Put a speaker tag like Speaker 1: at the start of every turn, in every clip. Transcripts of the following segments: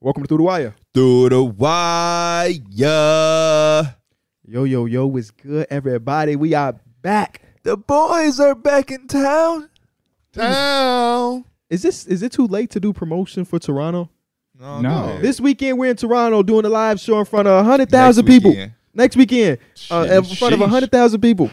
Speaker 1: Welcome to Through the Wire.
Speaker 2: Through the wire.
Speaker 1: Yo, yo, yo, it's good, everybody. We are back.
Speaker 2: The boys are back in town. Town.
Speaker 1: Is this is it too late to do promotion for Toronto?
Speaker 2: No.
Speaker 3: No.
Speaker 2: go
Speaker 1: This weekend we're in Toronto doing a live show in front of hundred
Speaker 2: ahead.
Speaker 1: thousand
Speaker 2: Next
Speaker 1: people.
Speaker 2: weekend.
Speaker 1: Next weekend, uh, in
Speaker 2: Sheesh.
Speaker 1: front of hundred thousand people.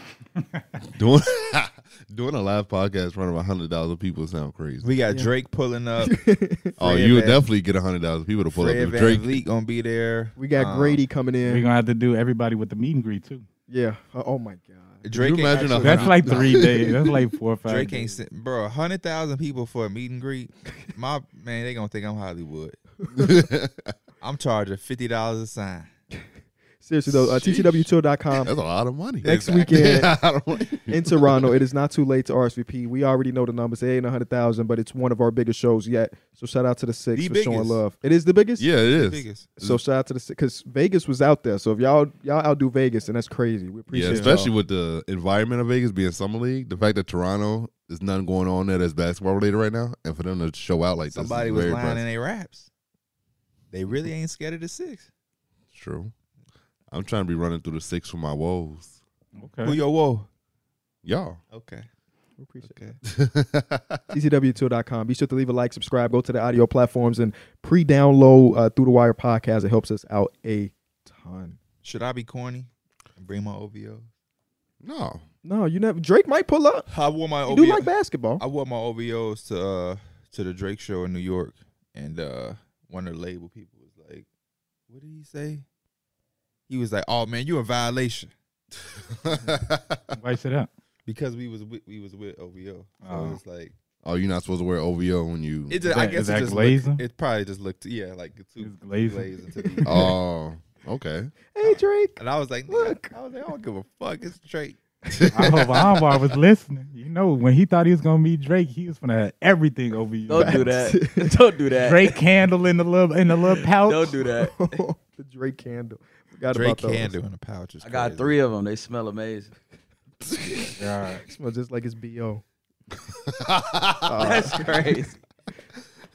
Speaker 4: doing doing a live podcast in front of hundred thousand people sound crazy.
Speaker 2: We got Drake pulling up.
Speaker 4: Oh,
Speaker 2: Fred
Speaker 4: you would
Speaker 2: Van-
Speaker 4: definitely get hundred thousand people to pull
Speaker 2: Fred
Speaker 4: up to
Speaker 2: Van
Speaker 4: Drake.
Speaker 2: Vliet gonna be there.
Speaker 1: We got
Speaker 2: Um,
Speaker 1: Grady coming
Speaker 3: We're
Speaker 1: in.
Speaker 3: gonna have to do everybody with the meet and greet too.
Speaker 1: Yeah. Uh, oh my god.
Speaker 2: Drake.
Speaker 4: you imagine
Speaker 2: ain't
Speaker 4: a
Speaker 3: That's
Speaker 2: actually-
Speaker 4: hundred-
Speaker 3: like three days. That's like four or five.
Speaker 2: Drake ain't
Speaker 3: days.
Speaker 2: sit, bro. Hundred thousand people for a meet and greet. My man, they gonna think I'm Hollywood. I'm charging fifty dollars a sign.
Speaker 1: Seriously though, uh,
Speaker 4: Sheesh.
Speaker 1: ttwtour.com
Speaker 4: That's a lot of money.
Speaker 1: Next
Speaker 4: Exactly.
Speaker 1: weekend.
Speaker 4: I don't want-
Speaker 1: in Toronto. It is not too late to RSVP. We already know the numbers. It ain't hundred thousand, but it's one of our biggest shows yet. So shout out to the six
Speaker 2: The
Speaker 1: for showing
Speaker 2: biggest.
Speaker 1: love. It is the biggest.
Speaker 4: yeah, it is.
Speaker 2: Biggest.
Speaker 1: So shout out to the six because Vegas was out there. So if y'all y'all outdo Vegas, and that's crazy. We
Speaker 4: Yeah,
Speaker 1: appreciate it.
Speaker 4: especially with the environment of Vegas being summer league, the fact that Toronto there's nothing going on there that's basketball related right now, and for them to show out like
Speaker 2: Somebody
Speaker 4: this
Speaker 2: was
Speaker 4: is very
Speaker 2: lying in
Speaker 4: impressive.
Speaker 2: their raps. They really ain't scared of the six.
Speaker 4: It's True. I'm trying to be running through the six for my woes,
Speaker 2: Who
Speaker 3: Okay.
Speaker 2: yo whoa?
Speaker 4: y'all.
Speaker 2: Okay.
Speaker 1: We appreciate
Speaker 2: Okay.
Speaker 1: TCW2.com. Be sure to leave a like, subscribe, go to the audio platforms, and pre-download uh, through the wire podcast. It helps us out a ton.
Speaker 2: Should I be corny? And bring my OVO.
Speaker 4: no,
Speaker 1: No, you never. Drake might pull up.
Speaker 2: I wore my
Speaker 1: You
Speaker 2: OVO.
Speaker 1: do like basketball.
Speaker 2: I wore my OVOs to uh to the Drake show in New York, and uh one of the label people was like, "What did he say?" He was like, "Oh man, you in violation
Speaker 3: Vice it up.
Speaker 2: because we was with, we was with OVO." So
Speaker 3: Oh.
Speaker 2: it's like
Speaker 4: oh, you're not supposed to wear OVO when you.
Speaker 2: it just,
Speaker 3: Is
Speaker 2: I
Speaker 3: that-
Speaker 2: guess
Speaker 3: is
Speaker 2: it
Speaker 3: that
Speaker 2: just
Speaker 3: glazing?
Speaker 2: looked, it probably just looked yeah like too
Speaker 3: It's glazing.
Speaker 2: glazing to me.
Speaker 4: oh, okay.
Speaker 1: Hey, Drake.
Speaker 2: And I was like,
Speaker 1: Look.
Speaker 2: look, I was like, I don't give a fuck. It's Drake.
Speaker 3: I hope Anwar was listening. You know, when he thought he was gonna meet Drake, he was gonna have everything over you.
Speaker 5: Don't do that. Don't do that.
Speaker 3: Drake candle in the little in the little pouch.
Speaker 5: Don't do that.
Speaker 1: the Drake candle. Forgot
Speaker 2: Drake
Speaker 1: about those.
Speaker 2: candle in a pouch. Is
Speaker 5: I got
Speaker 2: crazy.
Speaker 5: three of them. They smell amazing.
Speaker 3: God.
Speaker 1: Smells just like his bo.
Speaker 5: That's crazy.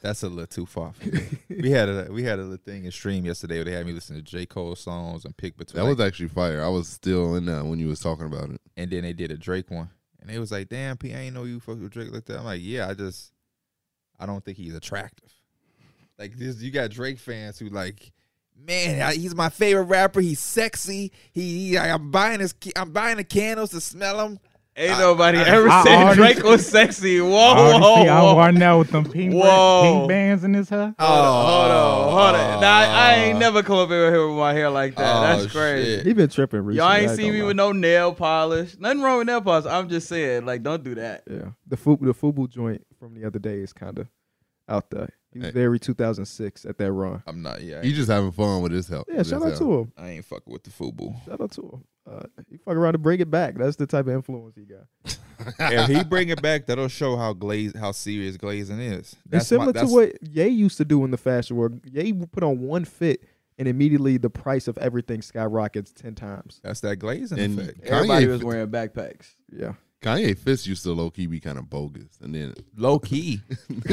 Speaker 2: That's a little too far. For me. we had a we had a little thing in stream yesterday where they had me listen to J Cole songs and pick between.
Speaker 4: That was actually fire. I was still in that when you was talking about it.
Speaker 2: and then they did a Drake one, and they was like, "Damn, P, I ain't know you fuck with Drake like that." I'm like, "Yeah, I just, I don't think he's attractive." Like this, you got Drake fans who like, man, I, he's my favorite rapper. He's sexy. He, he I, I'm buying his, ca- I'm buying the candles to smell him.
Speaker 5: Ain't nobody ever
Speaker 3: I
Speaker 5: said
Speaker 3: already-
Speaker 5: Drake was sexy. Whoa,
Speaker 3: I already
Speaker 5: whoa,
Speaker 3: see
Speaker 5: whoa.
Speaker 3: Anwar now with them pink,
Speaker 5: Whoa.
Speaker 3: pink bands in his hair.
Speaker 5: Hold on, hold on, hold on. Nah, I, I ain't never come up over here with my hair like that.
Speaker 2: Oh,
Speaker 5: That's crazy.
Speaker 2: shit.
Speaker 1: He been tripping recently.
Speaker 5: Y'all
Speaker 1: I
Speaker 5: ain't
Speaker 1: ain't
Speaker 5: see
Speaker 1: gonna
Speaker 5: me
Speaker 1: lie.
Speaker 5: with no nail polish. Nothing wrong with nail polish. I'm just saying, like, don't do that.
Speaker 1: Yeah, the fubu the fubu joint from the other day is kind of out there. He was
Speaker 4: Hey.
Speaker 1: very 2006 at that run.
Speaker 2: I'm not. Yeah, I
Speaker 4: You
Speaker 2: ain't,
Speaker 4: just having fun with his help.
Speaker 1: Yeah, shout out to him.
Speaker 2: I ain't fucking with the fubu.
Speaker 1: Shout out to him. Uh, he fuck around to bring it back. That's the type of influence he got.
Speaker 2: if he bring it back, that'll show how glaze, how serious glazing is.
Speaker 1: it's similar to what Ye used to do in the fashion world. Ye would put on one fit, and immediately the price of everything skyrockets ten times.
Speaker 2: That's that glazing
Speaker 4: And
Speaker 2: effect.
Speaker 5: Everybody
Speaker 4: Kanye,
Speaker 5: was wearing backpacks.
Speaker 1: Yeah,
Speaker 4: Kanye Fist used to low key be kind of bogus, and then
Speaker 2: Low key.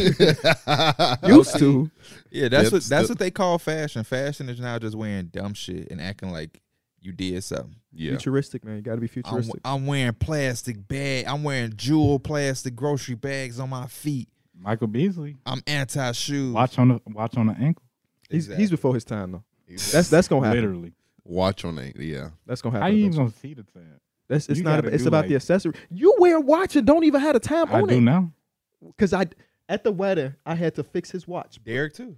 Speaker 1: used to.
Speaker 2: Yeah, that's
Speaker 4: Yep,
Speaker 2: what that's
Speaker 4: still-
Speaker 2: what they call fashion. Fashion is now just wearing dumb shit and acting like you did something.
Speaker 4: yeah,
Speaker 1: Futuristic man, you got to be
Speaker 2: I'm,
Speaker 1: futuristic.
Speaker 2: I'm wearing plastic bag. I'm wearing jewel plastic grocery bags on my feet.
Speaker 3: Michael Beasley.
Speaker 2: I'm anti shoes.
Speaker 3: Watch on the watch on the ankle.
Speaker 1: he's he's before his time though.
Speaker 2: Exactly.
Speaker 1: That's that's gonna happen.
Speaker 3: Literally.
Speaker 4: watch on it. Yeah,
Speaker 1: That's gonna
Speaker 3: How
Speaker 1: happen.
Speaker 3: you even
Speaker 1: eventually.
Speaker 3: gonna see the tan?
Speaker 1: That's it's
Speaker 3: you
Speaker 1: not.
Speaker 3: gotta
Speaker 1: About, it's
Speaker 3: do
Speaker 1: about
Speaker 3: like-
Speaker 1: the accessory. You wear a watch and don't even have a time
Speaker 3: I
Speaker 1: on
Speaker 3: do
Speaker 1: it.
Speaker 3: now.
Speaker 1: Because I at the wedding I had to fix his watch.
Speaker 2: Derek too.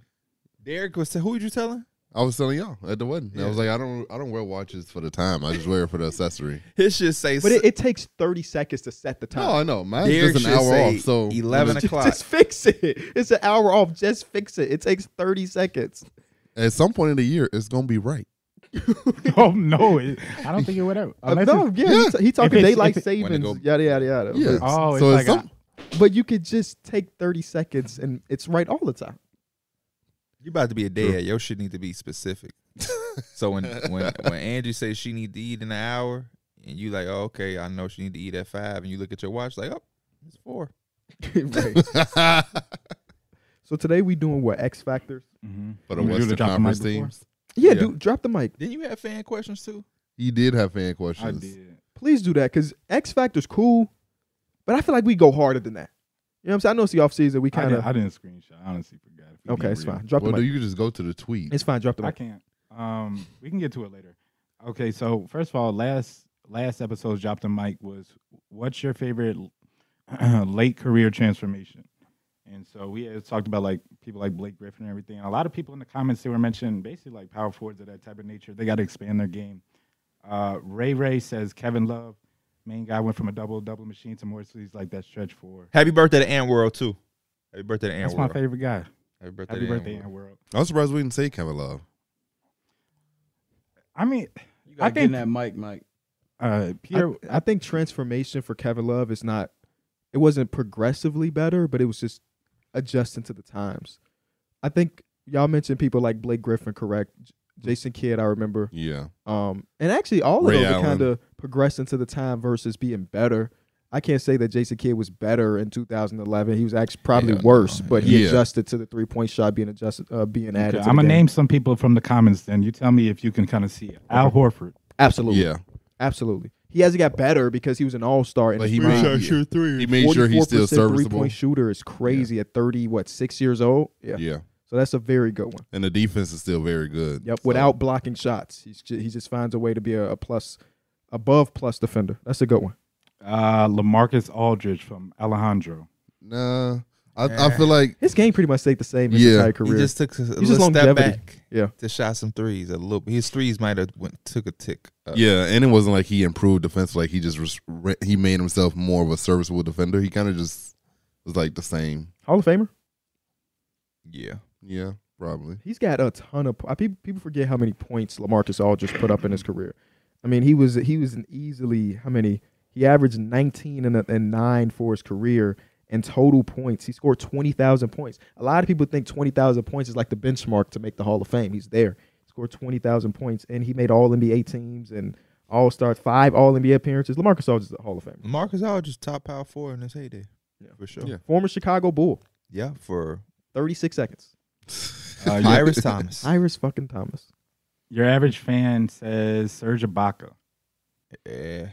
Speaker 2: Derek was who were you telling?
Speaker 4: I was telling y'all at the wedding. I was like, I don't, I don't wear watches for the time. I just wear it for the accessory.
Speaker 2: His shit say
Speaker 1: But it, it takes thirty seconds to set the
Speaker 4: No,
Speaker 1: time.
Speaker 4: I know. Mine's
Speaker 2: Derek
Speaker 4: just an
Speaker 2: should
Speaker 4: hour
Speaker 2: say
Speaker 4: off. So
Speaker 2: eleven
Speaker 1: Just-
Speaker 2: o'clock.
Speaker 1: Just fix it. It's an hour off. Just fix it. It takes thirty seconds.
Speaker 4: at some point in the year, it's gonna be right.
Speaker 3: Oh no, it, I don't think it would ever. Unless
Speaker 1: Uh, no,
Speaker 3: it's-
Speaker 1: yeah,
Speaker 4: Yeah.
Speaker 1: He, t- he talking
Speaker 3: it's-
Speaker 1: daylight
Speaker 3: if
Speaker 2: When to
Speaker 1: savings,
Speaker 2: go-
Speaker 1: yada yada yada.
Speaker 4: Yeah.
Speaker 3: Oh, it's
Speaker 4: so
Speaker 3: like
Speaker 4: some,
Speaker 1: But, but you could just take thirty seconds and it's right all the time.
Speaker 2: you about to be a dad. Your shit need to be specific. so when when when Angie says she need to eat in an hour, and you like, oh, okay, I know she need to eat at five, and you look at your watch like, oh, it's four.
Speaker 1: Right. So today we doing what X factors.
Speaker 3: Mhm.
Speaker 4: for the
Speaker 3: You would've
Speaker 4: Western
Speaker 3: dropped the mic
Speaker 4: Conference
Speaker 3: before?
Speaker 4: teams.
Speaker 1: Yeah,
Speaker 4: Yeah.
Speaker 1: dude, drop the mic.
Speaker 2: Didn't you have fan questions too?
Speaker 4: He did have fan
Speaker 3: I
Speaker 4: questions.
Speaker 3: did.
Speaker 1: Please do that because X Factor's cool, but I feel like we go harder than that. You know what I'm saying? I know it's the offseason. We
Speaker 3: I,
Speaker 1: kind
Speaker 3: didn't, I
Speaker 1: of.
Speaker 3: didn't screenshot. I honestly forgot. If we
Speaker 1: Okay,
Speaker 3: being
Speaker 1: it's
Speaker 3: real.
Speaker 1: fine. Drop
Speaker 4: well,
Speaker 1: the
Speaker 4: no,
Speaker 1: mic.
Speaker 4: you can just go to the tweet.
Speaker 1: It's fine. Drop the
Speaker 3: I
Speaker 1: mic.
Speaker 3: can't. Um, we can get to it later. Okay, so first of all, last last episode's drop the mic was what's your favorite late career transformation? And so we had talked about like people like Blake Griffin and everything. And a lot of people in the comments they were mentioning basically like power forwards of that type of nature. They got to expand their game. Uh, Ray Ray says Kevin Love, main guy, went from a double double machine to more. So he's like that stretch four.
Speaker 2: Happy birthday to Ant World too. Happy birthday to Ant
Speaker 3: That's my
Speaker 2: World.
Speaker 3: favorite guy.
Speaker 2: Happy birthday,
Speaker 3: Happy
Speaker 2: to Ant
Speaker 3: birthday,
Speaker 2: World.
Speaker 3: Ant World.
Speaker 4: I'm surprised we didn't say Kevin Love.
Speaker 3: I mean, I
Speaker 5: You gotta get in
Speaker 3: think-
Speaker 5: that mic, Mike.
Speaker 3: uh,
Speaker 1: I,
Speaker 3: Pierre.
Speaker 1: I think transformation for Kevin Love is not it wasn't progressively better, but it was just adjusting to the times. I think y'all mentioned people like Blake Griffin, correct? J- Jason Kidd, I remember.
Speaker 4: Yeah.
Speaker 1: Um, and actually all of
Speaker 4: Ray
Speaker 1: those are
Speaker 4: Allen.
Speaker 1: kind of progressing to the time versus being better. I can't say that Jason Kidd was better in 2011. He was actually probably
Speaker 2: Yeah,
Speaker 1: worse,
Speaker 2: no,
Speaker 1: but he
Speaker 4: yeah.
Speaker 1: adjusted to the three point shot being adjusted, uh, being added.
Speaker 3: Okay,
Speaker 1: to
Speaker 3: I'm
Speaker 1: the
Speaker 3: gonna
Speaker 1: game.
Speaker 3: name some people from the comments. Then you tell me if you can kind of see it. Al Horford.
Speaker 1: Absolutely,
Speaker 4: Yeah.
Speaker 1: absolutely. He hasn't got better because he was an all star.
Speaker 4: But he made, yeah. he made sure he's
Speaker 1: 44%
Speaker 4: still serviceable.
Speaker 1: Three-point shooter is crazy at 30, what, six years old? Yeah.
Speaker 4: Yeah.
Speaker 1: So that's a very good one.
Speaker 4: And the defense is still very good.
Speaker 1: Yep.
Speaker 4: So,
Speaker 1: Without blocking shots, he's ju- he just finds a way to be a, a plus, above plus defender. That's a good one.
Speaker 3: Uh, Lamarcus Aldridge from Alejandro.
Speaker 4: Nah. I,
Speaker 1: Eh.
Speaker 4: I feel like
Speaker 1: His game pretty much stayed the same his
Speaker 4: Yeah.
Speaker 1: entire
Speaker 2: He
Speaker 1: career.
Speaker 2: just took a little step
Speaker 1: longevity.
Speaker 2: back.
Speaker 1: Yeah.
Speaker 2: to shot some threes a little. His threes might have went took a tick. Up.
Speaker 4: Yeah, and it wasn't like he improved defense. Like he just res- re- he made himself more of a serviceable defender. He kind of just was like the same.
Speaker 1: Hall of Famer.
Speaker 2: yeah.
Speaker 4: Yeah, probably.
Speaker 1: He's got a ton of. po- I, people, people forget how many points Lamarcus Aldridge put up in his career. I mean, he was he was an easily how many? He averaged 19 and, a- and nine for his career in total points. He scored 20,000 points. A lot of people think 20,000 points is like the benchmark to make the Hall of Fame. He's there. He scored 20,000 points, and he made All NBA teams and All Star five All NBA appearances. Lamarcus Aldridge is a Hall of Famer.
Speaker 2: Marcus Aldridge is top power four in his heyday.
Speaker 1: Yeah.
Speaker 2: for sure.
Speaker 4: Yeah.
Speaker 2: Yeah,
Speaker 1: Former Chicago Bull.
Speaker 2: for
Speaker 1: 36 seconds.
Speaker 3: Uh, your-
Speaker 2: Iris Thomas.
Speaker 1: Iris fucking Thomas.
Speaker 3: Your average fan says Serge Ibaka.
Speaker 2: Yeah.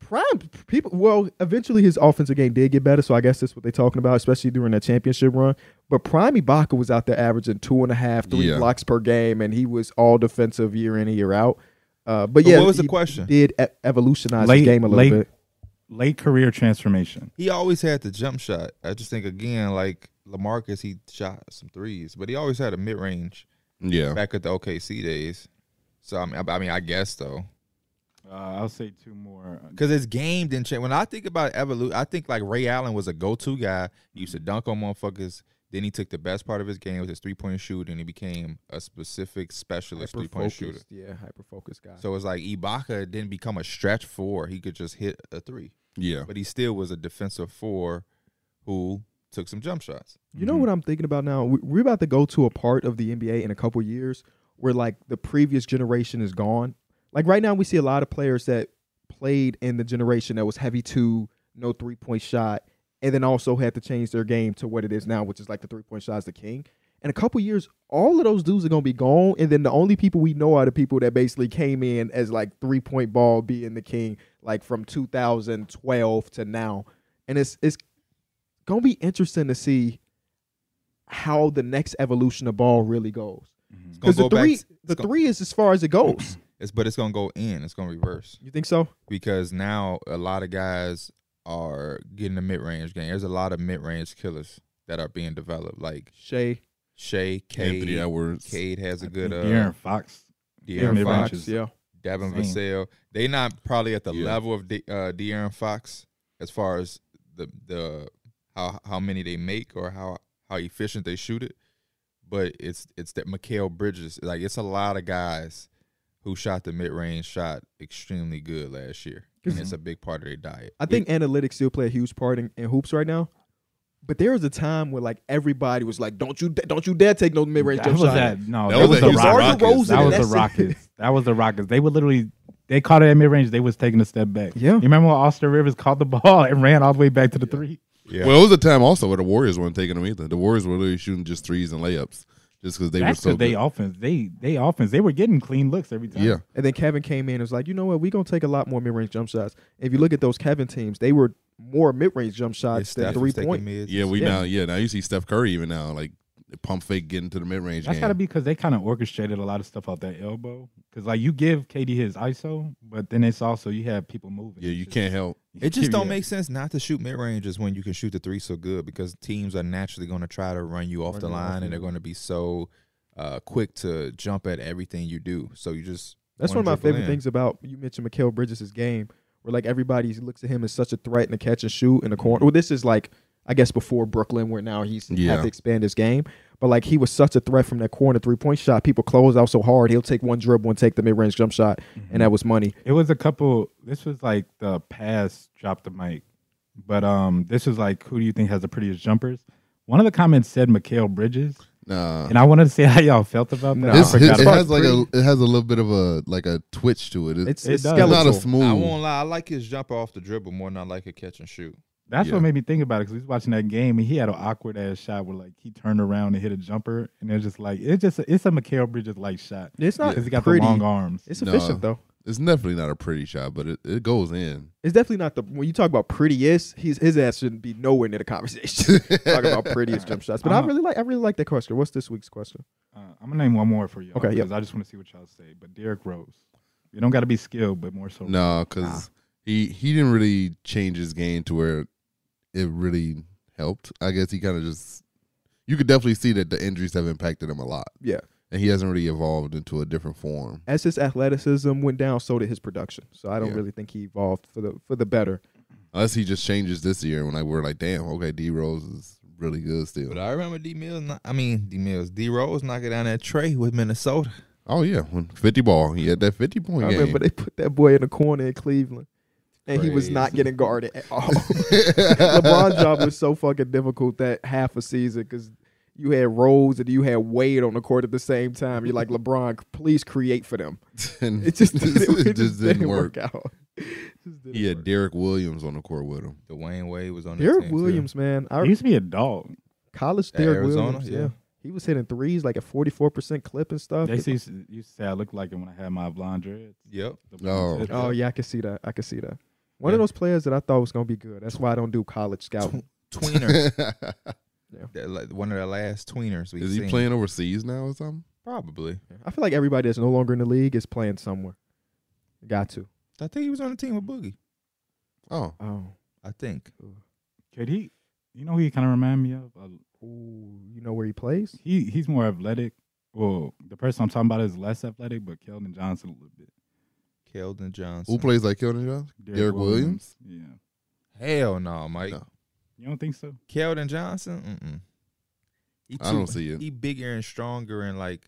Speaker 1: prime people. Well, eventually his offensive game did get better, so I guess that's what they're talking about, especially during that championship run. But Prime Ibaka was out there averaging two and a half, three
Speaker 4: Yeah.
Speaker 1: blocks per game, and he was all defensive year in and year out. Uh, but
Speaker 2: So
Speaker 1: yeah,
Speaker 2: what was the
Speaker 1: he
Speaker 2: question?
Speaker 1: Did e- evolutionize
Speaker 3: Late-
Speaker 1: his game a little
Speaker 3: late-
Speaker 1: bit?
Speaker 3: Late career transformation.
Speaker 2: He always had the jump shot. I just think again, like Lamarcus, he shot some threes, but he always had a mid range
Speaker 4: yeah,
Speaker 2: back at the OKC days. So I mean, I, I mean, I guess though,
Speaker 3: Uh, I'll say two more.
Speaker 2: because his game didn't change. When I think about evolution, I think like Ray Allen was a go-to guy. He used to dunk on motherfuckers. Then he took the best part of his game with his three-point shoot, and he became a specific specialist three-point shooter.
Speaker 1: yeah, hyper focused guy.
Speaker 2: So it's like Ibaka didn't become a stretch four. He could just hit a three,
Speaker 4: yeah.
Speaker 2: but he still was a defensive four who took some jump shots.
Speaker 1: You know what I'm thinking about now? We- We're about to go to a part of the NBA in a couple years where like the previous generation is gone. Like right now, we see a lot of players that played in the generation that was heavy two, no three point shot, and then also had to change their game to what it is now, which is like the three point shot is the king. In a couple years, all of those dudes are gonna be gone, and then the only people we know are the people that basically came in as like three point ball being the king, like from 2012 to now, and it's it's gonna be interesting to see how the next evolution of ball really goes.
Speaker 2: It's gonna
Speaker 1: Because the
Speaker 2: go
Speaker 1: three,
Speaker 2: back.
Speaker 1: the
Speaker 2: it's gonna-
Speaker 1: three is as far as it goes.
Speaker 2: It's but it's gonna go in. It's gonna reverse
Speaker 1: You think so?
Speaker 2: because now a lot of guys are getting the mid range game. There's a lot of mid range killers that are being developed, like
Speaker 1: Shea,
Speaker 2: Shea,
Speaker 4: Anthony
Speaker 2: Cade.
Speaker 4: Edwards.
Speaker 2: Cade has a good uh,
Speaker 3: De'Aaron Fox.
Speaker 2: De'Aaron
Speaker 3: Mid-range
Speaker 2: Fox,
Speaker 3: is-
Speaker 1: yeah,
Speaker 2: Devin
Speaker 3: Same.
Speaker 2: Vassell. They not probably at the
Speaker 4: Yeah.
Speaker 2: level of De, uh, De'Aaron Fox as far as the the how how many they make or how how efficient they shoot it, but it's it's that Mikael Bridges like it's a lot of guys who shot the mid range shot extremely good last year, and it's a big part of their diet.
Speaker 1: Mm-hmm. I think analytics still play a huge part in, in hoops right now. But there was a time where like everybody was like, "Don't you, da- don't you dare take no mid range
Speaker 3: That
Speaker 1: jump
Speaker 3: was
Speaker 1: shot."
Speaker 3: that. No,
Speaker 4: That
Speaker 3: that,
Speaker 4: was
Speaker 3: was
Speaker 4: a
Speaker 3: the
Speaker 4: huge
Speaker 3: Rockets.
Speaker 4: Rockets.
Speaker 3: That was the
Speaker 1: That's it.
Speaker 3: Rockets. That was the Rockets. They were literally. They caught it at mid range. They was taking a step back.
Speaker 1: Yeah.
Speaker 3: You remember when Austin Rivers caught the ball and ran all the way back to the three?
Speaker 2: Yeah,
Speaker 4: Well, it was a time also where the Warriors weren't taking them either. The Warriors were literally shooting just threes and layups. just because they
Speaker 3: That's
Speaker 4: were so
Speaker 3: because they
Speaker 4: good.
Speaker 3: offense. They they offense. They were getting clean looks every time.
Speaker 4: yeah,
Speaker 1: And then Kevin came in and was like, you know what? We're going to take a lot more mid range jump shots. If you look at those Kevin teams, they were more mid range jump shots than three point.
Speaker 4: yeah. We
Speaker 1: Yeah.
Speaker 4: now, yeah, now you see Steph Curry even now, like pump fake getting to the mid range.
Speaker 3: That's got to be because they kind of orchestrated a lot of stuff out that elbow. Because like you give KD his ISO, but then it's also you have people moving.
Speaker 4: Yeah,
Speaker 3: It's
Speaker 4: you
Speaker 3: just-
Speaker 4: can't help.
Speaker 2: It just don't
Speaker 3: Yeah.
Speaker 2: make sense not to shoot mid ranges when you can shoot the three so good because teams are naturally going to try to run you off
Speaker 1: Run
Speaker 2: the
Speaker 1: you off,
Speaker 2: line and
Speaker 1: yeah.
Speaker 2: they're going to be so uh, quick to jump at everything you do. So you just
Speaker 1: That's
Speaker 2: wanna
Speaker 1: one of my
Speaker 2: dribble
Speaker 1: favorite
Speaker 2: in.
Speaker 1: things about you mentioned Mikael Bridges' game, where like everybody looks at him as such a threat in the catch and shoot in the corner. Well, this is like I guess before Brooklyn, where now he's
Speaker 4: Yeah.
Speaker 1: had to expand his game. But like he was such a threat from that corner three point shot. People close out so hard, he'll take one dribble and take the mid range jump shot, and that was money.
Speaker 3: It was a couple. This was like the past drop the mic, but um, this was like who do you think has the prettiest jumpers? One of the comments said Mikhail Bridges,
Speaker 4: Nah,
Speaker 3: and I wanted to see how y'all felt about that.
Speaker 1: No.
Speaker 3: I
Speaker 4: It's- Uh-huh. it,
Speaker 3: forgot
Speaker 4: it
Speaker 3: about
Speaker 4: has like a
Speaker 1: Pretty.
Speaker 4: it has a little bit of a like a twitch to it.
Speaker 1: It's,
Speaker 4: It's,
Speaker 3: It
Speaker 1: it's
Speaker 3: does.
Speaker 4: it's
Speaker 1: skeletal.
Speaker 4: not a smooth.
Speaker 2: I won't lie, I like his jumper off the dribble more than I like a catch and shoot.
Speaker 3: That's
Speaker 4: Yeah.
Speaker 3: what made me think about it because we was watching that game and he had an awkward ass shot where like he turned around and hit a jumper and it's just like it's just it's a Mikhail Bridges like shot
Speaker 1: it's not
Speaker 3: because he got
Speaker 1: pretty.
Speaker 3: the long arms.
Speaker 1: It's
Speaker 4: No.
Speaker 1: efficient though.
Speaker 4: It's definitely not a pretty shot, but it, it goes in.
Speaker 1: It's definitely not the when you talk about prettiest. He's his ass shouldn't be nowhere near the conversation. talk about prettiest jump shots, but i
Speaker 3: I'm a-
Speaker 1: really like I really like that question. What's this week's question?
Speaker 3: Uh, I'm gonna name one more for you.
Speaker 1: Okay, yep.
Speaker 3: because I just want to see what y'all say. But Derrick Rose, you don't got to be skilled, but more so.
Speaker 4: No, because he he didn't really change his game to where it really helped. I guess he kind of just you could definitely see that the injuries have impacted him a lot,
Speaker 1: Yeah,
Speaker 4: and he hasn't really evolved into a different form.
Speaker 1: as his athleticism went down, so did his production. So I don't
Speaker 4: Yeah.
Speaker 1: really think he evolved for the for the better.
Speaker 4: Unless he just changes this year, when I we're like, damn, okay, D Rose is really good
Speaker 2: But
Speaker 4: still.
Speaker 2: I remember D Mills, not, I mean, D Mills, D Rose knocking down that tray with Minnesota.
Speaker 4: Oh yeah, when fifty ball, he had that fifty point
Speaker 1: I
Speaker 4: game.
Speaker 1: remember they put that boy in the corner in Cleveland, and he was not
Speaker 2: Crazy.
Speaker 1: getting guarded at all. LeBron's job was so fucking difficult that half a season because you had Rose and you had Wade on the court at the same time. You're like LeBron, please create for them.
Speaker 4: And
Speaker 1: It just,
Speaker 4: it
Speaker 1: it
Speaker 4: just
Speaker 1: just
Speaker 4: didn't
Speaker 1: didn't work,
Speaker 4: work.
Speaker 1: out. Just didn't
Speaker 4: he
Speaker 1: work.
Speaker 4: had Derek Williams on the court with him.
Speaker 2: Dwayne Wade was on the
Speaker 1: Derrick
Speaker 2: team.
Speaker 1: Williams, man. I
Speaker 3: He used to be a dog.
Speaker 1: college
Speaker 2: At
Speaker 1: Derrick
Speaker 2: Arizona,
Speaker 1: Williams. Yeah.
Speaker 2: yeah.
Speaker 1: he was hitting threes like a forty four percent clip and stuff.
Speaker 3: They used to, used to say I looked like him when I had my blonde dreads.
Speaker 2: Too. Yep.
Speaker 3: The
Speaker 4: Oh.
Speaker 3: blonde dreads.
Speaker 1: oh yeah, I can see that. I can see that. One of
Speaker 2: Yeah.
Speaker 1: those players that I thought was gonna be good. That's why I don't do college scouting.
Speaker 2: Tweener. That, like, one of the last tweeners we
Speaker 4: is he
Speaker 2: seen.
Speaker 4: playing overseas now or something?
Speaker 2: Probably.
Speaker 1: I feel like everybody that's no longer in the league is playing somewhere. Got to.
Speaker 2: I think he was on the team with Boogie.
Speaker 4: Oh,
Speaker 1: Oh,
Speaker 2: I think.
Speaker 3: Could he? You know, who he kind of remind me of. Uh,
Speaker 1: Ooh, you know where he plays?
Speaker 3: he he's more athletic. Well, the person I'm talking about is less athletic, but Keldon Johnson a little bit.
Speaker 2: Keldon Johnson.
Speaker 4: who plays like Keldon Johnson? Derrick Williams?
Speaker 3: Yeah.
Speaker 2: Hell no, Mike.
Speaker 4: No.
Speaker 3: You don't think so?
Speaker 2: Keldon Johnson. Mm-mm. He
Speaker 4: I don't see it.
Speaker 2: He bigger and stronger and like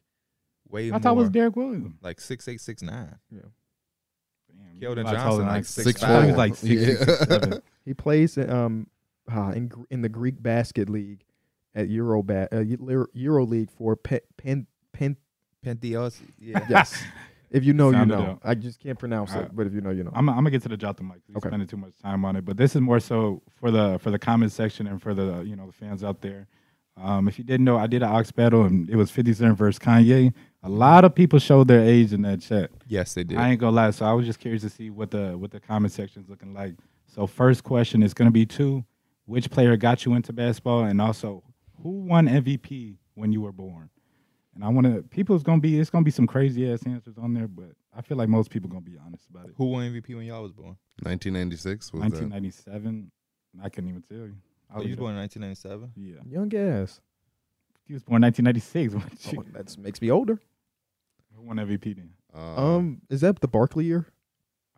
Speaker 2: way
Speaker 3: I
Speaker 2: more.
Speaker 3: thought it was Derrick Williams.
Speaker 2: like six eight six nine.
Speaker 3: Damn,
Speaker 2: Keldon
Speaker 3: he's a lot
Speaker 2: Johnson,
Speaker 3: taller than I
Speaker 2: like
Speaker 3: expected.
Speaker 2: six
Speaker 3: I thought he was
Speaker 4: four.
Speaker 3: like six, six, six,
Speaker 4: Yeah.
Speaker 3: seven.
Speaker 1: He plays in, um uh, in Gr- in the Greek Basket League at Eurobat uh, Euro- Euro League for Pen Pen, Pen
Speaker 2: Pentheus. Yeah.
Speaker 1: yes. If you know, you
Speaker 3: Sounded
Speaker 1: know.
Speaker 3: out.
Speaker 1: I just can't pronounce
Speaker 3: All
Speaker 1: it,
Speaker 3: right.
Speaker 1: but if you know, you know.
Speaker 3: I'm, I'm gonna get to the drop the mic. 'cause We
Speaker 1: Okay.
Speaker 3: spending too much time on it, but this is more so for the for the comment section and for the you know the fans out there. Um, if you didn't know, I did an ox battle and it was 50 Cent versus Kanye. A lot of people showed their age in that chat.
Speaker 2: yes, they did.
Speaker 3: I ain't gonna lie, so I was just curious to see what the what the comment section's looking like. So first question is gonna be two: Which player got you into basketball, and also who won MVP when you were born? And I want to people's gonna be it's gonna be some crazy ass answers on there, but I feel like most people gonna be honest about it.
Speaker 2: Who won MVP when y'all was born?
Speaker 4: 1996 was that?
Speaker 3: 1997. I couldn't even tell you. I
Speaker 2: Oh, you was
Speaker 3: looked
Speaker 2: born in 1997.
Speaker 3: it up. Yeah,
Speaker 1: Young ass.
Speaker 3: he was born 1996. weren't you?
Speaker 1: Oh, that makes me older.
Speaker 3: Who won MVP then?
Speaker 4: Uh,
Speaker 1: Um, is that the Barkley year?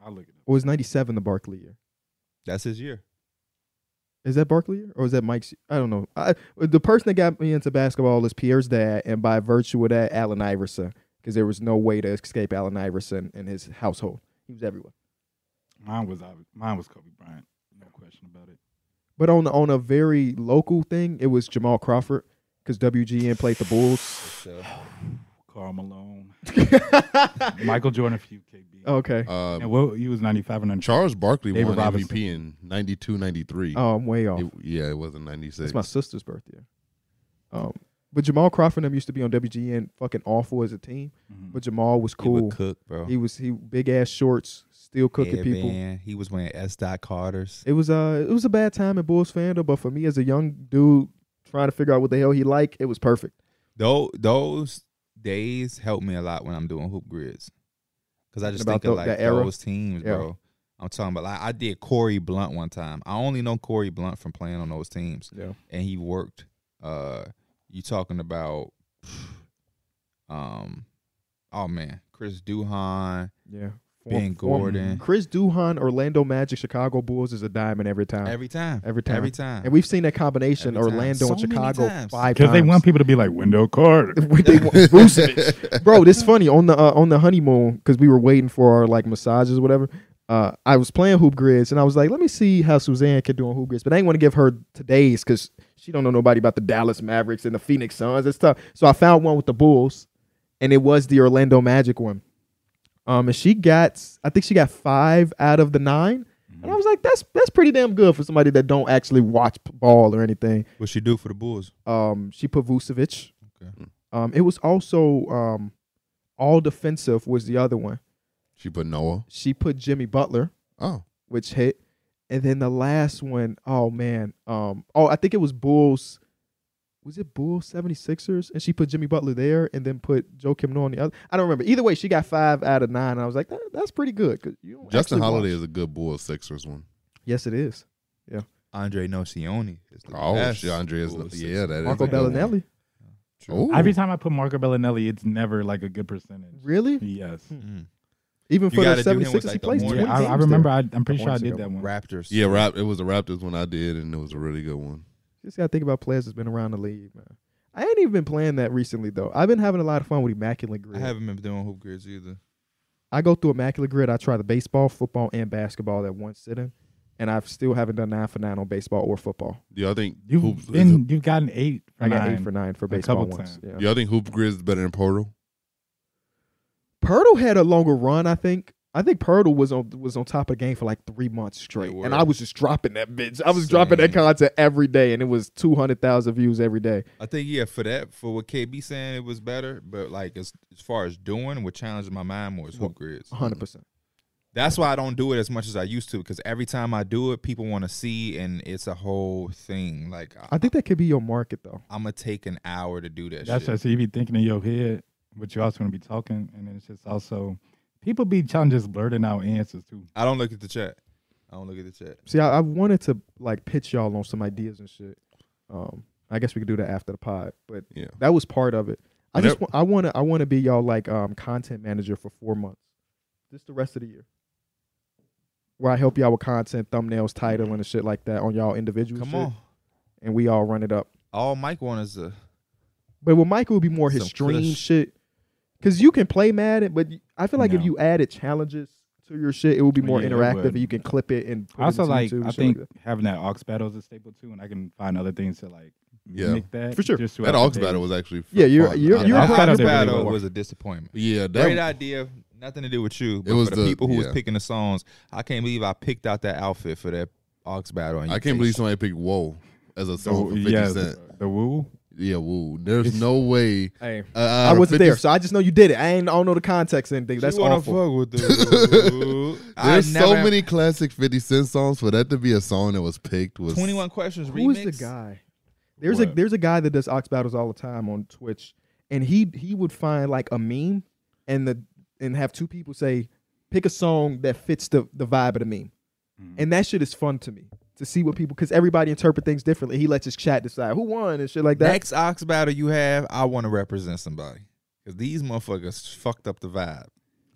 Speaker 3: I'll look it up.
Speaker 1: Or was '97 the Barkley year?
Speaker 2: That's his year.
Speaker 1: Is that Barkley year? Or is that Mike's? I don't know. I, the person that got me into basketball is Pierre's dad, and by virtue of that, Allen Iverson, because there was no way to escape Allen Iverson and his household. He was everywhere.
Speaker 3: Mine was obvi- mine was Kobe Bryant. No question about it.
Speaker 1: But on on a very local thing, it was Jamal Crawford because WGN played the Bulls.
Speaker 2: So,
Speaker 3: Carl Malone, Michael Jordan, a few KB.
Speaker 1: okay.
Speaker 4: uh,
Speaker 3: And what he was 95 and 96.
Speaker 4: Charles Barkley
Speaker 3: David
Speaker 4: won
Speaker 3: Robinson.
Speaker 4: MVP in 92, 93.
Speaker 1: Oh, I'm way off.
Speaker 4: It- yeah, it wasn't 96.
Speaker 1: It's my sister's birthday. Um, But Jamal Crawford and them used to be on WGN, fucking awful as a team.
Speaker 3: Mhm.
Speaker 1: But Jamal was
Speaker 2: He
Speaker 1: cool.
Speaker 2: would cook, bro.
Speaker 1: He was he big ass shorts, still cooking
Speaker 2: Yeah,
Speaker 1: people.
Speaker 2: man. He was wearing S. Dot Carter's.
Speaker 1: It was uh it was a bad time at Bulls fandom, but for me as a young dude trying to figure out what the hell he like, it was perfect.
Speaker 2: Those those days help me a lot when I'm doing hoop grids, because I just
Speaker 1: About
Speaker 2: think of
Speaker 1: tho-
Speaker 2: like
Speaker 1: that era?
Speaker 2: those teams,
Speaker 1: Yeah.
Speaker 2: bro. I'm talking about like I did Corey Blunt one time. I only know Corey Blunt from playing on those teams,
Speaker 1: Yeah.
Speaker 2: and he worked. Uh, you talking about, um, oh man, Chris Duhon,
Speaker 1: Yeah.
Speaker 2: Ben Gordon,
Speaker 1: Chris Duhon, Orlando Magic, Chicago Bulls is a diamond every time. Every,
Speaker 2: every time,
Speaker 1: time.
Speaker 2: time.
Speaker 1: And we've seen that combination
Speaker 2: Every time.
Speaker 1: Orlando and
Speaker 2: So many
Speaker 1: Chicago
Speaker 2: times.
Speaker 1: five times.
Speaker 3: Because they want people to be like window card.
Speaker 1: What they want- Vucevic. Bro, this funny on the uh, on the honeymoon because we were waiting for our like massages or whatever. Uh, I was playing hoop grids and I was like, let me see how Suzanne can do on hoop grids, but I ain't want to give her today's because she don't know nobody about the Dallas Mavericks and the Phoenix Suns and stuff. So I found one with the Bulls, and it was the Orlando Magic one. Um, and she got, I think she got five out of the 9 and I was like, that's that's pretty damn good for somebody that don't actually watch p- ball or anything.
Speaker 2: What she do for the Bulls?
Speaker 1: Um, she put Vucevic.
Speaker 2: Okay. Hmm.
Speaker 1: Um, it was also um, all defensive was the other one.
Speaker 4: She put Noah.
Speaker 1: She put Jimmy Butler,
Speaker 4: Oh,
Speaker 1: which hit, and then the last one, oh man, um, oh I think it was Bulls. Was it Bulls 76ers? And she put Jimmy Butler there and then put Joe Kim on the other. I don't remember. Either way, she got five out of nine. And I was like, "That- that's pretty good. 'cause you don't
Speaker 4: Justin
Speaker 1: actually
Speaker 4: Holiday
Speaker 1: watch.
Speaker 4: is a good Bulls Sixers one.
Speaker 1: Yes, it is.
Speaker 2: Andre Nocioni. Is the
Speaker 4: Oh,
Speaker 2: best
Speaker 4: shit, Andre is
Speaker 2: Bulls
Speaker 4: yeah, that is
Speaker 1: Marco
Speaker 4: a good one.
Speaker 1: Bellinelli.
Speaker 4: Ooh.
Speaker 3: Every time I put Marco Bellinelli, it's never like a good percentage.
Speaker 1: Really?
Speaker 3: Yes.
Speaker 2: Mm.
Speaker 1: Even
Speaker 2: You
Speaker 1: for the
Speaker 2: gotta do him
Speaker 1: 76ers,
Speaker 2: with,
Speaker 1: he
Speaker 2: like, the
Speaker 1: plays
Speaker 2: more-
Speaker 3: Yeah,
Speaker 1: 20
Speaker 3: I, I
Speaker 1: games
Speaker 3: remember.
Speaker 1: there.
Speaker 3: I, I'm pretty sure I
Speaker 1: Hornets
Speaker 3: did
Speaker 1: ago.
Speaker 3: that one.
Speaker 2: Raptors.
Speaker 4: Yeah, rap. It was the Raptors one I did, and it was a really good one.
Speaker 1: Just gotta think about players that's been around the league, man. I ain't even been playing that recently though. I've been having a lot of fun with Immaculate
Speaker 2: I
Speaker 1: Grid. I,
Speaker 2: haven't been doing hoop grids either.
Speaker 1: go through Immaculate Grid. I try the baseball, football, and basketball at one sitting, and I still haven't done nine for nine on baseball or football.
Speaker 4: Do y'all think
Speaker 3: You've
Speaker 4: hoops? is-
Speaker 3: been, you've gotten eight. For
Speaker 1: I got
Speaker 3: nine.
Speaker 1: eight for nine for
Speaker 3: A
Speaker 1: baseball
Speaker 3: couple
Speaker 1: once.
Speaker 3: times.
Speaker 1: Yeah.
Speaker 4: do y'all think Hoop Grizz is better than Portal?
Speaker 1: Pirtle had a longer run, I think. I think Pirtle was on was on top of the game for like three months straight,
Speaker 2: were.
Speaker 1: and I was just dropping that bitch. I was dropping that
Speaker 2: Same.
Speaker 1: content every day, and it was two hundred thousand views every day.
Speaker 2: I think yeah, for that, for what KB saying, it was better. But like as as far as doing, what challenged my mind more is hoop grids.
Speaker 1: One hundred percent.
Speaker 2: That's why I don't do it as much as I used to because every time I do it, people want to see, and it's a whole thing. Like I,
Speaker 1: I think that could be your market though.
Speaker 2: I'm gonna take an hour to do that.
Speaker 3: That's
Speaker 2: shit.
Speaker 3: just so you be thinking in your head, but you also want to be talking, and then it's just also people be trying just blurting out answers too.
Speaker 2: I don't look at the chat. I don't look at the chat.
Speaker 1: See, I, I wanted to like pitch y'all on some ideas and shit. Um, I guess we could do that after the pod, but
Speaker 4: Yeah.
Speaker 1: that was part of it. I
Speaker 4: Whenever-
Speaker 1: just wa- I want to I want to be y'all like um content manager for four months, just the rest of the year, where I help y'all with content, thumbnails, title, and shit like that on y'all individual.
Speaker 2: Come
Speaker 1: shit,
Speaker 2: on,
Speaker 1: and we all run it up.
Speaker 2: all Mike wants is a
Speaker 1: But with Michael, would be more his
Speaker 2: Some
Speaker 1: stream
Speaker 2: push.
Speaker 1: shit, because you can play Madden, but you- I feel like if
Speaker 3: No.
Speaker 1: you added challenges to your shit, it would be more
Speaker 3: Yeah, it
Speaker 1: interactive,
Speaker 3: would.
Speaker 1: and you can clip it and put it
Speaker 3: also,
Speaker 1: into
Speaker 3: like
Speaker 1: YouTube and
Speaker 3: I
Speaker 1: shit
Speaker 3: think
Speaker 1: that.
Speaker 3: having that aux battle is a staple too, and I can find other things to like
Speaker 4: Yeah.
Speaker 3: mimic that
Speaker 1: For sure.
Speaker 3: Just
Speaker 4: That
Speaker 3: throughout
Speaker 4: aux
Speaker 3: the day.
Speaker 4: battle was actually
Speaker 1: Yeah, you're-
Speaker 4: fun.
Speaker 1: you're-
Speaker 4: I-
Speaker 1: you're
Speaker 4: I-
Speaker 2: That
Speaker 3: right.
Speaker 2: Ox
Speaker 3: thought they were really
Speaker 2: battle
Speaker 3: well.
Speaker 2: was a disappointment.
Speaker 4: yeah, that
Speaker 2: Great idea, nothing to do with you. But
Speaker 4: was
Speaker 2: for the,
Speaker 4: the-
Speaker 2: people who was
Speaker 4: yeah.
Speaker 2: picking the songs. I can't believe I picked out that outfit for that Ox battle. and
Speaker 4: I
Speaker 2: you
Speaker 4: can't believe
Speaker 2: picked-
Speaker 4: somebody picked "Whoa" as a
Speaker 3: The,
Speaker 4: song for Fifty
Speaker 3: Oh, yeah,
Speaker 4: Cent.
Speaker 3: the woo.
Speaker 4: Yeah, woo. There's
Speaker 3: It's-
Speaker 4: no way.
Speaker 1: Hey,
Speaker 4: Uh,
Speaker 1: I
Speaker 4: out of
Speaker 1: wasn't
Speaker 4: 50
Speaker 1: there, so I just know you did it. I ain't I don't know the context or anything. That's
Speaker 2: you wanna
Speaker 1: awful.
Speaker 2: fuck with the- I
Speaker 4: There's so
Speaker 2: never-
Speaker 4: many classic 50 Cent songs for that to be a song that was picked was
Speaker 2: 21 questions
Speaker 1: Who's
Speaker 2: remix.
Speaker 1: the guy? There's a
Speaker 3: What?
Speaker 1: there's a guy that does ox battles all the time on Twitch, and he he would find like a meme, and the and have two people say, pick a song that fits the the vibe of the meme,
Speaker 2: Mm.
Speaker 1: and that shit is fun to me to see what people because everybody interpret things differently. He lets his chat decide who won and shit like that.
Speaker 2: Next Ox battle you have, I want to represent somebody. Because these motherfuckers fucked up the vibe.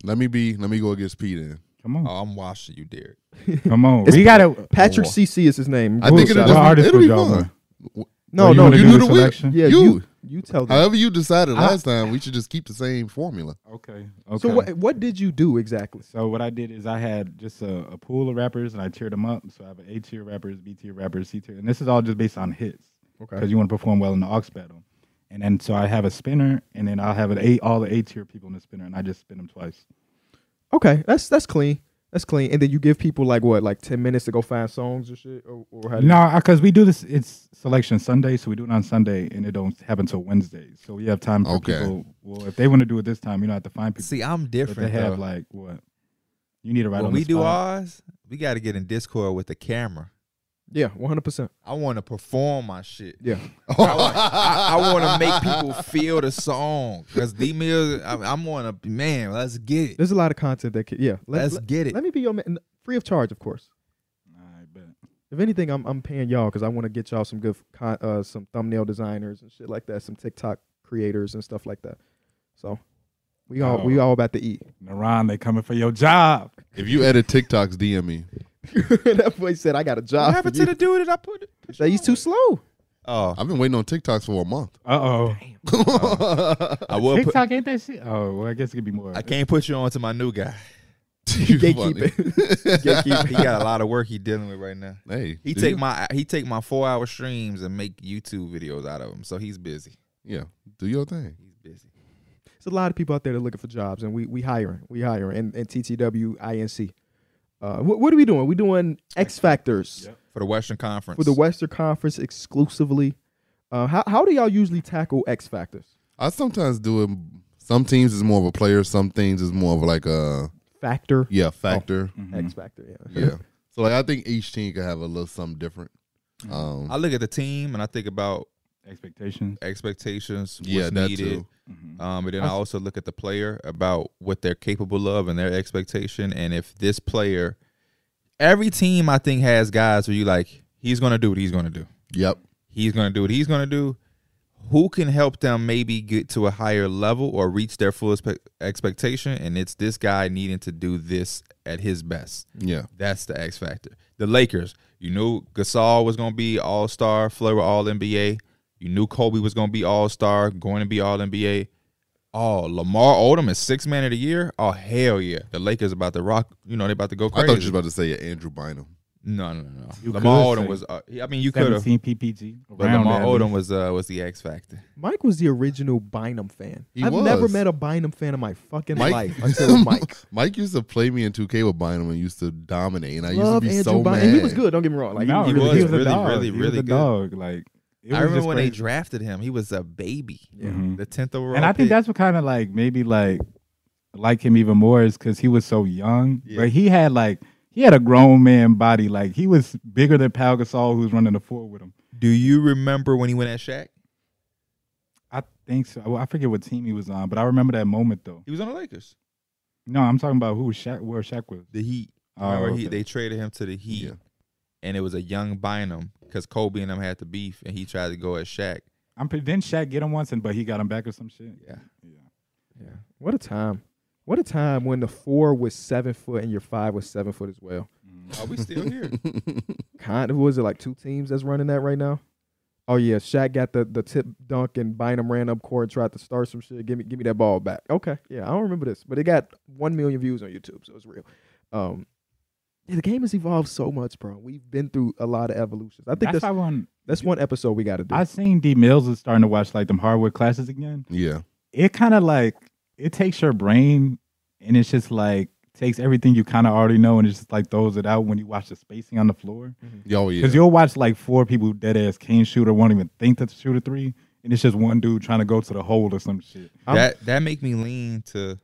Speaker 4: Let me be. Let me go against Pete. Then
Speaker 3: Come on,
Speaker 4: Uh,
Speaker 2: Oh, I'm watching you, Derek.
Speaker 3: come on.
Speaker 1: It's-
Speaker 3: We gotta.
Speaker 1: Patrick
Speaker 4: Oh.
Speaker 1: CC is his name.
Speaker 4: I think
Speaker 1: Google shout
Speaker 4: it'll just-
Speaker 3: What
Speaker 1: out.
Speaker 3: artist
Speaker 4: it'll
Speaker 3: would
Speaker 4: be
Speaker 3: y'all
Speaker 4: fun.
Speaker 3: want?
Speaker 1: no
Speaker 3: Oh, you
Speaker 1: no
Speaker 3: wanna
Speaker 1: Oh, you,
Speaker 4: you
Speaker 3: do
Speaker 4: do
Speaker 3: the
Speaker 4: the win.
Speaker 3: selection?
Speaker 1: yeah
Speaker 4: you.
Speaker 1: you you, tell them.
Speaker 4: However you decided
Speaker 3: I-
Speaker 4: last time, we should just keep the same formula.
Speaker 3: Okay. Okay.
Speaker 1: So what what did you do exactly?
Speaker 3: So what I did is I had just a, a pool of rappers and I tiered them up. So I have A tier rappers, B tier rappers, C tier, and this is all just based on hits because you want to perform well in the aux battle. And then so I have a spinner, and then I'll have an eight all the A tier people in the spinner, and I just spin them twice.
Speaker 1: Okay, that's that's clean. That's clean. And then you give people like what, like ten minutes to go find songs or shit, or, or how? do you-
Speaker 3: No, because we do this. It's selection Sunday, so we do it on Sunday, and it don't happen till Wednesday. So we have time for
Speaker 4: Okay.
Speaker 3: people. Well, if they want to do it this time, you don't have to find people.
Speaker 2: See, I'm
Speaker 3: but they
Speaker 2: different.
Speaker 3: have
Speaker 2: though.
Speaker 3: like what? You need to write
Speaker 2: when
Speaker 3: on
Speaker 2: we
Speaker 3: the
Speaker 2: do
Speaker 3: spot.
Speaker 2: ours, we got to get in Discord with the camera.
Speaker 1: Yeah, one hundred percent.
Speaker 2: I want to perform my shit.
Speaker 1: Yeah,
Speaker 2: I want, to make people feel the song because D Mills. I- I'm on a man. Let's get it.
Speaker 1: there's a lot of content that could. Yeah, let,
Speaker 2: Let's
Speaker 1: let,
Speaker 2: get it.
Speaker 1: let me be your man, free of charge, of course.
Speaker 3: I bet.
Speaker 1: If anything, I'm I'm paying y'all because I want to get y'all some good con- uh, some thumbnail designers and shit like that, some TikTok creators and stuff like that. So we all we all about to eat.
Speaker 3: Naran, they coming for your job.
Speaker 4: If you edit TikToks, DM me.
Speaker 1: that boy said, "I got a job."
Speaker 2: What
Speaker 1: for
Speaker 2: happened
Speaker 1: you."
Speaker 2: to the dude that I put? put
Speaker 1: Say
Speaker 2: you
Speaker 1: he's
Speaker 2: on
Speaker 1: too
Speaker 2: with?
Speaker 1: slow.
Speaker 2: Oh,
Speaker 4: I've been waiting on TikToks for a month.
Speaker 3: Uh oh.
Speaker 2: I will. Put,
Speaker 3: TikTok ain't that shit. Oh, well, I guess it could be more.
Speaker 2: I can't put you on to my new guy.
Speaker 4: You
Speaker 1: Gatekeeping.
Speaker 4: funny.
Speaker 2: He got a lot of work he dealing with right now.
Speaker 4: hey,
Speaker 2: He
Speaker 4: do
Speaker 2: take
Speaker 4: you-
Speaker 2: my he take my four hour streams and make YouTube videos out of them. So he's busy.
Speaker 4: yeah, do your thing.
Speaker 2: He's busy.
Speaker 1: There's a lot of people out there that are looking for jobs, and we we hiring, we hiring, and, and TTW INC. Uh, what, what are we doing? We doing X Factors
Speaker 3: Yep.
Speaker 2: For the Western Conference.
Speaker 1: for the Western Conference exclusively. Uh, how how do y'all usually tackle X Factors?
Speaker 4: I sometimes do it. Some teams is more of a player. Some things is more of like a
Speaker 1: Factor
Speaker 4: yeah factor.
Speaker 3: Mhm.
Speaker 1: X Factor, yeah.
Speaker 4: Yeah. So like I think each team could have a little something different. Um,
Speaker 2: I look at the team and I think about
Speaker 3: Expectations.
Speaker 2: expectations, what's
Speaker 4: yeah, that
Speaker 2: needed.
Speaker 4: too.
Speaker 3: Mhm.
Speaker 2: Um, but then I also look at the player about what they're capable of and their expectation, and if this player, every team I think has guys where you like, he's gonna do what he's gonna do,
Speaker 4: Yep.
Speaker 2: he's gonna do what he's gonna do. Who can help them maybe get to a higher level or reach their full expe- expectation? And it's this guy needing to do this at his best.
Speaker 4: Yeah.
Speaker 2: That's the X factor. The Lakers, you knew Gasol was going to be All Star, Fleur All NBA. You knew Kobe was going to be All Star, going to be All NBA. Oh, Lamar Odom is six man of the year. Oh hell yeah, the Lakers about to rock. You know they about to go
Speaker 4: I
Speaker 2: crazy.
Speaker 4: thought you was about to say yeah, Andrew Bynum.
Speaker 2: no, no, no.
Speaker 3: You
Speaker 2: no. Lamar
Speaker 3: could
Speaker 2: Odom
Speaker 3: say
Speaker 2: was. Uh, I mean, you could have,
Speaker 3: 17 PPG.
Speaker 2: but
Speaker 3: around
Speaker 2: Lamar
Speaker 3: that at
Speaker 2: Odom
Speaker 3: least.
Speaker 2: was uh, was the X factor.
Speaker 1: Mike was the original Bynum fan.
Speaker 4: He
Speaker 1: I've never
Speaker 4: was.
Speaker 1: met a Bynum fan in my fucking
Speaker 4: Mike-
Speaker 1: life until Mike.
Speaker 4: Mike used to play me in 2K with Bynum and used to dominate, and I
Speaker 1: Love
Speaker 4: used to be
Speaker 1: Andrew
Speaker 4: so
Speaker 1: Bynum.
Speaker 4: mad.
Speaker 1: And he was good. Don't get me wrong. Like
Speaker 3: no,
Speaker 1: he,
Speaker 2: was
Speaker 1: really
Speaker 2: was
Speaker 1: good.
Speaker 2: really,
Speaker 3: a dog.
Speaker 2: really,
Speaker 3: he
Speaker 2: really
Speaker 3: was a
Speaker 2: good.
Speaker 3: dog. Like it was
Speaker 2: I remember
Speaker 3: just
Speaker 2: when they
Speaker 3: crazy.
Speaker 2: drafted him; he was a baby,
Speaker 1: Yeah.
Speaker 3: Mhm.
Speaker 2: the tenth overall.
Speaker 3: and I think
Speaker 2: pick.
Speaker 3: that's what kind of like maybe like like him even more is because he was so young,
Speaker 2: Yeah.
Speaker 3: but he had like he had a grown man body. Like he was bigger than Pau Gasol, who was running the four with him.
Speaker 2: Do you remember when he went at Shaq?
Speaker 3: I think so. Well, I forget what team he was on, but I remember that moment though.
Speaker 2: He was on the Lakers.
Speaker 3: No, I'm talking about who Shaq, where Shaq was.
Speaker 2: The Heat.
Speaker 3: Oh,
Speaker 2: Remember, he,
Speaker 3: okay.
Speaker 2: they traded him to the Heat,
Speaker 4: Yeah.
Speaker 2: and it was a young Bynum because Kobe and him had the beef, and he tried to go at Shaq.
Speaker 3: I'm pre- didn't Shaq get him once, and but he got him back or some shit.
Speaker 2: Yeah,
Speaker 3: Yeah.
Speaker 1: Yeah. What a time. What a time when the four was seven foot and your five was seven foot as well.
Speaker 2: are we still here?
Speaker 1: Kind of was it like two teams that's running that right now? Oh yeah, Shaq got the, the tip dunk and Bynum ran up court and tried to start some shit. Give me give me that ball back. Okay, yeah, I don't remember this, but it got one million views on YouTube, so it's real. Um, yeah, the game has evolved so much, bro. We've been through a lot of evolutions. I think
Speaker 3: that's,
Speaker 1: that's
Speaker 3: why when
Speaker 1: that's one episode we got to do.
Speaker 3: I seen D Mills is starting to watch like them hardwood classes again.
Speaker 4: yeah.
Speaker 3: it kind of like it takes your brain and it's just like takes everything you kind of already know and it just like throws it out when you watch the spacing on the floor.
Speaker 4: Yeah, Oh yeah.
Speaker 3: Because you'll watch like four people who dead ass can't shoot or won't even think to shoot a three, and it's just one dude trying to go to the hole or some shit.
Speaker 1: I'm-
Speaker 2: that that make me lean to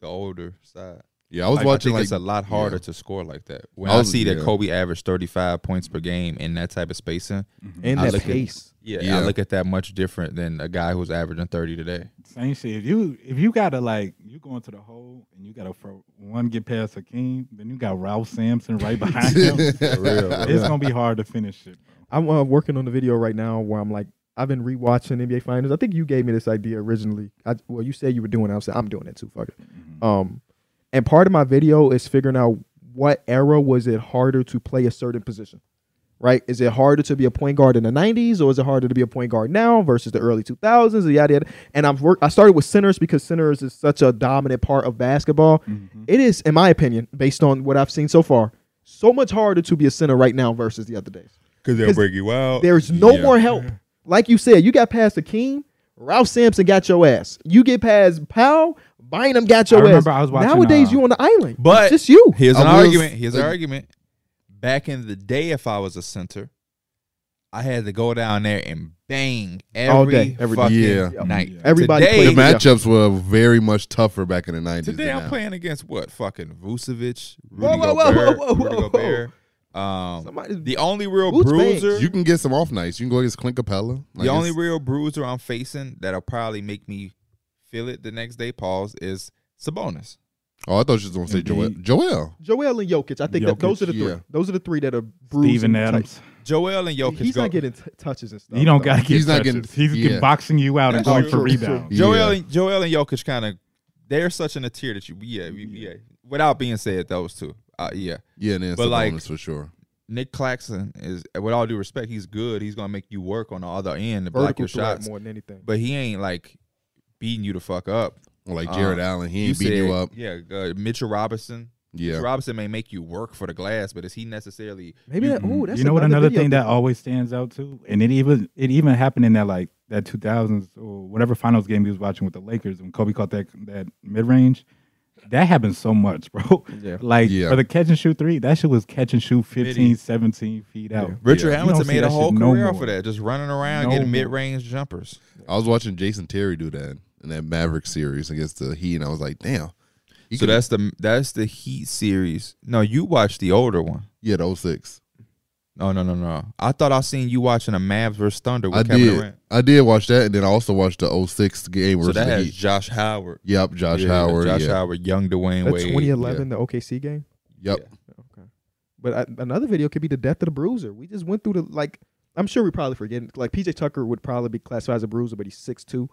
Speaker 2: the older side.
Speaker 4: Yeah, I was
Speaker 2: Like,
Speaker 4: watching
Speaker 2: think
Speaker 4: like
Speaker 2: it's a lot harder to score like that. When I,
Speaker 4: I was-
Speaker 2: see that
Speaker 4: yeah.
Speaker 2: Kobe averaged thirty five points per game in that type of spacing,
Speaker 1: and
Speaker 2: I
Speaker 1: that
Speaker 2: look at-
Speaker 1: pace.
Speaker 2: yeah,
Speaker 4: Yeah.
Speaker 2: I look at that much different than a guy who's averaging thirty today.
Speaker 3: Same shit. If you if you gotta like you going to the hole and you gotta for one get past Hakeem, then you got Ralph Sampson right behind him. it's gonna be hard to finish it.
Speaker 1: I'm uh, working on the video right now where I'm like, I've been rewatching NBA Finals. I think you gave me this idea originally. I, well, you said you were doing it. I said, I'm doing it too. Fuck it. Um, and part of my video is figuring out what era was it harder to play a certain position, right? Is it harder to be a point guard in the 90s or is it harder to be a point guard now versus the early 2000s? Yada, yada. And I've worked, I started with centers because centers is such a dominant part of basketball.
Speaker 3: Mm-hmm.
Speaker 1: It is, in my opinion, based on what I've seen so far, so much harder to be a center right now versus the other days.
Speaker 2: because
Speaker 1: they'll
Speaker 2: break you
Speaker 3: Oh,
Speaker 2: out.
Speaker 1: There's no more help.
Speaker 3: Mm-hmm.
Speaker 1: Like you said, you got past Akeem, Ralph Sampson got your ass. You get past Powell, Bynum got your
Speaker 3: I remember
Speaker 1: ass.
Speaker 3: I was watching,
Speaker 1: Nowadays,
Speaker 3: uh,
Speaker 1: you on the island.
Speaker 2: But-
Speaker 1: it's just you.
Speaker 2: Here's
Speaker 4: I
Speaker 2: an
Speaker 4: will
Speaker 2: argument.
Speaker 4: s-
Speaker 2: Here's an argument. Back in the day, if I was a center, I had to go down there and bang every,
Speaker 1: All day, every day.
Speaker 2: fucking
Speaker 4: Yeah.
Speaker 3: Yeah.
Speaker 2: night.
Speaker 1: Everybody
Speaker 2: Today-
Speaker 1: plays
Speaker 4: The
Speaker 2: Hey, yeah.
Speaker 4: matchups were very much tougher back in the nineties.
Speaker 2: Today I'm
Speaker 4: now.
Speaker 2: playing against what? Fucking Vucevic,
Speaker 1: Whoa,
Speaker 2: Rudy
Speaker 1: whoa, whoa,
Speaker 2: Gobert,
Speaker 1: whoa, whoa,
Speaker 2: Rudy
Speaker 1: whoa,
Speaker 2: Gobert. Um,
Speaker 1: Somebody,
Speaker 2: the only real
Speaker 1: Who's
Speaker 2: bruiser,
Speaker 4: You can get some off nights. You can go against Clint Capella. Like,
Speaker 2: the only
Speaker 4: it's-
Speaker 2: real bruiser I'm facing that'll probably make me feel it the next day. Pause is Sabonis.
Speaker 4: oh, I thought you was gonna say Joel.
Speaker 3: Embiid.
Speaker 4: Joel.
Speaker 1: Joel and Jokic. I think that
Speaker 3: Jokic,
Speaker 1: those are the three.
Speaker 4: yeah.
Speaker 1: Those are the three that are bruising.
Speaker 3: Steven
Speaker 1: type.
Speaker 3: Adams.
Speaker 2: Joel and Jokic.
Speaker 1: He's
Speaker 2: go,
Speaker 1: not getting t- touches and stuff.
Speaker 3: You don't
Speaker 1: though.
Speaker 3: got to get
Speaker 4: He's
Speaker 3: he's
Speaker 4: not
Speaker 3: not
Speaker 4: getting-
Speaker 3: he's
Speaker 4: yeah.
Speaker 3: boxing you out and
Speaker 2: That's
Speaker 3: going
Speaker 2: true.
Speaker 3: for
Speaker 1: True, true.
Speaker 3: rebounds.
Speaker 2: Joel
Speaker 4: Yeah.
Speaker 2: and Joel and Jokic kind of they're such in a tier that you yeah, you- yeah. Without being said, those two. Uh, yeah.
Speaker 4: Yeah, and then
Speaker 2: But,
Speaker 4: Sabonis
Speaker 2: like,
Speaker 4: for sure.
Speaker 2: Nick Claxton is with all due respect, he's good. He's gonna make you work on the other end to block
Speaker 1: vertical
Speaker 2: your
Speaker 1: threat
Speaker 2: shots.
Speaker 1: more than anything.
Speaker 2: But he ain't like beating you to fuck up.
Speaker 4: Or like Jared
Speaker 2: uh,
Speaker 4: Allen, he ain't beating you up.
Speaker 2: Yeah, uh, Mitchell Robinson.
Speaker 4: Yeah,
Speaker 2: Mitchell Robinson may make you work for the glass, but is he necessarily
Speaker 1: Maybe that. Ooh, that's
Speaker 3: Mm, you know what? Another
Speaker 1: video
Speaker 3: thing
Speaker 1: game.
Speaker 3: that always stands out too, and it even it even happened in that like that 2000s or whatever finals game he was watching with the Lakers when Kobe caught that that mid range. That happened so much, bro.
Speaker 1: Yeah.
Speaker 3: Like
Speaker 4: Yeah.
Speaker 3: for the catch and shoot three, that shit was catch and shoot 15,
Speaker 2: Bitty.
Speaker 3: 17 feet out.
Speaker 2: Richard
Speaker 4: Yeah.
Speaker 3: You
Speaker 2: Hamilton
Speaker 3: don't see
Speaker 2: made a
Speaker 3: that
Speaker 2: whole
Speaker 3: shit no
Speaker 2: career off
Speaker 3: more.
Speaker 2: of that, just running around
Speaker 3: No
Speaker 2: getting
Speaker 3: more.
Speaker 2: mid range jumpers.
Speaker 4: I was watching Jason Terry do that in that Maverick series against the Heat, and I was like, damn. He
Speaker 2: So
Speaker 4: could-
Speaker 2: that's the that's the Heat series. No, you watched the older one.
Speaker 4: yeah, the 06.
Speaker 2: No, no, no, no. I thought I seen you watching a Mavs versus Thunder with
Speaker 4: I
Speaker 2: Kevin
Speaker 4: did.
Speaker 2: Durant.
Speaker 4: I did watch that, and then I also watched the 06 game
Speaker 2: So
Speaker 4: versus
Speaker 2: that
Speaker 4: the
Speaker 2: has
Speaker 4: Heat.
Speaker 2: Josh Howard.
Speaker 4: Yep, Josh
Speaker 2: Yeah,
Speaker 4: Howard.
Speaker 2: Josh
Speaker 4: yeah.
Speaker 2: Howard, young Dwayne
Speaker 1: That
Speaker 2: Wade.
Speaker 1: 2011, the OKC game.
Speaker 4: Yep.
Speaker 1: Okay, but I, another video could be the death of the bruiser. We just went through the like. I'm sure we probably forgetting. Like PJ Tucker would probably be classified as a bruiser, but he's six two.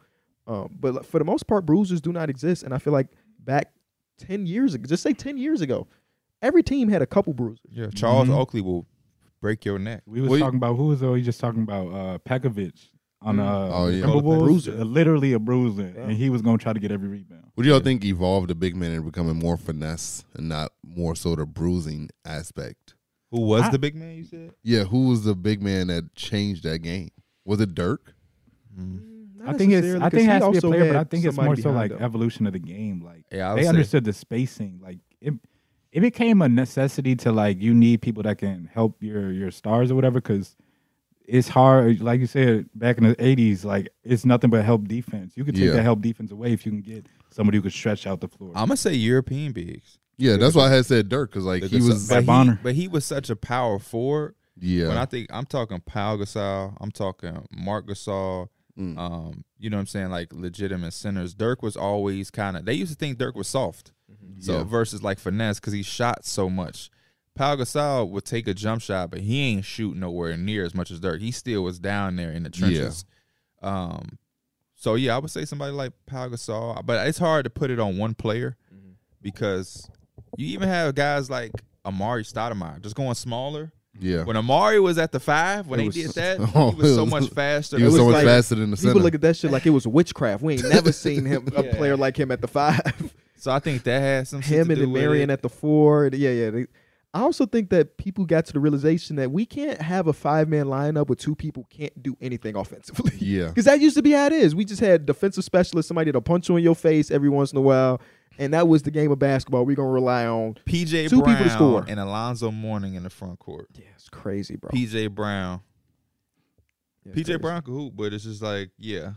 Speaker 1: Um, but like, for the most part, bruisers do not exist, and I feel like back ten years ago, just say ten years ago, every team had a couple bruisers.
Speaker 2: Yeah, Charles
Speaker 3: Mhm.
Speaker 2: Oakley will break your neck.
Speaker 3: We was
Speaker 2: Well,
Speaker 3: talking about who was always just talking about uh Pekovic
Speaker 2: Mm-hmm.
Speaker 3: on uh
Speaker 4: Oh, yeah.
Speaker 3: Timberwolves,
Speaker 1: Bruiser.
Speaker 3: uh, literally a bruiser,
Speaker 1: Yeah.
Speaker 3: and he was gonna try to get every rebound.
Speaker 4: What do y'all think evolved the big man and becoming more finesse and not more so the bruising aspect?
Speaker 2: who was
Speaker 3: I-
Speaker 2: the big man you said?
Speaker 4: Yeah, who was the big man that changed that game? Was it Dirk?
Speaker 1: Not
Speaker 3: I think it's
Speaker 1: necessarily,
Speaker 3: I
Speaker 1: 'cause
Speaker 3: think it
Speaker 1: he
Speaker 3: has to be a
Speaker 1: also
Speaker 3: player, but I
Speaker 1: had
Speaker 3: think it's
Speaker 1: somebody
Speaker 3: more so like
Speaker 1: behind him.
Speaker 3: evolution of the game. Like
Speaker 2: Yeah, I would
Speaker 3: they
Speaker 2: say-
Speaker 3: understood the spacing. Like it, it became a necessity to like you need people that can help your your stars or whatever because it's hard. Like you said back in the eighties, like it's nothing but help defense. You can take
Speaker 4: Yeah.
Speaker 3: that help defense away if you can get somebody who can stretch out the floor.
Speaker 2: I'm gonna say European bigs.
Speaker 4: Yeah, that's why I had said Dirk because like he
Speaker 2: Because-
Speaker 4: was.
Speaker 2: but, he,
Speaker 3: Bonner.
Speaker 2: but he was such a power forward. When I
Speaker 4: Yeah,
Speaker 2: think I'm talking Pau Gasol, I'm talking Mark Gasol.
Speaker 4: Mm.
Speaker 2: Um, you know what I'm saying? Like legitimate centers. Dirk was always kind of. They used to think Dirk was soft. So
Speaker 4: Yeah.
Speaker 2: versus like finesse because he shot so much. Pau Gasol would take a jump shot, but he ain't shoot nowhere near as much as Dirk. He still was down there in the trenches. Um, so yeah, I would say somebody like Pau Gasol, but it's hard to put it on one player because you even have guys like Amari Stoudemire just going smaller.
Speaker 4: yeah.
Speaker 2: When Amari was at the five, when
Speaker 3: It
Speaker 2: they
Speaker 3: was-
Speaker 2: did that,
Speaker 4: Oh,
Speaker 2: he was
Speaker 4: it
Speaker 2: so
Speaker 4: was-
Speaker 2: much faster.
Speaker 4: He
Speaker 2: It
Speaker 4: was, so
Speaker 1: was
Speaker 4: much
Speaker 1: like-
Speaker 4: faster than the
Speaker 1: People
Speaker 4: center.
Speaker 1: look at that shit like it was witchcraft. We ain't never seen him a
Speaker 2: Yeah.
Speaker 1: player like him at the five.
Speaker 2: so I think that has some shit
Speaker 1: him
Speaker 2: to
Speaker 1: and
Speaker 2: do
Speaker 1: then
Speaker 2: with
Speaker 1: Marion
Speaker 2: it.
Speaker 1: at the four. and Yeah, yeah. They, I also think that people got to the realization that we can't have a five man lineup with two people can't do anything offensively.
Speaker 4: Yeah.
Speaker 1: Because that used to be how it is. We just had defensive specialists, somebody that'll punch you in your face every once in a while. And that was the game of basketball we're going to rely on.
Speaker 2: PJ
Speaker 1: Two
Speaker 2: Brown
Speaker 1: people to score.
Speaker 2: and Alonzo Mourning in the front court.
Speaker 1: Yeah, it's crazy, bro.
Speaker 2: PJ Brown,
Speaker 1: Yeah, it's
Speaker 2: PJ
Speaker 1: crazy.
Speaker 2: Brown could hoop, but it's just like yeah,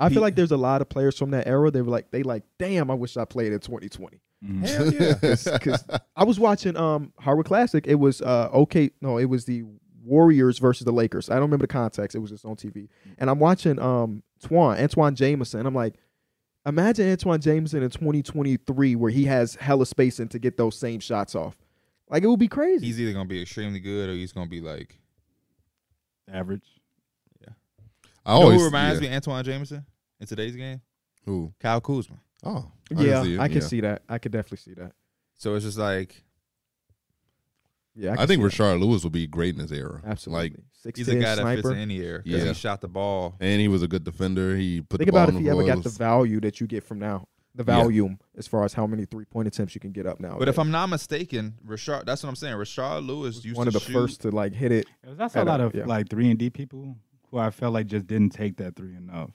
Speaker 1: I
Speaker 2: P-
Speaker 1: feel like there's a lot of players from that era. They were like, they like, damn, I wish I played in 2020.
Speaker 3: Mhm.
Speaker 2: hell yeah.
Speaker 1: Because I was watching um Harvard Classic. It was uh okay, no, it was the Warriors versus the Lakers. I don't remember the context. It was just on TV, and I'm watching um Twan Antoine Jameson. I'm like, imagine Antoine Jameson in 2023 where he has hella spacing to get those same shots off. Like it would be crazy.
Speaker 2: he's either gonna be extremely good or he's gonna be like.
Speaker 3: Average.
Speaker 4: I
Speaker 2: You know
Speaker 4: always
Speaker 2: who reminds
Speaker 4: yeah.
Speaker 2: me of Antoine Jameson in today's game?
Speaker 4: Who?
Speaker 2: Kyle Kuzma.
Speaker 4: Oh,
Speaker 1: yeah,
Speaker 4: see it,
Speaker 1: I can
Speaker 4: yeah.
Speaker 1: see that. I could definitely see that.
Speaker 2: So it's just like
Speaker 1: Yeah,
Speaker 4: I,
Speaker 1: can
Speaker 4: think
Speaker 1: see that.
Speaker 4: Rashard Lewis would be great in his era.
Speaker 1: absolutely.
Speaker 4: Like,
Speaker 1: Six
Speaker 2: he's a guy that fits
Speaker 1: sniper.
Speaker 2: in any air because
Speaker 4: Yeah.
Speaker 2: he shot the ball.
Speaker 4: and he was a good defender. He put
Speaker 1: Think
Speaker 4: the ball
Speaker 1: about
Speaker 4: in
Speaker 1: if
Speaker 4: the
Speaker 1: you ever
Speaker 4: goal. It
Speaker 1: got the
Speaker 4: was-
Speaker 1: value that you get from now, the
Speaker 4: Yeah.
Speaker 1: volume as far as how many three point attempts you can get up now.
Speaker 2: But if I'm not mistaken, Rashard. That's what I'm saying. Rashard Lewis used
Speaker 1: one
Speaker 2: to
Speaker 1: of the
Speaker 2: shoot-
Speaker 1: first to like hit it.
Speaker 3: There's also a
Speaker 1: At a-
Speaker 3: lot of
Speaker 1: yeah.
Speaker 3: like three and D people who I felt like just didn't take that three enough.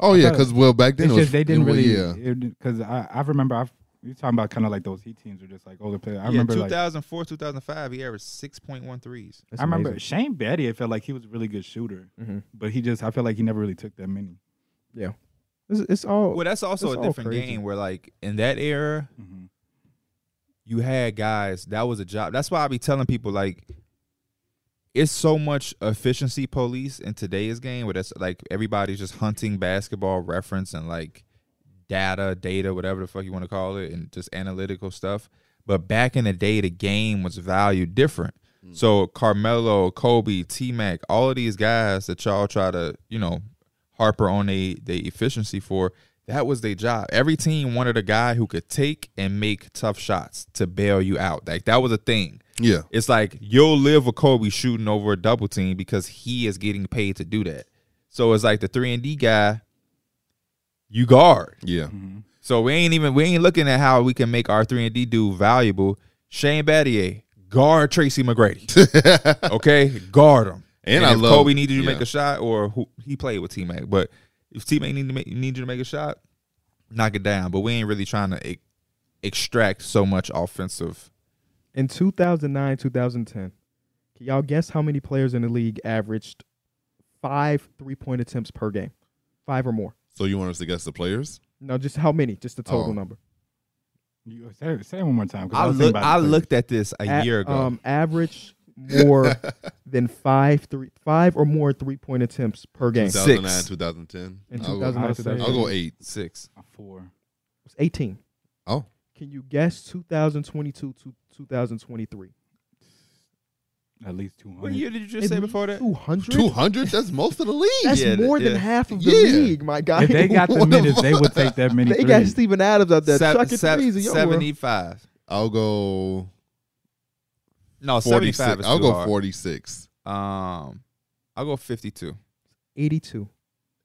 Speaker 4: Oh yeah,
Speaker 3: thought-
Speaker 4: because well back then
Speaker 3: It's
Speaker 4: it was,
Speaker 3: just they didn't
Speaker 4: it was-
Speaker 3: really
Speaker 4: yeah.
Speaker 3: because I, I remember I you talking about kind of like those heat teams were just like older players. I
Speaker 2: yeah,
Speaker 3: remember like
Speaker 2: 2004, 2005, he averaged 6.1 threes.
Speaker 1: That's
Speaker 3: I remember
Speaker 1: amazing.
Speaker 3: Shane Betty. It felt like he was a really good shooter,
Speaker 4: Mm-hmm.
Speaker 1: Mhm.
Speaker 3: but he just I feel like he never really took that many.
Speaker 1: It's, it's all
Speaker 2: Well, that's also
Speaker 1: Oh, It's
Speaker 2: a
Speaker 1: all
Speaker 2: different
Speaker 1: crazy.
Speaker 2: game where, like, in that era,
Speaker 3: Mm-hmm.
Speaker 2: you had guys that was a job. That's why I be telling people like it's so much efficiency police in today's game where that's like everybody's just hunting basketball reference and like data, data, whatever the fuck you want to call it, and just analytical stuff. But back in the day, the game was valued different. So Carmelo, Kobe, T Mac, all of these guys that y'all try to, you know, harper on they they efficiency for, that was their job. Every team wanted a guy who could take and make tough shots to bail you out. Like that was a thing.
Speaker 4: yeah.
Speaker 2: It's like you'll live with Kobe shooting over a double team because he is getting paid to do that. So it's like the three and D guy, you guard.
Speaker 4: Yeah.
Speaker 2: So we ain't even we ain't looking at how we can make our three and D dude valuable. Shane Battier, guard Tracy McGrady. Okay, guard him.
Speaker 4: And I
Speaker 2: if
Speaker 4: love-
Speaker 2: Kobe needed you to
Speaker 4: yeah.
Speaker 2: make a shot, or who, he played with teammate. But if teammate need to make, need you to make a shot, knock it down. But we ain't really trying to e- extract so much offensive.
Speaker 1: in 2009 2010 can y'all guess how many players in the league averaged five three-point attempts per game five or more
Speaker 4: So you want us to guess the players?
Speaker 1: no just how many just the total
Speaker 4: Oh.
Speaker 1: number
Speaker 3: You, say, say it one more time. 'cause
Speaker 2: I,
Speaker 3: was thinking
Speaker 2: look,
Speaker 3: about
Speaker 2: I
Speaker 3: it, like,
Speaker 2: looked at this a
Speaker 1: A-
Speaker 2: year ago.
Speaker 1: um, average more than five three five or more three-point attempts per game
Speaker 2: Six.
Speaker 4: 2009, 2010.
Speaker 1: in
Speaker 4: I'll,
Speaker 1: 2009
Speaker 3: I'll say-
Speaker 1: 2010.
Speaker 4: I'll go eight.
Speaker 2: Six.
Speaker 3: a four.
Speaker 1: It was 18
Speaker 4: Oh.
Speaker 1: can you guess 2022 to 2023
Speaker 3: At least two
Speaker 2: What
Speaker 3: hundred.
Speaker 2: year did you just say before that?
Speaker 1: 200
Speaker 4: 200? That's most of the league.
Speaker 1: that's
Speaker 2: Yeah,
Speaker 1: more
Speaker 2: yeah.
Speaker 1: than half of the
Speaker 4: Yeah.
Speaker 1: league my guy
Speaker 3: If they got the
Speaker 4: What the
Speaker 3: minutes, they would take that many.
Speaker 1: They got
Speaker 3: threes.
Speaker 1: Steven Adams out there
Speaker 2: Sev-
Speaker 1: chucking
Speaker 2: sev-
Speaker 1: threes E. in your world.
Speaker 2: 75.
Speaker 4: I'll go
Speaker 2: No, 75
Speaker 4: 46.
Speaker 2: is
Speaker 4: I'll
Speaker 2: too
Speaker 4: go
Speaker 2: hard.
Speaker 4: 46.
Speaker 2: Um, I'll go 52.
Speaker 1: 82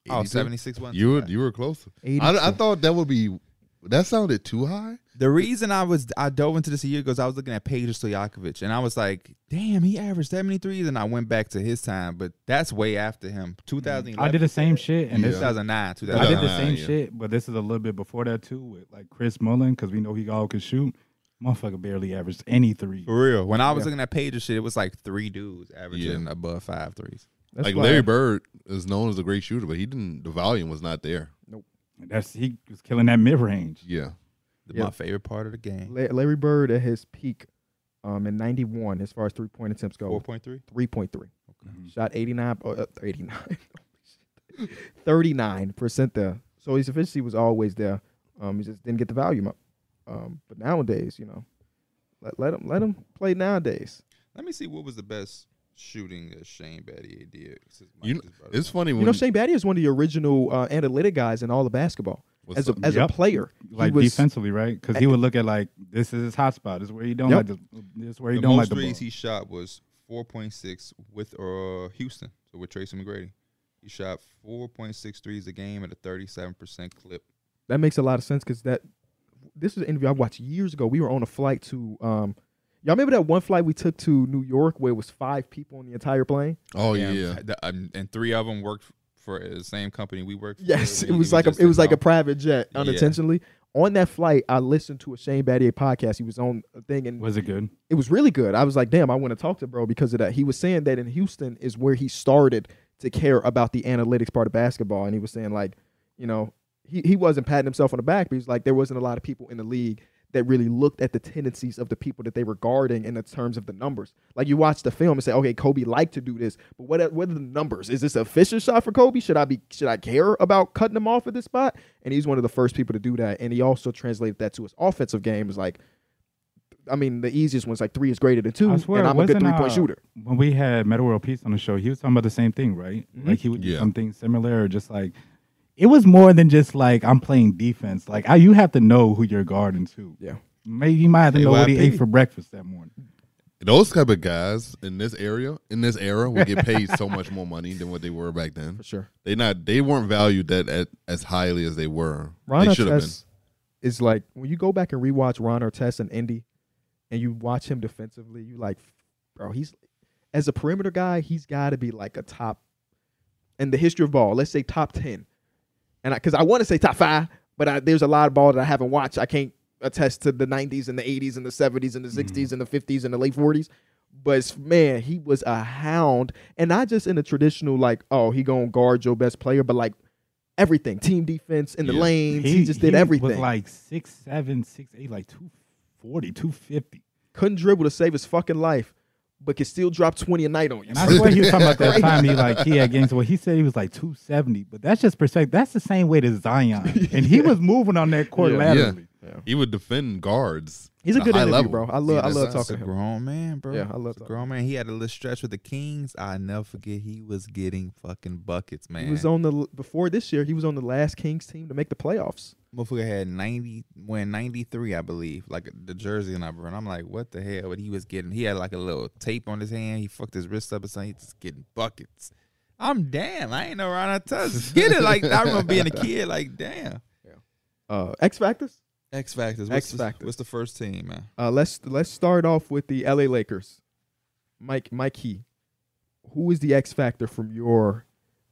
Speaker 2: Oh,
Speaker 4: 82?
Speaker 2: 76 one.
Speaker 4: You were, you were close.
Speaker 1: 82.
Speaker 4: I, I thought that would be, that sounded too high.
Speaker 2: The reason I was I dove into this a year ago is I was looking at Pedro Stojakovic and I was like, damn, he averaged 73s. And I went back to his time, but that's way after
Speaker 4: Mm.
Speaker 2: him. 2011,
Speaker 3: I did the same shit, and this
Speaker 2: 2009,
Speaker 4: Yeah.
Speaker 3: I did
Speaker 2: 2009.
Speaker 3: the same
Speaker 4: yeah.
Speaker 3: shit, but this is a little bit before that too, with like Chris Mullen, because we know he all could shoot. Motherfucker barely averaged any three.
Speaker 2: For real. When I was
Speaker 1: Yeah.
Speaker 2: looking at Pedro shit, it was like three dudes averaging above five threes.
Speaker 1: That's
Speaker 4: like
Speaker 1: why-
Speaker 4: Larry Bird is known as a great shooter, but he didn't, the volume was not there.
Speaker 3: That's he was killing that mid range.
Speaker 4: Yeah.
Speaker 1: Yeah.
Speaker 2: My favorite part of the game.
Speaker 1: La- Larry Bird at his peak um, in 91 as far as three point attempts go,
Speaker 2: 4.3?
Speaker 1: 3.3. Shot 89, uh, Oh, 89, 39% there. So his efficiency was always there. Um, he just didn't get the volume up. Um, but nowadays, you know, let, let, him, let him play nowadays.
Speaker 2: Let me see what was the best shooting that Shane Battier did. since Mike
Speaker 4: You know,
Speaker 2: just brought it
Speaker 4: It's
Speaker 2: up.
Speaker 4: funny when
Speaker 1: You know, Shane Battier is one of the original uh, analytic guys in all of basketball
Speaker 4: what's
Speaker 1: as a,
Speaker 4: up?
Speaker 1: as
Speaker 3: Yep.
Speaker 1: a player. He
Speaker 3: Like
Speaker 1: was-
Speaker 3: defensively, right? Because he would look at like this is his hot spot. This is where he don't
Speaker 1: Yep.
Speaker 3: like the, this is where he
Speaker 2: the
Speaker 3: don't
Speaker 2: most
Speaker 3: like the ball.
Speaker 2: threes he shot was 4.6 with uh, Houston, so with Tracy McGrady. He shot 4.6 threes a game at a 37% clip.
Speaker 1: that makes a lot of sense because that this is an interview I watched years ago. We were on a flight to um y'all remember that one flight we took to New York where it was five people on the entire plane?
Speaker 4: oh, yeah.
Speaker 2: And, the- um, and three of them worked for uh, the same company we worked for.
Speaker 1: Yes,
Speaker 2: We-
Speaker 1: it was
Speaker 2: we
Speaker 1: like a
Speaker 2: just
Speaker 1: it was
Speaker 2: didn't
Speaker 1: like a
Speaker 2: know.
Speaker 1: private jet
Speaker 2: Yeah.
Speaker 1: unintentionally. On that flight, I listened to a Shane Battier podcast. He was on a thing and
Speaker 3: Was it good?
Speaker 1: it was really good. I was like, damn, I want to talk to bro because of that. He was saying that in Houston is where he started to care about the analytics part of basketball. And he was saying, like, you know, he, he wasn't patting himself on the back, but he's like, there wasn't a lot of people in the league that really looked at the tendencies of the people that they were guarding in the terms of the numbers. Like you watch the film and say, okay, Kobe liked to do this, but what what are the numbers? Is this a efficient shot for Kobe? Should I be should I care about cutting him off at this spot? And he's one of the first people to do that. And he also translated that to his offensive game is like I mean, the easiest one's like three is greater than two,
Speaker 3: I swear,
Speaker 1: and I'm a good
Speaker 3: wasn't,
Speaker 1: three point
Speaker 3: uh,
Speaker 1: shooter.
Speaker 3: When we had Metal World Peace on the show, he was talking about the same thing, right?
Speaker 1: Mm-hmm.
Speaker 3: Like he would do
Speaker 4: Yeah.
Speaker 3: something similar, or just like it was more than just like I'm playing defense. Like I, you have to know who you're guarding too.
Speaker 1: Yeah.
Speaker 3: Maybe you might have to know what he
Speaker 4: AYP.
Speaker 3: ate for breakfast that morning.
Speaker 4: Those type of guys in this area, in this era, will get paid so much more money than what they were back then.
Speaker 1: For sure.
Speaker 4: They not they weren't valued that at, as highly as they were.
Speaker 1: Ron
Speaker 4: they should have been.
Speaker 1: Artest is like when you go back and rewatch Ron Artest and Indy, and you watch him defensively, you like, bro, he's as a perimeter guy, he's got to be like a top in the history of ball. Let's say top ten. and because I, want to say top five, but I, there's a lot of ball that I haven't watched. I can't attest to the '90s and the '80s and the '70s and the '60s and the '50s and the late '40s. But man, he was a hound, and not just in the traditional like, oh, he gonna guard your best player, but like everything, team defense in the
Speaker 2: Yeah.
Speaker 1: lanes. He, just did everything.
Speaker 3: Was like six seven, six eight, like 240, 250.
Speaker 1: Couldn't dribble to save his fucking life, but could still drop twenty a night on you.
Speaker 3: And I swear he was talking about that time he like he had games where he said he was like 270, but that's just perspective. That's the same way to Zion, and he was moving on that court
Speaker 1: Yeah.
Speaker 4: Yeah.
Speaker 3: laterally.
Speaker 4: He would defend guards.
Speaker 1: He's a
Speaker 4: A
Speaker 1: good
Speaker 4: high
Speaker 1: interview,
Speaker 4: level.
Speaker 1: bro. I
Speaker 4: Yeah,
Speaker 1: love, I
Speaker 4: that's
Speaker 1: love
Speaker 4: us.
Speaker 1: talking
Speaker 2: It's
Speaker 1: to
Speaker 2: a
Speaker 1: him.
Speaker 2: grown man, bro.
Speaker 1: Yeah, I love
Speaker 2: It's a
Speaker 1: talking
Speaker 2: grown man. He had a little stretch with the Kings. I never forget he was getting fucking buckets, man.
Speaker 1: He was on the before this year. He was on the last Kings team to make the playoffs.
Speaker 2: Motherfucker had ninety, when ninety three, I believe, like the jersey number, and I'm like, what the hell? But he was getting, he had like a little tape on his hand. He fucked his wrist up and something. He's just getting buckets. I'm damn. I ain't no Ron Artest. Get it? Like I remember being a kid. Like damn.
Speaker 1: Uh, X factors.
Speaker 2: X
Speaker 1: What's
Speaker 2: Factors. What's
Speaker 1: the- X-Factors.
Speaker 2: What's the first team, man?
Speaker 1: Uh, let's let's start off with the LA Lakers. Mike Mikey, who is the X factor from your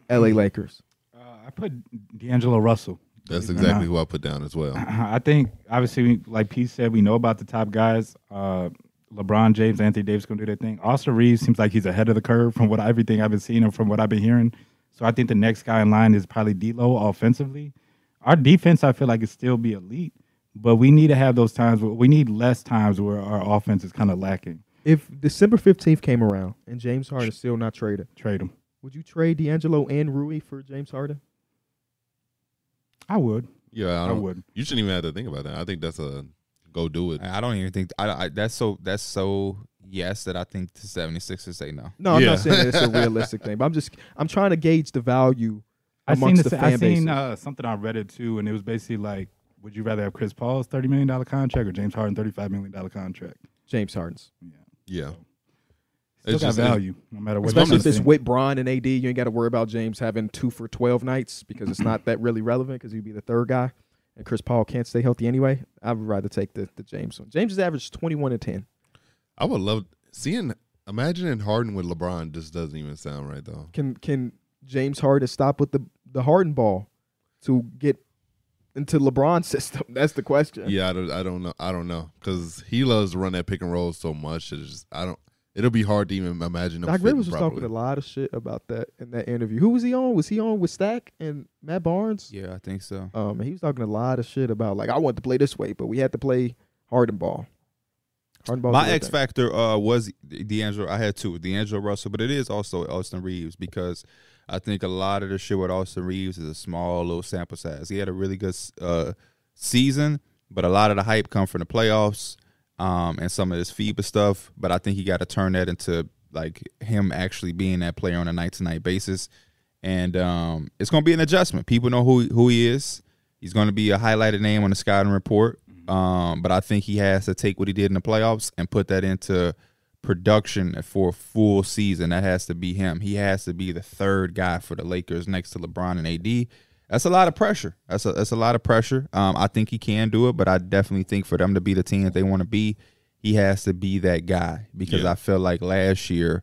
Speaker 1: LA Lakers?
Speaker 3: Uh, I put D'Angelo Russell.
Speaker 4: That's
Speaker 3: Believe it or
Speaker 4: exactly
Speaker 3: not.
Speaker 4: who I put down as well.
Speaker 3: I think obviously, we, like Pete said, we know about the top guys. Uh, LeBron James, Anthony Davis gonna do their thing. Austin Reeves seems like he's ahead of the curve from what everything I've been seeing and from what I've been hearing. So I think the next guy in line is probably D'Lo offensively. Our defense, I feel like, is still be elite, but we need to have those times where we need less times where our offense is kind of lacking.
Speaker 1: If December fifteenth came around and James Harden is still not traded,
Speaker 3: Trade them.
Speaker 1: would you trade D'Angelo and Rui for James Harden?
Speaker 3: I would.
Speaker 4: Yeah, I,
Speaker 3: I,
Speaker 4: don't,
Speaker 3: would.
Speaker 4: You shouldn't even have to think about that. I think that's a go do it.
Speaker 2: I don't even think I, I- that's so that's so yes that I think the 76ers say no.
Speaker 1: No, I'm
Speaker 4: Yeah.
Speaker 1: not saying that it's a realistic thing, but I'm just I'm trying to gauge the value
Speaker 3: I seen
Speaker 1: amongst
Speaker 3: this,
Speaker 1: the
Speaker 3: I
Speaker 1: fan
Speaker 3: seen
Speaker 1: bases.
Speaker 3: uh, something on Reddit too, and it was basically like, would you rather have Chris Paul's thirty million dollar contract or James Harden thirty five million dollar contract?
Speaker 1: James Harden's,
Speaker 4: Yeah,
Speaker 3: Still
Speaker 4: It's
Speaker 3: got
Speaker 4: just-
Speaker 3: value, no matter what.
Speaker 1: especially
Speaker 3: you
Speaker 1: if it's
Speaker 3: think.
Speaker 1: with Bron and AD. You ain't got to worry about James having two for twelve nights because it's not that really relevant because he'd be the third guy, and Chris Paul can't stay healthy anyway. I would rather take the, the James one. James has averaged twenty one and ten.
Speaker 4: I would love seeing. Imagining Harden with LeBron just doesn't even sound right though.
Speaker 1: Can can James Harden stop with the the Harden ball to get into LeBron's system? That's the question.
Speaker 4: Yeah, I don't, I don't know. I don't know because he loves to run that pick and roll so much. It's just I don't. It'll be hard to even imagine him.
Speaker 1: Doc
Speaker 4: fitting
Speaker 1: Rivers was
Speaker 4: properly.
Speaker 1: talking a lot of shit about that in that interview. Who was he on? Was he on with Stack and Matt Barnes?
Speaker 2: Yeah, I think so.
Speaker 1: Um, he was talking a lot of shit about like I want to play this way, but we had to play Harden ball. Harden ball.
Speaker 2: My X factor uh, was D'Angelo. I had two, D'Angelo Russell, but it is also Austin Reeves because I think a lot of the shit with Austin Reeves is a small little sample size. He had a really good uh, season, but a lot of the hype come from the playoffs um, and some of his FIBA stuff. But I think he got to turn that into like him actually being that player on a night to night basis, and um, it's gonna be an adjustment. People know who who he is. He's going to be a highlighted name on the scouting report. Um, but I think he has to take what he did in the playoffs and put that into production for a full season. That has to be him. He has to be the third guy for the Lakers next to LeBron and AD. That's a lot of pressure. That's a that's a lot of pressure. Um, I think he can do it, but I definitely think for them to be the team that they want to be, he has to be that guy because I feel like last year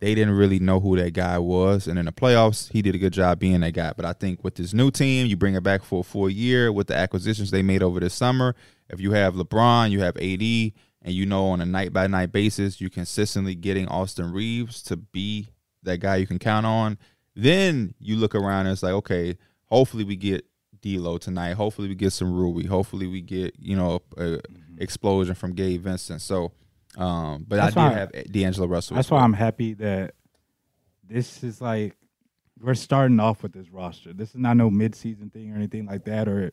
Speaker 2: they didn't really know who that guy was. And in the playoffs, he did a good job being that guy. But I think with this new team, you bring it back for a full year with the acquisitions they made over the summer. If you have LeBron, you have AD, and you know on a night by night basis, you're consistently getting Austin Reeves to be that guy you can count on. Then you look around and it's like, okay, hopefully we get D'Lo tonight. Hopefully we get some Ruby. Hopefully we get you know a, a explosion from Gabe Vincent. So, um, but
Speaker 3: Mm-hmm. That's
Speaker 2: I
Speaker 3: why-
Speaker 2: do have D'Angelo Russell. as
Speaker 3: That's why
Speaker 2: well.
Speaker 3: I'm happy that this is like we're starting off with this roster. This is not no midseason thing or anything like that. Or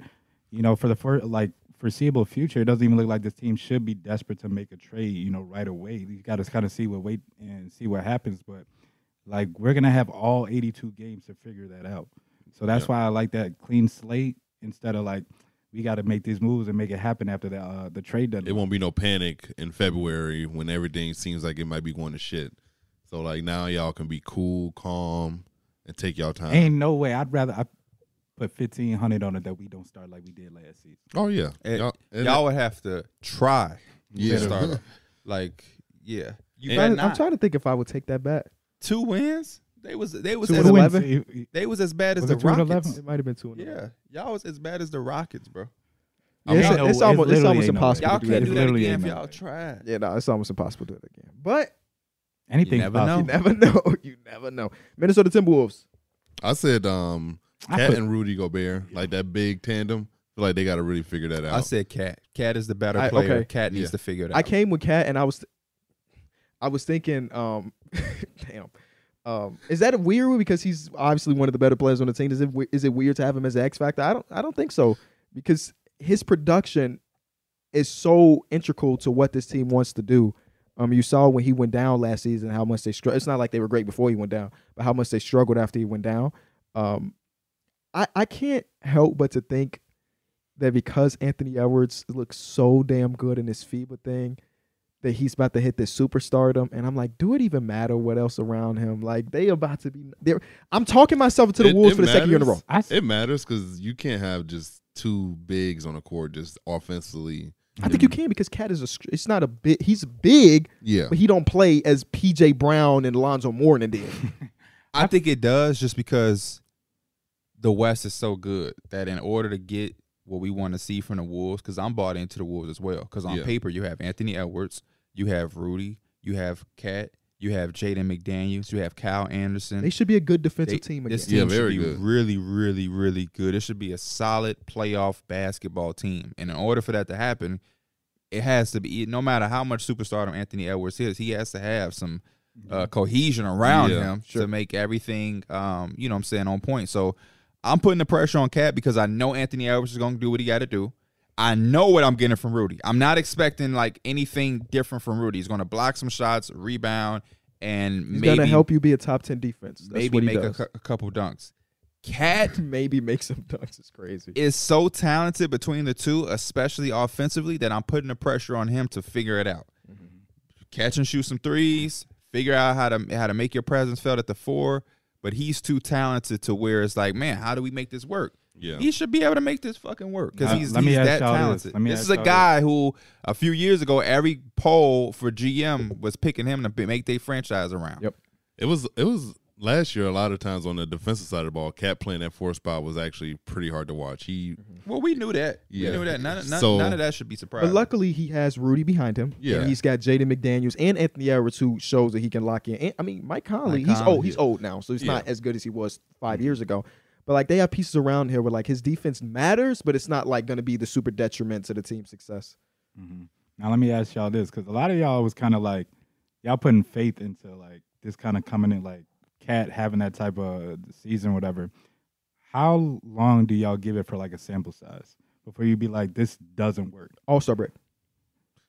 Speaker 3: you know, for the first like foreseeable future, it doesn't even look like this team should be desperate to make a trade. You know, right away. You got to kind of see what wait and see what happens. But like we're gonna have all 82 games to figure that out. So that's why I like that clean slate instead of like we got to make these moves and make it happen after the uh, the trade
Speaker 4: It
Speaker 3: deadline.
Speaker 4: won't be no panic in February when everything seems like it might be going to shit. So like now y'all can be cool, calm, and take y'all time.
Speaker 3: Ain't no way. I'd rather I put fifteen hundred on it that we don't start like we did last season.
Speaker 4: oh yeah,
Speaker 2: It-
Speaker 4: y'all, and-
Speaker 2: y'all would have to try
Speaker 4: Yeah.
Speaker 2: to start off. like yeah you
Speaker 1: I'm
Speaker 2: better
Speaker 1: trying, to, I'm
Speaker 2: not
Speaker 1: trying to think if I would take that back.
Speaker 2: two wins They was they was
Speaker 1: Two
Speaker 2: as,
Speaker 1: and
Speaker 3: Twins,
Speaker 1: 11?
Speaker 3: he- he-
Speaker 2: they was as bad as
Speaker 3: Was
Speaker 2: the
Speaker 3: it two and
Speaker 2: Rockets.
Speaker 1: It might have been two. And a half.
Speaker 2: Yeah, y'all was as bad as the Rockets, bro.
Speaker 1: Yeah,
Speaker 3: I mean,
Speaker 1: it's,
Speaker 3: no,
Speaker 1: it's almost it's almost
Speaker 3: literally ain't no way.
Speaker 1: impossible.
Speaker 2: Y'all
Speaker 1: to do that
Speaker 2: can't
Speaker 3: It's
Speaker 2: do that
Speaker 3: literally
Speaker 2: again if
Speaker 3: ain't no
Speaker 2: y'all
Speaker 3: way.
Speaker 2: tried.
Speaker 1: Yeah, no, it's almost impossible to do it again. But
Speaker 3: Anything
Speaker 2: never
Speaker 3: possible.
Speaker 1: you never know. You never know. Minnesota Timberwolves.
Speaker 4: I said um
Speaker 3: I
Speaker 4: Cat
Speaker 3: put,
Speaker 4: and Rudy Gobert, like that big tandem. Feel like they got to really figure that out.
Speaker 2: I said Cat. Cat is the better
Speaker 1: I-
Speaker 2: player.
Speaker 1: okay.
Speaker 2: Cat needs
Speaker 4: Yeah.
Speaker 2: to figure it out.
Speaker 1: I came with Cat, and I was, I was thinking, um, damn, um, is that weird? Because he's obviously one of the better players on the team. Is it we- is it weird to have him as an X factor? I don't I don't think so because his production is so integral to what this team wants to do. Um, you saw when he went down last season how much they struggled. It's not like they were great before he went down, but how much they struggled after he went down. Um, I I can't help but to think that because Anthony Edwards looks so damn good in this FIBA thing, that he's about to hit this superstardom. And I'm like, do it even matter what else around him? Like they about to be there. I'm talking myself into the
Speaker 4: It-
Speaker 1: wolves
Speaker 4: it
Speaker 1: for the second year in a row.
Speaker 4: matters.
Speaker 3: I, s-
Speaker 4: It matters because you can't have just two bigs on a court just offensively.
Speaker 1: I think you can because Cat is a. str- It's not a big. He's big,
Speaker 4: Yeah,
Speaker 1: but he don't play as P.J. Brown and Alonzo Mourning did.
Speaker 2: I think it does just because the West is so good that in order to get what we want to see from the Wolves, because I'm bought into the Wolves as well. Because on
Speaker 4: Yeah.
Speaker 2: paper, you have Anthony Edwards, you have Rudy, you have Cat, you have Jaden McDaniels, you have Kyle Anderson.
Speaker 1: They should be a good defensive
Speaker 2: They-
Speaker 1: team again.
Speaker 2: This
Speaker 4: Yeah,
Speaker 2: team
Speaker 4: very
Speaker 2: should be
Speaker 4: good.
Speaker 2: really, really, really good. It should be a solid playoff basketball team. And in order for that to happen, it has to be no matter how much superstardom Anthony Edwards is, he has to have some
Speaker 1: Mm-hmm.
Speaker 2: uh, cohesion around
Speaker 4: Yeah,
Speaker 2: him to make everything um, you know what I'm saying on point. So I'm putting the pressure on Cat because I know Anthony Edwards is gonna do what he gotta do. I know what I'm getting from Rudy. I'm not expecting like anything different from Rudy. He's gonna block some shots, rebound, and
Speaker 1: He's
Speaker 2: maybe
Speaker 1: gonna help you be a top ten defense. That's
Speaker 2: maybe
Speaker 1: what he
Speaker 2: make a,
Speaker 1: does.
Speaker 2: cou- a couple dunks. Cat
Speaker 1: maybe make some dunks. It's crazy.
Speaker 2: is so talented between the two, especially offensively, that I'm putting the pressure on him to figure it out. Catch and shoot some threes, figure out how to how to make your presence felt at the four. But he's too talented to where it's like, man, how do we make this work?
Speaker 4: yeah.
Speaker 2: He should be able to make this fucking work because
Speaker 3: Now,
Speaker 2: he's,
Speaker 3: let me
Speaker 2: he's
Speaker 3: ask
Speaker 2: that
Speaker 3: y'all this.
Speaker 2: talented.
Speaker 3: Let me
Speaker 2: This
Speaker 3: ask
Speaker 2: is a
Speaker 3: y'all
Speaker 2: guy who a few years ago, every poll for GM was picking him to be- make their franchise around.
Speaker 1: Yep.
Speaker 4: It was it was last year. A lot of times on the defensive side of the ball, Cat playing that four spot was actually pretty hard to watch. He
Speaker 1: Mm-hmm.
Speaker 2: Well, we knew that.
Speaker 4: Yeah.
Speaker 2: We knew that. None, none,
Speaker 4: So-
Speaker 2: none of that should be surprising.
Speaker 1: But luckily, he has Rudy behind him.
Speaker 4: Yeah.
Speaker 1: and he's got Jaden McDaniels and Anthony Edwards, who shows that he can lock in. And, I mean, Mike Conley,
Speaker 2: Mike
Speaker 1: he's
Speaker 2: Conley,
Speaker 1: old. He's old now, so he's
Speaker 4: Yeah. Mm-hmm.
Speaker 1: not as good as he was five years ago. But like they have pieces around here where like his defense matters, but it's not like going to be the super detriment to the team's success.
Speaker 3: mhm. Now let me ask y'all this, because a lot of y'all was kind of like, y'all putting faith into like this kind of coming in like Cat having that type of season, whatever. How long do y'all give it for like a sample size before you be like, this doesn't work?
Speaker 1: All star break.
Speaker 4: Mm-hmm.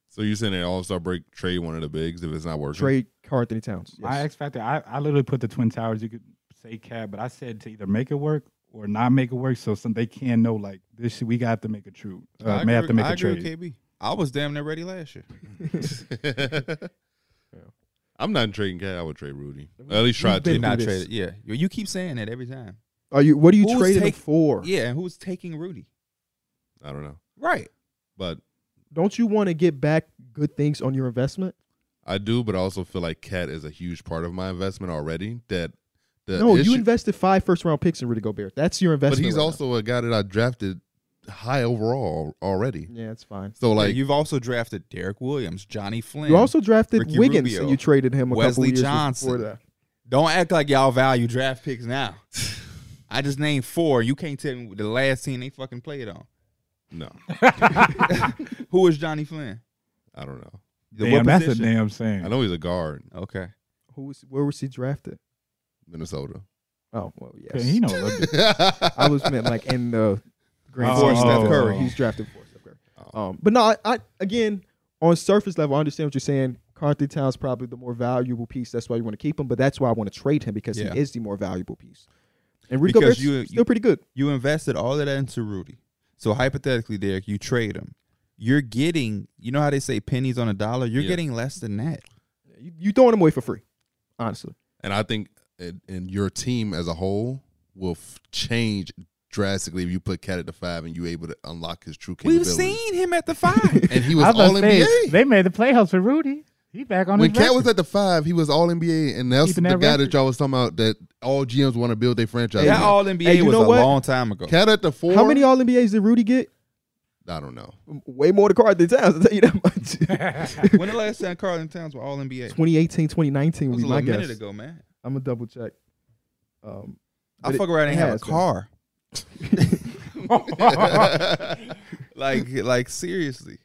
Speaker 4: so you're saying an all star break trade one of the bigs if it's not working.
Speaker 1: Trade Car Anthony Towns.
Speaker 3: My X Factor, I, I literally put the Twin Towers. You could say Cat, but I said to either make it work or not make it work, so some they can know like this. We got to make a true. Uh,
Speaker 2: I
Speaker 3: may have to
Speaker 2: agree-
Speaker 3: make
Speaker 2: I
Speaker 3: a
Speaker 2: agree
Speaker 3: trade.
Speaker 2: with KB. I was damn near ready last year.
Speaker 4: I'm not trading Cat. I would trade Rudy. At least try
Speaker 1: We've
Speaker 4: to.
Speaker 1: been
Speaker 2: Not
Speaker 1: do this.
Speaker 2: traded. Yeah, you, you keep saying that every time.
Speaker 1: Are you? What are you
Speaker 2: Who's
Speaker 1: trading him
Speaker 2: take-
Speaker 1: for?
Speaker 2: Yeah, and who's taking Rudy?
Speaker 4: I don't know,
Speaker 2: Right.
Speaker 4: but
Speaker 1: Don't you want to get back good things on your investment?
Speaker 4: I do. But I also feel like Cat is a huge part of my investment already. That the
Speaker 1: no,
Speaker 4: issue-
Speaker 1: you invested five first round picks in Rudy Gobert. That's your
Speaker 4: But
Speaker 1: investment.
Speaker 4: he's
Speaker 1: right now.
Speaker 4: also a guy that I drafted high overall already.
Speaker 1: yeah, it's fine.
Speaker 4: So
Speaker 2: Like
Speaker 4: like
Speaker 2: you've also drafted Derek Williams, Johnny Flynn.
Speaker 1: You also drafted
Speaker 2: Ricky
Speaker 1: Wiggins
Speaker 2: Rubio,
Speaker 1: and you traded him a couple
Speaker 2: Wesley
Speaker 1: years
Speaker 2: Johnson.
Speaker 1: before that.
Speaker 2: Don't act like y'all value draft picks now. I just named four. You can't tell me the last team they fucking played on.
Speaker 4: no,
Speaker 2: Who is Johnny Flynn?
Speaker 4: I don't know.
Speaker 2: The
Speaker 3: Damn,
Speaker 2: what
Speaker 3: that's
Speaker 2: position?
Speaker 3: a damn saying.
Speaker 4: I know he's a guard,
Speaker 2: Okay.
Speaker 1: Who was where was he drafted?
Speaker 4: Minnesota.
Speaker 1: Oh well,
Speaker 3: Okay,
Speaker 1: yes.
Speaker 3: He know. Oh. look good.
Speaker 1: I was meant like in the grand
Speaker 2: For
Speaker 1: scheme
Speaker 2: Steph
Speaker 1: of-
Speaker 2: Curry.
Speaker 1: He's drafted for Steph Curry.
Speaker 4: Oh.
Speaker 1: Um, but no, I, I again on surface level, I understand what you're saying. Carthy Towns probably the more valuable piece. That's why you want to keep him, but that's why I want to trade him because
Speaker 2: Yeah.
Speaker 1: he is the more valuable piece. And Rico
Speaker 2: Because
Speaker 1: Gobert's
Speaker 2: you-
Speaker 1: still pretty good.
Speaker 2: You invested all of that into Rudy. So hypothetically, Derek, you trade him. You're getting, you know how they say pennies on a dollar? You're
Speaker 4: Yeah.
Speaker 2: getting less than that.
Speaker 1: You, you throwing him away for free, honestly.
Speaker 4: and I think and, and your team as a whole will f- change drastically if you put Cat at the five and you able to unlock his true
Speaker 2: We've
Speaker 4: capabilities.
Speaker 2: seen him at the five.
Speaker 4: and he
Speaker 3: I
Speaker 4: was
Speaker 3: was
Speaker 4: all
Speaker 3: about to say,
Speaker 4: NBA.
Speaker 3: They made the playoffs with Rudy. He back on
Speaker 4: When
Speaker 3: his
Speaker 4: Cat
Speaker 3: record.
Speaker 4: was at the five, he was all NBA, and that's
Speaker 3: Keeping
Speaker 4: the
Speaker 3: that
Speaker 4: guy
Speaker 3: record.
Speaker 4: that y'all was talking about that all GMs want to build their franchise.
Speaker 2: That
Speaker 4: around.
Speaker 2: All NBA
Speaker 1: Hey, you
Speaker 2: was
Speaker 1: know
Speaker 2: a
Speaker 1: what?
Speaker 2: long time ago.
Speaker 4: Cat at the four.
Speaker 1: How many All NBAs did Rudy get?
Speaker 4: I don't know.
Speaker 1: Way more to Carlton Towns. I'll tell you that much.
Speaker 2: when the last time Carlton Towns were All NBA? It
Speaker 1: 2018, 2019 would
Speaker 2: was
Speaker 1: be
Speaker 2: a
Speaker 1: my
Speaker 2: little
Speaker 1: guess.
Speaker 2: minute ago, man.
Speaker 1: I'm gonna double check. Um,
Speaker 2: I
Speaker 1: But it
Speaker 2: fuck around and have a
Speaker 1: has been.
Speaker 2: car. like, like seriously.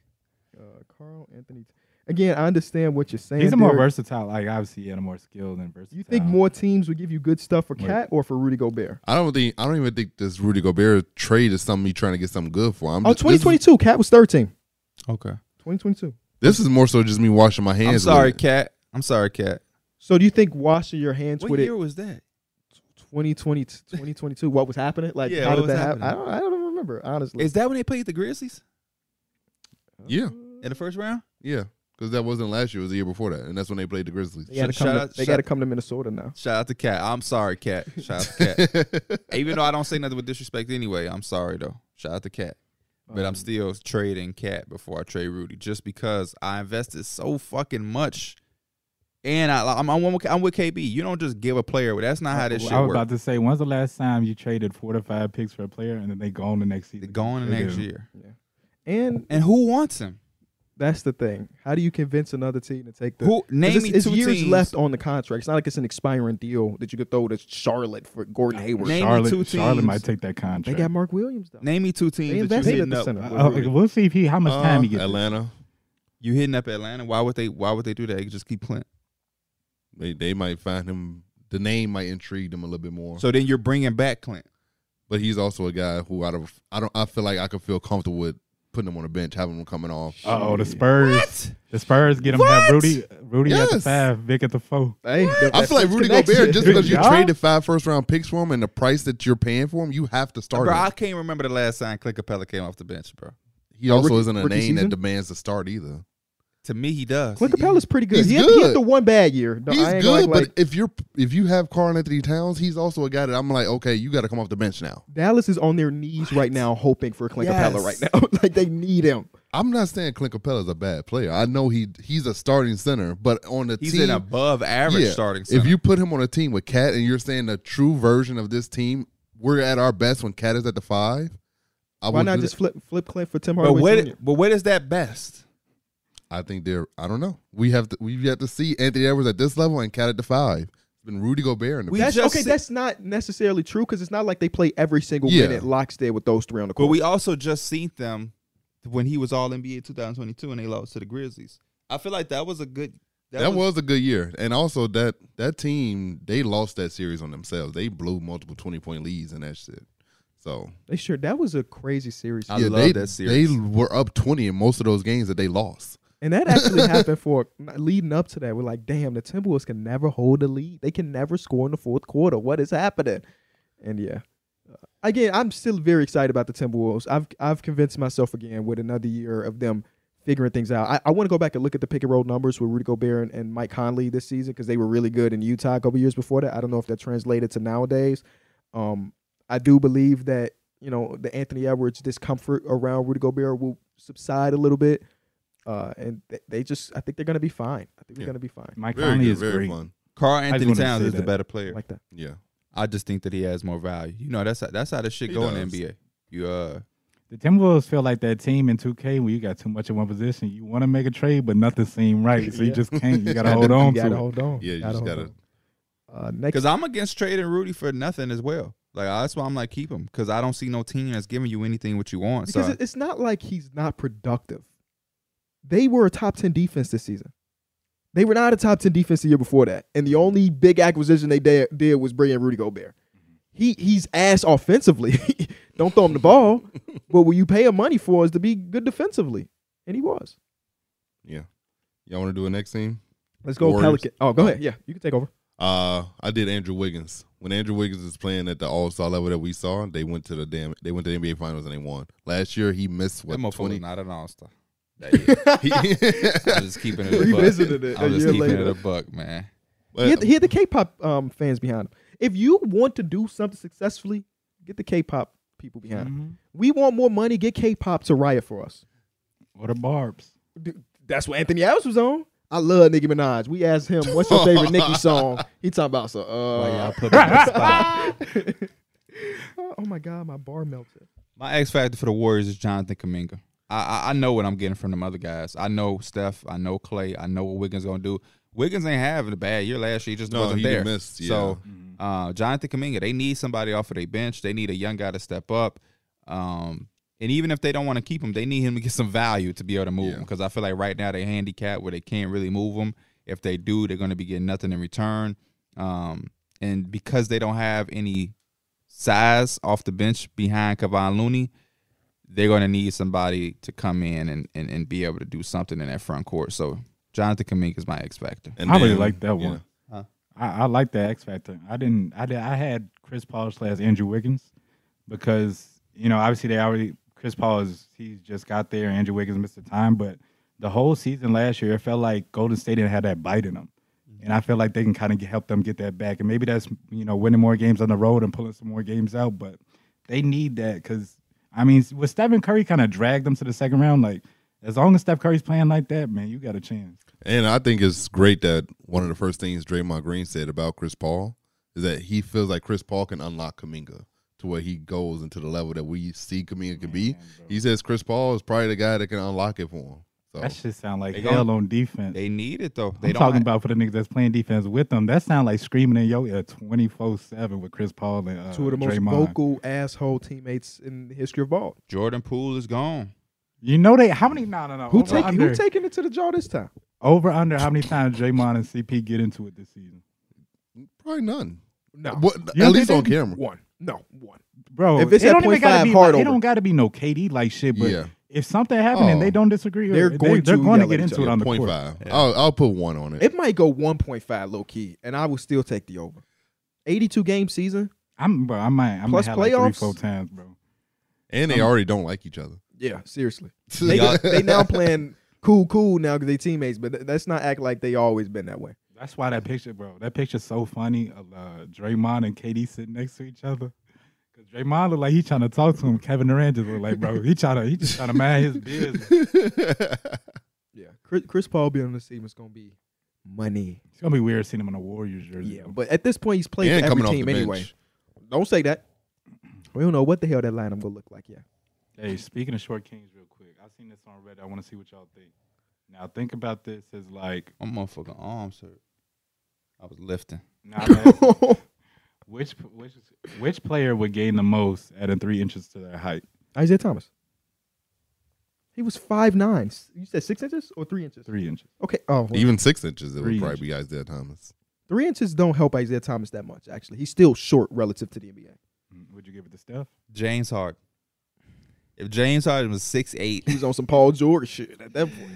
Speaker 1: uh, Carl Anthony. Again, I understand what you're saying.
Speaker 3: He's a more
Speaker 1: Derek.
Speaker 3: versatile. Like obviously, he had a more skilled and versatile.
Speaker 1: You think more teams would give you good stuff for
Speaker 3: Wait.
Speaker 1: Cat or for Rudy Gobert?
Speaker 4: I don't think. I don't even think this Rudy Gobert trade is something you trying to get something good for. I'm
Speaker 1: Oh,
Speaker 4: just- this is-
Speaker 1: 2022. Cat was 13.
Speaker 2: Okay.
Speaker 1: 2022.
Speaker 4: This is more so just me washing my hands.
Speaker 2: I'm
Speaker 4: with
Speaker 2: sorry,
Speaker 4: it.
Speaker 2: Cat. I'm sorry, Cat.
Speaker 1: So do you think washing your hands
Speaker 2: What
Speaker 1: with
Speaker 2: year
Speaker 1: it
Speaker 2: was that?
Speaker 1: 2020 2022 what was happening? Like
Speaker 2: Yeah,
Speaker 1: how
Speaker 2: what
Speaker 1: did
Speaker 2: was
Speaker 1: that happen? I
Speaker 2: happening?
Speaker 1: don't, I don't remember honestly.
Speaker 2: Is that when they played the Grizzlies
Speaker 4: Yeah.
Speaker 2: in the first round?
Speaker 4: Yeah, because that wasn't last year. It was the year before that, and that's when they played the Grizzlies.
Speaker 1: They got to
Speaker 2: Sh-
Speaker 1: come.
Speaker 2: shout
Speaker 1: To,
Speaker 2: out-
Speaker 1: they
Speaker 2: shout-
Speaker 1: got to come to Minnesota now.
Speaker 2: Shout out to Cat. I'm sorry, Cat. Shout out to Cat. Even though I don't say nothing with disrespect anyway, I'm sorry though. Shout out to Cat. But I'm
Speaker 1: Um,
Speaker 2: still trading Cat before I trade Rudy, just because I invested so fucking much, and I, I'm I'm with, I'm with KB. You don't just give a player. That's not how this
Speaker 3: I
Speaker 2: shit
Speaker 3: was
Speaker 2: works.
Speaker 3: about to say, when's the last time you traded four to five picks for a player and then they go on the next
Speaker 2: They're
Speaker 3: season?
Speaker 2: going the
Speaker 3: They
Speaker 2: next
Speaker 3: do.
Speaker 2: year,
Speaker 1: and
Speaker 2: and who wants him?
Speaker 1: that's the thing. How do you convince another team to take the? 'cause
Speaker 2: Who name
Speaker 1: it's,
Speaker 2: me
Speaker 1: it's
Speaker 2: two
Speaker 1: years
Speaker 2: teams?
Speaker 1: left on the contract. It's not like it's an expiring deal that you could throw to Charlotte for Gordon Hayward.
Speaker 2: Name me
Speaker 3: Charlotte,
Speaker 2: two
Speaker 3: Charlotte
Speaker 2: teams.
Speaker 3: might take that
Speaker 1: They
Speaker 3: contract.
Speaker 1: got Mark Williams though.
Speaker 2: Name me
Speaker 1: They
Speaker 2: two teams that you
Speaker 1: invested at
Speaker 2: hitting
Speaker 1: the
Speaker 2: up.
Speaker 1: center. with
Speaker 3: Uh,
Speaker 1: Rudy.
Speaker 3: we'll see if he how much
Speaker 4: Uh,
Speaker 3: time he gets.
Speaker 4: Atlanta.
Speaker 2: You hitting up Atlanta? Why would they? Why would they do that? They could just keep Clint.
Speaker 4: They, they might find him. The name might intrigue them a little bit more.
Speaker 2: So then you're bringing back Clint.
Speaker 4: but he's also a guy who out of I don't I feel like I could feel comfortable with putting him on the bench, having him coming off.
Speaker 3: Uh oh, the Spurs.
Speaker 2: What?
Speaker 3: The Spurs get him
Speaker 2: What?
Speaker 3: have Rudy Rudy at the
Speaker 4: Yes.
Speaker 3: five, Vic at the four.
Speaker 1: Hey, that-
Speaker 4: I feel like
Speaker 1: that's
Speaker 4: Rudy
Speaker 1: connection.
Speaker 4: Gobert, just
Speaker 3: Good
Speaker 4: because you
Speaker 3: job.
Speaker 4: traded five first round picks for him and the price that you're paying for him, you have to start
Speaker 2: Bro,
Speaker 4: him.
Speaker 2: I can't remember the last time Clint Capella came off the bench, bro.
Speaker 4: He also
Speaker 1: rookie-
Speaker 4: isn't a
Speaker 1: rookie
Speaker 4: name that
Speaker 1: season?
Speaker 4: demands to start either.
Speaker 2: To me, he does.
Speaker 1: Clint Capella's pretty good.
Speaker 4: He's
Speaker 1: He had, he had
Speaker 4: good.
Speaker 1: the one bad year. No, I
Speaker 4: he's
Speaker 1: ain't gonna
Speaker 4: good,
Speaker 1: act like,
Speaker 4: but if you're if you have Carl Anthony Towns, he's also a guy that I'm like, okay, you got to come off the bench now.
Speaker 1: Dallas is on their knees right now, hoping for Clint Capella right
Speaker 2: Yes.
Speaker 1: now. like they need him.
Speaker 4: I'm not saying Clint Capella's a bad player. I know he he's a starting center, but on the
Speaker 2: He's
Speaker 4: team,
Speaker 2: an above average
Speaker 4: Yeah.
Speaker 2: starting center.
Speaker 4: if you put him on a team with Cat and you're saying the true version of this team, we're at our best when Cat is at the five. I
Speaker 1: Why
Speaker 4: would
Speaker 1: not
Speaker 4: do
Speaker 1: just
Speaker 4: that.
Speaker 1: flip flip Clint for Tim
Speaker 2: but
Speaker 1: Hardaway
Speaker 2: what?
Speaker 1: Jr.?
Speaker 2: But what is that best?
Speaker 4: I think they're. I don't know. We have to. We've yet to see Anthony Edwards at this level and Cat at the five. It's been Rudy Gobert in the
Speaker 2: We
Speaker 4: past.
Speaker 1: That's,
Speaker 2: just
Speaker 1: okay,
Speaker 2: said-
Speaker 1: that's not necessarily true because it's not like they play every single
Speaker 4: Yeah.
Speaker 1: minute lockstead with those three on the
Speaker 2: But
Speaker 1: court.
Speaker 2: we also just seen them when he was All NBA 2022, and they lost to the Grizzlies. I feel like that was a good.
Speaker 4: that, was, a good year, and also that that team they lost that series on themselves. They blew multiple twenty point leads and that shit. So
Speaker 1: they sure that was a crazy series,
Speaker 2: I love
Speaker 4: they
Speaker 2: that series.
Speaker 4: they were up twenty in most of those games that they lost.
Speaker 1: and that actually happened for leading up to that. We're like, damn, the Timberwolves can never hold the lead. They can never score in the fourth quarter. What is happening? And yeah, Uh, again, I'm still very excited about the Timberwolves. I've I've convinced myself again with another year of them figuring things out. I, I want to go back and look at the pick and roll numbers with Rudy Gobert and, and Mike Conley this season because they were really good in Utah a couple years before that. I don't know if that translated to nowadays. Um, I do believe that you know the Anthony Edwards discomfort around Rudy Gobert will subside a little bit, uh, and th- they just I think they're gonna be fine. I think
Speaker 4: Yeah.
Speaker 1: they're gonna be fine.
Speaker 3: Mike
Speaker 4: Very
Speaker 3: Conley
Speaker 4: good,
Speaker 3: is
Speaker 4: very
Speaker 3: great.
Speaker 4: fun.
Speaker 2: Carl
Speaker 3: just
Speaker 2: Anthony
Speaker 3: wanted to
Speaker 2: Towns
Speaker 3: say
Speaker 2: is the
Speaker 3: that.
Speaker 2: better player.
Speaker 1: Like that.
Speaker 4: Yeah,
Speaker 2: I just think that he has more value. You know, that's how, that's how this shit
Speaker 4: He
Speaker 2: go in
Speaker 4: does.
Speaker 2: the NBA. You uh,
Speaker 3: The Timberwolves feel like that team in 2K when you got too much in one position. You want to make a trade, but nothing seemed right. So you
Speaker 1: Yeah.
Speaker 3: just can't. You got to hold on
Speaker 1: you
Speaker 3: to
Speaker 1: gotta
Speaker 3: it.
Speaker 1: hold on.
Speaker 4: yeah, you just
Speaker 1: hold
Speaker 4: gotta.
Speaker 1: on. Uh, next
Speaker 2: because I'm against trading Rudy for nothing as well. Like that's why I'm like keep him because I don't see no team that's giving you anything what you want.
Speaker 1: because
Speaker 2: so
Speaker 1: it- it's not like he's not productive. They were a top ten defense this season. They were not a top ten defense the year before that, and the only big acquisition they did, did was bringing Rudy Gobert. He he's ass offensively. Don't throw him the ball, but what you pay him money for is to be good defensively, and he was.
Speaker 4: Y'all want to do a next team?
Speaker 1: Let's go
Speaker 4: Warriors.
Speaker 1: Pelican. Oh, go ahead. Yeah, you can take over.
Speaker 4: Uh, I did Andrew Wiggins. When Andrew Wiggins was playing at the All Star level that we saw, they went to the damn. They went to the NBA Finals and they won. Last year, he missed
Speaker 2: that
Speaker 4: what
Speaker 2: motherfucker's
Speaker 4: twenty.
Speaker 2: not an all star. I'm
Speaker 4: He-
Speaker 2: just keeping it. A buck.
Speaker 1: Revisited it a
Speaker 2: I'm just
Speaker 1: year
Speaker 2: keeping
Speaker 1: later.
Speaker 2: it a buck, man.
Speaker 4: But-
Speaker 1: He had, he had the K-pop um, fans behind him. If you want to do something successfully, get the K-pop people behind. him.
Speaker 3: Mhm.
Speaker 1: We want more money. Get K-pop to riot for us.
Speaker 3: Or the Barbs.
Speaker 1: Dude, that's what Anthony Adams was on. I love Nicki Minaj. We asked him, "What's your favorite Nicki song?" He talking about so.
Speaker 2: Oh,
Speaker 6: Why y'all
Speaker 1: Uh,
Speaker 6: put me on the spot?
Speaker 1: oh my god, my bar melted.
Speaker 2: My X factor for the Warriors is Jonathan Kaminga. I, I I know what I'm getting from them other guys. I know Steph. I know Clay. I know what Wiggins gonna do. Wiggins ain't having a bad year last year. He just
Speaker 4: No,
Speaker 2: wasn't
Speaker 4: he
Speaker 2: there.
Speaker 4: missed, yeah.
Speaker 2: So uh, Jonathan Kaminga, they need somebody off of their bench. They need a young guy to step up. Um, and even if they don't want to keep him, they need him to get some value to be able to move
Speaker 4: Yeah.
Speaker 2: him. Because I feel like right now they're handicapped where they can't really move him. If they do, they're going to be getting nothing in return. Um, and because they don't have any size off the bench behind Kevon Looney, they're going to need somebody to come in and, and, and be able to do something in that front court. So Jonathan Kaminga is my X factor.
Speaker 4: And
Speaker 3: I really
Speaker 4: then-
Speaker 3: like that
Speaker 4: yeah.
Speaker 3: one.
Speaker 2: Huh.
Speaker 3: I, I like the X Factor. I didn't. I did. I had Chris Paul slash Andrew Wiggins because you know obviously they already Chris Paul is he's just got there. Andrew Wiggins missed the time, but the whole season last year it felt like Golden State didn't have that bite in them, and I feel like they can kind of help them get that back. And maybe that's you know winning more games on the road and pulling some more games out, but they need that because I mean with Stephen Curry kind of dragged them to the second round. Like as long as Steph Curry's playing like that, man, you got a chance.
Speaker 4: And I think it's great that one of the first things Draymond Green said about Chris Paul is that he feels like Chris Paul can unlock Kaminga to where he goes into the level that we see Kaminga can be. He says Chris Paul is probably the guy that can unlock it for him. So
Speaker 3: That shit sound like
Speaker 2: They
Speaker 3: hell
Speaker 2: gon-
Speaker 3: on defense.
Speaker 2: They need it though. They
Speaker 3: I'm
Speaker 2: don't
Speaker 3: talking
Speaker 2: ha-
Speaker 3: about for the niggas that's playing defense with them. That sound like screaming in your ear 24 seven with Chris Paul and uh,
Speaker 1: Two of the most
Speaker 3: Draymond.
Speaker 1: vocal asshole teammates in the history of ball.
Speaker 2: Jordan Poole is gone.
Speaker 3: You know they how many? No, no, no.
Speaker 1: Who
Speaker 3: over
Speaker 1: take,
Speaker 3: under,
Speaker 1: who taking it to the jaw this time?
Speaker 3: over under? How many times Draymond and CP get into it this season,
Speaker 4: probably none.
Speaker 1: No,
Speaker 4: What-
Speaker 3: You
Speaker 4: at
Speaker 3: don't
Speaker 4: least
Speaker 3: think
Speaker 4: on camera.
Speaker 1: one. No, one.
Speaker 3: bro?
Speaker 1: If it's
Speaker 3: it
Speaker 1: at
Speaker 3: don't even
Speaker 1: 0.5
Speaker 3: gotta be
Speaker 1: hard
Speaker 3: like, it
Speaker 1: over.
Speaker 3: don't got to be no KD like shit. But
Speaker 4: Yeah.
Speaker 3: if something happened
Speaker 4: Oh.
Speaker 3: and they don't disagree, or
Speaker 1: They're
Speaker 3: they,
Speaker 1: going
Speaker 3: they're
Speaker 1: to
Speaker 3: going to
Speaker 1: yell at
Speaker 3: get
Speaker 1: each
Speaker 3: into it
Speaker 1: other.
Speaker 3: on the
Speaker 4: Point
Speaker 3: court.
Speaker 4: five. I'll, I'll put one on it.
Speaker 1: It might go 1.5 low key, and I would still take the over. 82 game season.
Speaker 3: I'm bro. I might. I might
Speaker 1: Plus
Speaker 3: have like three,
Speaker 1: playoffs?
Speaker 3: four times, bro.
Speaker 4: and they already don't like each other.
Speaker 1: Yeah, seriously. They, they now playing cool, cool now because they teammates, but th- let's not act like they always been that way.
Speaker 3: That's why that picture, bro. That picture's so funny of uh, Draymond and KD sitting next to each other. Cause Draymond look like he trying to talk to him. Kevin Durant just look like, bro, he trying to he just trying to mind his business.
Speaker 1: Yeah, Chris, Chris Paul being on the team is gonna be money.
Speaker 3: It's gonna be weird seeing him in a Warriors jersey.
Speaker 1: Yeah, but at this point, he's played
Speaker 4: and
Speaker 1: for every
Speaker 4: coming off the
Speaker 1: team
Speaker 4: bench.
Speaker 1: anyway. Don't say that. We don't know what the hell that lineup gonna look like. Yeah,
Speaker 3: Hey, speaking of short kings, real quick, I seen this on Reddit. I want to see what y'all think. Now think about this as like,
Speaker 2: My motherfucking arms hurt. I was lifting.
Speaker 3: nah, man, which which which player would gain the most adding three inches to their height?
Speaker 1: Isaiah Thomas. He was five nine. You said six inches or three inches?
Speaker 3: Three inches.
Speaker 1: Okay. Oh, well,
Speaker 4: Even six inches, it would
Speaker 3: Three
Speaker 4: probably be Isaiah Thomas.
Speaker 1: three inches don't help Isaiah Thomas that much. Actually, he's still short relative to the NBA.
Speaker 3: Mm, Would you give it to Steph?
Speaker 2: James Harden. If James Harden was six eight,
Speaker 1: He's on some Paul George shit at that point.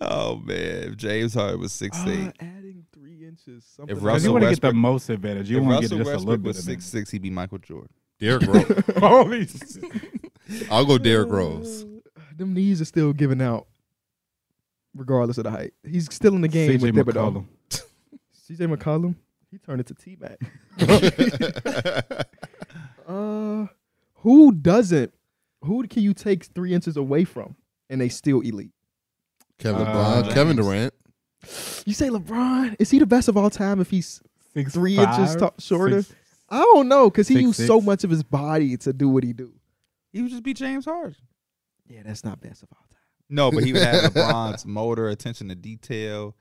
Speaker 1: Ah,
Speaker 2: oh man, if James Harden was six eight,
Speaker 1: adding three inches.
Speaker 2: If
Speaker 1: Something
Speaker 3: Because
Speaker 2: Russell
Speaker 3: you want to get the
Speaker 2: Westbrook-
Speaker 3: most advantage. You
Speaker 2: if
Speaker 3: want to
Speaker 2: Russell
Speaker 3: get just a little
Speaker 2: Westbrook
Speaker 3: bit
Speaker 2: was
Speaker 3: of
Speaker 2: six
Speaker 3: six.
Speaker 2: six, he'd be Michael Jordan.
Speaker 4: Derrick Rose.
Speaker 3: Holy shit.
Speaker 4: I'll go Derrick Rose.
Speaker 1: Uh, them knees are still giving out, regardless of the height. He's still in the game
Speaker 3: CJ
Speaker 1: with Thibodeau.
Speaker 3: McCollum.
Speaker 1: CJ McCollum, he turned into T Mac. uh, who doesn't? Who can you take three inches away from and they still elite?
Speaker 4: Kevin
Speaker 3: Uh,
Speaker 4: Bond, Kevin Durant.
Speaker 1: You say LeBron? Is he the best of all time? If he's
Speaker 3: Six
Speaker 1: Three
Speaker 3: five,
Speaker 1: inches ta- shorter?
Speaker 3: six-
Speaker 1: I don't know because he
Speaker 3: Six,
Speaker 1: used so
Speaker 3: six.
Speaker 1: much of his body to do what he do.
Speaker 2: He would just be James Harden.
Speaker 1: Yeah, that's not best of all time.
Speaker 2: No, but he would have LeBron's motor, attention to detail,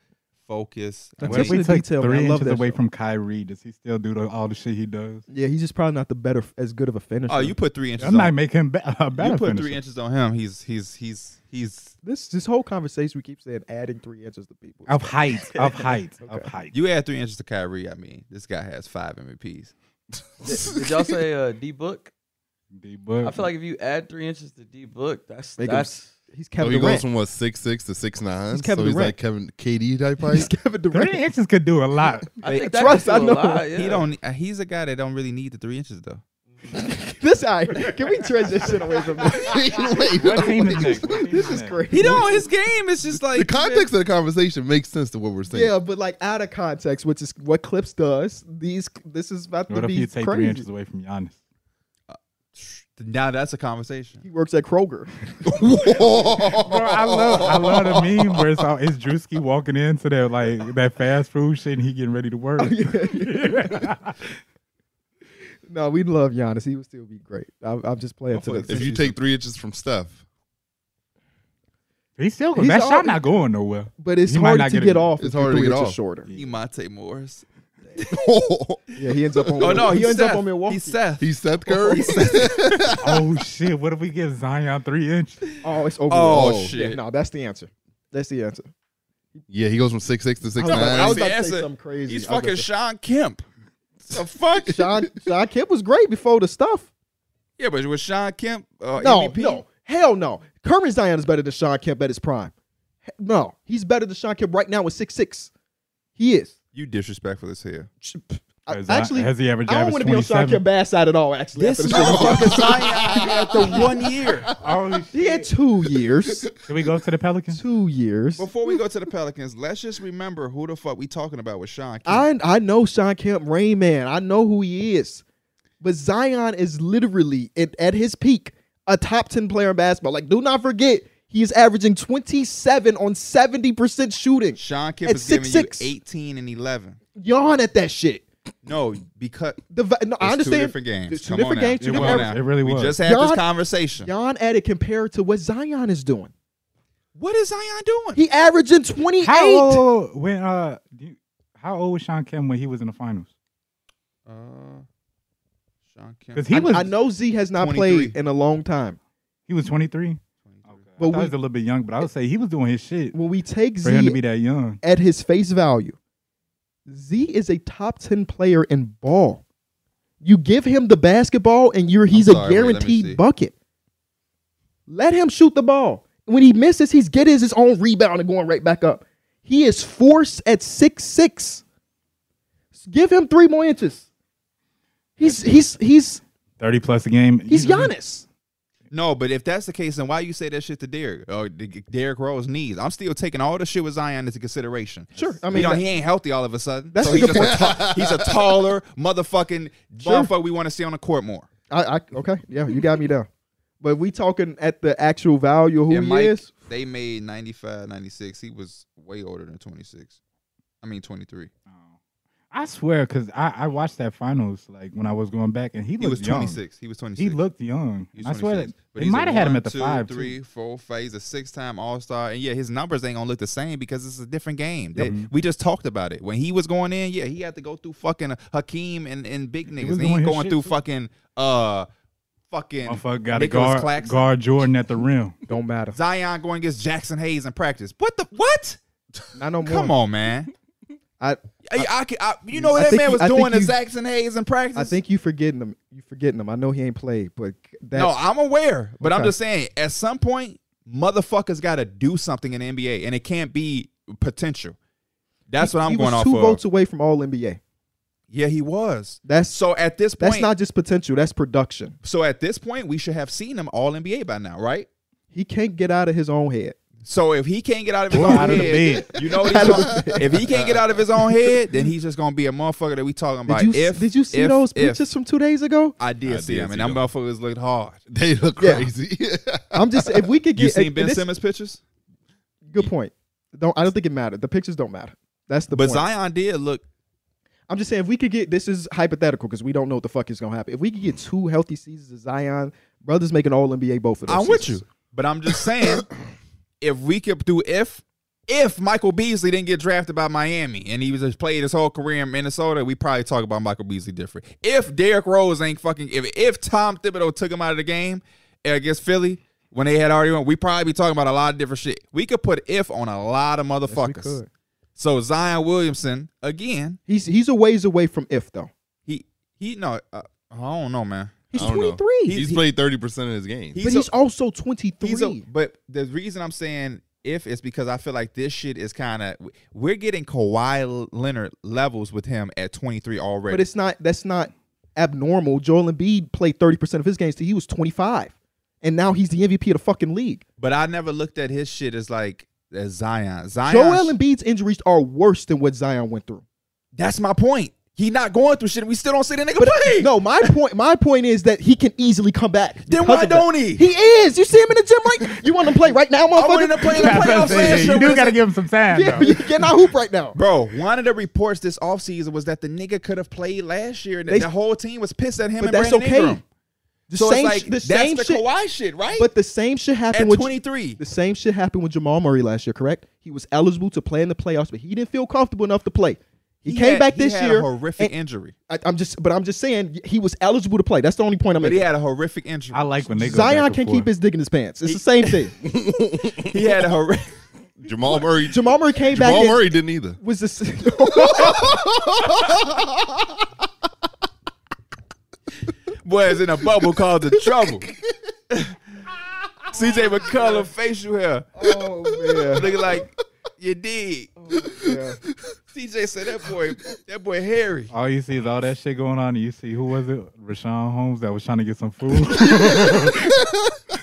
Speaker 2: focus. I
Speaker 1: That's
Speaker 3: What if
Speaker 1: Attention to
Speaker 3: we take
Speaker 1: detail, man. I
Speaker 3: three
Speaker 1: love
Speaker 3: inches
Speaker 1: that
Speaker 3: away
Speaker 1: show.
Speaker 3: from Kyrie? Does he still do the, all the shit he does?
Speaker 1: Yeah, he's just probably not the better, as good of a finisher.
Speaker 2: oh, you put three inches.
Speaker 3: That might
Speaker 2: On,
Speaker 3: make him be- a better
Speaker 2: you put
Speaker 3: finisher.
Speaker 2: three inches on him. He's he's he's he's.
Speaker 1: this this whole conversation we keep saying adding three inches to people.
Speaker 3: Of height, of height, of
Speaker 1: Okay.
Speaker 3: height.
Speaker 2: You add three inches to Kyrie. I mean, this guy has five MVPs.
Speaker 5: Did, did y'all say uh, D Book?
Speaker 3: D Book.
Speaker 5: I feel like if you add three inches to D Book, that's
Speaker 1: Make him
Speaker 5: that's
Speaker 1: He's
Speaker 4: So
Speaker 1: Kevin
Speaker 2: Oh,
Speaker 4: he goes
Speaker 1: Durant.
Speaker 4: from what six six to six nine.
Speaker 1: He's Kevin
Speaker 4: so he's
Speaker 1: Durant.
Speaker 4: like Kevin KD type
Speaker 1: he's
Speaker 4: height.
Speaker 1: Kevin Durant.
Speaker 3: three inches could do a lot.
Speaker 5: I
Speaker 1: Hey,
Speaker 5: think that
Speaker 1: trust,
Speaker 5: trust,
Speaker 1: I
Speaker 5: I
Speaker 1: know.
Speaker 5: Lot, yeah.
Speaker 2: He don't. uh, He's a guy that don't really need the three inches though.
Speaker 1: this all right. Can we transition away from this?
Speaker 3: What team is next?
Speaker 1: this is crazy.
Speaker 2: He don't. His game is just like
Speaker 4: the context of the conversation makes sense to what we're saying.
Speaker 1: Yeah, but like out of context, which is what clips does. These this is about
Speaker 3: What
Speaker 1: to
Speaker 3: if you
Speaker 1: be
Speaker 3: take
Speaker 1: crazy.
Speaker 3: three inches away from Giannis?
Speaker 2: Now that's a conversation.
Speaker 1: He works at Kroger.
Speaker 3: Bro, I love I love the meme where it's all it's Drewski walking into that like that fast food shit and he getting ready to
Speaker 1: Oh,
Speaker 3: work.
Speaker 1: no, we love Giannis. He would still be great. I'm, I'm just playing to
Speaker 4: if
Speaker 1: the.
Speaker 4: you take three inches from Steph,
Speaker 3: He's still
Speaker 1: He's
Speaker 3: that shot
Speaker 1: already-
Speaker 3: not going nowhere.
Speaker 1: But it's
Speaker 3: He might
Speaker 1: hard
Speaker 3: not
Speaker 1: to
Speaker 3: get it.
Speaker 1: get off.
Speaker 4: It's
Speaker 1: if your
Speaker 4: hard to
Speaker 1: three
Speaker 4: get
Speaker 1: inches
Speaker 4: off.
Speaker 1: shorter.
Speaker 2: Imate Morris.
Speaker 1: Yeah, he ends up on.
Speaker 2: Oh no,
Speaker 1: he
Speaker 2: he's
Speaker 1: ends
Speaker 2: Seth.
Speaker 1: up on Milwaukee.
Speaker 2: He's Seth.
Speaker 4: he's Seth Curry.
Speaker 3: oh shit! What if we give Zion three inch?
Speaker 1: Oh, it's over.
Speaker 2: Oh,
Speaker 1: with.
Speaker 2: shit.
Speaker 1: Yeah, no, that's the answer. That's the answer.
Speaker 4: yeah, he goes from six six to six
Speaker 1: I was, about, I
Speaker 4: nine.
Speaker 1: was about to
Speaker 2: Answer.
Speaker 1: say something crazy.
Speaker 2: He's
Speaker 1: I was
Speaker 2: fucking
Speaker 1: about
Speaker 2: Sean Kemp. The fuck?
Speaker 1: to- Sean. Sean Kemp was great before the stuff.
Speaker 2: Yeah, but with Sean Kemp, uh,
Speaker 1: No,
Speaker 2: MVP,
Speaker 1: no, hell no. Kermit Zion is better than Sean Kemp at his prime. He- No, he's better than Sean Kemp right now with six six. He is.
Speaker 2: you disrespectful as hell.
Speaker 1: I-
Speaker 3: Has-
Speaker 1: actually,
Speaker 3: has he ever
Speaker 1: I don't
Speaker 3: averaged
Speaker 1: want to be on Sean
Speaker 3: 27?
Speaker 1: Kemp Bass side at all. Actually,
Speaker 2: This
Speaker 1: after the show.
Speaker 2: motherfucker Zion after one year.
Speaker 3: Oh
Speaker 1: he had
Speaker 3: shit!
Speaker 1: two years.
Speaker 3: Can we go to the Pelicans?
Speaker 1: two years.
Speaker 2: Before we go to the Pelicans, let's just remember who the fuck we talking about with Sean Kemp.
Speaker 1: I I know Sean Kemp, Rain Man. I know who he is. But Zion is literally at, at his peak a top 10 player in basketball. Like, do not forget, he is averaging 27 on 70% shooting.
Speaker 2: Sean Kemp
Speaker 1: At
Speaker 2: is giving
Speaker 1: 6'6".
Speaker 2: you 18 and 11.
Speaker 1: Yawn at that shit.
Speaker 2: No, because
Speaker 1: The, va- no, I
Speaker 2: it's two
Speaker 1: understand.
Speaker 2: different games.
Speaker 1: It's two
Speaker 2: Come
Speaker 1: different
Speaker 2: on now.
Speaker 1: games, two
Speaker 3: It
Speaker 1: different
Speaker 3: was.
Speaker 1: everything.
Speaker 2: Come on
Speaker 3: It
Speaker 2: now.
Speaker 3: really
Speaker 2: we
Speaker 3: was.
Speaker 2: just had
Speaker 1: Y'all-
Speaker 2: this conversation.
Speaker 1: Yawn at it compared to what Zion is doing.
Speaker 2: What is Zion doing?
Speaker 1: He averaging 28.
Speaker 3: How old when uh? do you- How old was Sean Kemp when he was in the finals?
Speaker 2: uh, Sean Kemp.
Speaker 3: Because
Speaker 1: I,
Speaker 3: he was
Speaker 1: I know Z has not
Speaker 2: 23.
Speaker 1: played in a long time.
Speaker 3: he was twenty three.
Speaker 1: But
Speaker 3: I thought he
Speaker 1: we-
Speaker 3: was a little bit young, but I would say he was doing his shit
Speaker 1: When we take
Speaker 3: for him to
Speaker 1: Z
Speaker 3: be that young.
Speaker 1: at his face value. Z is a top 10 player in ball. You give him the basketball and you're he's
Speaker 2: sorry,
Speaker 1: a
Speaker 2: wait, let me
Speaker 1: guaranteed
Speaker 2: see.
Speaker 1: bucket. Let him shoot the ball. When he misses, he's getting his own rebound and going right back up. He is forced at six six. Give him three more inches. He's he's he's
Speaker 3: Thirty plus a game.
Speaker 1: he's
Speaker 3: Usually-
Speaker 1: Giannis.
Speaker 2: No, but if that's the case, then why you say that shit to Derrick or D- Derrick Rose knees? I'm still taking all the shit with Zion into consideration.
Speaker 1: Sure, I
Speaker 2: I mean,
Speaker 1: mean,
Speaker 2: you know,
Speaker 1: that-
Speaker 2: he ain't healthy all of a sudden.
Speaker 1: That's
Speaker 2: so
Speaker 1: a
Speaker 2: he's,
Speaker 1: good
Speaker 2: just a ta- he's a taller motherfucking
Speaker 1: Sure.
Speaker 2: motherfucker we want to see on the court more.
Speaker 1: I, I okay, yeah, you got me down. But we talking at the actual value of who
Speaker 2: and
Speaker 1: he
Speaker 2: Mike,
Speaker 1: is.
Speaker 2: they made 95, 96. He was way older than 26. I mean, 23.
Speaker 3: I swear, because I, I watched that finals like when I was going back, and he
Speaker 2: He
Speaker 3: looked
Speaker 2: was
Speaker 3: young.
Speaker 2: 26. He was 26.
Speaker 3: He looked young.
Speaker 2: He's
Speaker 3: I swear that
Speaker 2: 26.
Speaker 3: they
Speaker 2: he's a
Speaker 3: might have had him
Speaker 2: one,
Speaker 3: at the
Speaker 2: two,
Speaker 3: five. too.
Speaker 2: three, four, five. He's a six-time All-Star, and yeah, his numbers ain't gonna look the same because it's a different game. That-
Speaker 3: Mm-hmm.
Speaker 2: we just talked about it when he was going in. Yeah, he had to go through fucking Hakeem and, and big niggas.
Speaker 3: was
Speaker 2: And He
Speaker 3: doing his
Speaker 2: going
Speaker 3: shit,
Speaker 2: through
Speaker 3: too.
Speaker 2: fucking uh fucking
Speaker 3: Motherfucker got to
Speaker 2: Nicholas
Speaker 3: guard,
Speaker 2: Claxton.
Speaker 3: guard Jordan at the rim.
Speaker 1: Don't matter.
Speaker 2: Zion going against Jackson Hayes in practice. What the what?
Speaker 1: Not no more.
Speaker 2: Come on, man.
Speaker 1: I,
Speaker 2: I, I, can- I- you know what
Speaker 1: I
Speaker 2: that
Speaker 1: think
Speaker 2: man
Speaker 1: you-
Speaker 2: was
Speaker 1: I think
Speaker 2: doing to
Speaker 1: you-
Speaker 2: Jackson Hayes in practice.
Speaker 1: I think you forgetting him. You forgetting him. I know he ain't played, but that's
Speaker 2: No, I'm aware, but I'm
Speaker 1: Okay.
Speaker 2: just saying, at some point, motherfuckers got to do something in the NBA, and it can't be potential. That's what I'm
Speaker 1: he
Speaker 2: going
Speaker 1: was
Speaker 2: off
Speaker 1: two
Speaker 2: of.
Speaker 1: votes away from All NBA.
Speaker 2: yeah, he was.
Speaker 1: That's
Speaker 2: So at this point,
Speaker 1: that's not just potential. That's production.
Speaker 2: so at this point, we should have seen him all NBA by now, right?
Speaker 1: He can't get out of his own head.
Speaker 2: So if he can't get out of his
Speaker 3: Or
Speaker 2: own
Speaker 3: out of the
Speaker 2: head, you know what he's gonna, if he can't get out of his own head, then he's just gonna be a motherfucker that we talking
Speaker 1: Did
Speaker 2: about.
Speaker 1: you
Speaker 2: if
Speaker 1: did you see
Speaker 2: if-
Speaker 1: those
Speaker 2: if.
Speaker 1: pictures from two days ago?
Speaker 2: I did
Speaker 4: I
Speaker 2: see
Speaker 4: did
Speaker 2: him,
Speaker 4: see
Speaker 2: and them
Speaker 4: them.
Speaker 2: motherfuckers looked hard.
Speaker 4: they look
Speaker 1: Yeah.
Speaker 4: crazy.
Speaker 1: I'm just if we could get
Speaker 2: You seen
Speaker 1: and
Speaker 2: Ben
Speaker 1: this-
Speaker 2: Simmons pictures?
Speaker 1: Good point. Don't I don't think it mattered. The pictures don't matter. That's the
Speaker 2: But
Speaker 1: point.
Speaker 2: Zion did look
Speaker 1: I'm just saying if we could get this is hypothetical because we don't know what the fuck is gonna happen. If we could get two healthy seasons of Zion, brothers making All NBA both of those.
Speaker 2: I'm with you,
Speaker 1: seasons.
Speaker 2: but I'm just saying, if we could do if if Michael Beasley didn't get drafted by Miami and he was just played his whole career in Minnesota, we probably talk about Michael Beasley different. If Derrick Rose ain't fucking if if Tom Thibodeau took him out of the game against Philly when they had already won, we probably be talking about a lot of different shit. We could put if on a lot of
Speaker 1: We
Speaker 2: motherfuckers.
Speaker 1: could.
Speaker 2: so Zion Williamson again,
Speaker 1: He's he's a ways away from if though.
Speaker 2: he he no, uh, I don't know, man.
Speaker 1: He's
Speaker 4: I don't know.
Speaker 1: 23.
Speaker 4: he's played thirty percent of his game.
Speaker 1: but he's also 23.
Speaker 2: He's a, but the reason I'm saying if is because I feel like this shit is kind of we're getting Kawhi Leonard levels with him at 23 already.
Speaker 1: But it's not that's not abnormal. Joel Embiid played 30% of his games till he was 25. And now he's the MVP of the fucking league.
Speaker 2: But I never looked at his shit as like as Zion. Zion.
Speaker 1: Joel Embiid's injuries are worse than what Zion went through.
Speaker 2: That's my point. He not going through shit. and We still don't see the nigga play.
Speaker 1: No, my point. My point is that he can easily come back.
Speaker 2: Then
Speaker 1: because
Speaker 2: why
Speaker 1: of that.
Speaker 2: don't he?
Speaker 1: He is. You see him in the gym, like you want him to play right now,
Speaker 2: I wanted to
Speaker 1: motherfucker.
Speaker 2: play in the playoffs last year.
Speaker 3: you
Speaker 2: but
Speaker 3: do
Speaker 2: it's
Speaker 3: got to
Speaker 2: like-
Speaker 3: give him some time,
Speaker 1: Yeah,
Speaker 3: though.
Speaker 1: you cannot hoop right now.
Speaker 2: Bro, one of the reports this offseason was that the nigga could have played last year, and
Speaker 1: They-
Speaker 2: the whole team was pissed at
Speaker 1: But
Speaker 2: him. and
Speaker 1: that's
Speaker 2: Brandon
Speaker 1: okay.
Speaker 2: Ingram.
Speaker 1: The
Speaker 2: So
Speaker 1: same,
Speaker 2: it's like
Speaker 1: sh- the
Speaker 2: that's
Speaker 1: same
Speaker 2: the
Speaker 1: shit.
Speaker 2: Kawhi shit, right?
Speaker 1: But the same shit
Speaker 2: at
Speaker 1: happened with
Speaker 2: 23,
Speaker 1: the same shit happened with Jamal Murray last year. Correct? He was eligible to play in the playoffs, but he didn't feel comfortable enough to play. He, came
Speaker 2: had-
Speaker 1: back
Speaker 2: he
Speaker 1: this
Speaker 2: had
Speaker 1: year.
Speaker 2: A horrific
Speaker 1: and-
Speaker 2: injury,
Speaker 1: I, I'm just, but I'm just saying he was eligible to play. That's the only point I'm
Speaker 2: but he
Speaker 1: making.
Speaker 2: had a horrific injury.
Speaker 3: I like when they go
Speaker 1: Zion
Speaker 3: back
Speaker 1: can
Speaker 3: and forth.
Speaker 1: keep his dick in his pants. It's the same thing.
Speaker 2: he had a horrific.
Speaker 4: Jamal Murray.
Speaker 1: Jamal Murray came back.
Speaker 4: Jamal
Speaker 1: and-
Speaker 4: Murray didn't either.
Speaker 1: was this
Speaker 2: was in a bubble called the trouble. CJ McCullough facial hair.
Speaker 1: oh man Oh,
Speaker 2: Nigga like, you did. CJ said that boy, that boy hairy.
Speaker 3: All you see is all that shit going on, and you see who was it? Rashawn Holmes that was trying to get some food.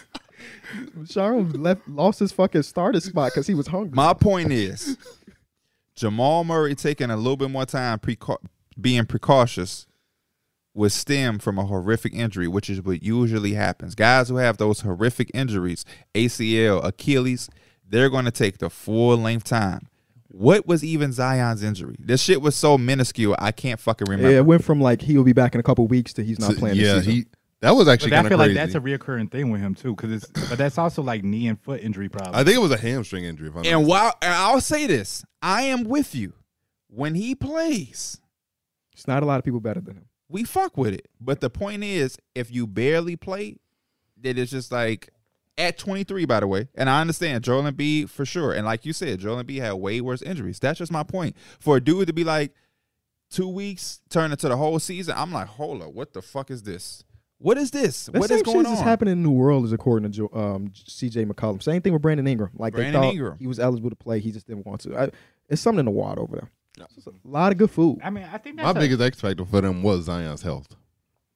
Speaker 1: Sharon left lost his fucking starter spot because he was hungry
Speaker 2: My point is, Jamal Murray taking a little bit more time, precau- being precautious, would stem from a horrific injury, which is what usually happens. Guys who have those horrific injuries, ACL, Achilles, they're going to take the full length time. What was even Zion's injury? This shit was so minuscule, I can't fucking remember.
Speaker 1: yeah it went from like he'll be back in a couple weeks to he's not
Speaker 4: So,
Speaker 1: playing
Speaker 4: yeah,
Speaker 1: this season.
Speaker 4: he. That was actually
Speaker 3: but I
Speaker 4: kind
Speaker 3: feel
Speaker 4: of
Speaker 3: like
Speaker 4: crazy.
Speaker 3: that's a reoccurring thing with him too, because it's. But that's also like knee and foot injury problems.
Speaker 4: I think it was a hamstring injury. If I'm
Speaker 2: And while and I'll say this, I am with you. When he plays,
Speaker 1: it's not a lot of people better than him
Speaker 2: we fuck with it. But the point is, if you barely play, then it's just like at 23, by the way. And I understand Joel Embiid for sure. And like you said, Joel Embiid had way worse injuries. That's just my point. For a dude to be like two weeks turn into the whole season, I'm like, hold up, what the fuck is this? What is this?
Speaker 1: that
Speaker 2: what
Speaker 1: same
Speaker 2: is
Speaker 1: shit
Speaker 2: going
Speaker 1: that's
Speaker 2: on?
Speaker 1: happening in the world is according to Jo- um, CJ McCollum same thing with Brandon Ingram like
Speaker 2: Brandon
Speaker 1: they thought
Speaker 2: Ingram.
Speaker 1: he was eligible to play he just didn't want to I, it's something in the water over there It's a lot of good food
Speaker 3: I mean, I think
Speaker 4: my
Speaker 3: that's a-
Speaker 4: biggest X factor for them was Zion's health.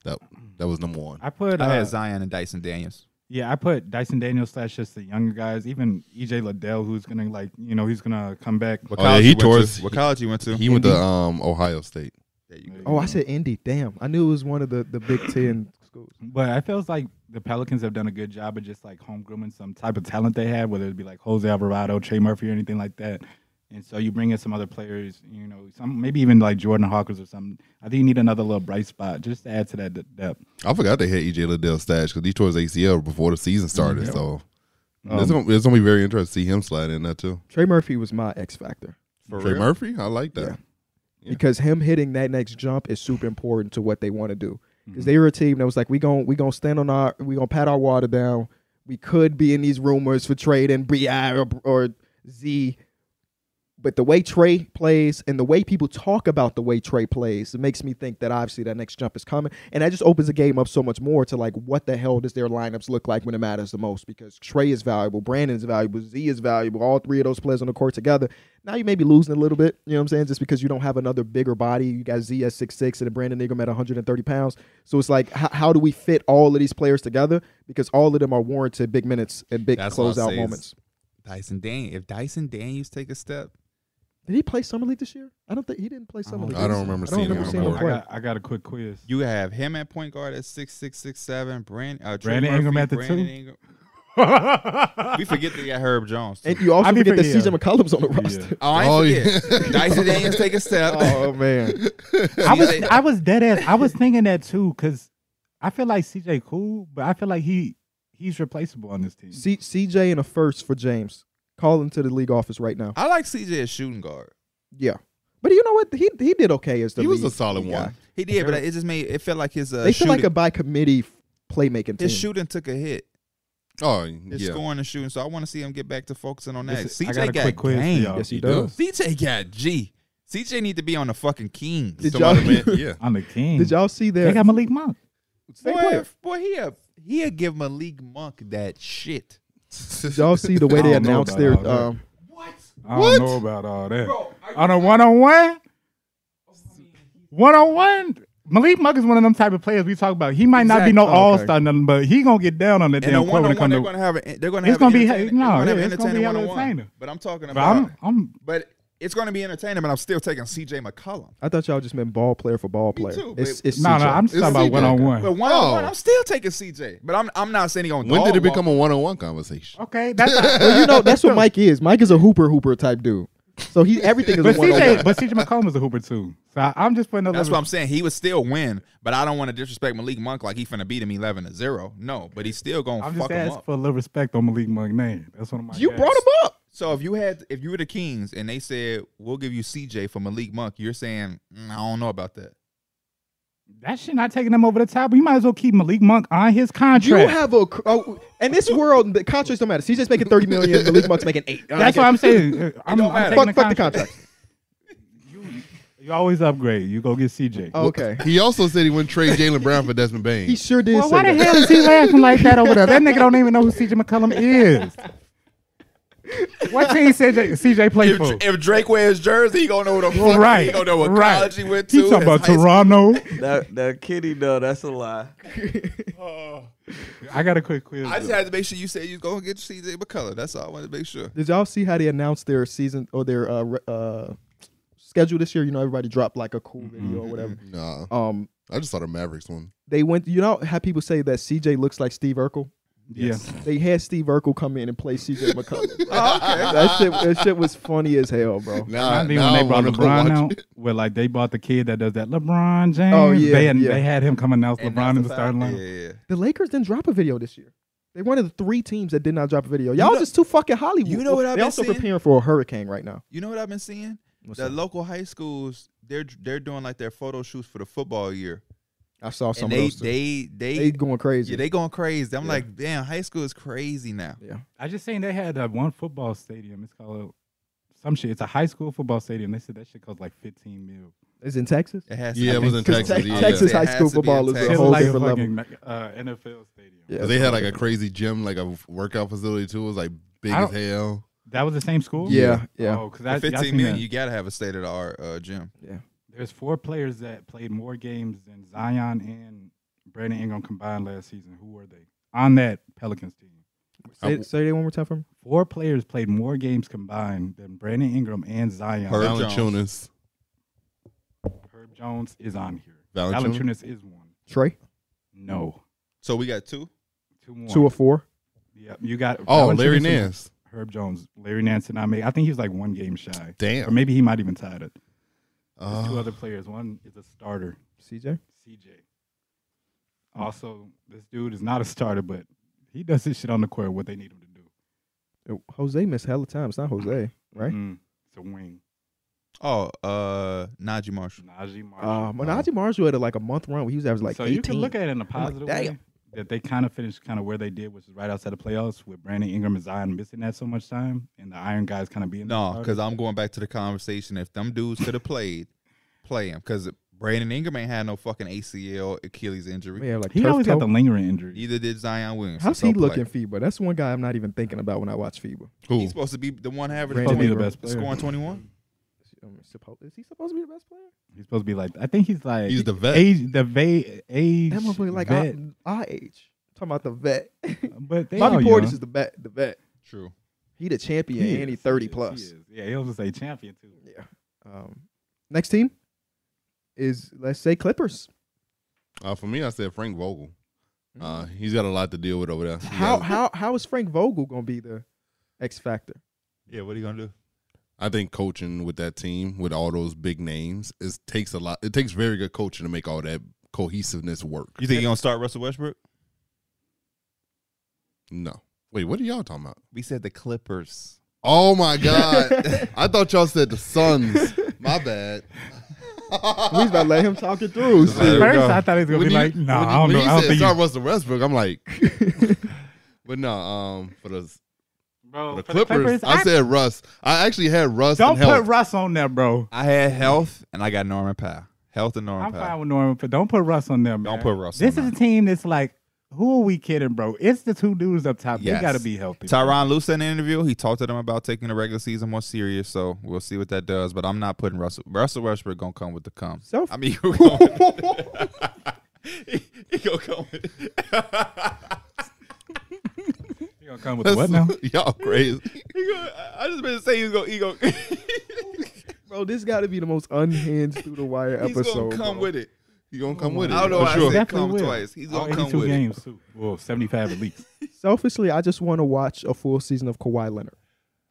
Speaker 4: That that was number one.
Speaker 3: I put.
Speaker 2: I
Speaker 3: uh,
Speaker 2: had Zion and Dyson Daniels.
Speaker 3: Yeah, I put Dyson Daniels slash just the younger guys, even EJ Liddell, who's gonna like, you know, he's gonna come back.
Speaker 2: What
Speaker 4: Oh, yeah,
Speaker 2: college
Speaker 4: he
Speaker 2: you went
Speaker 4: tore
Speaker 2: to?
Speaker 4: his-
Speaker 2: What college you went to?
Speaker 4: He went to uh, um, Ohio State.
Speaker 2: There you go.
Speaker 1: oh I said Indy damn I knew it was one of the the Big Ten schools
Speaker 3: But I feels like the Pelicans have done a good job of just like homegrooming some type of talent they have, whether it be like Jose Alvarado, Trey Murphy, or anything like that. And so you bring in some other players, you know, some maybe even like Jordan Hawkins or something. I think you need another little bright spot just to add to that d- depth.
Speaker 4: I forgot they had EJ Liddell stash because he tore his ACL before the season started.
Speaker 3: Yeah.
Speaker 4: So it's, gonna, it's gonna be very interesting to see him slide in that too.
Speaker 1: Trey Murphy was my X factor
Speaker 2: For
Speaker 4: Trey
Speaker 2: real?
Speaker 4: Murphy, I like that. Yeah.
Speaker 1: because him hitting that next jump is super important to what they want to do.
Speaker 2: Mm-hmm.
Speaker 1: Because they were a team that was like, we gon' we gonna stand on our, we gonna pat our water down. We could be in these rumors for trade and Bi or, or Z, but the way Trey plays and the way people talk about the way Trey plays, it makes me think that obviously that next jump is coming, and that just opens the game up so much more to like, what the hell does their lineups look like when it matters the most? Because Trey is valuable, Brandon is valuable, Z is valuable, all three of those players on the court together. Now you may be losing a little bit, you know what I'm saying? Just because you don't have another bigger body. You got Z at 6'6 and a Brandon Ingram at 130 pounds. So it's like, how, how do we fit all of these players together? Because all of them are warranted big minutes and big
Speaker 7: That's what I say
Speaker 1: closeout
Speaker 7: is-
Speaker 1: moments.
Speaker 7: Dyson Daniels. If Dyson Daniels take a step,
Speaker 1: Did he play Summer League this year? I don't think he didn't play Summer
Speaker 3: don't
Speaker 1: League.
Speaker 3: think
Speaker 4: I don't
Speaker 3: so.
Speaker 4: remember
Speaker 1: I don't
Speaker 4: seeing
Speaker 1: remember
Speaker 4: him.
Speaker 1: seeing
Speaker 4: on
Speaker 1: him
Speaker 4: the
Speaker 3: I
Speaker 4: court.
Speaker 1: play.
Speaker 3: got, I got a quick quiz.
Speaker 7: you have him at point guard at six six six seven. Brand uh, Trey
Speaker 3: Brandon
Speaker 7: Murphy,
Speaker 3: Ingram at the
Speaker 7: Brandon
Speaker 3: two?
Speaker 7: Ingram.
Speaker 3: I
Speaker 7: We forget they got Herb Jones. too.
Speaker 1: And you also
Speaker 3: I be
Speaker 1: forget that
Speaker 3: forgetting-
Speaker 1: CJ McCollum's on the roster.
Speaker 2: Oh, I
Speaker 4: Oh,
Speaker 2: ain't forget. Dyson Daniels take a step.
Speaker 1: Oh man,
Speaker 3: was I was dead ass. I was thinking that too, because I feel like CJ cool, but I feel like he he's replaceable on this team.
Speaker 1: C- CJ and a first for James. Call him to the league office right now.
Speaker 2: I like CJ as shooting guard.
Speaker 1: Yeah, but you know what? He he did okay as the
Speaker 4: He was
Speaker 1: lead
Speaker 4: a solid
Speaker 1: guy.
Speaker 4: one.
Speaker 2: He did, but it just made it felt like his uh,
Speaker 1: They feel
Speaker 2: shooting,
Speaker 1: like a by committee f- playmaking team.
Speaker 2: his shooting took a hit.
Speaker 4: Oh
Speaker 2: His
Speaker 4: yeah,
Speaker 2: scoring and shooting. So I want to see him get back to focusing on that.
Speaker 3: This- I
Speaker 2: CJ
Speaker 3: got a
Speaker 2: got,
Speaker 3: quick quiz for
Speaker 2: game.
Speaker 3: y'all.
Speaker 1: Yes, he,
Speaker 4: He
Speaker 1: does.
Speaker 4: does.
Speaker 2: CJ got G. CJ need to be on the fucking Kings.
Speaker 1: Did
Speaker 4: Some other
Speaker 1: y'all-
Speaker 4: man- yeah.
Speaker 3: I'm the king.
Speaker 1: Did y'all see
Speaker 3: They
Speaker 1: that?
Speaker 3: got Malik Monk.
Speaker 1: Same
Speaker 2: Boy,
Speaker 1: player.
Speaker 2: boy, he'll he'll give Malik Monk that shit.
Speaker 1: Did y'all see the way
Speaker 3: I
Speaker 1: they
Speaker 3: don't know
Speaker 1: announced
Speaker 3: about
Speaker 1: their
Speaker 3: all that.
Speaker 1: um,
Speaker 3: I don't know about all that. on a one on one,
Speaker 2: Oh,
Speaker 3: one on one, Malik Monk is one of them type of players we talk about. He might not be no
Speaker 1: Exactly.
Speaker 3: all star nothing, but he gonna get down on
Speaker 2: And
Speaker 3: that
Speaker 2: the
Speaker 3: damn
Speaker 2: one
Speaker 3: court
Speaker 2: on
Speaker 3: when it
Speaker 2: one,
Speaker 3: comes
Speaker 2: they're
Speaker 3: to.
Speaker 2: gonna have an, they're gonna
Speaker 3: It's
Speaker 2: have
Speaker 3: gonna
Speaker 2: an
Speaker 3: be-
Speaker 2: entertaining-
Speaker 3: no,
Speaker 2: they're gonna have
Speaker 3: yeah,
Speaker 2: an
Speaker 3: it's gonna
Speaker 2: entertaining
Speaker 3: be
Speaker 2: one-on-one.
Speaker 3: entertaining.
Speaker 2: But I'm talking
Speaker 3: But I'm,
Speaker 2: about
Speaker 3: I'm
Speaker 2: But It's going to be entertaining, but I'm still taking C.J. McCollum.
Speaker 1: I thought y'all just meant ball player for ball player.
Speaker 2: too,
Speaker 1: it's,
Speaker 2: but-
Speaker 1: it's
Speaker 3: No, no,
Speaker 1: CJ.
Speaker 3: I'm just
Speaker 4: It's
Speaker 3: talking about
Speaker 4: CJ.
Speaker 3: one on one.
Speaker 2: But one on one,
Speaker 4: Oh.
Speaker 2: I'm still taking C.J. But I'm I'm not saying he on.
Speaker 4: When did it become a one on one conversation?
Speaker 3: Okay, that's not,
Speaker 1: Well, you know, that's what Mike is. Mike is a hooper hooper type dude. So he everything is a
Speaker 3: but
Speaker 1: one on
Speaker 3: CJ,
Speaker 1: one.
Speaker 3: but CJ McCollum is a hooper too. So I, I'm just putting a
Speaker 2: That's
Speaker 3: little.
Speaker 2: what I'm saying. He would still win, but I don't want to disrespect Malik Monk like he finna beat him eleven to zero. No, but he's still gonna
Speaker 3: I'm
Speaker 2: fuck
Speaker 3: just
Speaker 2: him
Speaker 3: asking
Speaker 2: up.
Speaker 3: for a little respect on Malik Monk name. That's one of my.
Speaker 1: You
Speaker 3: guys.
Speaker 1: brought him up.
Speaker 2: So if you had, if you were the Kings and they said we'll give you CJ for Malik Monk, you're saying "Mm, I don't know about that.
Speaker 3: That shit not taking him over the top. You might as well keep Malik Monk on his
Speaker 1: You
Speaker 3: contract.
Speaker 1: have a cr- oh, in this world the contracts don't matter. CJ's making thirty million. Malik Monk's making eight.
Speaker 3: That's what I'm saying. Uh, I'm,
Speaker 2: don't
Speaker 3: I'm
Speaker 2: matter.
Speaker 3: taking
Speaker 1: Fuck,
Speaker 3: the
Speaker 1: fuck the
Speaker 3: contract.
Speaker 1: contract.
Speaker 3: You always upgrade. You go get CJ.
Speaker 1: Okay.
Speaker 4: He also said he wouldn't trade Jalen Brown for Desmond Bain.
Speaker 1: He sure did.
Speaker 3: Well,
Speaker 1: say
Speaker 3: why the
Speaker 1: that.
Speaker 3: hell is he laughing like that over there? That nigga don't even know who CJ McCollum is. What team CJ, CJ played for?
Speaker 2: If, if Drake wears jersey, he gonna know what the fuck.
Speaker 3: Right,
Speaker 2: He gonna know what
Speaker 3: right.
Speaker 2: college he went to.
Speaker 3: He talking about
Speaker 2: his high
Speaker 3: Toronto.
Speaker 5: That that kitty though, that's a lie.
Speaker 3: I got a quick quiz.
Speaker 2: school. I just had to make sure you said you was gonna get CJ McCullough. That's all I wanted to make sure.
Speaker 1: Did y'all see how they announced their season or their uh, re- uh, schedule this year? You know, everybody dropped like a cool video or whatever.
Speaker 4: nah,
Speaker 1: Um,
Speaker 4: I just saw the Mavericks one.
Speaker 1: they went. You know how people say that CJ looks like Steve Urkel?
Speaker 3: yeah.
Speaker 1: They had Steve Urkel come in and play CJ McCollum. Oh, That shit, that shit was funny as hell, bro.
Speaker 4: Nah,
Speaker 3: I think
Speaker 4: nah,
Speaker 3: when they brought
Speaker 4: wanna go watch
Speaker 3: LeBron out,
Speaker 4: it.
Speaker 3: where like they bought the kid that does that LeBron James.
Speaker 1: Oh, yeah,
Speaker 3: they, had,
Speaker 1: yeah.
Speaker 3: they had him come announce
Speaker 2: And
Speaker 3: LeBron
Speaker 2: that's
Speaker 3: in the
Speaker 2: fact.
Speaker 3: starting line.
Speaker 2: Yeah, yeah, yeah.
Speaker 1: The Lakers didn't drop a video this year. They one of the three teams that did not drop a video. Y'all just too fucking Hollywood.
Speaker 2: you know what I've
Speaker 1: They're
Speaker 2: been
Speaker 1: also
Speaker 2: seeing?
Speaker 1: preparing for a hurricane right now.
Speaker 2: You know what I've been seeing? the local high schools, they're they're doing like their photo shoots for the football year,
Speaker 1: I saw some
Speaker 2: and
Speaker 1: of
Speaker 2: they
Speaker 1: those. too.
Speaker 2: they they,
Speaker 1: They going crazy.
Speaker 2: yeah they going crazy. I'm like, damn, high school is crazy now.
Speaker 3: I just seen they had uh, one football stadium. It's called some shit. It's a high school football stadium. They said that shit costs like 15 mil.
Speaker 1: it's in Texas.
Speaker 2: It has
Speaker 4: Yeah,
Speaker 2: to
Speaker 4: it was in
Speaker 1: Because
Speaker 4: Texas.
Speaker 1: Tex-
Speaker 4: yeah.
Speaker 1: Texas
Speaker 2: It
Speaker 1: high
Speaker 2: has
Speaker 1: school
Speaker 2: to be in
Speaker 1: football is a
Speaker 2: Texas.
Speaker 1: whole
Speaker 3: like a
Speaker 1: different level.
Speaker 3: fucking uh, NFL stadium.
Speaker 1: Yeah.
Speaker 4: 'Cause they had like a crazy gym, like a workout facility too. It was like big
Speaker 3: I
Speaker 4: as
Speaker 3: don't-
Speaker 4: hell.
Speaker 3: That was the same school?
Speaker 1: Yeah, yeah.
Speaker 3: Oh, cause I,
Speaker 2: For
Speaker 3: y'all
Speaker 2: Fifteen
Speaker 3: seen
Speaker 2: million,
Speaker 3: that.
Speaker 2: you gotta have a state of the art uh, gym.
Speaker 3: There's four players that played more games than Zion and Brandon Ingram combined last season. Who were they on that Pelicans team?
Speaker 1: Say, say that one more time for me.
Speaker 3: Four players played more games combined than Brandon Ingram and Zion.
Speaker 2: Herb
Speaker 3: Herb,
Speaker 4: Valanciunas.
Speaker 3: Jones is on here.
Speaker 4: Valanciunas?
Speaker 3: Valanciunas is one.
Speaker 1: Trey,
Speaker 3: No,
Speaker 2: So we got two.
Speaker 3: two more.
Speaker 1: two or four.
Speaker 3: Yep, you got.
Speaker 4: Oh,
Speaker 3: Valanciunas
Speaker 4: Larry
Speaker 3: and
Speaker 4: Nance.
Speaker 3: Herb Jones, Larry Nance, and I made. I think he was like one game shy, or
Speaker 4: Damn.
Speaker 3: maybe he might even tied it. There's two
Speaker 4: Uh,
Speaker 3: other players. One is a starter.
Speaker 1: CJ.
Speaker 3: CJ. Also, this dude is not a starter, but he does his shit on the court what they need him to do.
Speaker 1: Jose missed hella time. It's not Jose, right?
Speaker 3: Mm, it's a wing.
Speaker 2: Oh, uh, Najee Marshall.
Speaker 3: Najee Marshall.
Speaker 1: Um, Najee Marshall had a, like a month run where he was averaging like
Speaker 3: so
Speaker 1: 18.
Speaker 3: you can look at it in a positive
Speaker 1: damn.
Speaker 3: way that they kind of finished kind of where they did, which is right outside the playoffs with Brandon Ingram and Zion missing that so much time, and the Iron guys kind of being the
Speaker 2: No,
Speaker 3: starter.
Speaker 2: because I'm going back to the conversation. If them dudes could have played, play him. Because Brandon Ingram ain't had no fucking ACL Achilles injury.
Speaker 1: yeah, like
Speaker 3: he
Speaker 1: turf
Speaker 3: always
Speaker 1: toe.
Speaker 3: got the lingering injury.
Speaker 2: Neither did Zion Williams.
Speaker 1: How's
Speaker 2: So
Speaker 1: he
Speaker 2: play.
Speaker 1: looking FIBA? That's one guy I'm not even thinking about when I watch FIBA.
Speaker 4: who?
Speaker 2: He's supposed to be the one average.
Speaker 1: Brandon
Speaker 3: supposed to be the
Speaker 1: Ingram.
Speaker 3: best player.
Speaker 2: Scoring 21.
Speaker 1: Um, suppo- Is he supposed to be the best player?
Speaker 3: He's supposed to be like, I think he's like
Speaker 4: He's the vet.
Speaker 3: age, the va- age,
Speaker 1: That motherfucker like
Speaker 3: vet,
Speaker 1: I, I age. talking about the vet.
Speaker 3: but they all
Speaker 1: Bobby
Speaker 3: young.
Speaker 1: Portis is the vet. The vet.
Speaker 2: True.
Speaker 1: He the champion,
Speaker 3: He
Speaker 1: and he
Speaker 3: is,
Speaker 1: thirty
Speaker 3: he is,
Speaker 1: plus.
Speaker 3: he is. Yeah, he'll just say champion too.
Speaker 1: Yeah. Um, next team is let's say Clippers.
Speaker 4: Uh, for me, I said Frank Vogel. Uh, he's got a lot to deal with over there. He
Speaker 1: How
Speaker 4: has-
Speaker 1: how how is Frank Vogel gonna be the X factor?
Speaker 2: Yeah. What are you gonna do?
Speaker 4: I think coaching with that team with all those big names is takes a lot. It takes very good coaching to make all that cohesiveness work.
Speaker 2: You think you're gonna start Russell Westbrook?
Speaker 4: No, wait, what are y'all talking about?
Speaker 2: We said the Clippers.
Speaker 4: Oh my god, I thought y'all said the Suns. My bad.
Speaker 1: We about to let him talk it through.
Speaker 4: There we
Speaker 3: First,
Speaker 4: go.
Speaker 3: I thought he was gonna
Speaker 4: When
Speaker 3: be
Speaker 4: you-
Speaker 3: like,
Speaker 4: when
Speaker 3: "No,
Speaker 4: you-
Speaker 3: I don't
Speaker 4: when
Speaker 3: know.
Speaker 4: he
Speaker 3: I don't
Speaker 4: said
Speaker 3: think."
Speaker 4: start
Speaker 3: you-
Speaker 4: Russell Westbrook. I'm like, but no. Um, for the,
Speaker 3: bro,
Speaker 4: for the
Speaker 3: for
Speaker 4: Clippers, I,
Speaker 3: I-
Speaker 4: said Russ. I actually had Russ.
Speaker 3: don't
Speaker 4: and
Speaker 3: put
Speaker 4: Health.
Speaker 3: Russ on there, bro.
Speaker 2: I had health, and I got Norman Powell. Health and Norman
Speaker 3: I'm
Speaker 2: Powell.
Speaker 3: fine with Norman, but don't put Russ on there, man.
Speaker 2: Don't put Russ
Speaker 3: This
Speaker 2: on
Speaker 3: is
Speaker 2: there.
Speaker 3: a team that's like, who are we kidding, bro? It's the two dudes up top.
Speaker 2: Yes.
Speaker 3: They gotta be healthy. bro.
Speaker 2: Tyron Lue said in an interview he talked to them about taking the regular season more serious, so we'll see what that does. But I'm not putting Russell Russell Westbrook gonna come with the come.
Speaker 1: Self-
Speaker 2: I mean, he gonna, he, he gonna come. With,
Speaker 3: You gonna come with the what now?
Speaker 4: y'all crazy.
Speaker 2: he gonna, I- I just been saying he's gonna he gonna,
Speaker 1: Bro, this got to be the most unhinged through the wire
Speaker 8: He's
Speaker 1: episode.
Speaker 8: gonna come
Speaker 1: bro.
Speaker 8: with it.
Speaker 4: He gonna come with it.
Speaker 8: I don't know
Speaker 4: for
Speaker 8: why
Speaker 4: sure.
Speaker 8: I said
Speaker 3: Definitely
Speaker 8: come
Speaker 3: will.
Speaker 8: twice. He's
Speaker 3: All
Speaker 8: gonna come
Speaker 3: 82
Speaker 8: with it.
Speaker 3: Oh, games too. Well, 75 at least.
Speaker 1: Selfishly, I just want to watch a full season of Kawhi Leonard.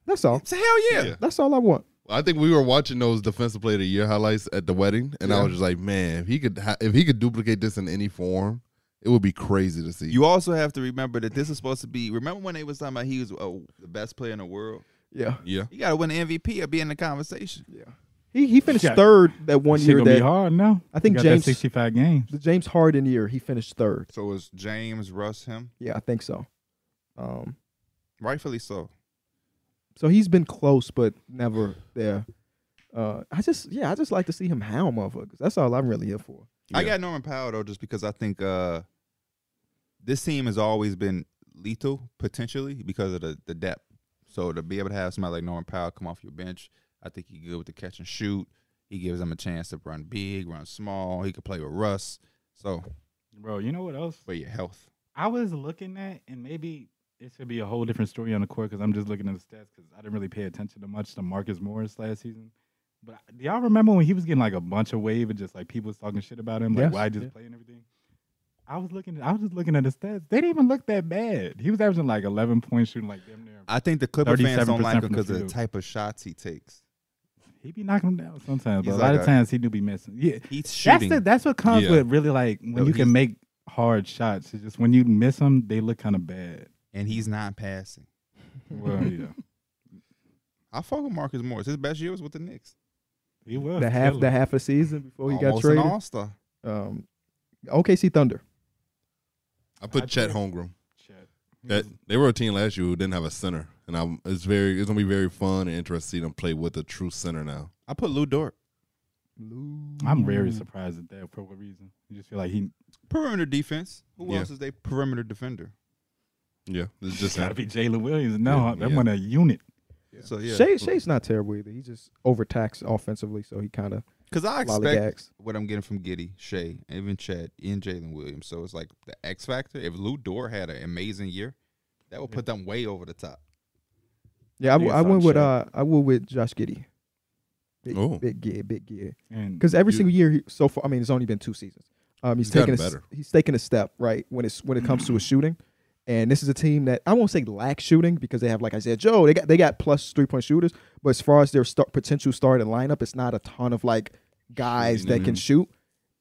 Speaker 1: That's all.
Speaker 8: So hell yeah.
Speaker 4: Yeah.
Speaker 1: That's all I want.
Speaker 4: I think we were watching those defensive player of the year highlights at the wedding, and I was just like, man, if he could, ha- if he could duplicate this in any form, it would be crazy to see.
Speaker 2: You also have to remember that this is supposed to be. Remember when they was talking about he was uh, the best player in the world?
Speaker 1: Yeah.
Speaker 4: yeah,
Speaker 2: You got to win the MVP or be in the conversation.
Speaker 1: He he finished
Speaker 3: Yeah.
Speaker 1: third that one
Speaker 3: Shit
Speaker 1: year
Speaker 3: gonna be
Speaker 1: that
Speaker 3: hard now.
Speaker 1: I think
Speaker 3: You got that
Speaker 1: James-
Speaker 3: 65 games.
Speaker 1: the James Harden year he finished third.
Speaker 2: So is James Russ him?
Speaker 1: Yeah, I think so. Um,
Speaker 2: Rightfully so.
Speaker 1: so he's been close but never there. Uh, I just yeah, I just like to see him hound motherfuckers. That's all I'm really here for.
Speaker 2: I
Speaker 4: Yeah.
Speaker 2: got Norman Powell though, just because I think uh, this team has always been lethal potentially because of the, the depth. So to be able to have somebody like Norman Powell come off your bench, I think he's good with the catch and shoot. He gives them a chance to run big, run small. He could play with Russ. So
Speaker 3: Bro, you know what else?
Speaker 2: for your health,
Speaker 3: I was looking at, and maybe it should be a whole different story on the court because I'm just looking at the stats because I didn't really pay attention to much to Marcus Morris last season. But I- do y'all remember when he was getting like a bunch of wave and just like people was talking shit about him, like
Speaker 1: Yes,
Speaker 3: why he just
Speaker 1: yeah.
Speaker 3: play and everything? I was looking, I was just looking at the stats. They didn't even look that bad. He was averaging like 11 points, shooting like damn near.
Speaker 2: I think the Clipper fans don't
Speaker 3: 37%
Speaker 2: like him
Speaker 3: from the
Speaker 2: because of the
Speaker 3: field.
Speaker 2: type of shots he takes.
Speaker 3: He be knocking them down sometimes, but
Speaker 2: He's
Speaker 3: a lot
Speaker 2: like
Speaker 3: of
Speaker 2: a-
Speaker 3: times he do be missing. Yeah,
Speaker 2: He's
Speaker 3: that's
Speaker 2: shooting.
Speaker 3: the, that's what comes
Speaker 4: Yeah.
Speaker 3: with really like when
Speaker 2: No,
Speaker 3: you
Speaker 2: he's-
Speaker 3: can make hard shots. It's just when you miss them, they look kind of bad.
Speaker 2: and he's not passing.
Speaker 3: Well, yeah,
Speaker 2: I fuck with Marcus Morris. His best year was with the Knicks.
Speaker 3: he was
Speaker 1: The half
Speaker 3: killing.
Speaker 1: the half a season before Oh, he got
Speaker 2: Almost an
Speaker 1: traded.
Speaker 2: All Star.
Speaker 1: Um, OKC Thunder.
Speaker 4: I put
Speaker 3: I
Speaker 4: Chet
Speaker 3: think-
Speaker 4: Holmgren.
Speaker 2: Mm-hmm.
Speaker 3: Chet.
Speaker 4: That
Speaker 3: He's-
Speaker 4: they were a team last year who didn't have a center, and I'm it's very it's gonna be very fun and interesting to see them play with a true center now.
Speaker 2: I put Lou Dort.
Speaker 3: I'm very surprised at that for what reason. You just feel like he
Speaker 2: Perimeter defense. Who
Speaker 4: Yeah.
Speaker 2: else is they perimeter defender?
Speaker 4: Yeah, it's just
Speaker 3: gotta
Speaker 4: him.
Speaker 3: be Jalen Williams. No,
Speaker 4: Yeah,
Speaker 3: that
Speaker 4: yeah.
Speaker 3: one a unit.
Speaker 2: So yeah,
Speaker 1: Shay Shay's not terrible either. He just overtaxed offensively, so he kind of
Speaker 2: because I expect
Speaker 1: lollygags.
Speaker 2: what I'm getting from Giddy, Shea, even Chad, and Jalen Williams. So it's like the X factor. If Lou Dort had an amazing year, that would put them way over the top.
Speaker 1: Yeah, I, w-
Speaker 3: Yeah,
Speaker 1: I went
Speaker 3: so
Speaker 1: with
Speaker 3: Shea.
Speaker 1: uh, I went with Josh Giddy. Big,
Speaker 4: Oh.
Speaker 1: big gear, big gear.
Speaker 3: And
Speaker 1: Because every
Speaker 4: You-
Speaker 1: single year he, so far, I mean, it's only been two seasons. Um, he's,
Speaker 4: He's
Speaker 1: taking
Speaker 4: gotten
Speaker 1: a, s-
Speaker 4: better.
Speaker 1: he's taking a step right when it's when it comes to his shooting, and this is a team that I won't say lacks shooting because they have like I said, Joe, they got they got plus three point shooters, but as far as their start, potential starting lineup, it's not a ton of like guys that
Speaker 4: Mm-hmm.
Speaker 1: can shoot,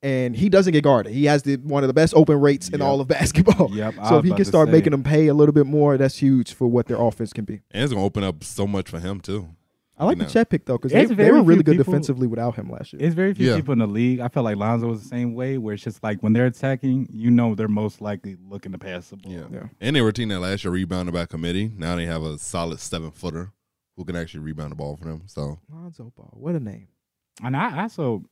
Speaker 1: and he doesn't get guarded. He has the one of the best open rates in
Speaker 3: Yep.
Speaker 1: all of basketball.
Speaker 3: Yep, I
Speaker 1: oh, so
Speaker 3: was
Speaker 1: if he can
Speaker 3: about to
Speaker 1: start
Speaker 3: say.
Speaker 1: making them pay a little bit more, that's huge for what their offense can be.
Speaker 4: and it's gonna open up so much for him too.
Speaker 1: I like the
Speaker 4: know.
Speaker 1: Chet pick though because they,
Speaker 3: It's
Speaker 1: they
Speaker 3: very
Speaker 1: were really
Speaker 3: few
Speaker 1: good
Speaker 3: people-
Speaker 1: defensively without him last year.
Speaker 3: it's very few
Speaker 4: Yeah.
Speaker 3: people in the league. I felt like Lonzo was the same way, where it's just like when they're attacking, you know they're most likely looking to pass the ball.
Speaker 4: Yeah.
Speaker 1: Yeah.
Speaker 4: And they were a team that last year rebounded by committee. Now they have a solid seven footer who can actually rebound the ball for them. So
Speaker 1: Lonzo Ball, what a name!
Speaker 3: And I also,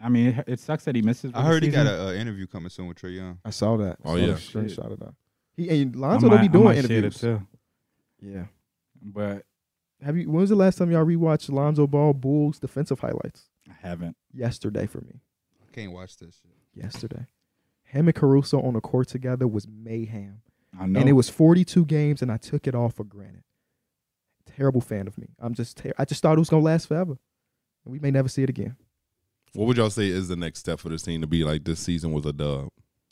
Speaker 3: I mean, it, it sucks that he misses.
Speaker 2: I heard he got an uh, interview coming soon with Trey Young.
Speaker 1: I saw that.
Speaker 4: Oh,
Speaker 1: I saw
Speaker 4: yeah.
Speaker 1: the screenshot of that. He and Lonzo don't be doing interviews.
Speaker 3: too.
Speaker 1: Yeah.
Speaker 3: But
Speaker 1: Have you? When was the last time y'all rewatched Lonzo Ball Bulls defensive highlights?
Speaker 3: I haven't.
Speaker 1: Yesterday for me.
Speaker 2: I can't watch this shit.
Speaker 1: Yesterday, him and Caruso on the court together was mayhem,
Speaker 3: I know.
Speaker 1: and it was 42 games, and I took it all for granted. Terrible fan of me. I'm just. Ter- I just thought it was gonna last forever, and we may never see it again.
Speaker 4: what would y'all say is the next step for this team to be like this season was a dub?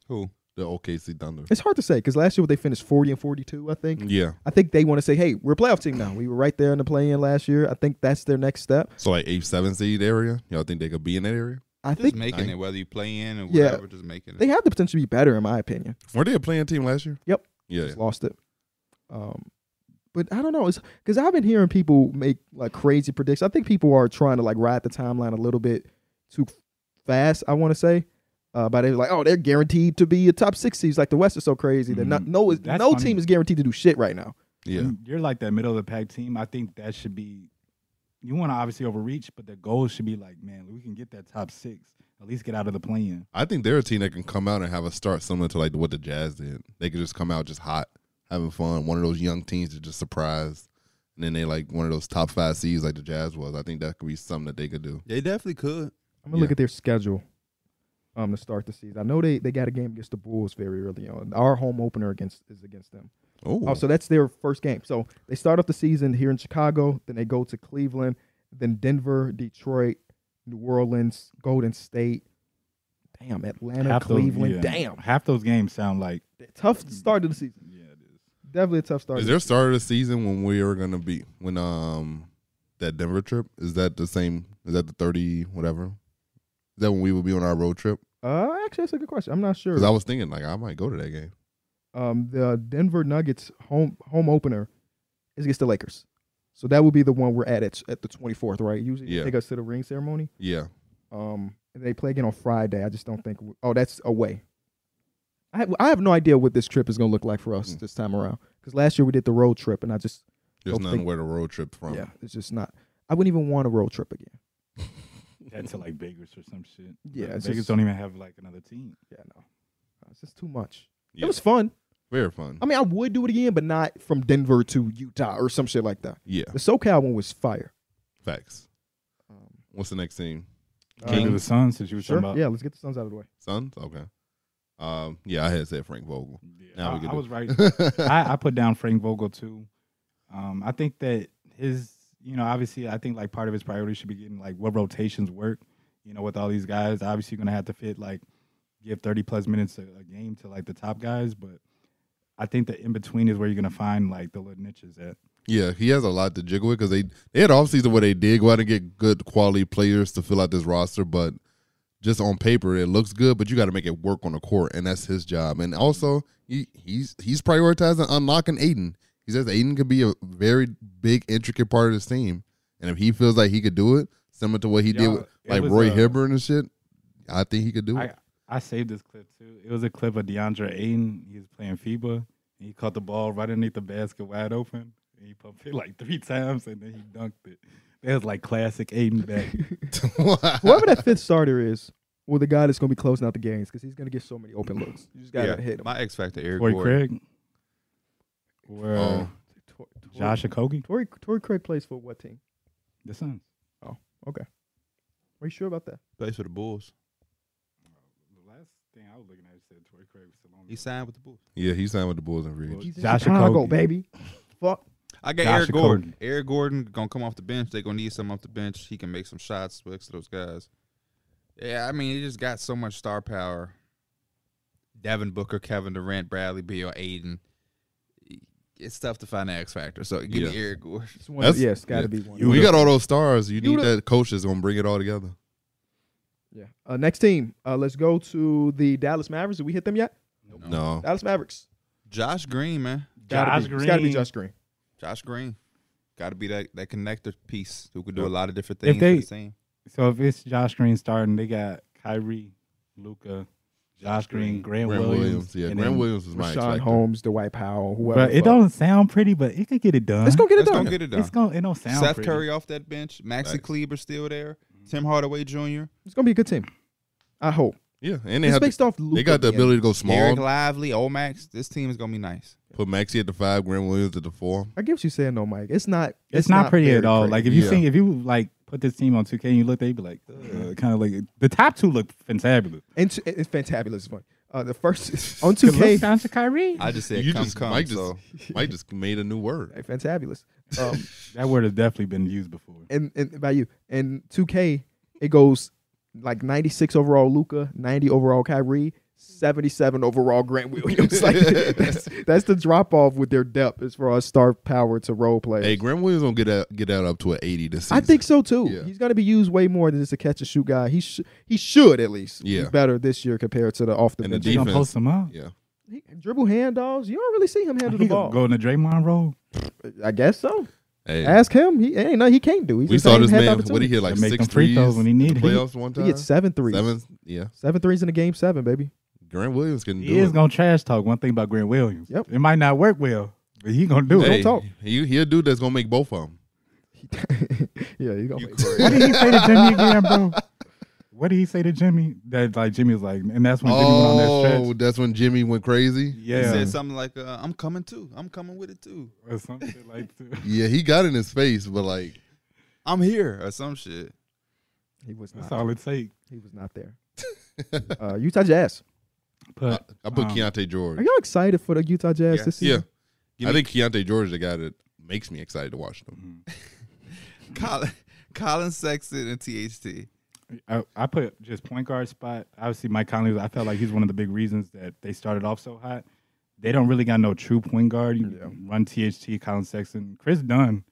Speaker 2: Who?
Speaker 4: The OKC Thunder.
Speaker 1: It's hard to say because last year they finished 40 and 42. I think.
Speaker 4: Yeah.
Speaker 1: I think they want to say, "Hey, we're a playoff team now. We were right there in the play-in last year. I think that's their next step.
Speaker 4: So like eighth, seventh seed area. Y'all think they could be in that area?
Speaker 1: I
Speaker 2: Just
Speaker 1: think
Speaker 2: making
Speaker 4: Nine.
Speaker 2: it, whether you play in or
Speaker 1: Yeah.
Speaker 2: whatever, just making it.
Speaker 1: they have the potential to be better, in my opinion.
Speaker 4: Were they a playing team last year?
Speaker 1: Yep.
Speaker 4: Yeah.
Speaker 1: Just lost it. Um, but I don't know. It's because I've been hearing people make like crazy predictions. I think people are trying to like ride the timeline a little bit too fast. I want to say. Uh, but they're like, oh, they're guaranteed to be a top six seeds. Like the West is so crazy that not,
Speaker 3: Mhm.
Speaker 1: no,
Speaker 3: That's
Speaker 1: no
Speaker 3: funny.
Speaker 1: team is guaranteed to do shit right now.
Speaker 4: Yeah.
Speaker 3: When Mm, You're like that middle of the pack team. I think that should be you want to obviously overreach, but the goal should be like, man, we can get that top six. At least get out of the play-in.
Speaker 4: I think they're a team that can come out and have a start similar to like what the Jazz did. They could just come out just hot, having fun. One of those young teams that just surprised, and then they like one of those top five seeds like the Jazz was. I think that could be something that they could do.
Speaker 2: They definitely could.
Speaker 1: I'm gonna look at their schedule um to start the season. I know they, they got a game against the Bulls very early on. Our home opener against is against them.
Speaker 4: Oh,
Speaker 1: Oh, so that's their first game. So they start off the season here in Chicago, then they go to Cleveland, Then Denver, Detroit, New Orleans, Golden State. Damn, Atlanta,
Speaker 3: those-
Speaker 1: Cleveland.
Speaker 3: yeah.
Speaker 1: Damn,
Speaker 3: Half those games sound like
Speaker 1: tough start of the season.
Speaker 3: yeah, it is.
Speaker 1: Definitely a tough start.
Speaker 4: Is
Speaker 1: of
Speaker 4: there a start of the season when we are gonna be when um that Denver trip? Is that the same? Is that the thirty whatever? Is that when we will be on our road trip?
Speaker 1: the- Uh, actually, that's a good question. I'm not sure.
Speaker 4: Because I was thinking like I might go to that game.
Speaker 1: um, the Denver Nuggets home home opener is against the Lakers. So that would be the one we're at at, at the 24th, right? Usually they
Speaker 4: Yeah.
Speaker 1: take us to the ring ceremony.
Speaker 4: Yeah,
Speaker 1: Um, and they play again on Friday. I just don't think. Oh, that's away. I have, I have no idea what this trip is going to look like for us
Speaker 4: Mm.
Speaker 1: this time around. Because last year we did the road trip, and I just
Speaker 4: there's
Speaker 1: Don't
Speaker 4: nothing
Speaker 1: think-
Speaker 4: where the road trip from.
Speaker 1: yeah, it's just not. I wouldn't even want a road trip again.
Speaker 3: that to like Vegas or some shit.
Speaker 1: Yeah,
Speaker 3: Like,
Speaker 1: it's
Speaker 3: Vegas
Speaker 1: just-
Speaker 3: don't even have like another team.
Speaker 1: Yeah, no, Uh, it's just too much.
Speaker 4: Yeah.
Speaker 1: It was fun.
Speaker 4: very fun.
Speaker 1: I mean, I would do it again, but not from Denver to Utah or some shit like that.
Speaker 4: yeah,
Speaker 1: The SoCal one was fire.
Speaker 4: facts.
Speaker 1: Um, uh,
Speaker 4: What's the next team?
Speaker 3: Can you do the Suns since you were
Speaker 1: Sure.
Speaker 3: talking about?
Speaker 1: Yeah, let's get the Suns out of the way.
Speaker 4: Suns. Okay. Um. Yeah, I had said Frank Vogel.
Speaker 3: Yeah,
Speaker 4: Now we
Speaker 3: I,
Speaker 4: can
Speaker 3: I
Speaker 4: do-
Speaker 3: was right. I, I put down Frank Vogel too. Um, I think that his, you know, obviously, I think like part of his priority should be getting like what rotations work. You know, with all these guys, obviously, you're gonna have to fit like give 30 plus minutes a, a game to like the top guys, but I think the in between is where you're gonna find like the little niches at.
Speaker 4: Yeah, he has a lot to jiggle with because they they had off season where they did go out and get good quality players to fill out this roster, but just on paper it looks good, but you got to make it work on the court, and that's his job. And also he he's he's prioritizing unlocking Aiden. He says Aiden could be a very big intricate part of this team, and if he feels like he could do it, similar to what he did
Speaker 3: Y'all,
Speaker 4: with
Speaker 3: it
Speaker 4: like
Speaker 3: was,
Speaker 4: Roy
Speaker 3: uh,
Speaker 4: Hibbert and shit, I think he could do it.
Speaker 3: I, I saved this clip too. It was a clip of DeAndre Ayton. He was playing FIBA. And he caught the ball right underneath the basket, wide open. And he pumped it like three times, and then he dunked it. That was like classic Aiden back.
Speaker 1: Whoever that fifth starter is, well, the guy that's going to be closing out the games because he's going to get so many open looks. You just got to
Speaker 2: Yeah,
Speaker 1: hit him.
Speaker 2: My X Factor, Eric
Speaker 3: Corey
Speaker 2: Gordon.
Speaker 3: Craig or
Speaker 4: Oh.
Speaker 1: Tor- Tor-
Speaker 3: Josh Okogie.
Speaker 1: Torrey, Torrey Craig plays for what team?
Speaker 3: The Suns.
Speaker 1: Are you sure about that?
Speaker 2: Plays for the Bulls.
Speaker 3: The last thing I was looking at said Torrey Craig was still on.
Speaker 2: He signed with the Bulls.
Speaker 4: yeah, he signed with the Bulls and free.
Speaker 3: Well,
Speaker 4: agency.
Speaker 1: He's in
Speaker 3: Josh
Speaker 1: Chicago,
Speaker 3: Okogie.
Speaker 1: baby. Fuck.
Speaker 2: I got
Speaker 3: Josh
Speaker 2: Eric Gordon.
Speaker 3: Gordon.
Speaker 2: Eric Gordon gonna come off the bench. They gonna need some off the bench. He can make some shots with those guys. Yeah, I mean, he just got so much star power. Devin Booker, Kevin Durant, Bradley Beal, Aiden. It's tough to find an X factor. So give
Speaker 4: Yeah.
Speaker 2: me Eric Gordon.
Speaker 1: It's one of-
Speaker 4: That's-
Speaker 1: yeah, it's got to
Speaker 4: yeah.
Speaker 1: be one. of
Speaker 4: We
Speaker 1: them.
Speaker 4: got all those stars. You
Speaker 1: You
Speaker 4: need
Speaker 1: would've-
Speaker 4: that coach that's gonna bring it all together.
Speaker 1: yeah. Uh, next team. Uh, let's go to the Dallas Mavericks. Did we hit them yet?
Speaker 4: no.
Speaker 1: Dallas Mavericks.
Speaker 2: Josh Green, man.
Speaker 1: Gotta
Speaker 3: Josh
Speaker 1: be. It's got to be
Speaker 3: Green.
Speaker 1: Josh Green.
Speaker 2: Josh Green. Got to be that, that connector piece who can do a lot of different
Speaker 3: If
Speaker 2: things.
Speaker 3: they-
Speaker 2: for the team.
Speaker 3: So if it's Josh Green starting, they got Kyrie, Luca, Josh Green, Grant,
Speaker 4: Grant
Speaker 3: Williams.
Speaker 4: Williams. Yeah,
Speaker 3: and
Speaker 4: Grant
Speaker 3: then-
Speaker 4: Williams was my X
Speaker 1: Rashawn
Speaker 4: factor.
Speaker 1: Holmes, Dwight Powell, whoever.
Speaker 3: But
Speaker 1: the fuck.
Speaker 3: it don't sound pretty, but it could get it done.
Speaker 1: Let's go get it
Speaker 2: Let's go
Speaker 1: done.
Speaker 2: get it done.
Speaker 3: It's gonna. It don't sound.
Speaker 2: Seth
Speaker 3: pretty.
Speaker 2: Curry off that bench. Maxi
Speaker 4: Nice.
Speaker 2: Kleber still there. Tim Hardaway Jr.
Speaker 1: It's going to be a good team. I hope.
Speaker 4: Yeah, and they
Speaker 1: It's
Speaker 4: had
Speaker 1: based off
Speaker 4: they got the
Speaker 1: Luka.
Speaker 4: ability to go small.
Speaker 2: Eric Lively, Omax. This team is gonna be nice.
Speaker 4: Put Maxi at the five, Grant Williams at the four.
Speaker 1: I get what you're saying though, Mike. It's not.
Speaker 3: It's, not, pretty
Speaker 1: very
Speaker 3: at all.
Speaker 1: pretty.
Speaker 3: Like if you
Speaker 4: Yeah.
Speaker 3: seen, if you like put this team on 2K and you look, they'd be like, kind of like the top two look fantabulous.
Speaker 1: and t- it's fantabulous. It's fun. Uh, the first on two K,
Speaker 3: down to Kyrie.
Speaker 2: I just said
Speaker 4: You
Speaker 2: come
Speaker 4: just
Speaker 2: come.
Speaker 4: Mike
Speaker 2: so
Speaker 4: just Mike just made a new word.
Speaker 1: fantabulous. Um,
Speaker 3: That word has definitely been used before.
Speaker 1: and and by you and two K, it goes like ninety six overall Luca, ninety overall Kyrie, seventy seven overall Grant Williams. like that's that's the drop off with their depth as far as star power to role players.
Speaker 4: Hey, Grant Williams gonna get out get out up to an eighty this season.
Speaker 1: I think so too.
Speaker 4: Yeah.
Speaker 1: He's going to be used way more than just a catch and shoot guy. He sh- he should at least
Speaker 4: Yeah.
Speaker 1: be better this year compared to the off the
Speaker 4: And the
Speaker 1: bench.
Speaker 3: They gonna
Speaker 4: defense.
Speaker 3: post him up.
Speaker 4: Yeah,
Speaker 1: He- dribble handoffs. You don't really see him handle
Speaker 3: He
Speaker 1: the
Speaker 3: gonna
Speaker 1: ball.
Speaker 3: go in the Draymond role.
Speaker 1: I guess so.
Speaker 4: hey,
Speaker 1: Ask him. He ain't no. He can't do. He
Speaker 4: we
Speaker 1: just
Speaker 4: saw
Speaker 1: ain't
Speaker 4: this
Speaker 1: had the
Speaker 4: man. What
Speaker 1: opportunity.
Speaker 4: he hit like
Speaker 3: To make
Speaker 4: six
Speaker 3: them free throws
Speaker 4: threes
Speaker 3: when he needed
Speaker 4: in
Speaker 3: it.
Speaker 4: the playoffs one time.
Speaker 1: He hit seven threes. Seven.
Speaker 4: Seven, yeah.
Speaker 1: threes in the game seven, baby.
Speaker 4: Grant Williams can
Speaker 3: He
Speaker 4: do
Speaker 3: is
Speaker 4: it.
Speaker 3: gonna trash talk. One thing about Grant Williams.
Speaker 1: Yep.
Speaker 3: It might not work well, but he gonna do
Speaker 4: hey,
Speaker 3: it.
Speaker 1: talk.
Speaker 4: He he a dude that's gonna make both of them.
Speaker 1: yeah, you go.
Speaker 2: you
Speaker 3: What
Speaker 2: crazy.
Speaker 3: did he say to Jimmy again, bro? What did he say to Jimmy? That like Jimmy was like, and that's when Jimmy went on that
Speaker 4: Oh,
Speaker 3: stretch.
Speaker 4: that's when Jimmy went crazy.
Speaker 3: Yeah.
Speaker 2: He said something like, uh, "I'm coming too. I'm coming with it too.
Speaker 3: or something like that.
Speaker 4: Yeah, he got in his face, but like
Speaker 2: I'm here or some shit."
Speaker 1: He was
Speaker 3: That's
Speaker 1: not.
Speaker 3: all it takes.
Speaker 1: He was not there. uh, Utah Jazz.
Speaker 4: I,
Speaker 3: But
Speaker 4: I put
Speaker 3: um,
Speaker 4: Keontae George.
Speaker 1: Are y'all excited for the Utah Jazz
Speaker 2: Yeah.
Speaker 1: this
Speaker 4: Yeah.
Speaker 1: season?
Speaker 2: Give
Speaker 4: I
Speaker 2: me-
Speaker 4: think Keontae George is the guy that makes me excited to watch them.
Speaker 2: Colin,
Speaker 7: Colin Sexton and THT.
Speaker 3: I, I put just point guard spot. Obviously, Mike Conley. I felt like he's one of the big reasons that they started off so hot. They don't really got no true point guard. You run THT, Colin Sexton, Chris Dunn.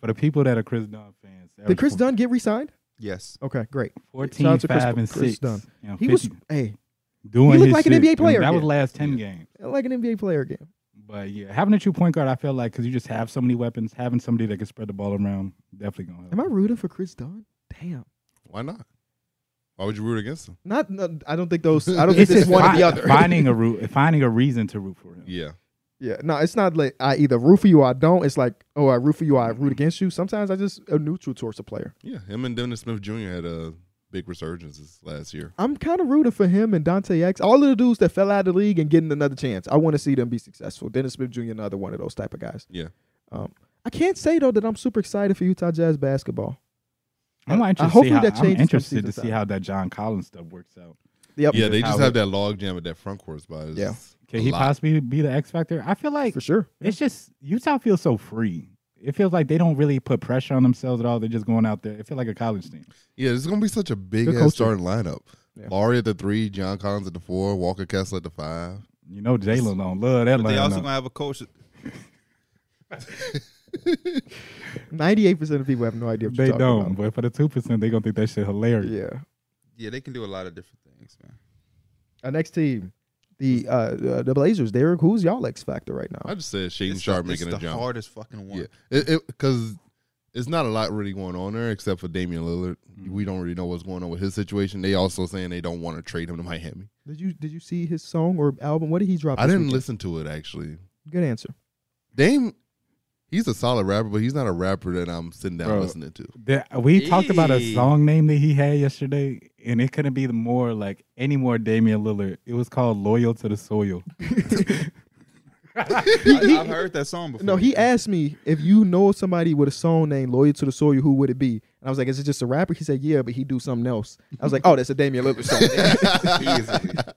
Speaker 3: For the people that are Chris Dunn fans, that
Speaker 1: Did
Speaker 3: was
Speaker 1: Chris Dunn get re-signed?
Speaker 7: Yes.
Speaker 1: Okay, great.
Speaker 3: 14,
Speaker 1: Shout out to Chris-
Speaker 3: 5, and
Speaker 1: Chris
Speaker 3: six.
Speaker 1: Dunn.
Speaker 3: You know,
Speaker 1: He was
Speaker 3: 50
Speaker 1: hey,
Speaker 3: doing.
Speaker 1: looked
Speaker 3: his
Speaker 1: like an
Speaker 3: shit.
Speaker 1: NBA
Speaker 3: And
Speaker 1: player
Speaker 3: That was
Speaker 1: again.
Speaker 3: last ten games.
Speaker 1: like an NBA player again.
Speaker 3: But yeah, having a true point guard, I feel like because you just have so many weapons, having somebody that can spread the ball around definitely gonna help.
Speaker 1: Am I rooting for Chris Dunn? Damn.
Speaker 4: Why not? Why would you root against him?
Speaker 1: Not, no, I don't think those. I don't think this is
Speaker 3: just
Speaker 1: one or
Speaker 3: fi-
Speaker 1: the other.
Speaker 3: finding a root, finding a reason to root for him.
Speaker 4: Yeah.
Speaker 1: Yeah, no, it's not like I either root for you or I don't. It's like, oh, I root for you or I
Speaker 3: Mm-hmm.
Speaker 1: root against you. Sometimes I just a neutral towards a player.
Speaker 4: Yeah. Him and Dennis Smith Jr. had a big resurgence this last year.
Speaker 1: I'm kind of rooting for him and Dante X. All of the dudes that fell out of the league and getting another chance. I want to see them be successful. Dennis Smith Jr. another one of those type of guys.
Speaker 4: Yeah.
Speaker 1: Um, I can't say though that I'm super excited for Utah Jazz basketball.
Speaker 3: I'm
Speaker 1: I-
Speaker 3: interested. to see
Speaker 1: hopefully
Speaker 3: how-
Speaker 1: that changes
Speaker 3: I'm
Speaker 1: from
Speaker 3: interested to
Speaker 1: season
Speaker 3: see
Speaker 1: time.
Speaker 3: how that John Collins stuff works out.
Speaker 1: Yep.
Speaker 4: Yeah, they just
Speaker 3: how
Speaker 4: have that log jam at that front court spot. It's
Speaker 1: Yeah.
Speaker 3: Can
Speaker 4: a
Speaker 3: he
Speaker 4: lot.
Speaker 3: possibly be the X factor? I feel like
Speaker 1: for sure.
Speaker 3: it's just Utah feels so free. It feels like they don't really put pressure on themselves at all. They're just going out there. It feels like a college team.
Speaker 4: Yeah, this is gonna be such a big
Speaker 1: Good
Speaker 4: ass
Speaker 1: culture.
Speaker 4: starting lineup.
Speaker 1: Yeah.
Speaker 4: Laurie at the three, John Collins at the four, Walker Kessler at the five.
Speaker 3: You know, Jalen don't love that
Speaker 7: But
Speaker 3: line.
Speaker 7: they also
Speaker 3: up.
Speaker 7: gonna have a coach.
Speaker 1: Ninety-eight percent of people have no idea. What
Speaker 3: They
Speaker 1: you're talking
Speaker 3: don't.
Speaker 1: About.
Speaker 3: But for the two percent, they gonna think that shit hilarious.
Speaker 1: Yeah.
Speaker 7: Yeah, they can do a lot of different things, man.
Speaker 1: Our next team, the uh, uh the Blazers. Derek, who's y'all X factor right now?
Speaker 4: I just said Shaden
Speaker 7: It's
Speaker 4: Sharp
Speaker 7: the,
Speaker 4: making
Speaker 7: it's
Speaker 4: a
Speaker 7: the
Speaker 4: jump.
Speaker 7: hardest fucking one.
Speaker 4: yeah, it it because it's not a lot really going on there except for Damian Lillard. We don't really know what's going on with his situation. They also saying they don't want to trade him to Miami.
Speaker 1: Did you did you see his song or album? What did he drop?
Speaker 4: I
Speaker 1: this
Speaker 4: didn't
Speaker 1: weekend?
Speaker 4: listen to it actually.
Speaker 1: Good answer.
Speaker 4: Dame, he's a solid rapper, but he's not a rapper that I'm sitting down
Speaker 3: Bro.
Speaker 4: listening to.
Speaker 3: There- we talked about a
Speaker 7: Eee.
Speaker 3: song name that he had yesterday, and it couldn't be the more like any more Damian Lillard. It was called "Loyal to the Soil."
Speaker 7: I, have heard that song before.
Speaker 1: No, he asked me if you know somebody with a song named "Loyal to the Soil," who would it be? And I was like, "Is it just a rapper?" He said, "Yeah, but he do something else." I was like, "Oh, that's a Damian Lillard song."
Speaker 7: He is a-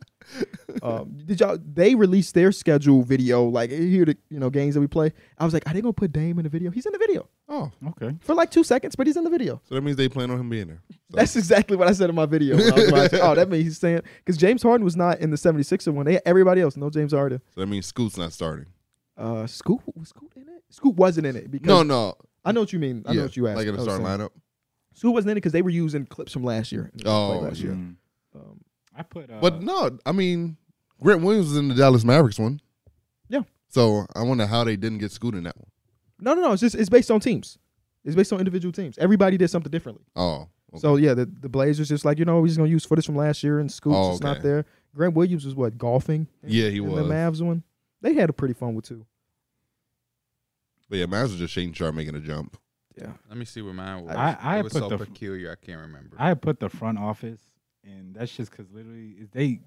Speaker 1: um, did y'all? They released their schedule video, like here the you know games that we play. I was like, "Are they gonna put Dame in the video?" He's in the video
Speaker 4: Oh,
Speaker 3: Okay,
Speaker 1: for like two seconds, but he's in the video.
Speaker 4: so that means they plan on him being there. So-
Speaker 1: That's exactly what I said in my video. when I was watching. oh, that means he's saying because James Harden was not in the 76er one. They had everybody else, no James Harden.
Speaker 4: so that means Scoot's not starting.
Speaker 1: Uh, Scoop was Scoop in it. Scoop wasn't in it because
Speaker 4: No, no,
Speaker 1: I know what you mean. I
Speaker 4: yeah,
Speaker 1: know what you asked.
Speaker 4: Like
Speaker 1: I
Speaker 4: in the
Speaker 1: was
Speaker 4: starting
Speaker 1: saying.
Speaker 4: lineup.
Speaker 1: Scoop wasn't in it because they were using clips from last year.
Speaker 4: Oh,
Speaker 1: last
Speaker 4: yeah.
Speaker 1: year.
Speaker 3: Mm.
Speaker 1: Um,
Speaker 3: I put. Uh,
Speaker 4: But no, I mean, Grant Williams was in the Dallas Mavericks one.
Speaker 1: Yeah.
Speaker 4: So I wonder how they didn't get Scoot in that one.
Speaker 1: no, no, no. It's just it's based on teams. It's based on individual teams. Everybody did something differently.
Speaker 4: Oh, okay.
Speaker 1: So yeah, the, the Blazers just like you know we're just gonna use footage from last year and Scoop's
Speaker 4: Oh,
Speaker 1: just
Speaker 4: okay.
Speaker 1: not there. Grant Williams was what golfing. in-
Speaker 4: yeah, he
Speaker 1: in
Speaker 4: was.
Speaker 1: the Mavs one. They had a pretty fun one too.
Speaker 4: but yeah, Mavs was just Shane Sharp making a jump.
Speaker 7: Let me see where mine was.
Speaker 3: I- I
Speaker 7: it was
Speaker 3: put
Speaker 7: so
Speaker 3: the-
Speaker 7: peculiar. I can't remember.
Speaker 3: I put the front office, and that's just because literally if they.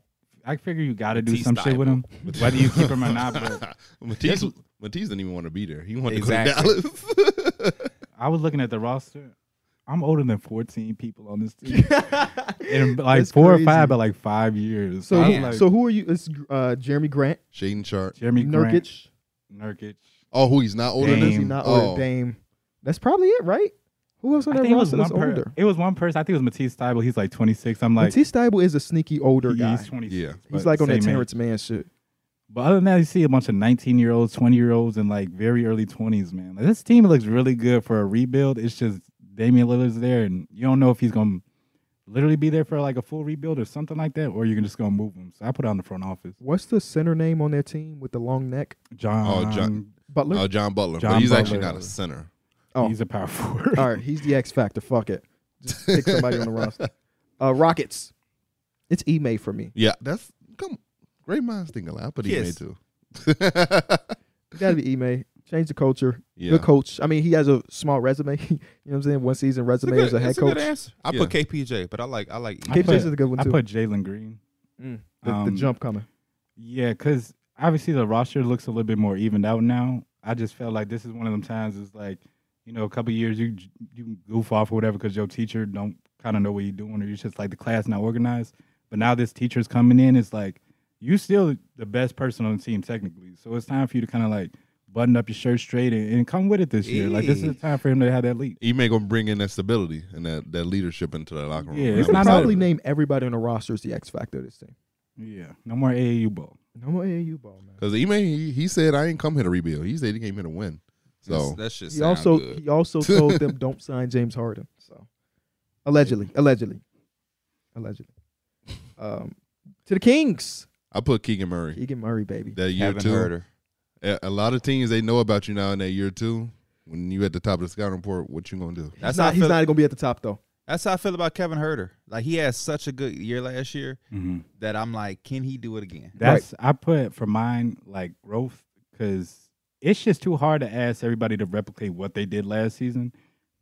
Speaker 3: I figure you got to do
Speaker 7: Matisse
Speaker 3: some shit with him, whether you keep him or not. But
Speaker 4: Matisse, Matisse didn't even want to be there. He wanted
Speaker 7: Exactly.
Speaker 4: to go to Dallas.
Speaker 3: I was looking at the roster. I'm older than 14 people on this team, and like
Speaker 1: That's
Speaker 3: four or
Speaker 1: crazy.
Speaker 3: five, but like five years.
Speaker 1: So who,
Speaker 3: I'm
Speaker 7: Damn.
Speaker 1: so who are you? It's uh, Jeremy Grant,
Speaker 4: Shane Sharp.
Speaker 3: Jeremy Grant,
Speaker 1: Nurkic.
Speaker 3: Nurkic.
Speaker 4: Oh, who he's not older
Speaker 1: Or
Speaker 4: than?
Speaker 1: does he
Speaker 3: Dame.
Speaker 1: not
Speaker 4: Oh.
Speaker 1: older? Dame. That's probably it, right? Who else on
Speaker 3: I
Speaker 1: that
Speaker 3: think it was
Speaker 1: roster
Speaker 3: one
Speaker 1: is
Speaker 3: per-
Speaker 1: older?
Speaker 3: It was one person. I think it was Matisse Steibel. He's like 26. I'm like,
Speaker 1: Matisse Thybulle is a sneaky older
Speaker 3: he-
Speaker 1: guy.
Speaker 3: he's 26.
Speaker 4: Yeah.
Speaker 1: He's
Speaker 3: but
Speaker 1: like on that
Speaker 3: same age.
Speaker 1: Terrence Mann shit.
Speaker 3: But other than that, you see a bunch of 19 year olds, 20 year olds, and like very early 20s, man. Like, this team looks really good for a rebuild. It's just Damian Lillard's there, and you don't know if he's going to literally be there for like a full rebuild or something like that, or you're just going to move him. So I put it on the front office.
Speaker 1: What's the center name on their team with the long neck?
Speaker 3: John.
Speaker 4: Oh, John.
Speaker 1: Butler.
Speaker 4: Oh, John Butler.
Speaker 3: John
Speaker 4: but he's actually
Speaker 3: Butler.
Speaker 4: not a center.
Speaker 1: Oh.
Speaker 3: He's a power forward.
Speaker 1: All right, he's the X factor. Fuck it. Just pick somebody on the roster. Uh, Rockets. It's E May for me.
Speaker 4: Yeah, that's come. Great minds think alike. I put he made
Speaker 7: Yes.
Speaker 4: too.
Speaker 1: It's got to be E May. Change the culture.
Speaker 4: yeah,
Speaker 1: Good coach. I mean, he has a small resume. you know what I'm saying? One season
Speaker 7: It's a
Speaker 1: resume
Speaker 7: good-
Speaker 1: as a head
Speaker 7: it's
Speaker 1: coach.
Speaker 7: good answer. I
Speaker 4: Yeah.
Speaker 7: put KPJ, but I like I like.
Speaker 3: I
Speaker 1: Gabe
Speaker 3: put-
Speaker 1: Chase is a good one
Speaker 3: I
Speaker 1: too.
Speaker 3: put Jalen Green.
Speaker 1: Mm. the, the
Speaker 3: um,
Speaker 1: jump coming.
Speaker 3: Yeah, because obviously the roster looks a little bit more evened out now. I just felt like this is one of them times. It's like you know, a couple years you you goof off or whatever because your teacher don't kind of know what you're doing, or you're just like the class not organized. But now this teacher's coming in. It's like you still the best person on the team technically, so it's time for you to kind of like button up your shirt straight and, and come with it this year. Like this is the time for him to have that leap.
Speaker 4: He may gonna bring in that stability and that, that leadership into that locker room.
Speaker 3: Yeah,
Speaker 4: And
Speaker 3: it's
Speaker 4: I'm
Speaker 3: not
Speaker 4: excited.
Speaker 1: Probably name everybody on the roster as the X factor of this team.
Speaker 3: Yeah, no more AAU ball.
Speaker 1: No more AAU ball, man.
Speaker 4: Because he, may- he he said I ain't come here to rebuild. He said he came here to win. So
Speaker 7: That's- that shit
Speaker 1: He
Speaker 7: sound
Speaker 1: also
Speaker 7: good.
Speaker 1: he also told them don't sign James Harden. So allegedly, allegedly, allegedly. Um, to the Kings,
Speaker 4: I put Keegan Murray
Speaker 1: Keegan Murray, baby.
Speaker 4: that year
Speaker 7: Haven't
Speaker 4: too.
Speaker 7: heard her.
Speaker 4: A, a lot of teams they know about you now in that year two. When you at the top of the scouting report, what you gonna do?
Speaker 1: That's
Speaker 7: That's
Speaker 1: not
Speaker 7: how I
Speaker 1: he's
Speaker 7: feel-
Speaker 1: not gonna be at the top though.
Speaker 7: That's how I feel about Kevin Herter. Like he had such a good year last year that I'm like, can he do it again?
Speaker 3: That's I put for mine like growth because it's just too hard to ask everybody to replicate what they did last season.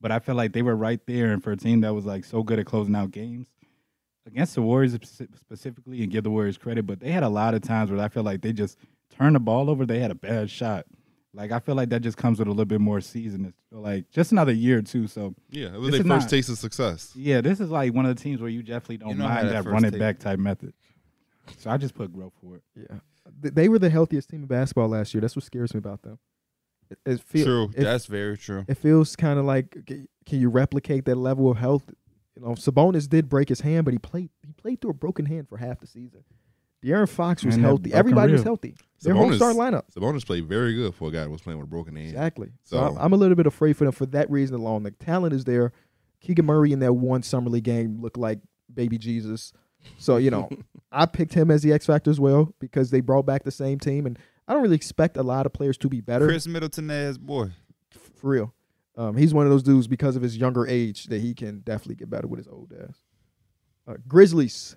Speaker 3: But I feel like they were right there, and for a team that was like so good at closing out games against the Warriors spe- specifically, and give the Warriors credit, but they had a lot of times where I feel like they just turned the ball over. They had a bad shot. Like I feel like that just comes with a little bit more season. It's like just another year or two. So
Speaker 4: Yeah, it was
Speaker 3: This
Speaker 4: their
Speaker 3: is
Speaker 4: first
Speaker 3: not-
Speaker 4: taste of success.
Speaker 3: yeah, this is like one of the teams where you definitely don't
Speaker 7: You know how
Speaker 3: mind
Speaker 7: that
Speaker 3: that
Speaker 7: first
Speaker 3: run it
Speaker 7: take-
Speaker 3: back type method. So I just put growth for it.
Speaker 1: Yeah, Th- they were the healthiest team in basketball last year. That's what scares me about them. It, it feel-
Speaker 7: true.
Speaker 1: It,
Speaker 7: That's very true.
Speaker 1: it feels kind of like c- can you replicate that level of health? You know, Sabonis did break his hand, but he played he played through a broken hand for half the season. De'Aaron Fox was
Speaker 3: Man, that
Speaker 1: healthy.
Speaker 3: broken
Speaker 1: Everybody was
Speaker 3: rib.
Speaker 1: healthy. Their whole
Speaker 4: Sabonis-
Speaker 1: star lineup.
Speaker 4: Sabonis played very good for a guy that was playing with a broken hand.
Speaker 1: Exactly. So, I'm,
Speaker 4: So-
Speaker 1: I'm a little bit afraid for them for that reason alone. The talent is there. Keegan Murray in that one summer league game looked like baby Jesus. So you know, I picked him as the X factor as well because they brought back the same team, and I don't really expect a lot of players to be better
Speaker 7: Chris Middleton as boy.
Speaker 1: f- for real. Um, he's one of those dudes because of his younger age that he can definitely get better with his old ass. Uh, Grizzlies.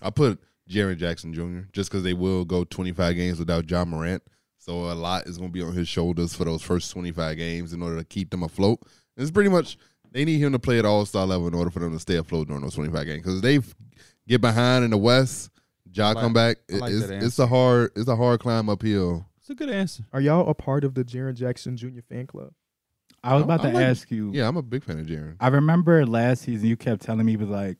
Speaker 4: I put Jaron Jackson Jr. just because they will go 25 games without John Morant. So a lot is going to be on his shoulders for those first 25 games in order to keep them afloat. It's pretty much they need him to play at all star level in order for them to stay afloat during those 25 games. Because they get behind in the West, Ja
Speaker 7: like-
Speaker 4: come back.
Speaker 7: I like
Speaker 4: it's,
Speaker 7: that
Speaker 4: it's a hard it's a hard climb uphill.
Speaker 7: It's a good answer.
Speaker 1: Are y'all a part of the Jaron Jackson Jr. fan club?
Speaker 3: I was
Speaker 4: I-
Speaker 3: about
Speaker 4: I
Speaker 3: to
Speaker 4: like-
Speaker 3: ask you.
Speaker 4: Yeah, I'm a big fan of Jaron.
Speaker 3: I remember last season you kept telling me he was like,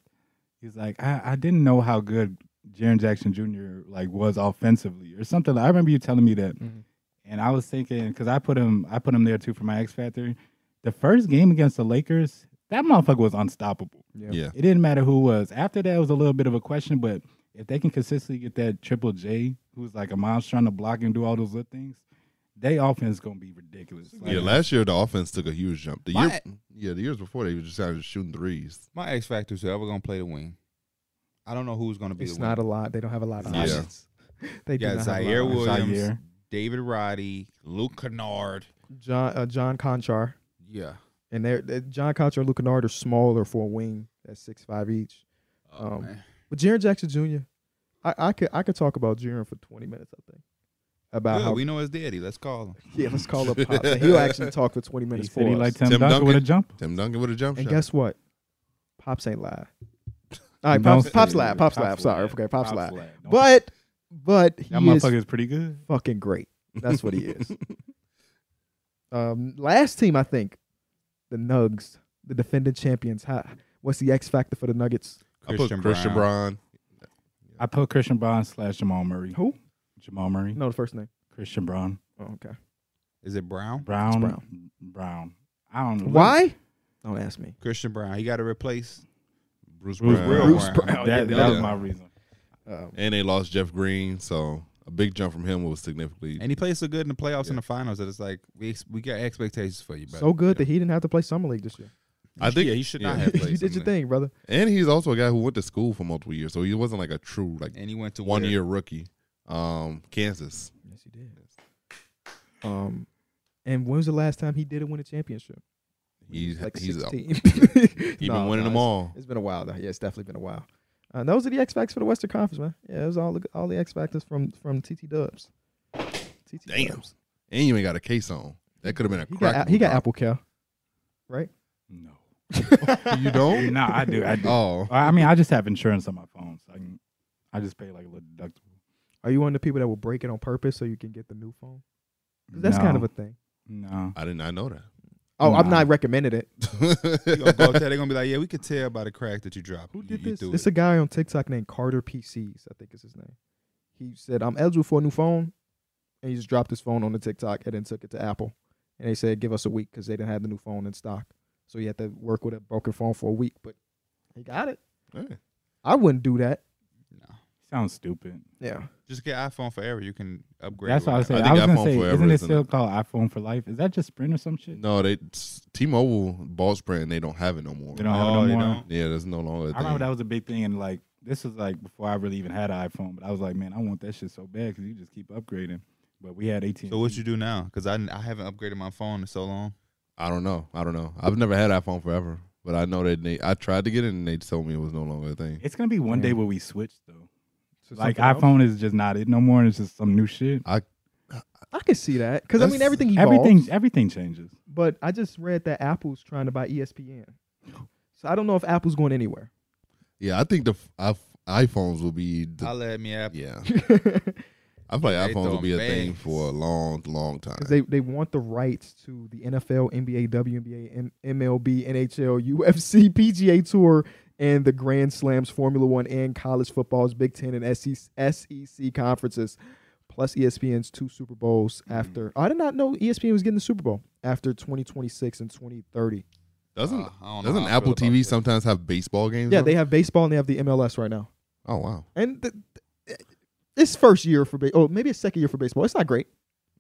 Speaker 3: he's like, I, I didn't know how good Jaron Jackson Jr. like was offensively or something. I remember you telling me that,
Speaker 1: Mhm.
Speaker 3: and I was thinking because I put him, I put him there too for my X Factor. The first game against the Lakers, that motherfucker was unstoppable.
Speaker 4: Yeah.
Speaker 3: It didn't matter who was. After that, it was a little bit of a question, but if they can consistently get that Triple J, who's like a monster on the block and do all those little things, they offense gonna be ridiculous.
Speaker 4: Yeah,
Speaker 3: Like,
Speaker 4: last year the offense took a huge jump. The
Speaker 7: My-
Speaker 4: year, yeah, the years before they were just out shooting threes.
Speaker 7: My X Factor is whoever gonna play the wing. I don't know who's gonna be
Speaker 1: It's
Speaker 7: the
Speaker 1: not a
Speaker 7: wing.
Speaker 1: lot. They don't have a lot of
Speaker 4: Yeah.
Speaker 1: options. They do
Speaker 7: Yeah,
Speaker 1: not have a lot
Speaker 7: Zaire
Speaker 1: of options.
Speaker 7: Williams.
Speaker 3: Zaire.
Speaker 7: David Roddy, Luke Kennard.
Speaker 1: John uh, John Conchar
Speaker 7: Yeah.
Speaker 1: and they're, they John Conchar and Luke Kennard are smaller for a wing at six five each.
Speaker 7: Oh,
Speaker 1: Um,
Speaker 7: man.
Speaker 1: But Jaron Jackson Jr. I, I could I could talk about Jaron for twenty minutes. I think about
Speaker 7: Good,
Speaker 1: how
Speaker 7: we know his daddy. Let's call him.
Speaker 1: yeah. Let's call up Pop. and He'll actually talk for twenty
Speaker 3: he
Speaker 1: minutes for
Speaker 3: said he
Speaker 1: us.
Speaker 3: liked Tim,
Speaker 4: Tim
Speaker 3: Duncan with a
Speaker 4: Duncan.
Speaker 3: jump.
Speaker 4: Tim Duncan with a jump
Speaker 1: And
Speaker 4: shot.
Speaker 1: guess what? Pops ain't live. All right,
Speaker 3: Don't
Speaker 1: pops, pops
Speaker 3: say
Speaker 1: live,
Speaker 3: it.
Speaker 1: pops live. Sorry,
Speaker 3: live.
Speaker 1: okay, pops, live.
Speaker 3: live. Don't-
Speaker 1: But but he
Speaker 3: that
Speaker 1: is
Speaker 3: motherfucker is pretty good.
Speaker 1: fucking great. That's what he is. um, last team, I think, the Nugs, the defending champions. How, what's the X factor for the Nuggets?
Speaker 4: I put Christian Braun.
Speaker 3: I put Christian Braun slash Jamal Murray.
Speaker 1: Who?
Speaker 3: Jamal Murray.
Speaker 1: No, the first name.
Speaker 3: Christian Braun.
Speaker 1: Oh, okay.
Speaker 7: Is it Brown?
Speaker 3: Brown.
Speaker 1: Brown.
Speaker 3: Brown. I don't know.
Speaker 1: Why? Don't ask me.
Speaker 7: Christian Brown. He got to replace.
Speaker 4: Bruce,
Speaker 3: Bruce
Speaker 4: Brown.
Speaker 3: Brown.
Speaker 7: Bruce
Speaker 1: Brown.
Speaker 3: That,
Speaker 1: Yeah,
Speaker 3: that
Speaker 4: yeah.
Speaker 3: was my reason.
Speaker 1: Um,
Speaker 4: And they lost Jeff Green, so a big jump from him was significantly.
Speaker 7: And he plays so good in the playoffs
Speaker 4: Yeah.
Speaker 7: and the finals that it's like we ex- we got expectations for you, bro.
Speaker 1: so good that he didn't have to play summer league this year.
Speaker 4: I think
Speaker 7: yeah, he should not
Speaker 4: yeah.
Speaker 7: have played.
Speaker 1: you did your
Speaker 7: something.
Speaker 1: thing, brother.
Speaker 4: And he's also a guy who went to school for multiple years, so he wasn't like a true like
Speaker 7: And he went to
Speaker 4: one
Speaker 7: where?
Speaker 4: year rookie. Um, Kansas.
Speaker 1: Yes, he did. Um, and when was the last time he did it win a championship?
Speaker 4: He's
Speaker 1: like
Speaker 4: he's a-
Speaker 1: sixteen.
Speaker 4: he been winning them all.
Speaker 1: It's been a while though. Yeah, it's definitely been a while. Uh, those are the X factors for the Western Conference, man. Yeah, it was all the, all the X factors from from TT Dubs. TT
Speaker 4: Damn.
Speaker 1: Dubs.
Speaker 4: And you ain't got a case on. That could have been a
Speaker 1: He
Speaker 4: crack.
Speaker 1: got he got Apple Care.
Speaker 3: No.
Speaker 4: You don't?
Speaker 3: no, I do. I do.
Speaker 4: Oh,
Speaker 3: I mean, I just have insurance on my phone, so I can. I just pay like a little deductible.
Speaker 1: Are you one of the people that will break it on purpose so you can get the new phone? 'Cause that's kind of
Speaker 3: No.
Speaker 1: a thing.
Speaker 3: No.
Speaker 4: I did not know
Speaker 1: Oh, I'm
Speaker 3: Nah.
Speaker 1: not recommending it.
Speaker 7: You gonna go up
Speaker 4: that.
Speaker 7: there, They're gey're gonna be like, yeah, we could tell by the crack that you dropped.
Speaker 1: Who
Speaker 7: You-
Speaker 1: did
Speaker 7: you
Speaker 1: this?
Speaker 7: threw
Speaker 1: It's
Speaker 7: it.
Speaker 1: a guy on TikTok named Carter PCs, I think is his name. He said, I'm eligible for a new phone. and he just dropped his phone on the TikTok and then took it to Apple. And they said, give us a week because they didn't have the new phone in stock. So he had to work with a broken phone for a week, but he got it.
Speaker 4: Yeah.
Speaker 1: I wouldn't do that.
Speaker 3: Sounds stupid.
Speaker 1: Yeah.
Speaker 7: Just get iPhone forever. You can upgrade.
Speaker 3: That's what I was
Speaker 7: without-
Speaker 4: I think
Speaker 3: saying. I, was
Speaker 4: iPhone
Speaker 3: gonna say,
Speaker 4: forever,
Speaker 3: isn't it
Speaker 4: isn't
Speaker 3: still called iPhone for life? Is that just Sprint or some shit?
Speaker 4: No, they T-Mobile bought Sprint. They don't have it no more.
Speaker 3: They don't have it no
Speaker 7: Oh, they
Speaker 3: more.
Speaker 7: don't?
Speaker 4: Yeah, that's no longer. A
Speaker 3: I remember
Speaker 4: thing.
Speaker 3: that was a big thing, and like this was like before I really even had an iPhone. But I was like, man, I want that shit so bad because you just keep upgrading. But we had 18.
Speaker 7: So what you do now? Because I, I haven't upgraded my phone in so long.
Speaker 4: I don't know. I don't know. I've never had iPhone forever, but I know that they, I tried to get it and they told me it was no longer a thing.
Speaker 3: It's gonna be one
Speaker 1: Yeah.
Speaker 3: day where we switch though.
Speaker 1: So
Speaker 3: like
Speaker 1: something else?
Speaker 3: iPhone is just not it no more, and it's just some new shit.
Speaker 1: I could see that because I mean
Speaker 4: That's-
Speaker 1: everything evolves.
Speaker 3: Everything, everything changes.
Speaker 1: But I just read that Apple's trying to buy E ESPN, so I don't know if Apple's going anywhere.
Speaker 4: Yeah, I think the f- I- iPhones will be. The,
Speaker 7: I'll let me app.
Speaker 4: yeah,
Speaker 1: Because
Speaker 4: I feel like
Speaker 7: They
Speaker 4: iPhones will be a
Speaker 7: throwing
Speaker 4: thing
Speaker 7: bags.
Speaker 4: for a long, long time.
Speaker 1: they, they want the rights to the NFL, NBA, WNBA, M- MLB, NHL, UFC, PGA Tour, and the Grand Slams, Formula One, and college football's Big Ten and E, SEC, SEC conferences, plus E ESPN's two Super Bowls after. I did not know E ESPN was getting the Super Bowl after 2026 and 2030.
Speaker 4: doesn't
Speaker 7: Uh, I don't know
Speaker 4: doesn't
Speaker 7: how I feel
Speaker 4: Apple
Speaker 7: about
Speaker 4: TV
Speaker 7: this.
Speaker 4: sometimes have baseball games?
Speaker 1: Yeah,
Speaker 4: on
Speaker 1: they
Speaker 4: it?
Speaker 1: have baseball and they have the MLS right now.
Speaker 4: Oh wow,
Speaker 1: And the, it's first year for ba- oh maybe it's second year for baseball. It's not great.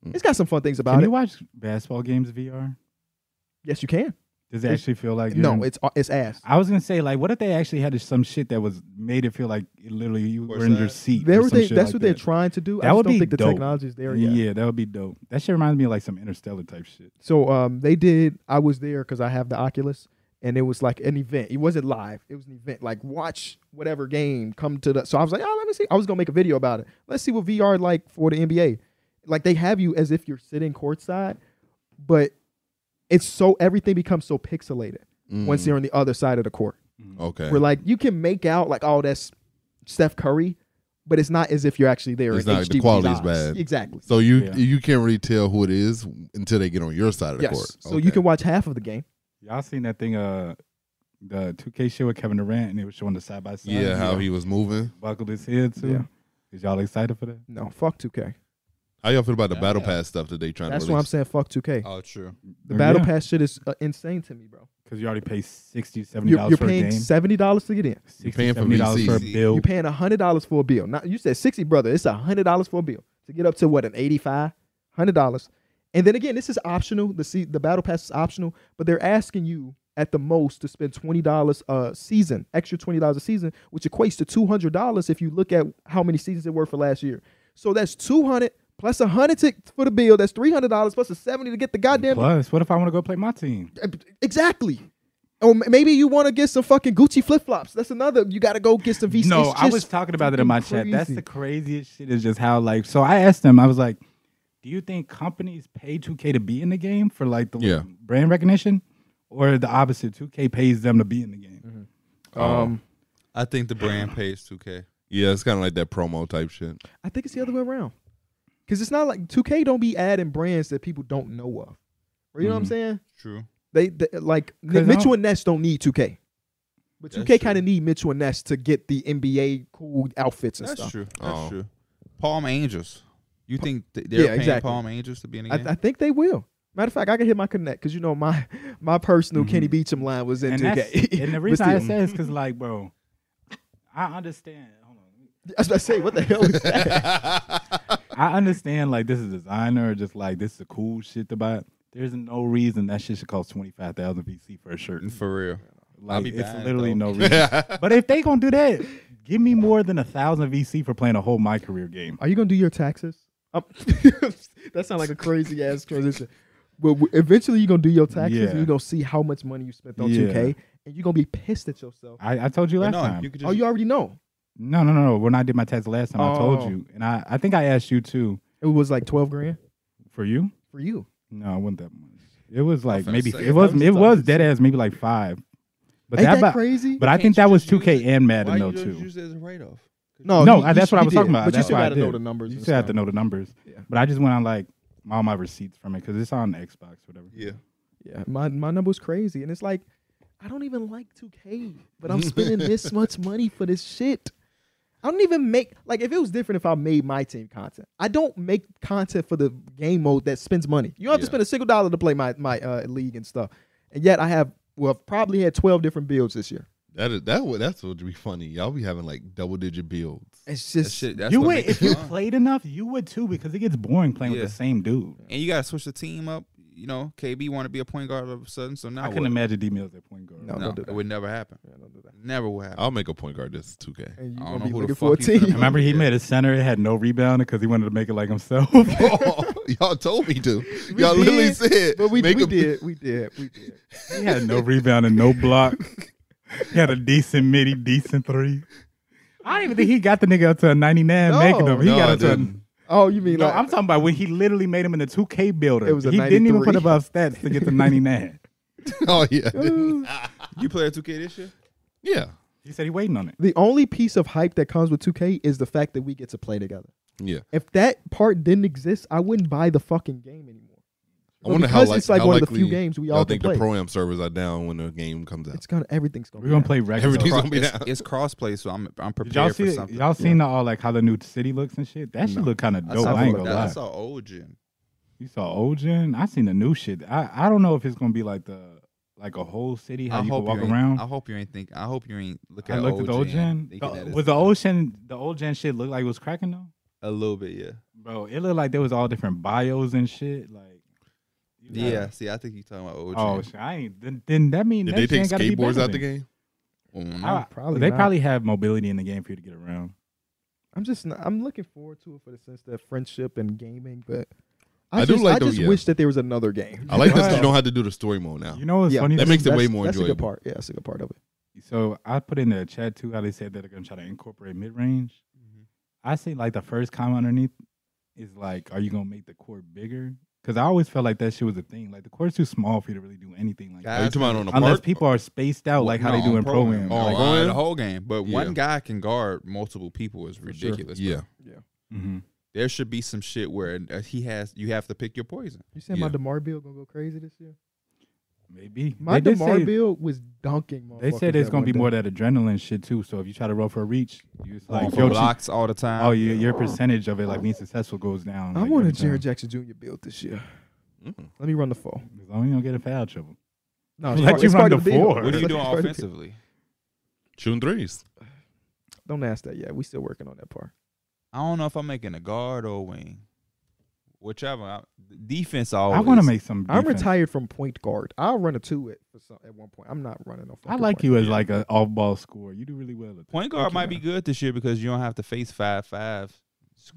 Speaker 4: Mm.
Speaker 1: It's got some fun things
Speaker 3: Can
Speaker 1: about
Speaker 3: you
Speaker 1: it.
Speaker 3: watch basketball games VR?
Speaker 1: Yes, you can.
Speaker 3: Does it
Speaker 1: It's-
Speaker 3: actually feel like
Speaker 1: No,
Speaker 3: you're-
Speaker 1: it's it's ass.
Speaker 3: I was gonna say like, what if they actually had some shit that was made it feel like it literally you were in your
Speaker 7: Corsage.
Speaker 3: seat?
Speaker 1: uh, They
Speaker 3: or
Speaker 1: were-
Speaker 3: some
Speaker 1: they-
Speaker 3: shit
Speaker 1: that's
Speaker 3: like
Speaker 1: what
Speaker 3: that.
Speaker 1: they're trying to do.
Speaker 3: That
Speaker 1: I just
Speaker 3: would
Speaker 1: don't
Speaker 3: be
Speaker 1: think the
Speaker 3: dope.
Speaker 1: technology is there
Speaker 3: Yeah,
Speaker 1: yet.
Speaker 3: that would be dope. That shit reminds me of like some interstellar type shit.
Speaker 1: So um, they did. I was there because I have the Oculus, and it was like an event. It wasn't live. It was an event. Like watch whatever game come to the. So I was like, oh, let me see. I was gonna make a video about it. Let's see what VR like for the NBA. Like they have you as if you're sitting courtside, but it's so everything becomes so pixelated once
Speaker 4: Mm,
Speaker 1: you're on the other side of the court.
Speaker 4: okay,
Speaker 1: Where like you can make out like, oh, that's Steph Curry, but it's not as if you're actually there.
Speaker 4: It's
Speaker 1: in
Speaker 4: not- the
Speaker 1: HD with
Speaker 4: quality
Speaker 1: these
Speaker 4: is
Speaker 1: eyes.
Speaker 4: bad.
Speaker 1: Exactly.
Speaker 4: so you
Speaker 3: Yeah.
Speaker 4: you can't really tell who it is until they get on your side of the
Speaker 1: Yes.
Speaker 4: court.
Speaker 1: So you
Speaker 4: Okay.
Speaker 1: can watch half of the game.
Speaker 3: Y'all seen that thing? Uh, the 2K shit with Kevin Durant, and it was showing the side by side.
Speaker 4: yeah, how he was moving.
Speaker 3: buckled his head too.
Speaker 1: Yeah.
Speaker 3: Is y'all excited for that?
Speaker 1: No, fuck 2K.
Speaker 4: How y'all feel about the
Speaker 7: Yeah.
Speaker 4: battle pass stuff that they trying
Speaker 1: That's
Speaker 4: to
Speaker 1: why I'm
Speaker 4: release?
Speaker 1: saying fuck 2K.
Speaker 7: Oh, true.
Speaker 1: The battle
Speaker 3: Yeah.
Speaker 1: pass shit is uh, insane to me, bro.
Speaker 3: Because you already pay 60
Speaker 1: You're,
Speaker 3: dollars
Speaker 1: you're
Speaker 3: for a
Speaker 1: paying
Speaker 3: game.
Speaker 1: seventy dollars to get in.
Speaker 3: 60
Speaker 4: paying for
Speaker 3: dollars for a
Speaker 7: VCs.
Speaker 3: bill.
Speaker 1: You're paying hundred dollars for a bill. Not you said sixty, brother. It's hundred dollars for a bill to get up to what an eighty-five, hundred dollars. And then again, this is optional. The se- the battle pass is optional, but they're asking you at the most to spend twenty dollars a season, extra twenty dollars a season, which equates to two hundred dollars if you look at how many seasons there were for last year. So that's two hundred plus a hundred to- for the bill. That's three hundred dollars plus a seventy to get the goddamn
Speaker 3: Plus, what if I want to go play my team?
Speaker 1: Exactly. Or m- maybe you want to get some fucking Gucci flip flops. That's another. You got to go get some VC.
Speaker 3: no,
Speaker 1: It's
Speaker 3: I
Speaker 1: just
Speaker 3: was talking about it in my
Speaker 1: fucking
Speaker 3: chat. That's the
Speaker 1: crazy.
Speaker 3: craziest shit. Is just how like. So I asked them. I was like, "Do you think companies pay 2K to be in the game for like the
Speaker 4: Yeah.
Speaker 3: brand recognition, or the opposite? 2K pays them to be in the game."
Speaker 1: Um,
Speaker 7: I think the brand pays 2K.
Speaker 4: Yeah, it's kind of like that promo type shit.
Speaker 1: I think it's the other way around. Cause it's not like 2K don't be adding brands that people don't know of. Or you know what I'm
Speaker 3: Mhm.
Speaker 1: saying?
Speaker 7: True.
Speaker 1: They, they like
Speaker 3: Cause I
Speaker 1: Mitchell
Speaker 3: don't-
Speaker 1: and Ness don't need 2K, but
Speaker 7: That's true.
Speaker 1: 2K kind of need Mitchell and Ness to get the NBA cool outfits and
Speaker 7: That's
Speaker 1: stuff.
Speaker 7: true. That's
Speaker 4: Oh.
Speaker 7: true. Palm Angels. You think th- they're
Speaker 1: Yeah,
Speaker 7: paying
Speaker 1: exactly.
Speaker 7: Palm Angels to be in the
Speaker 1: I,
Speaker 7: game?
Speaker 1: I think they will. Matter of fact, I can hit my connect because you know my my personal
Speaker 3: Mhm.
Speaker 1: Kenny Beecham line was in
Speaker 3: and,
Speaker 1: 2K.
Speaker 3: that's- and the
Speaker 1: But
Speaker 3: reason I
Speaker 1: still.
Speaker 3: say is because, like, bro, I understand. Hold on.
Speaker 1: I was about to say, what the hell is that?
Speaker 3: I understand, like, this is designer, or just like this is cool shit to buy. There's no reason that shit should cost twenty five thousand VC for a shirt.
Speaker 7: For real. I'll
Speaker 3: Like,
Speaker 7: be
Speaker 3: it's
Speaker 7: buying it,
Speaker 3: literally
Speaker 7: though.
Speaker 3: no reason. but if they gonna do that, give me more than a thousand VC for playing a whole my career game.
Speaker 1: Are you gonna do your taxes? Um, that sounds like a crazy ass transition. But w- eventually, you're gonna do your taxes,
Speaker 3: Yeah.
Speaker 1: and you're gonna see how much money you spent on
Speaker 3: Yeah.
Speaker 1: 2K, and you're gonna be pissed at yourself.
Speaker 3: I, I told you
Speaker 7: But
Speaker 3: last
Speaker 7: no,
Speaker 3: time.
Speaker 7: you could just.
Speaker 1: Oh, you already know
Speaker 3: no, no, no, no. When I did my test last time, I
Speaker 1: Oh.
Speaker 3: told you, and I, I think I asked you too.
Speaker 1: it was like 12 grand
Speaker 3: For you?
Speaker 1: for you.
Speaker 3: No, it wasn't that much. It was like
Speaker 7: finna
Speaker 3: maybe
Speaker 7: say,
Speaker 3: it was
Speaker 1: that was
Speaker 3: it
Speaker 1: a
Speaker 3: was
Speaker 1: thousand.
Speaker 3: dead ass maybe like five. But
Speaker 1: Ain't that,
Speaker 3: bu-
Speaker 1: crazy?
Speaker 3: But I
Speaker 7: Can't
Speaker 3: think
Speaker 7: you
Speaker 3: that was
Speaker 7: just use
Speaker 3: 2K and Madden
Speaker 7: Why
Speaker 3: though
Speaker 7: you just
Speaker 3: too.
Speaker 7: use it as a write off?
Speaker 3: No,
Speaker 1: Oh, you-
Speaker 3: I- that's
Speaker 1: you-
Speaker 3: what I
Speaker 1: you
Speaker 3: was talking
Speaker 1: did,
Speaker 3: about.
Speaker 1: But you
Speaker 3: That's
Speaker 1: still
Speaker 3: why I
Speaker 1: gotta know
Speaker 3: did.
Speaker 1: the numbers.
Speaker 3: You
Speaker 1: and
Speaker 3: still have
Speaker 1: stuff.
Speaker 3: to know the numbers.
Speaker 1: Yeah.
Speaker 3: But I just went on like all my receipts from it because it's on Xbox, whatever.
Speaker 7: Yeah.
Speaker 1: Yeah, my my number's crazy, and it's like I don't even like 2K, but I'm spending this much money for this shit. I don't even make like if it was different if I made my team content. I don't make content for the game mode that spends money. You don't have to
Speaker 4: Yeah.
Speaker 1: spend a single dollar to play my my uh, league and stuff. And yet I have well I've probably had twelve different builds this year.
Speaker 4: That is that would that's what would be funny. Y'all be having like double digit builds.
Speaker 1: It's
Speaker 2: That
Speaker 1: just
Speaker 2: shit, that's
Speaker 3: you
Speaker 2: what
Speaker 3: would
Speaker 2: makes
Speaker 3: if
Speaker 2: it
Speaker 3: you
Speaker 2: fun.
Speaker 3: played enough, you would too because it gets boring playing
Speaker 2: Yeah.
Speaker 3: with the same dude.
Speaker 7: and you gotta switch the team up. You know, KB want to be a point guard all of a sudden, so now
Speaker 3: I couldn't
Speaker 7: what?
Speaker 3: imagine D Mills at point guard.
Speaker 1: No.
Speaker 7: No,
Speaker 1: Don't do
Speaker 7: it
Speaker 1: that.
Speaker 7: would never happen.
Speaker 1: Yeah, don't do that.
Speaker 7: Never will happen.
Speaker 4: I'll make a point guard. This two K.
Speaker 1: And
Speaker 7: I
Speaker 1: you gonna
Speaker 7: don't know
Speaker 1: be
Speaker 7: who the
Speaker 1: looking
Speaker 7: fuck
Speaker 1: for a
Speaker 7: he's gonna
Speaker 1: team.
Speaker 3: Remember he
Speaker 7: Yeah.
Speaker 3: made a center, it had no rebound because he wanted to make it like himself. I
Speaker 4: y'all told me to.
Speaker 1: We
Speaker 4: Y'all literally
Speaker 1: did,
Speaker 4: said.
Speaker 1: But we,
Speaker 4: make
Speaker 1: we
Speaker 4: a-
Speaker 1: did, we did, we did.
Speaker 3: He had no rebound and no block. He had a decent midi, decent three. I don't even think he got the nigga up to a 99
Speaker 1: No.
Speaker 3: making him. He
Speaker 4: No,
Speaker 3: got
Speaker 4: I
Speaker 3: up to a,
Speaker 4: didn't.
Speaker 1: Oh, you mean
Speaker 3: No,
Speaker 1: like
Speaker 3: I'm talking about when he literally made him in the 2K builder.
Speaker 1: It was a
Speaker 3: he didn't even
Speaker 1: 93.
Speaker 3: put above stats to get to 99.
Speaker 4: Oh yeah. I didn't.
Speaker 2: you play at 2K this year?
Speaker 4: yeah.
Speaker 3: he said he waiting on it.
Speaker 1: the only piece of hype that comes with 2K is the fact that we get to play together.
Speaker 4: Yeah.
Speaker 1: If that part didn't exist, I wouldn't buy the fucking game anymore.
Speaker 4: I
Speaker 1: But
Speaker 4: wonder how
Speaker 1: because
Speaker 4: like,
Speaker 1: it's like
Speaker 4: how
Speaker 1: one of the
Speaker 4: likely
Speaker 1: few games we
Speaker 4: y'all
Speaker 1: all can
Speaker 4: think
Speaker 1: play.
Speaker 4: the pro am servers are down when the game comes out.
Speaker 1: It's gonna everything's gonna. be
Speaker 3: We're gonna
Speaker 1: that.
Speaker 3: play regular.
Speaker 4: Everything's
Speaker 3: Did
Speaker 4: gonna be
Speaker 7: It's,
Speaker 4: down.
Speaker 7: it's crossplay, so I'm I'm prepared
Speaker 3: y'all
Speaker 7: for
Speaker 3: see
Speaker 7: something.
Speaker 3: y'all seen all like how the new city looks and shit? That should look kind of
Speaker 1: I
Speaker 3: dope.
Speaker 1: saw
Speaker 3: I ain't
Speaker 1: it.
Speaker 3: gonna
Speaker 1: That-
Speaker 3: lie.
Speaker 7: I saw old gen.
Speaker 3: You saw old gen. I seen the new shit. I, I don't know if it's gonna be like the like a whole city
Speaker 7: I
Speaker 3: how you can
Speaker 7: hope
Speaker 3: walk
Speaker 7: you ain't-
Speaker 3: around.
Speaker 7: I hope you ain't think. I hope you ain't looking
Speaker 3: I
Speaker 7: at
Speaker 3: looked at the old gen.
Speaker 7: thinking
Speaker 3: The-
Speaker 7: that it's
Speaker 3: was the old gen the old gen shit look like it was cracking though?
Speaker 7: a little bit, yeah,
Speaker 3: Bro, it looked like there was all different bios and shit. Like you
Speaker 7: yeah.
Speaker 3: know.
Speaker 7: See, I think you talking about old
Speaker 3: Oh
Speaker 7: gen.
Speaker 3: shit, I ain't then, then that mean
Speaker 4: Did
Speaker 3: next
Speaker 4: they take
Speaker 3: gen gotta be
Speaker 4: skateboards
Speaker 3: better
Speaker 4: out the
Speaker 3: then.
Speaker 4: game?
Speaker 7: Mm,
Speaker 3: I-
Speaker 1: Probably
Speaker 3: they
Speaker 1: not.
Speaker 3: probably have mobility in the game for you to get around.
Speaker 1: I'm just not, I'm looking forward to it for the sense that friendship and gaming, but I,
Speaker 4: I do
Speaker 1: just,
Speaker 4: like
Speaker 1: I
Speaker 4: those,
Speaker 1: just
Speaker 4: yeah.
Speaker 1: wish that there was another game.
Speaker 4: I like that
Speaker 3: Wow.
Speaker 4: you don't have to do the story mode now.
Speaker 3: You know what's
Speaker 1: Yeah.
Speaker 3: funny?
Speaker 4: Oh. That makes it way
Speaker 1: That's-
Speaker 4: more
Speaker 1: That's a good
Speaker 4: enjoyable.
Speaker 1: part. Yeah, that's a good part of it.
Speaker 3: so I put in the chat too how they said that they're gonna try to incorporate mid range.
Speaker 1: Mm-hmm.
Speaker 3: I see like the first comment underneath is like, "Are you gonna make the court bigger?" Because I always felt like that shit was a thing. Like the court's too small for you to really do anything like that.
Speaker 4: Are you talking about on the
Speaker 3: Unless
Speaker 4: park?
Speaker 3: people are spaced out like how
Speaker 7: No,
Speaker 3: they do
Speaker 7: on
Speaker 3: in pro am.
Speaker 7: Oh,
Speaker 4: Like,
Speaker 7: uh,
Speaker 4: going-
Speaker 7: the whole game, but
Speaker 4: Yeah.
Speaker 7: one guy can guard multiple people is
Speaker 1: sure.
Speaker 7: ridiculous. bro.
Speaker 4: Yeah.
Speaker 3: hmm
Speaker 7: there should be some shit where uh, he has. You have to pick your poison.
Speaker 1: You saying
Speaker 4: Yeah.
Speaker 1: my Demar bill gonna go crazy this year?
Speaker 3: Maybe
Speaker 1: My
Speaker 3: they did
Speaker 1: Demar
Speaker 3: say,
Speaker 1: bill was dunking.
Speaker 3: They said
Speaker 1: motherfuckers
Speaker 3: it's
Speaker 1: that
Speaker 3: gonna
Speaker 1: one
Speaker 3: be
Speaker 1: day.
Speaker 3: more that adrenaline shit too. So if you try to roll for a reach, you it's like
Speaker 7: Like
Speaker 3: your
Speaker 7: blocks all the time.
Speaker 3: oh your your percentage of it like being successful goes down.
Speaker 1: I
Speaker 3: like,
Speaker 1: want a
Speaker 3: every time.
Speaker 1: Jared Jackson Jr. build this year.
Speaker 4: Mm.
Speaker 1: Let me run the four.
Speaker 3: As long as you don't get in foul trouble.
Speaker 1: No,
Speaker 3: Let you run the four.
Speaker 7: What are you
Speaker 1: It's
Speaker 7: doing
Speaker 1: part of the bill.
Speaker 7: offensively?
Speaker 4: Shooting threes.
Speaker 1: Don't ask that yet. We still working on that part.
Speaker 7: I don't know if I'm making a guard or a wing, whichever. I, defense always.
Speaker 3: I want to make some.
Speaker 1: I'm
Speaker 3: defense.
Speaker 1: retired from point guard. I'll run a two at for some, at one point. I'm not running off.
Speaker 3: I like you as like an off-ball scorer. You do really well. At that.
Speaker 7: Point
Speaker 1: Thank
Speaker 7: guard
Speaker 1: you,
Speaker 7: might
Speaker 1: man.
Speaker 7: be good this year because you don't have to face five five.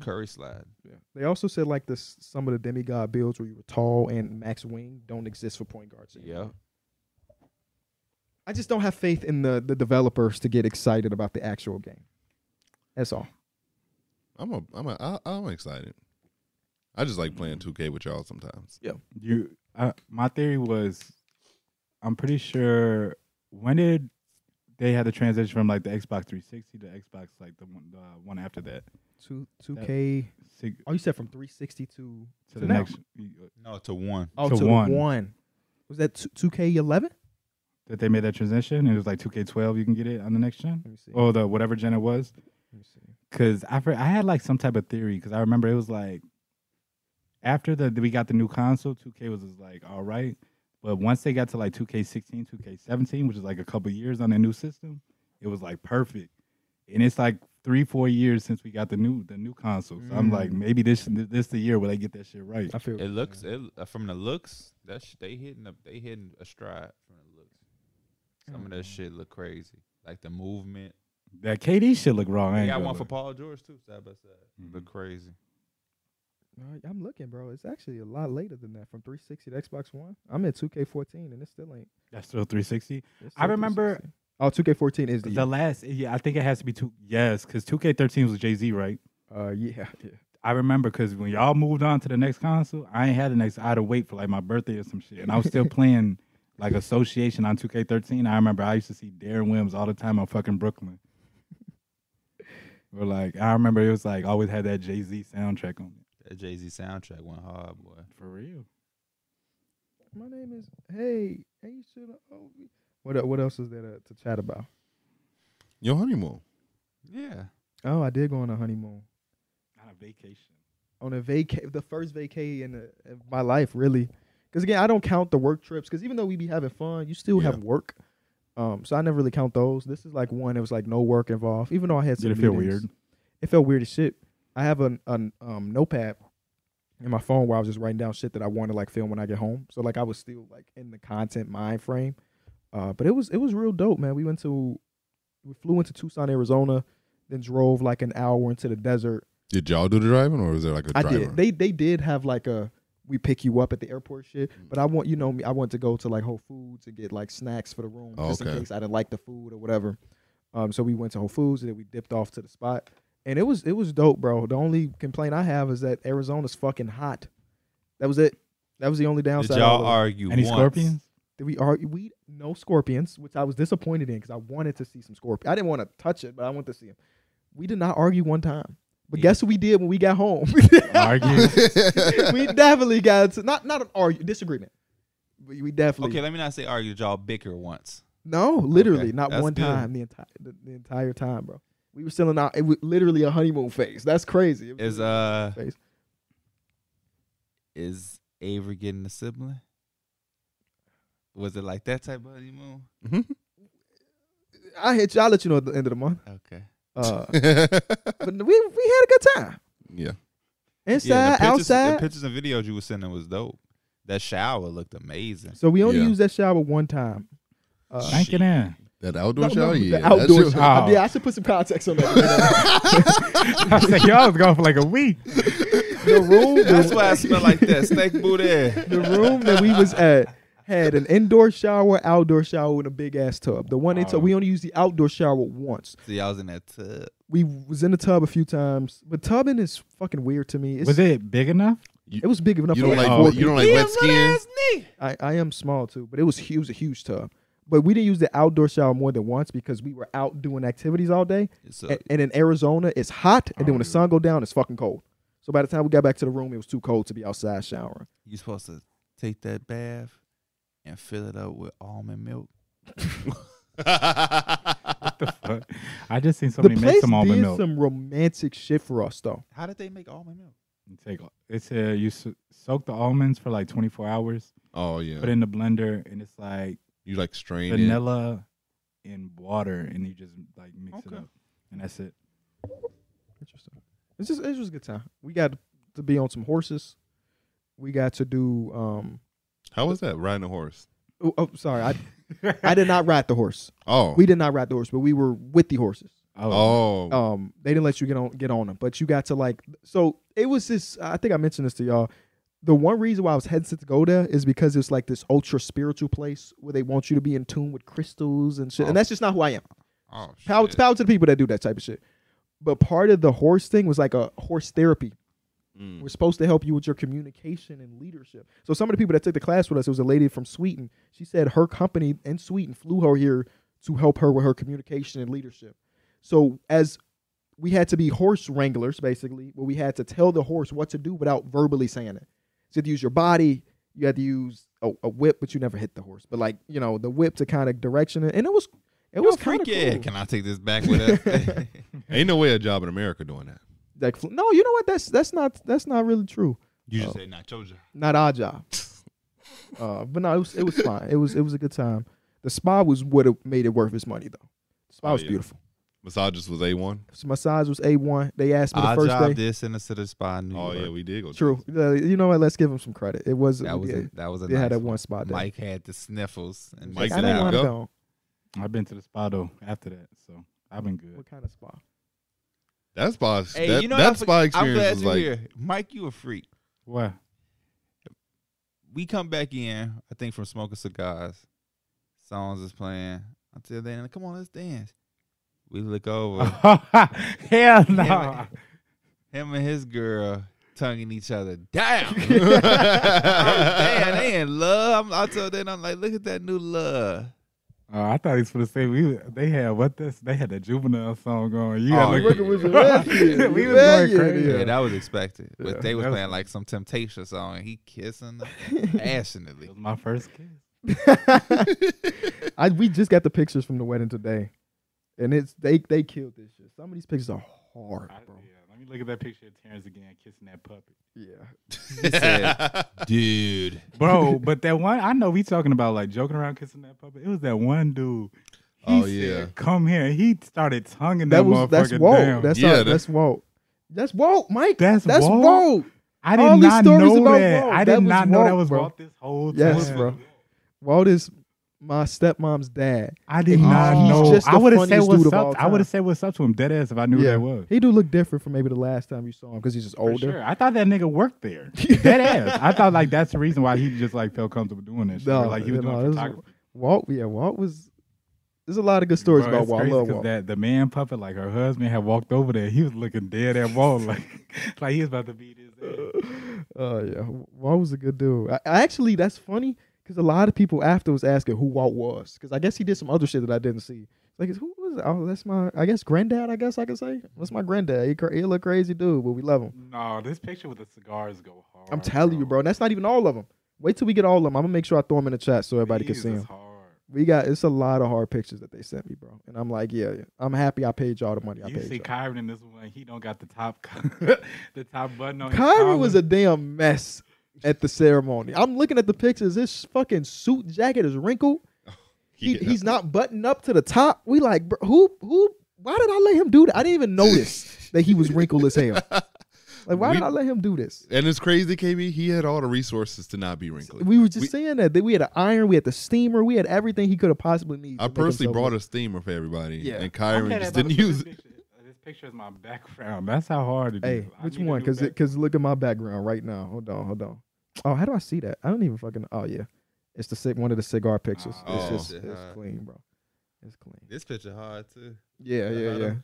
Speaker 7: Curry slide.
Speaker 1: They also said like this. Some of the demigod builds where you were tall and max wing don't exist for point guards. anymore.
Speaker 7: Yeah.
Speaker 1: I just don't have faith in the the developers to get excited about the actual game. That's all.
Speaker 4: I'm a I'm a I, I'm excited. I just like playing 2K with y'all sometimes.
Speaker 3: You, I, my theory was, I'm pretty sure when did they had the transition from like the Xbox 360 to Xbox like the one, the one after that
Speaker 1: Two two K.
Speaker 3: sig-
Speaker 1: Oh, you said from 360 to
Speaker 3: to the
Speaker 1: now.
Speaker 3: next
Speaker 7: No, to one.
Speaker 1: oh
Speaker 3: To
Speaker 1: to,
Speaker 3: one.
Speaker 1: one. Was that two K eleven?
Speaker 3: that they made that transition. It was like 2K12. You can get it on the next gen
Speaker 1: Let me see.
Speaker 3: or the whatever gen it was.
Speaker 1: Let me see.
Speaker 3: Cause I fr- I had like some type of theory because I remember it was like after the we got the new console, 2K was just like all right, but once they got to like 2K16, 2K17, which is like a couple years on the new system, it was like perfect, and it's like three four years since we got the new the new console. So I'm like maybe this this the year where they get that shit right.
Speaker 1: I feel
Speaker 7: It looks it uh, from the looks that sh- they hitting up they hitting a stride from the looks. Some of that
Speaker 3: Mm.
Speaker 7: shit look crazy, like the movement.
Speaker 3: That KD shit look wrong. I
Speaker 7: They
Speaker 3: ain't
Speaker 7: got
Speaker 3: gonna
Speaker 7: one for
Speaker 3: lie. Mm-hmm.
Speaker 7: Paul George too, side by side. Look crazy.
Speaker 1: Uh, I'm looking, bro. It's actually a lot later than that. From 360 to Xbox One, I'm at 2K14, and it still ain't.
Speaker 3: That's still 360.
Speaker 1: it's
Speaker 3: I
Speaker 1: still
Speaker 3: remember
Speaker 1: 360. Oh, 2K14 is the.
Speaker 3: The last yeah, I think it has to be two. Yes, because 2K13 was Jay Z right.
Speaker 1: uh, yeah, yeah.
Speaker 3: I remember because when y'all moved on to the next console, I ain't had the next. I had to wait for like my birthday or some shit, and I was still playing like Association on 2K13. I remember I used to see Darren Wims all the time on fucking Brooklyn. Or like I remember it was like always had that Jay Z soundtrack on it.
Speaker 7: That Jay Z soundtrack went hard, boy.
Speaker 3: For real,
Speaker 1: My name is. Hey, hey, you should. Oh, what el- what else is there to, to chat about?
Speaker 4: Your honeymoon.
Speaker 7: Yeah,
Speaker 1: Oh, I did go on a honeymoon
Speaker 3: Not a vacation.
Speaker 1: on a vaca the first vacay in uh, of my life, really. Because again, I don't count the work trips. Because even though we be having fun, you still
Speaker 4: Yeah.
Speaker 1: have work. Um, so I never really count those. This is like one that was like no work involved. Even though I had some
Speaker 3: Did it feel
Speaker 1: meetings.
Speaker 3: weird?
Speaker 1: It felt weird as shit. I have an, an um notepad in my phone where I was just writing down shit that I want to like film when I get home. So like I was still like in the content mind frame. Uh, but it was it was real dope, man. We went to we flew into Tucson, Arizona, then drove like an hour into the desert
Speaker 4: Did y'all do the driving, or was there like a
Speaker 1: I
Speaker 4: driver?
Speaker 1: did. They they did have like a we pick you up at the airport shit.
Speaker 4: Mm.
Speaker 1: But I want you know me. I want to go to like Whole Foods and get like snacks for the room
Speaker 4: Oh,
Speaker 1: just in
Speaker 4: okay.
Speaker 1: case I didn't like the food or whatever. Um, so we went to Whole Foods and then we dipped off to the spot, and it was it was dope, bro. The only complaint I have is that Arizona's fucking hot. That was it. That was the only
Speaker 2: Did
Speaker 1: downside.
Speaker 2: y'all
Speaker 1: of it.
Speaker 2: argue
Speaker 3: Any
Speaker 2: once?
Speaker 3: scorpions?
Speaker 1: Did we are we no scorpions, which I was disappointed in because I wanted to see some scorpions. I didn't want to touch it, but I wanted to see them. We did not argue one time. But guess what we did when we got home?
Speaker 4: Oh,
Speaker 3: Argue.
Speaker 1: we definitely got to, not not an argument, disagreement. We, we definitely
Speaker 2: Okay, let me not say argue. Did y'all bicker once?
Speaker 1: no, literally
Speaker 2: Okay,
Speaker 1: not
Speaker 2: that's
Speaker 1: one
Speaker 2: good.
Speaker 1: time the entire the, the entire time, bro. We were still in our it was literally a honeymoon phase. That's crazy. It was
Speaker 2: Is
Speaker 1: a
Speaker 2: uh
Speaker 1: honeymoon phase.
Speaker 2: is Avery getting a sibling? Was it like that type of honeymoon?
Speaker 4: Hmm?
Speaker 1: I hit you. I'll let you know at the end of the month.
Speaker 2: Okay.
Speaker 1: Uh, but we we had a good time
Speaker 4: yeah,
Speaker 1: inside,
Speaker 2: the pictures,
Speaker 1: outside.
Speaker 2: the pictures and videos you were sending was dope. That shower looked amazing.
Speaker 1: so we only
Speaker 4: Yeah.
Speaker 1: used that shower one time. Uh,
Speaker 3: Thank you, man.
Speaker 4: that outdoor
Speaker 1: no,
Speaker 4: shower.
Speaker 1: no,
Speaker 4: yeah,
Speaker 1: the
Speaker 4: that
Speaker 1: outdoor
Speaker 4: shit-
Speaker 1: shower.
Speaker 3: Oh.
Speaker 1: Yeah, I should put some context on that.
Speaker 3: I said, y'all was gone for like a week.
Speaker 1: the room,
Speaker 2: That's why I smell like that. Snake booty.
Speaker 1: the room that we was at had an indoor shower, outdoor shower, and a big ass tub. The one they took, we only used the outdoor shower once.
Speaker 2: See, I was in that tub.
Speaker 1: We was in the tub a few times, but tubbing is fucking weird to me. It's,
Speaker 3: Was it big enough?
Speaker 1: It was big enough
Speaker 4: You
Speaker 1: for
Speaker 4: don't
Speaker 1: like
Speaker 4: like
Speaker 1: four
Speaker 4: you don't like wet skin.
Speaker 1: I, I am small too, but it was huge, a huge tub. But we didn't use the outdoor shower more than once because we were out doing activities all day.
Speaker 3: Uh,
Speaker 2: So
Speaker 1: And, and in Arizona, it's hot, and then
Speaker 3: Oh,
Speaker 1: when the sun go down, it's fucking cold. So by the time we got back to the room, it was too cold to be outside showering.
Speaker 2: you supposed to take that bath and fill it up with almond milk.
Speaker 3: Fuck. I just seen
Speaker 1: The
Speaker 3: somebody make
Speaker 1: place
Speaker 3: some almond
Speaker 1: did
Speaker 3: milk.
Speaker 1: some romantic shit for us though.
Speaker 2: How did they make almond milk?
Speaker 3: You Take it said you so- soak the almonds for like 24 hours,
Speaker 4: Oh yeah,
Speaker 3: put it in the blender, and it's like
Speaker 4: you like strain it.
Speaker 3: vanilla and water, and you just like mix
Speaker 2: Okay.
Speaker 3: it up, and that's it.
Speaker 1: Interesting. It's just it was a good time. We got to be on some horses. We got to do um
Speaker 4: How was that riding a horse?
Speaker 1: oh, oh, sorry, I I did not ride the horse.
Speaker 4: Oh,
Speaker 1: We did not ride the horse, but we were with the horses.
Speaker 4: oh,
Speaker 1: Um they didn't let you get on get on them, but you got to like so it was this I think I mentioned this to y'all. The one reason why I was hesitant to go there is because it's like this ultra spiritual place where they want you to be in tune with crystals and shit. And that's just not who I am.
Speaker 2: Oh, shit.
Speaker 1: Power, power to the people that do that type of shit. But part of the horse thing was like a horse therapy.
Speaker 4: Mm.
Speaker 1: We're supposed to help you with your communication and leadership. So some of the people that took the class with us, it was a lady from Sweden. She said her company in Sweden flew her here to help her with her communication and leadership. So as we had to be horse wranglers, basically, where we had to tell the horse what to do without verbally saying it. So you had to use your body, you had to use a, a whip, but you never hit the horse. But like, you know, the whip to kind of direction it. And it was it was kind of
Speaker 2: freaky.
Speaker 1: cool.
Speaker 2: Can I take this back with us?
Speaker 4: ain't no way a job in America doing that.
Speaker 1: like fl- no you know what that's that's not that's not really true
Speaker 2: you
Speaker 1: just
Speaker 2: said not chosen.
Speaker 1: not our job uh but no it was it was fine it was it was a good time the spa was what it made it worth its money though the spa
Speaker 4: Oh,
Speaker 1: was
Speaker 4: yeah.
Speaker 1: beautiful
Speaker 4: Massagist was a one.
Speaker 1: so massage was a1 they asked me the
Speaker 2: Our
Speaker 1: first
Speaker 2: job
Speaker 1: day
Speaker 2: did send us to the spa in New
Speaker 4: Oh
Speaker 2: York.
Speaker 4: yeah, we did go.
Speaker 1: true Uh, you know what let's give them some credit it was
Speaker 2: That was
Speaker 1: yeah,
Speaker 2: a, that was a
Speaker 1: they had
Speaker 2: nice
Speaker 1: that one spot there.
Speaker 2: Mike had the sniffles and
Speaker 4: Mike
Speaker 1: I
Speaker 4: did
Speaker 1: didn't
Speaker 4: not
Speaker 1: want to
Speaker 4: go.
Speaker 1: go.
Speaker 2: Oh.
Speaker 3: I've been to the spa though after that, so I've been good.
Speaker 1: What kind of spa?
Speaker 4: That spa.
Speaker 2: Hey,
Speaker 4: that,
Speaker 2: you know what I
Speaker 4: that
Speaker 2: for-
Speaker 4: spa
Speaker 2: I'm
Speaker 4: experience
Speaker 2: glad
Speaker 4: was
Speaker 2: you're
Speaker 4: like
Speaker 2: here. Mike, you a freak.
Speaker 3: What?
Speaker 2: We come back in, I think from smoking cigars. Songs is playing. Until then, like, come on, let's dance. We look over.
Speaker 3: Hell no.
Speaker 2: man. him and his girl tonguing each other down. Man, they in love. I'm, I told them, I'm like, look at that new love.
Speaker 3: Oh, I thought he was gonna say we. They had what this? They had the juvenile song going. You
Speaker 2: Oh, yeah.
Speaker 3: had look.
Speaker 1: Wicked was a lesbian.
Speaker 3: We was
Speaker 1: Yeah,
Speaker 3: going
Speaker 1: yeah,
Speaker 3: crazy.
Speaker 2: Yeah,
Speaker 1: yeah.
Speaker 2: that was expected. But they was
Speaker 3: That was-
Speaker 2: playing like some Temptation song. and He kissing them
Speaker 3: It
Speaker 2: passionately.
Speaker 3: was my first kiss.
Speaker 1: I, we just got the pictures from the wedding today, and it's they they killed this shit. Some of these pictures are hard,
Speaker 3: I-
Speaker 1: bro.
Speaker 3: yeah, let me look at that picture of Terrence again kissing that puppy.
Speaker 1: Yeah.
Speaker 7: dude.
Speaker 3: Bro, but that one I know we talking about like joking around kissing that puppet. It was that one dude. He
Speaker 4: Oh,
Speaker 3: said,
Speaker 4: yeah.
Speaker 3: Come here. He started tonguing that,
Speaker 1: That was that's
Speaker 3: motherfucker
Speaker 1: Walt.
Speaker 3: down.
Speaker 1: That's
Speaker 4: Yeah,
Speaker 1: our-
Speaker 4: that-
Speaker 1: that's Walt. That's Walt, Mike.
Speaker 3: That's
Speaker 1: that's
Speaker 3: Walt?
Speaker 1: Walt.
Speaker 3: I did
Speaker 1: all these
Speaker 3: not
Speaker 1: stories
Speaker 3: know
Speaker 1: about
Speaker 3: that.
Speaker 1: Walt.
Speaker 3: I
Speaker 1: That
Speaker 3: did
Speaker 1: was
Speaker 3: not know
Speaker 1: Walt,
Speaker 3: that was
Speaker 1: bro.
Speaker 3: Walt this whole time.
Speaker 1: Yes, bro. Walt is my stepmom's dad.
Speaker 3: I did
Speaker 1: And
Speaker 3: not
Speaker 1: he's
Speaker 3: know.
Speaker 1: just the
Speaker 3: I would have said
Speaker 1: funniest dude
Speaker 3: what's
Speaker 1: of all
Speaker 3: up. I would
Speaker 1: time.
Speaker 3: have said what's up to him dead ass if I knew who that was.
Speaker 1: He do look different from maybe the last time you saw him because he's just
Speaker 3: For
Speaker 1: older.
Speaker 3: sure. I thought that nigga worked there. Dead ass. I thought like that's the reason why he just like felt comfortable doing this. shit.
Speaker 1: No,
Speaker 3: or, like he was
Speaker 1: no,
Speaker 3: doing
Speaker 1: this is-
Speaker 3: photography.
Speaker 1: Walt, yeah, Walt was. There's a lot of good stories
Speaker 3: Bro,
Speaker 1: about
Speaker 3: it's
Speaker 1: Walt. I
Speaker 3: crazy
Speaker 1: love
Speaker 3: 'cause
Speaker 1: Walt.
Speaker 3: That the man puppet, like her husband, had walked over there. He was looking dead at Walt, like like he was about to beat his ass.
Speaker 1: Oh yeah, Walt was a good dude. I, I actually, that's funny because a lot of people after was asking who Walt was because I guess he did some other shit that I didn't see. Like, it's- who was? Oh, that's my. I guess granddad. I guess I could say that's my granddad. He, cra- he a little crazy dude, but we love him.
Speaker 3: No, this picture with the cigars go hard.
Speaker 1: I'm telling you, bro. And that's not even all of them. Wait till we get all of them. I'm gonna make sure I throw them in the chat so everybody
Speaker 3: These
Speaker 1: can see
Speaker 3: is
Speaker 1: them.
Speaker 3: hard.
Speaker 1: We got it's a lot of hard pictures that they sent me, bro. And I'm like, yeah, yeah. I'm happy I paid y'all the money I
Speaker 3: you
Speaker 1: paid.
Speaker 3: see
Speaker 1: Y'all.
Speaker 3: Kyron in this one. He don't got the top, the top button on. his collar.
Speaker 1: Kyra was a damn mess at the ceremony. I'm looking at the pictures. His fucking suit jacket is wrinkled. He,
Speaker 4: Yeah.
Speaker 1: He's not buttoned up to the top. We like, bro, who who? Why did I let him do that? I didn't even notice that he was wrinkled as hell. Like, why
Speaker 4: We-
Speaker 1: did I let him do this?
Speaker 4: and it's crazy, KB. He had all the resources to not be wrinkled.
Speaker 1: We were just saying that, that we had an iron, we had the steamer, we had everything he could have possibly needed.
Speaker 4: I
Speaker 1: to make
Speaker 4: personally
Speaker 1: himself
Speaker 4: brought
Speaker 1: look-
Speaker 4: a steamer for everybody,
Speaker 1: Yeah.
Speaker 4: and
Speaker 3: I'm
Speaker 4: Kyron
Speaker 3: glad
Speaker 4: just
Speaker 3: that
Speaker 4: didn't
Speaker 3: motherfucker-
Speaker 4: use it.
Speaker 3: This picture, Uh, this picture is my background. That's how hard it is.
Speaker 1: Hey,
Speaker 3: I
Speaker 1: which
Speaker 3: need a
Speaker 1: one?
Speaker 3: new
Speaker 1: Because
Speaker 3: back-
Speaker 1: because look at my background right now. Hold on, hold on. Oh, how do I see that? I don't even fucking. Oh yeah, it's the cig- one of the cigar pictures.
Speaker 4: Oh,
Speaker 1: it's just
Speaker 2: shit,
Speaker 1: it's
Speaker 2: huh.
Speaker 1: clean, bro. It's clean.
Speaker 2: This picture hard too.
Speaker 1: Yeah,
Speaker 2: yeah,
Speaker 1: yeah,
Speaker 2: I
Speaker 1: yeah.
Speaker 2: don't-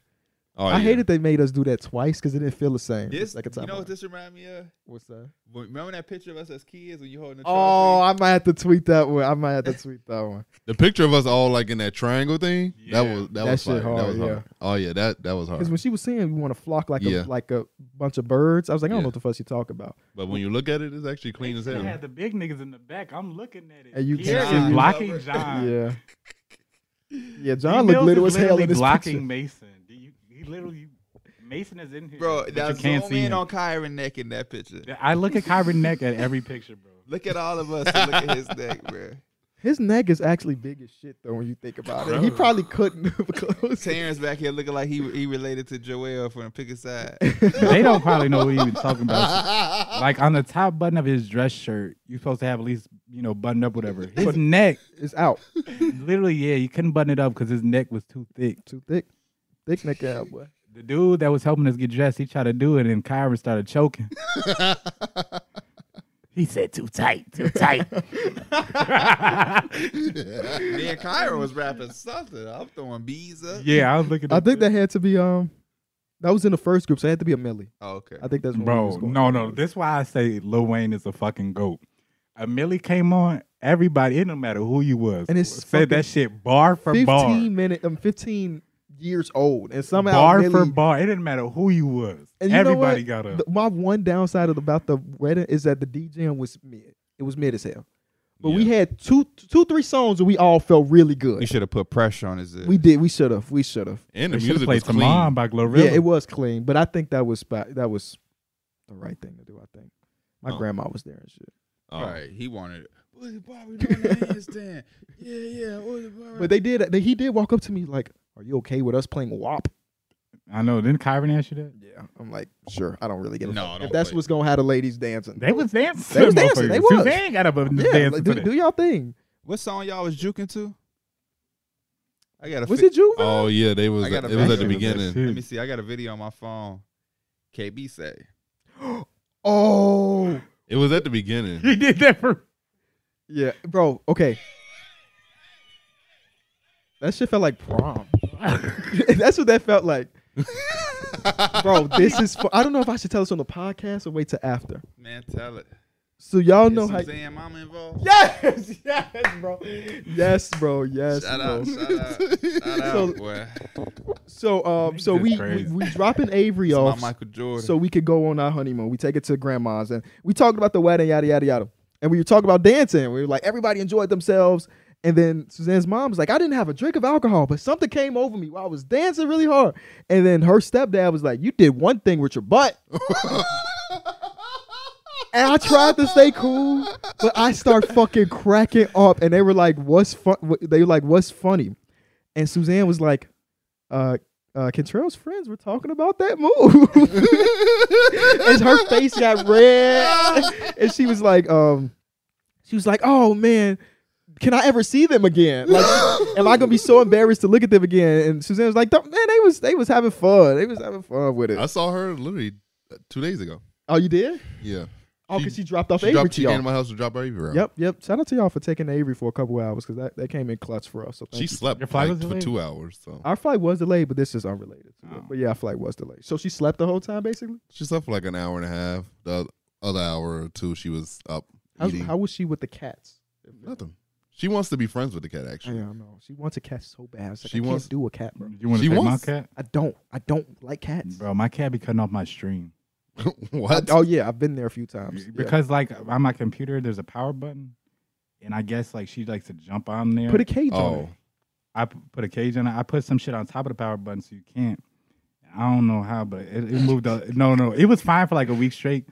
Speaker 4: Oh,
Speaker 1: I
Speaker 4: yeah.
Speaker 1: hated they made us do that twice because it didn't feel the same. the
Speaker 2: This,
Speaker 1: second time.
Speaker 2: you know what
Speaker 1: around.
Speaker 2: this remind me of?
Speaker 1: What's that?
Speaker 2: When- Remember that picture of us as kids when you holding the trophy?
Speaker 1: Oh, I might have to tweet that one. I might have to tweet that one.
Speaker 4: the picture of us all like in that triangle thing. That
Speaker 3: Yeah.
Speaker 4: was that,
Speaker 1: That
Speaker 4: was
Speaker 1: shit
Speaker 4: fire.
Speaker 1: hard,
Speaker 4: that was hard. Oh yeah, that that was
Speaker 1: Because
Speaker 4: hard.
Speaker 1: when she was saying we want to flock like
Speaker 4: Yeah.
Speaker 1: a like a bunch of birds, I was like, I don't
Speaker 4: Yeah.
Speaker 1: know what the fuck she talk about.
Speaker 4: But when you look at it, it's actually clean as
Speaker 3: They
Speaker 4: hell.
Speaker 3: had the big niggas in the back. I'm looking at it.
Speaker 1: And you
Speaker 3: Pierre
Speaker 1: can't
Speaker 3: is
Speaker 1: see-
Speaker 3: blocking John.
Speaker 1: Yeah. Yeah,
Speaker 3: D.
Speaker 1: John
Speaker 3: Mills
Speaker 1: looked little
Speaker 3: is
Speaker 1: as hell
Speaker 3: literally
Speaker 1: in this
Speaker 3: blocking
Speaker 1: picture.
Speaker 3: Mason. Do you, he literally Mason is in here,
Speaker 7: Bro,
Speaker 3: but
Speaker 7: now
Speaker 3: you can't
Speaker 7: zoom
Speaker 3: see
Speaker 7: in
Speaker 3: him.
Speaker 7: on Kyron neck in that picture.
Speaker 3: I look at Kyron neck at every picture, bro.
Speaker 7: Look at all of us and look at his neck, bro.
Speaker 1: His neck is actually big as shit though when you think about it. He probably couldn't have closed it.
Speaker 7: Terrence back here looking like he he related to Joel from the pick a side.
Speaker 3: They don't probably know what he was talking about. like on the top button of his dress shirt, you're supposed to have at least you know buttoned up whatever. His neck,
Speaker 1: It's out.
Speaker 3: literally, yeah, you couldn't button it up because his neck was too thick.
Speaker 1: Too thick. Thick neck out, boy.
Speaker 3: The dude that was helping us get dressed, he tried to do it, and Kyron started choking. he said, "Too tight, too tight."
Speaker 2: Me and Kyra was rapping.
Speaker 7: But something, I'm throwing bees up.
Speaker 3: yeah, I was looking.
Speaker 1: I
Speaker 3: at
Speaker 1: think
Speaker 3: this.
Speaker 1: that had to be um that was in the first group, so it had to be a Millie.
Speaker 7: Oh, okay.
Speaker 1: I think that's when we was
Speaker 3: Bro,
Speaker 1: going.
Speaker 3: no, no. This why I say Lil Wayne is a fucking goat. A Millie came on, everybody, it no matter who you was,
Speaker 1: And it's
Speaker 3: said that shit bar for
Speaker 1: fifteen
Speaker 3: bar,
Speaker 1: minute um fifteen years old and somehow
Speaker 3: bar for
Speaker 1: Millie-
Speaker 3: bar. It didn't matter who you was.
Speaker 1: And you know what?
Speaker 3: everybody got up.
Speaker 1: The- my one downside of- about the wedding is that the DJing was mid. It was mid as hell. But we had two two three songs and we all felt really
Speaker 7: We
Speaker 1: good.
Speaker 7: should have put pressure on his.
Speaker 1: We did. We should have. We should have.
Speaker 4: and the
Speaker 3: they should
Speaker 4: music
Speaker 3: have
Speaker 4: was
Speaker 3: played
Speaker 4: clean.
Speaker 3: "Tamam" by Glorilla.
Speaker 1: Yeah, it was clean, but I think that was spa- that was the right thing to do. I think my
Speaker 4: Oh.
Speaker 1: grandma was there and shit.
Speaker 4: Oh.
Speaker 7: All right, he wanted. What's Bobby doing the handstand? Yeah, yeah. What's Bobby?
Speaker 1: But they did. They, he did walk up to me like, "Are you okay with us playing WAP?"
Speaker 3: I know. Didn't Kyron ask you that?
Speaker 1: Yeah, I'm like, "Sure." I don't really give a
Speaker 4: No,
Speaker 1: fuck.
Speaker 4: don't
Speaker 1: If that's
Speaker 4: play.
Speaker 1: what's gonna have the ladies dancing,
Speaker 3: They was dancing.
Speaker 1: They was dancing, they
Speaker 3: motherfuckers.
Speaker 1: was.
Speaker 3: Suzanne got up and
Speaker 1: yeah,
Speaker 3: danced
Speaker 1: like,
Speaker 3: to
Speaker 1: do,
Speaker 3: that.
Speaker 1: do y'all thing.
Speaker 7: What song y'all was juking to? I got a.
Speaker 1: Was
Speaker 7: fi-
Speaker 1: it you?
Speaker 4: Oh yeah, they was
Speaker 7: I
Speaker 4: it
Speaker 7: got a
Speaker 4: was at
Speaker 7: picture
Speaker 4: the
Speaker 7: of that
Speaker 4: beginning.
Speaker 7: Let me see. I got a video on my phone. KB say.
Speaker 1: Oh,
Speaker 4: It was at the beginning.
Speaker 3: He did that for.
Speaker 1: yeah, bro. Okay, that shit felt like prom. that's what that felt like, bro. This is. Fu- I don't know if I should tell this on the podcast or wait till after.
Speaker 7: Man, tell it.
Speaker 1: So y'all
Speaker 7: Is
Speaker 1: know how.
Speaker 7: Suzanne Mama involved?
Speaker 1: Yes, yes, bro. Yes, bro. Yes,
Speaker 7: Shout
Speaker 1: bro.
Speaker 7: out, shout out, shout
Speaker 1: So-
Speaker 7: out, boy.
Speaker 1: So, um, so
Speaker 3: That's
Speaker 1: we, we
Speaker 3: crazy.
Speaker 1: we dropping Avery
Speaker 7: My
Speaker 1: off
Speaker 7: Michael Jordan.
Speaker 1: so we could go on our honeymoon. We take it to grandma's and we talked about the wedding, yada yada yada. And we were talking about dancing. We were like, everybody enjoyed themselves. And then Suzanne's mom was like, I didn't have a drink of alcohol, but something came over me while I was dancing really hard. And then her stepdad was like, You did one thing with your butt. and I tried to stay cool, but I start fucking cracking up. And they were like, What's fun? They were like, What's funny? And Suzanne was like, uh, uh, Cantrell's friends were talking about that move. and her face got red. and she was like, um, she was like, oh man, can I ever see them again? Like, am I gonna be so embarrassed to look at them again? And Suzanne was like, "Don't- man, they was they was having fun. They was having fun with it.
Speaker 4: I saw her literally uh, two days ago.
Speaker 1: oh, you did?
Speaker 4: Yeah,
Speaker 1: Oh,
Speaker 4: She-
Speaker 1: because she, dropped off
Speaker 4: she,
Speaker 1: Avery
Speaker 4: dropped,
Speaker 1: to
Speaker 4: she came to
Speaker 1: y'all.
Speaker 4: my house to drop Avery around.
Speaker 1: Yep, yep. Shout out to y'all for taking Avery for a couple hours because that, that came in clutch for us. So thank
Speaker 4: She
Speaker 1: you.
Speaker 4: slept
Speaker 3: Your flight
Speaker 4: like,
Speaker 3: was
Speaker 4: for
Speaker 3: delayed?
Speaker 4: two hours. So
Speaker 1: Our flight was delayed, but this is unrelated. To it.
Speaker 3: Oh.
Speaker 1: But yeah, our flight was delayed. So she slept the whole time, basically.
Speaker 4: she slept for like an hour and a half. The other hour or two, she was up
Speaker 1: How's,
Speaker 4: eating.
Speaker 1: how was she with the cats?
Speaker 4: Nothing. She wants to be friends with the cat.
Speaker 1: I
Speaker 4: Actually,
Speaker 1: don't know. She wants a cat so bad. I was like,
Speaker 4: She
Speaker 1: I
Speaker 4: wants-
Speaker 1: can't do a cat, bro.
Speaker 3: You want
Speaker 4: She
Speaker 3: to take my
Speaker 4: wants-
Speaker 3: cat,
Speaker 1: I don't. I don't like cats.
Speaker 3: Mm. bro? My cat be cutting off my stream
Speaker 4: what?
Speaker 1: Oh yeah, I've been there a few times. Yeah.
Speaker 3: because, like, on my computer, there's a power button, and I guess like she likes to jump on there.
Speaker 1: Put a cage on it.
Speaker 4: Oh,
Speaker 3: I p- put a cage on it. I put some shit on top of the power button so you can't. I don't know how, but it, it moved. A, no, no, it was fine for like a week straight,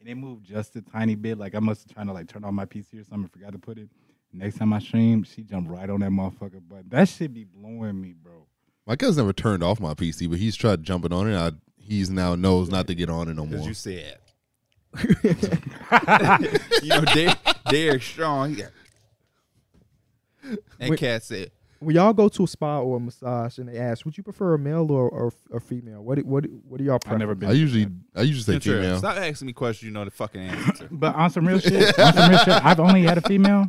Speaker 3: and it moved just a tiny bit. Like I must have trying to like turn on my PC or something. and Forgot to put it. Next time I stream, she jumped right on that motherfucker. But that shit be blowing me, bro.
Speaker 4: my cousin never turned off my PC, but he's tried jumping on it. I, he's now knows not to get on it no
Speaker 9: Because
Speaker 4: more.
Speaker 9: you said.
Speaker 2: you know, Derek, Derek Strong. He got,
Speaker 9: And
Speaker 1: Wait.
Speaker 9: Cat said,
Speaker 1: When y'all go to a spa or a massage and they ask, "Would you prefer a male or or, or female?" What do- what do- what do y'all prefer?
Speaker 3: I've never been.
Speaker 4: I usually I usually say
Speaker 2: Ventura,
Speaker 4: female.
Speaker 2: Stop asking me questions you know the fucking answer to.
Speaker 3: but on some real shit, on some real shit, I've only had a female.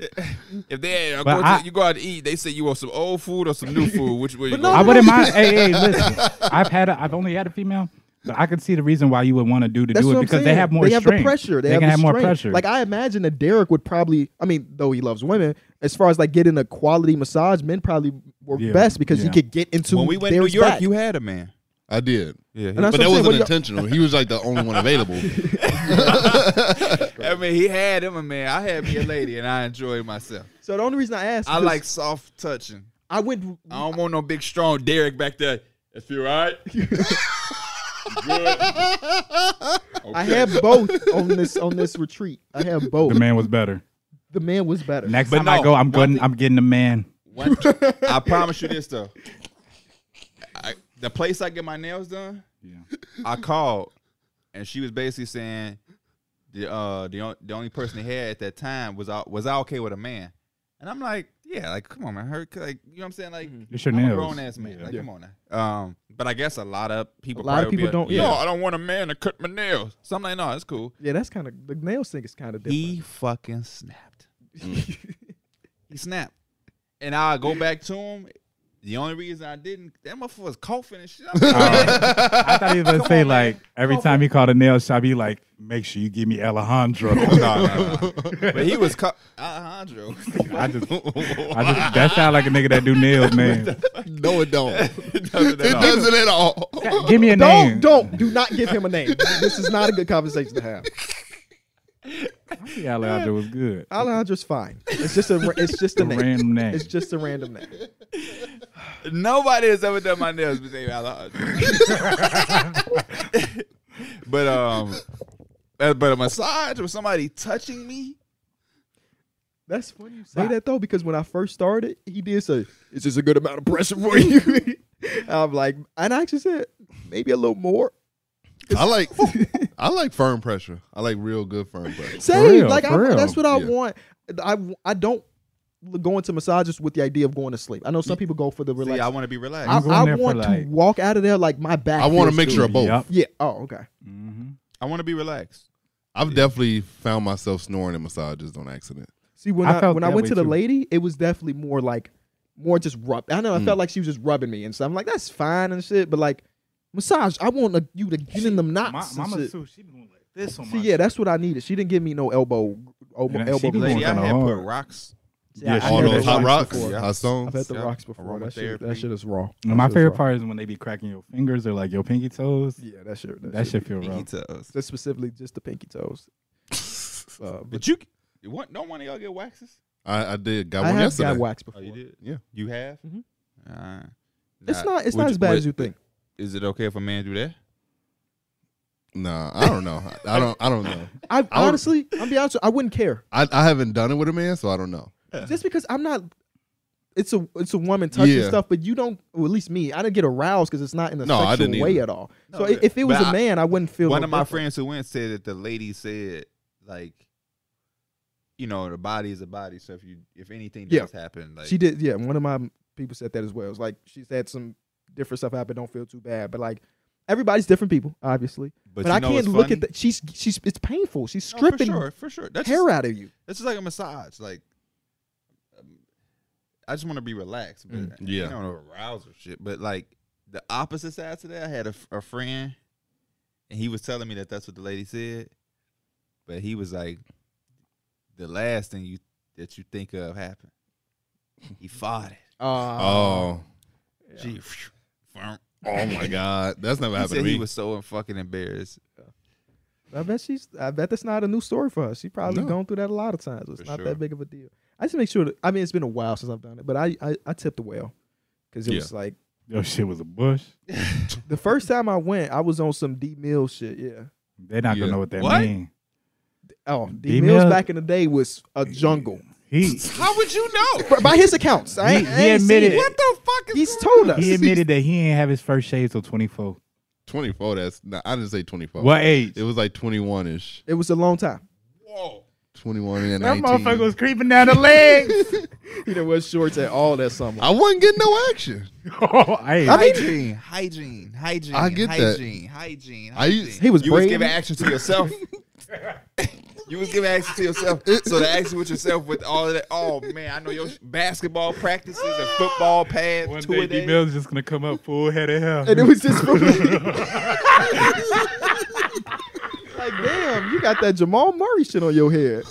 Speaker 2: If they I go
Speaker 3: But I-
Speaker 2: to, you go out to eat, they say you want some old food or some new food. Which way you
Speaker 1: no,
Speaker 3: I
Speaker 2: go?
Speaker 3: wouldn't mind. hey, hey, listen, I've had, a, I've only had a female, but I could see the reason why you would want to do to
Speaker 1: That's
Speaker 3: do
Speaker 1: what
Speaker 3: it
Speaker 1: I'm
Speaker 3: because
Speaker 1: saying.
Speaker 3: they have more.
Speaker 1: They have the
Speaker 3: strength.
Speaker 1: pressure. They,
Speaker 3: can
Speaker 1: the
Speaker 3: have more
Speaker 1: strength.
Speaker 3: pressure.
Speaker 1: Like I imagine that Derek would probably. I mean, though he loves women, as far as like getting a quality massage, men probably were
Speaker 3: Yeah,
Speaker 1: best because you
Speaker 3: yeah.
Speaker 1: could get into.
Speaker 2: When we went to
Speaker 1: their
Speaker 2: New York,
Speaker 1: back.
Speaker 2: you had a man.
Speaker 4: I did,
Speaker 2: Yeah,
Speaker 1: And that's what I'm saying.
Speaker 4: but that
Speaker 1: What
Speaker 4: wasn't
Speaker 1: do y'all-
Speaker 4: intentional. he was like the only one available.
Speaker 2: I mean, he had him a man. I had me a lady, and I enjoyed myself.
Speaker 1: So the only reason I asked,
Speaker 2: I
Speaker 1: is
Speaker 2: like soft touching.
Speaker 1: I went.
Speaker 2: I don't want no big, strong Derek back there. If you're right,
Speaker 1: I have both on this on this retreat. I have both.
Speaker 3: the man was better.
Speaker 1: The man was better.
Speaker 3: Next
Speaker 2: But
Speaker 3: time
Speaker 2: no,
Speaker 3: I go, I'm
Speaker 2: one
Speaker 3: going.
Speaker 2: thing-
Speaker 3: I'm getting the man.
Speaker 2: One, I promise you this though. I, the place I get my nails done,
Speaker 3: Yeah.
Speaker 2: I called, and she was basically saying the uh the on- the only person they had at that time was I was I okay with a man, and I'm like, yeah, like come on man, her like you know what I'm saying like
Speaker 3: It's your
Speaker 2: I'm
Speaker 3: nails.
Speaker 2: a grown ass man,
Speaker 3: Yeah.
Speaker 2: like come on now. Um, but I guess a lot of people
Speaker 1: A lot of
Speaker 2: probably
Speaker 1: people
Speaker 2: would be
Speaker 1: don't-
Speaker 2: like,
Speaker 1: yeah.
Speaker 2: No, I don't want a man to cut my nails. So I'm like, no, it's cool.
Speaker 1: Yeah, that's kind of the nail sink is kind of different. Mm.
Speaker 2: He fucking snapped. he snapped. And I go back to him. The only reason I didn't, that motherfucker was coughing and shit. I'm like,
Speaker 3: Um, I thought he was gonna say like every time he called a nail shop, he like make sure you give me Alejandro.
Speaker 2: "Nah, nah, nah." But he was uh-huh, cu- Alejandro.
Speaker 3: I just, I just that sound like a nigga that do nails, man.
Speaker 4: no, it don't. it
Speaker 2: It doesn't at all.
Speaker 4: doesn't at all.
Speaker 3: Give me a
Speaker 1: don't
Speaker 3: name.
Speaker 1: don't do not give him a name. this is not a good conversation to have.
Speaker 3: Yeah, Alejandro was good.
Speaker 1: Alejandro's fine. It's just a it's just a
Speaker 3: A
Speaker 1: name.
Speaker 3: random name.
Speaker 1: It's just a random name.
Speaker 2: Nobody has ever done my nails but they Alejandro. but um, uh, but a massage or somebody touching me.
Speaker 1: That's funny you say that though, because when I first started, he did say, "Is this a good amount of pressure for you?" I'm like, and I actually said, maybe a little more.
Speaker 4: I like I like firm pressure. I like real good firm pressure.
Speaker 1: Same,
Speaker 3: real,
Speaker 1: like I,
Speaker 3: for real.
Speaker 1: that's what I
Speaker 4: Yeah.
Speaker 1: want. I I don't go into massages with the idea of going to sleep. I know some people go for the
Speaker 2: See, I
Speaker 1: relax.
Speaker 2: want to be relaxed.
Speaker 1: I,
Speaker 3: I'm going
Speaker 1: I
Speaker 3: there for,
Speaker 1: want to
Speaker 3: like-
Speaker 1: walk out of there like my back.
Speaker 4: I want a
Speaker 1: feels
Speaker 4: mixture
Speaker 1: good.
Speaker 4: of both.
Speaker 3: Yup.
Speaker 1: Yeah. Oh, okay.
Speaker 3: Mhm.
Speaker 2: I want to be relaxed.
Speaker 4: I've definitely found myself snoring in massages on accident.
Speaker 1: See, when
Speaker 3: I
Speaker 1: I,
Speaker 3: felt
Speaker 1: when I
Speaker 3: that
Speaker 1: went
Speaker 3: way,
Speaker 1: to the
Speaker 3: too.
Speaker 1: lady, it was definitely more like more just rub. I know I
Speaker 4: Mm.
Speaker 1: felt like she was just rubbing me and stuff. I'm like, that's fine and shit, but like massage, I want a, you to get in them
Speaker 3: My,
Speaker 1: knots. and
Speaker 3: Mama
Speaker 1: shit.
Speaker 3: Sue, she been doing like this on
Speaker 1: See,
Speaker 3: my.
Speaker 1: yeah, that's what I needed. She didn't give me no elbow, elbow,
Speaker 3: Yeah, she
Speaker 1: elbow. grease.
Speaker 3: be going
Speaker 2: Lady, I
Speaker 3: kinda
Speaker 2: had put
Speaker 3: hard.
Speaker 2: rocks.
Speaker 1: Yeah,
Speaker 3: Yeah,
Speaker 1: I
Speaker 3: she
Speaker 4: All
Speaker 1: had
Speaker 3: had
Speaker 4: those
Speaker 3: those
Speaker 4: hot
Speaker 1: rocks
Speaker 4: rocks,
Speaker 1: before.
Speaker 4: hot
Speaker 1: I've
Speaker 4: songs.
Speaker 1: had the
Speaker 2: Yeah.
Speaker 1: rocks before. That shit, that
Speaker 2: Aromatherapy.
Speaker 1: shit is raw.
Speaker 3: And
Speaker 1: That
Speaker 3: my
Speaker 1: shit is
Speaker 3: favorite
Speaker 1: raw.
Speaker 3: part is when they be cracking your fingers or like your pinky toes.
Speaker 1: Yeah, that shit. That,
Speaker 3: That
Speaker 1: shit.
Speaker 3: shit feel rough.
Speaker 1: Just specifically, just the pinky toes. Uh, but
Speaker 2: But you, you want, don't one of y'all get waxes?
Speaker 4: I, I did got
Speaker 1: I
Speaker 4: one
Speaker 1: have
Speaker 4: yesterday. Oh,
Speaker 1: got waxed before.
Speaker 2: did?
Speaker 4: Yeah.
Speaker 2: You have?
Speaker 7: Uh,
Speaker 1: Mm-hmm. It's not. It's
Speaker 7: would
Speaker 1: not
Speaker 7: you-
Speaker 1: as bad
Speaker 7: would-
Speaker 1: as you think.
Speaker 7: Is it okay if a man do that?
Speaker 4: Nah, I don't know. I don't. I don't know.
Speaker 1: I
Speaker 4: I would-
Speaker 1: honestly, I'm be honest. With you, I wouldn't care
Speaker 4: I, I haven't done it with a man, so I don't know.
Speaker 1: just because I'm not. It's a it's a woman touching
Speaker 4: Yeah.
Speaker 1: stuff, but you don't. Well, at least me, I didn't get aroused because it's not in a
Speaker 4: No, I
Speaker 1: sexual
Speaker 4: didn't
Speaker 1: way
Speaker 4: either.
Speaker 1: at all.
Speaker 2: No,
Speaker 1: so i-
Speaker 2: yeah.
Speaker 1: if it was
Speaker 7: But
Speaker 1: a
Speaker 7: I-
Speaker 1: man, I wouldn't feel.
Speaker 7: One
Speaker 1: no
Speaker 7: of my
Speaker 1: different.
Speaker 7: friends who went said that the lady said like, you know, the body is a body. So if you if anything
Speaker 1: Yeah.
Speaker 7: does happen, like
Speaker 1: She did. Yeah, one of my people said that as well. It's like she's had some different stuff happen. Don't feel too bad, but like everybody's different people, obviously. But,
Speaker 2: you
Speaker 1: I
Speaker 2: know
Speaker 1: can't
Speaker 2: what's
Speaker 1: look
Speaker 2: funny?
Speaker 1: at that. She's she's it's painful. She's
Speaker 2: No,
Speaker 1: stripping
Speaker 2: Oh, for sure, for sure. That's
Speaker 1: hair
Speaker 2: just,
Speaker 1: out of you.
Speaker 2: that's just like a massage. Like, um, I just want to be relaxed, but
Speaker 1: Mm,
Speaker 4: yeah.
Speaker 2: you know, arousal shit. But like the opposite side to that, I had a, f- a friend, and he was telling me that that's what the lady said, but he was like, the last thing you that you think of happened. He fought it.
Speaker 4: Oh,
Speaker 2: Gee, phew, fum.
Speaker 4: oh my God, that's never
Speaker 2: He
Speaker 4: happened to
Speaker 2: said he
Speaker 4: me.
Speaker 2: was so fucking embarrassed.
Speaker 1: I bet she's. I bet that's not a new story for her. She probably
Speaker 4: No.
Speaker 1: gone through that a lot of times. It's
Speaker 2: For
Speaker 1: not
Speaker 2: sure.
Speaker 1: that big of a deal. I just make sure. That, I mean, it's been a while since I've done it, but I I, I tipped the whale because it
Speaker 4: Yeah.
Speaker 1: was like
Speaker 3: Your shit was a bush.
Speaker 1: the first time I went, I was on some D Mill shit. Yeah.
Speaker 3: They're not
Speaker 4: Yeah.
Speaker 3: gonna know what that
Speaker 2: What?
Speaker 3: mean.
Speaker 1: Oh, D
Speaker 3: D
Speaker 1: Mills
Speaker 3: Mill-
Speaker 1: back in the day was a jungle.
Speaker 3: He
Speaker 2: How would you know?
Speaker 1: By- By his accounts, I
Speaker 3: He-
Speaker 1: ain't, I
Speaker 3: he
Speaker 1: ain't seen
Speaker 3: admitted-
Speaker 1: it.
Speaker 2: What the fuck is
Speaker 1: He's
Speaker 2: going
Speaker 1: told us.
Speaker 3: he admitted that he ain't have his first shave till twenty four.
Speaker 4: Twenty four. That's not, I didn't say twenty four.
Speaker 3: What age?
Speaker 4: It was like twenty one ish.
Speaker 1: It was a long time.
Speaker 2: Whoa.
Speaker 4: Twenty one and
Speaker 3: That
Speaker 4: 19.
Speaker 3: motherfucker was creeping down the legs.
Speaker 1: He didn't wear shorts at all that summer.
Speaker 4: I wasn't getting no action.
Speaker 3: oh, I ain't.
Speaker 1: I mean-
Speaker 2: hygiene, hygiene, hygiene.
Speaker 4: I get that.
Speaker 2: hygiene, Hygiene, hygiene.
Speaker 4: I used-
Speaker 1: He was
Speaker 2: you
Speaker 1: brave.
Speaker 2: was giving action to yourself. you was giving action to yourself. So the action with yourself with all of that. Oh man, I know your sh- basketball practices and football pads.
Speaker 3: One
Speaker 2: two
Speaker 3: day
Speaker 2: a
Speaker 3: D
Speaker 2: day.
Speaker 3: Mills just gonna come up full head of hair.
Speaker 1: and it was just for me. like, damn, you got that Jamal Murray shit on your head.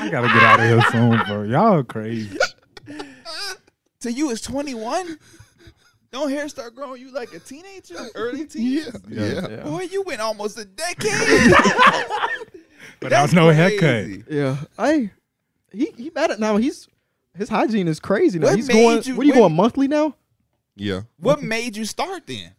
Speaker 3: I gotta get out of here soon, bro. Y'all crazy.
Speaker 2: So you was twenty one. Don't hair start growing you like a teenager, early teen.
Speaker 4: Yeah, yeah.
Speaker 2: Boy, you went almost a decade.
Speaker 3: But
Speaker 2: That's
Speaker 3: that was no haircut.
Speaker 2: crazy.
Speaker 1: Yeah, I. He he mad at now. He's his hygiene is crazy now.
Speaker 2: What
Speaker 1: he's
Speaker 2: made
Speaker 1: going.
Speaker 2: you-
Speaker 1: what are you
Speaker 2: what-
Speaker 1: going monthly now?
Speaker 4: yeah.
Speaker 2: What made you start then?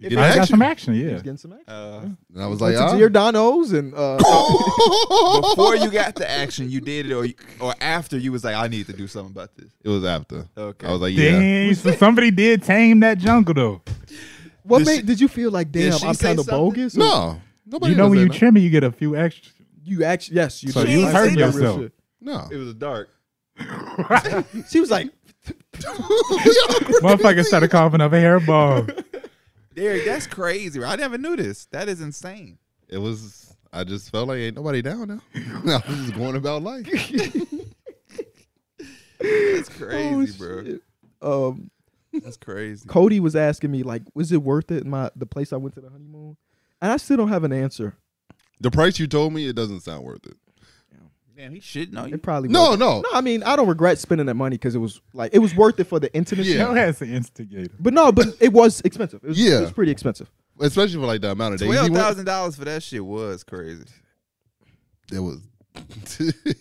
Speaker 4: Get
Speaker 3: I got
Speaker 4: action.
Speaker 3: some action,
Speaker 1: He's
Speaker 3: yeah.
Speaker 1: getting some action.
Speaker 2: Uh,
Speaker 4: And I was like,
Speaker 1: Went
Speaker 4: ah.
Speaker 1: to Giordano's and uh,
Speaker 2: before you got the action, you did it, or or after you was like, I need to do something about this.
Speaker 4: it was after.
Speaker 2: Okay.
Speaker 4: I was like, yeah.
Speaker 3: Dang, so somebody did tame that jungle though.
Speaker 1: what
Speaker 2: Did
Speaker 1: made
Speaker 2: she-
Speaker 1: did you feel like?
Speaker 2: did
Speaker 1: Damn,
Speaker 2: she
Speaker 1: I'm
Speaker 2: say
Speaker 1: kind of
Speaker 2: something?
Speaker 1: bogus. Or
Speaker 4: No, nobody.
Speaker 3: You know
Speaker 4: ever
Speaker 3: when you
Speaker 4: said
Speaker 3: trim it, you get a few extra.
Speaker 1: you actually yes. You
Speaker 4: So
Speaker 1: did.
Speaker 4: you
Speaker 1: I
Speaker 2: hurt
Speaker 1: said that real
Speaker 3: yourself.
Speaker 1: shit.
Speaker 4: no.
Speaker 2: It was dark.
Speaker 1: She was like,
Speaker 3: Motherfucker started coughing up a hairball.
Speaker 2: Derek, that's crazy. bro. I never knew this. That is insane.
Speaker 4: It was. I just felt like ain't nobody down now. I was just going about life.
Speaker 2: That's crazy, bro.
Speaker 1: Oh, shit. um,
Speaker 2: That's crazy.
Speaker 1: Cody was asking me like, was it worth it? My the place I went to the honeymoon, and I still don't have an answer.
Speaker 4: the price you told me, it doesn't sound worth it.
Speaker 2: Damn, he shitting on you.
Speaker 1: It probably
Speaker 4: No,
Speaker 1: wasn't.
Speaker 4: no.
Speaker 1: No, I mean I don't regret spending that money because it was like it was worth it for the intimacy.
Speaker 4: Yeah.
Speaker 3: Your ass an instigator.
Speaker 1: But no, but it was expensive. It was,
Speaker 4: Yeah.
Speaker 1: it was pretty expensive.
Speaker 4: Especially for like the amount of days. he
Speaker 2: Twelve
Speaker 4: went.
Speaker 2: thousand dollars for that shit was crazy.
Speaker 4: It was.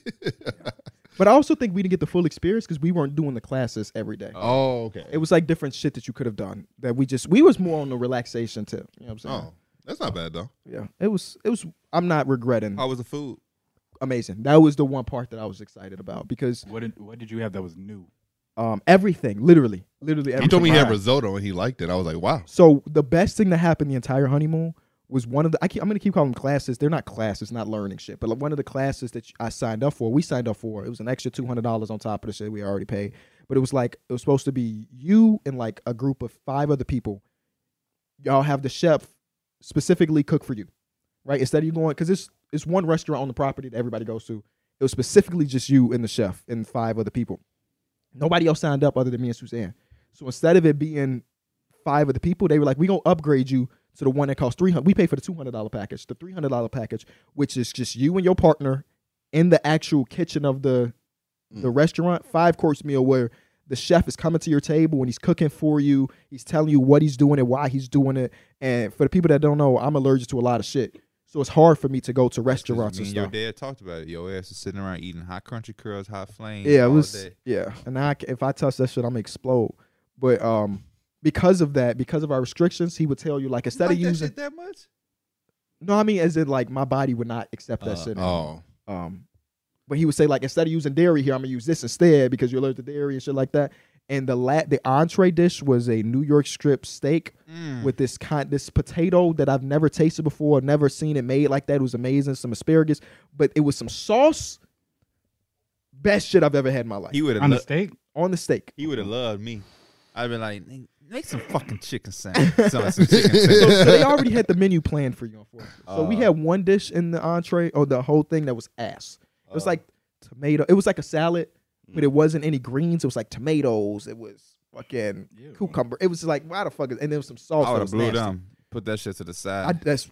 Speaker 1: But I also think we didn't get the full experience because we weren't doing the classes every day.
Speaker 4: oh, okay.
Speaker 1: It was like different shit that you could have done that we just we was more on the relaxation tip. You know what I'm saying?
Speaker 4: oh, that's not bad though.
Speaker 1: Yeah. It was it was I'm not regretting.
Speaker 4: Oh.
Speaker 2: How was the food?
Speaker 1: Amazing. That was the one part that I was excited about because
Speaker 3: What did what did you have that was new?
Speaker 1: um everything, literally, literally everything.
Speaker 4: He told me he had
Speaker 3: surprised.
Speaker 4: risotto and he liked it. I was like, wow.
Speaker 1: So the best thing that happened the entire honeymoon was one of the I keep, I'm going to keep calling them classes. They're not classes, not learning shit, but like one of the classes that I signed up for, we signed up for. It was an extra two hundred dollars on top of the shit we already paid. But it was like it was supposed to be you and like a group of five other people. Y'all have the chef specifically cook for you, right? Instead of you going because it's it's one restaurant on the property that everybody goes to. It was specifically just you and the chef and five other people. Nobody else signed up other than me and Suzanne. So instead of it being five of the people, they were like, "We gonna upgrade you to the one that costs three hundred. We pay for the two hundred dollar package, the three hundred dollar package, which is just you and your partner in the actual kitchen of the
Speaker 2: Mm.
Speaker 1: the restaurant, five course meal where the chef is coming to your table and he's cooking for you. He's telling you what he's doing and why he's doing it. And for the people that don't know, I'm allergic to a lot of shit. So it's hard for me to go to
Speaker 2: Just
Speaker 1: restaurants
Speaker 2: me
Speaker 1: and
Speaker 2: and your
Speaker 1: stuff.
Speaker 2: dad talked about it. Your ass is sitting around eating hot country curls, hot flames.
Speaker 1: Yeah, it
Speaker 2: all
Speaker 1: was.
Speaker 2: day.
Speaker 1: Yeah, and I c- if I touch that shit, I'm gonna explode. But um, because of that, because of our restrictions, he would tell you like instead
Speaker 10: like
Speaker 1: of
Speaker 10: that
Speaker 1: using.
Speaker 10: shit that much?
Speaker 1: No, I mean, as in like my body would not accept that
Speaker 2: Uh,
Speaker 1: shit.
Speaker 4: Oh,
Speaker 1: Um, but he would say like instead of using dairy here, I'm gonna use this instead because you're allergic to dairy and shit like that. And the la- the entree dish was a New York strip steak
Speaker 2: Mm.
Speaker 1: with this kind this potato that I've never tasted before, never seen it made like that. It was amazing. Some asparagus, but it was some sauce. Best shit I've ever had in my life
Speaker 2: He would have.
Speaker 3: On
Speaker 2: Lo-
Speaker 3: the steak?
Speaker 1: on the steak.
Speaker 2: he would have loved me. I'd been like, "Nigga, make some fucking chicken sandwich. some, some chicken sandwich.
Speaker 1: So, so they already had the menu planned for you. Unfortunately. So we
Speaker 2: Uh.
Speaker 1: had one dish in the entree or the whole thing that was ass. It was
Speaker 2: Uh. Mm.
Speaker 1: like tomato. It was like a salad, but it wasn't any greens. It was like tomatoes. It was fucking
Speaker 3: Ew.
Speaker 1: cucumber. It was like why the fuck is and there was some sauce.
Speaker 2: I
Speaker 1: that
Speaker 2: would have
Speaker 1: was
Speaker 2: blew
Speaker 1: nasty.
Speaker 2: them. Put that shit to the
Speaker 1: I,
Speaker 2: side.
Speaker 1: that's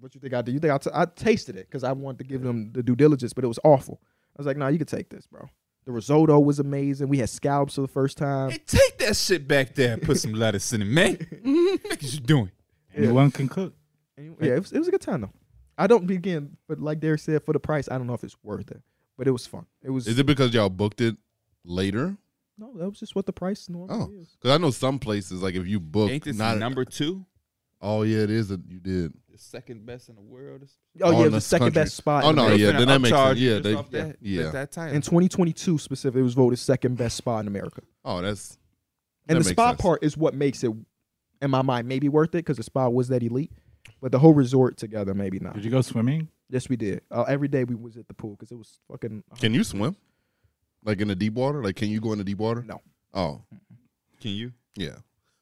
Speaker 1: what you think I did. You think I, t- I tasted it because I wanted to give them the due diligence, but it was awful. I was like, nah, you can take this, bro. The risotto was amazing. We had scallops for the first time.
Speaker 2: hey, take that shit back there and put some lettuce in it, man. what you doing?
Speaker 3: Anyone can cook.
Speaker 1: And it- yeah, it was, it was a good time though. I don't begin, but like Derek said, for the price, I don't know if it's worth it. But it was fun. It was
Speaker 4: is it because y'all booked it later?
Speaker 1: no, that was just what the price normally
Speaker 4: Oh.
Speaker 1: is.
Speaker 4: Because I know some places like if you book,
Speaker 2: Ain't this
Speaker 4: not
Speaker 2: number two?
Speaker 4: Oh yeah, it is. A, you did.
Speaker 2: The second best in the world.
Speaker 1: Oh,
Speaker 4: Oh,
Speaker 1: yeah, it was
Speaker 4: in
Speaker 1: the
Speaker 4: this
Speaker 1: second
Speaker 4: country.
Speaker 1: best spot.
Speaker 4: Oh,
Speaker 1: in
Speaker 4: no,
Speaker 1: America.
Speaker 4: yeah, then that makes sense. Yeah, they-
Speaker 2: they, off that,
Speaker 4: yeah.
Speaker 2: At that time.
Speaker 1: In 2022 specifically, it was voted second best spot in America.
Speaker 4: Oh, that's
Speaker 1: And
Speaker 4: That
Speaker 1: the
Speaker 4: makes
Speaker 1: spa
Speaker 4: sense.
Speaker 1: part is what makes it, in my mind, maybe worth it because the spa was that elite. But the whole resort together, maybe not.
Speaker 3: Did you go swimming?
Speaker 1: Yes, we did. Uh, every day we was at the pool because it was fucking.
Speaker 4: Can you swim? Like in the deep water? Like can you go in the deep water?
Speaker 1: No.
Speaker 4: Oh,
Speaker 2: Can you?
Speaker 4: yeah.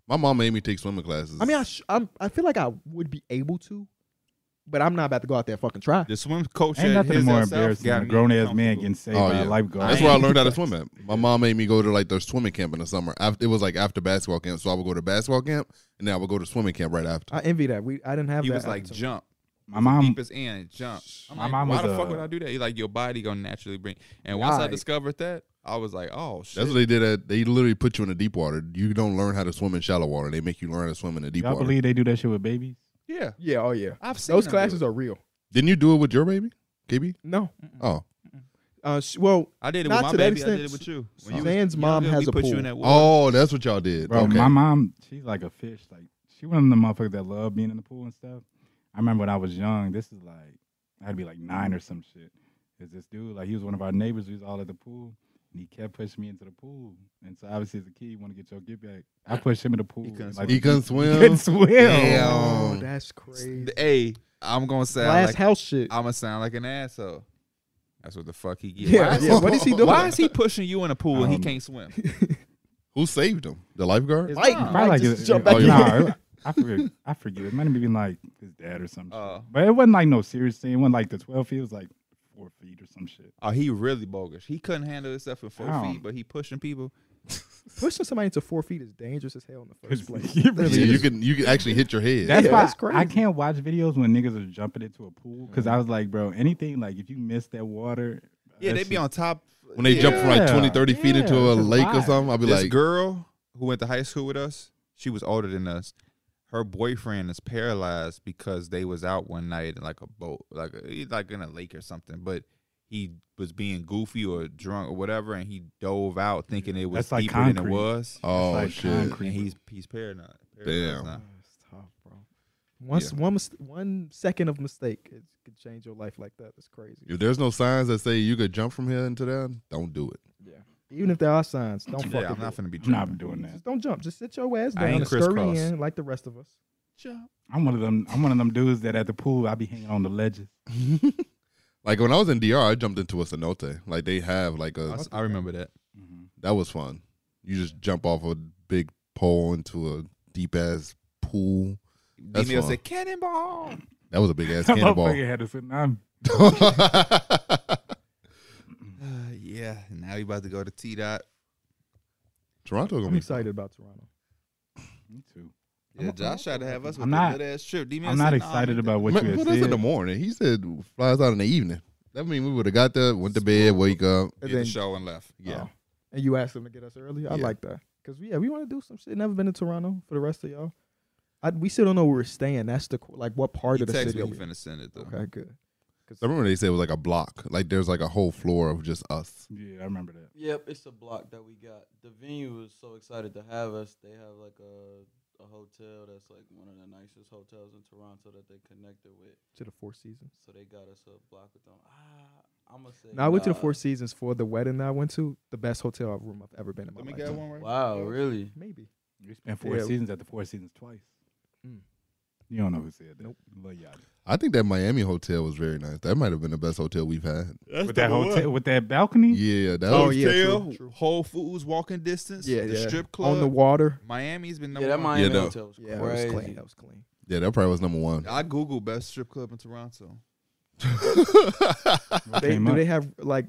Speaker 4: My mom made me take swimming classes.
Speaker 1: I mean, I sh- I'm, I feel like I would be able to, but I'm not about to go out there and fucking try.
Speaker 2: The swim coach
Speaker 3: Ain't
Speaker 2: at
Speaker 3: nothing
Speaker 2: his
Speaker 3: more
Speaker 2: himself
Speaker 3: embarrassing
Speaker 2: got
Speaker 3: than a
Speaker 2: me
Speaker 3: grown ass man
Speaker 2: uncomfortable.
Speaker 3: getting saved
Speaker 4: Oh,
Speaker 3: by
Speaker 4: yeah.
Speaker 3: a lifeguard.
Speaker 4: that's where I learned how to swim at. My mom made me go to like their swimming camp in the summer. After, it was like after basketball camp, so I would go to basketball camp and then I would go to swimming camp right after.
Speaker 3: Ah,
Speaker 1: I envy that. We I didn't have
Speaker 2: He
Speaker 1: that.
Speaker 2: was like,
Speaker 1: opportunity.
Speaker 2: jump.
Speaker 3: My mom,
Speaker 2: deepest end, jump. I'm
Speaker 3: My
Speaker 2: like,
Speaker 3: mom
Speaker 2: why
Speaker 3: was
Speaker 2: the
Speaker 3: a-
Speaker 2: fuck would I do that? He like, your body gonna naturally bring. And once I
Speaker 1: Right.
Speaker 2: discovered that, I was like, oh shit.
Speaker 4: That's what they did. At they literally put you in the deep water. You don't learn how to swim in shallow water. They make you learn how to swim in the deep
Speaker 3: y'all
Speaker 4: water.
Speaker 3: believe they do that shit with babies?
Speaker 2: yeah,
Speaker 1: yeah, oh yeah.
Speaker 2: I've seen
Speaker 1: Those
Speaker 2: them do
Speaker 1: classes
Speaker 2: it.
Speaker 1: are real.
Speaker 4: Didn't you do it with your baby, KB?
Speaker 3: Mm.
Speaker 1: No.
Speaker 4: Oh,
Speaker 1: Mm. Uh, sh- well,
Speaker 2: I did it
Speaker 1: Not
Speaker 2: with my
Speaker 1: to that
Speaker 2: baby. I did it
Speaker 1: extent.
Speaker 2: with you. you was
Speaker 1: Zan's mom
Speaker 2: younger,
Speaker 1: has
Speaker 2: we
Speaker 1: a
Speaker 2: put
Speaker 1: pool.
Speaker 2: You in that water.
Speaker 4: oh, that's what y'all did.
Speaker 3: Bro,
Speaker 4: okay.
Speaker 3: my mom, she's like a fish. Like she one of the motherfuckers that love being in the pool and stuff. I remember when I was young. This is like I had to be like nine or some shit. Is this dude like he was one of our neighbors? We was all at the pool, and he kept pushing me into the pool. And so obviously as a kid, you want to get your get back. I pushed him in the pool.
Speaker 2: He couldn't
Speaker 3: like,
Speaker 4: he couldn't
Speaker 3: he
Speaker 4: swim.
Speaker 3: couldn't swim.
Speaker 4: Damn.
Speaker 1: oh,
Speaker 4: Um,
Speaker 1: that's crazy.
Speaker 2: The- Hey, I'm gonna sound
Speaker 1: Last
Speaker 2: like Oh,
Speaker 1: house shit.
Speaker 2: I'm gonna sound like an asshole. That's what the fuck he gets.
Speaker 1: yeah,
Speaker 2: Why, is-
Speaker 1: yeah. What is he doing?
Speaker 2: why is he pushing you in a pool and he
Speaker 3: Um,
Speaker 2: can't swim?
Speaker 4: Who saved him? The lifeguard.
Speaker 2: His
Speaker 1: Mike,
Speaker 2: mom.
Speaker 1: Mike.
Speaker 3: Probably like
Speaker 1: just
Speaker 3: it-
Speaker 1: jump
Speaker 3: it-
Speaker 1: back
Speaker 3: oh,
Speaker 4: in.
Speaker 3: nah, it- I forget. I forget. It might have been like his dad or something.
Speaker 2: Uh.
Speaker 3: but it wasn't like no serious thing. It wasn't like the twelve feet. It was like four feet or some shit.
Speaker 2: Oh, he really bogus. He couldn't handle himself in four
Speaker 3: Ow.
Speaker 2: feet, but he pushing people.
Speaker 1: Pushing somebody into four feet is dangerous as hell in the first place.
Speaker 3: It really
Speaker 4: Yeah,
Speaker 3: is.
Speaker 4: you can you can actually hit your head.
Speaker 3: That's
Speaker 1: Yeah,
Speaker 3: why
Speaker 1: that's crazy.
Speaker 3: I can't watch videos when niggas are jumping into a pool because I was like, bro, anything like if you miss that water,
Speaker 2: Yeah,
Speaker 3: that
Speaker 2: they be
Speaker 3: shit-
Speaker 2: on top.
Speaker 4: when they jump from like
Speaker 3: Yeah.
Speaker 4: 20, 30 feet into
Speaker 3: Yeah,
Speaker 4: a
Speaker 3: it's a
Speaker 4: lake or
Speaker 3: vibe.
Speaker 4: something, I'll be
Speaker 2: this
Speaker 4: like,
Speaker 2: girl who went to high school with us, she was older than us. Her boyfriend is paralyzed because they was out one night in like a boat, like he's like in a lake or something. But he was being goofy or drunk or whatever, and he dove out thinking it was
Speaker 3: That's like
Speaker 2: deeper than it
Speaker 3: concrete.
Speaker 2: was.
Speaker 4: oh
Speaker 3: like
Speaker 4: shit.
Speaker 3: concrete.
Speaker 2: And he's he's paranoid.
Speaker 4: Damn.
Speaker 2: now.
Speaker 1: It's tough, bro. Once one mis- one second of mistake it could change your life like that. That's crazy.
Speaker 4: If there's no signs that say you could jump from here into there, don't do it.
Speaker 1: Even if there are signs, don't fucking.
Speaker 2: Yeah, I'm not
Speaker 1: do
Speaker 2: gonna be
Speaker 3: I'm
Speaker 2: jumping.
Speaker 3: not doing
Speaker 1: it.
Speaker 3: that.
Speaker 1: Just don't jump. Just sit your ass
Speaker 2: I
Speaker 1: down
Speaker 2: ain't
Speaker 1: and scurry
Speaker 2: crisscross.
Speaker 1: in like the rest of us.
Speaker 3: I'm one of them. I'm one of them dudes that at the pool I be hanging on the ledges.
Speaker 4: Like when I was in DR, I jumped into a cenote. Like they have like
Speaker 2: I
Speaker 4: a
Speaker 2: s- I remember that.
Speaker 4: that was fun. You just jump off a big pole into a deep ass pool. That's
Speaker 2: Daniel
Speaker 4: fun.
Speaker 2: said, "Cannonball!"
Speaker 4: That was a big ass
Speaker 3: That
Speaker 4: cannonball.
Speaker 3: motherfucker had a tsunami.
Speaker 2: Uh, yeah. Now you about to go to T dot.
Speaker 4: Toronto gonna
Speaker 1: I'm
Speaker 4: be
Speaker 1: excited about Toronto.
Speaker 3: Me too.
Speaker 2: Yeah, Josh tried to have us with
Speaker 3: I'm
Speaker 2: a
Speaker 3: not-
Speaker 2: good ass trip. D-Man
Speaker 3: I'm
Speaker 2: said,
Speaker 3: not
Speaker 2: "Nah,
Speaker 3: excited
Speaker 2: man,
Speaker 3: about what
Speaker 4: Man,
Speaker 3: you
Speaker 4: well,
Speaker 3: had
Speaker 4: that's in the
Speaker 3: said.
Speaker 4: morning. He said flies out in the evening. That mean we would have got there, went to bed, wake up.
Speaker 1: And
Speaker 2: Did the
Speaker 1: then-
Speaker 2: show and left.
Speaker 4: Yeah.
Speaker 1: Oh. and you asked them to get us early. I
Speaker 4: Yeah.
Speaker 1: like that because yeah, we want to do some shit. Never been to Toronto for the rest of y'all. I I, we still don't know where we're staying. That's the like what part
Speaker 2: He
Speaker 1: of the
Speaker 2: texted
Speaker 1: city.
Speaker 2: me.
Speaker 1: are
Speaker 2: He
Speaker 1: we in?
Speaker 2: finna send it though.
Speaker 1: Okay, good.
Speaker 4: I remember they said it was like a block. Like there's like a whole floor of just us.
Speaker 3: Yeah, I remember that.
Speaker 5: Yep, it's a block that we got. The venue was so excited to have us. They have like a a hotel that's like one of the nicest hotels in Toronto that they connected with.
Speaker 1: To the Four Seasons.
Speaker 5: So they got us a block with them. Ah, I'm gonna say.
Speaker 1: Now I went to the
Speaker 5: nah.
Speaker 1: Four Seasons for the wedding that I went to. The best hotel room I've ever been in my life.
Speaker 2: right.
Speaker 5: Wow, really?
Speaker 1: Maybe.
Speaker 3: We spent four
Speaker 1: Yeah.
Speaker 3: seasons at the Four Seasons twice.
Speaker 1: Mm.
Speaker 3: You don't know who said that.
Speaker 1: Nope.
Speaker 3: But yeah,
Speaker 4: I think that Miami hotel was very nice. That might have been the best hotel we've had.
Speaker 11: That's
Speaker 3: with that hotel, with that balcony.
Speaker 4: Yeah, that
Speaker 1: Oh,
Speaker 4: was,
Speaker 1: yeah, true,
Speaker 2: Hotel,
Speaker 1: true.
Speaker 2: Whole Foods, walking distance.
Speaker 1: Yeah,
Speaker 2: the
Speaker 1: yeah.
Speaker 2: strip club.
Speaker 1: On the water.
Speaker 2: Miami's been
Speaker 5: Yeah,
Speaker 2: number
Speaker 5: that
Speaker 2: one.
Speaker 5: Miami
Speaker 4: though.
Speaker 5: hotel was
Speaker 1: Yeah,
Speaker 5: crazy.
Speaker 1: that was clean. That was clean.
Speaker 4: yeah, that probably was number one.
Speaker 2: I Google best strip club in Toronto.
Speaker 3: What
Speaker 1: They,
Speaker 3: came
Speaker 1: do
Speaker 3: up?
Speaker 1: they have like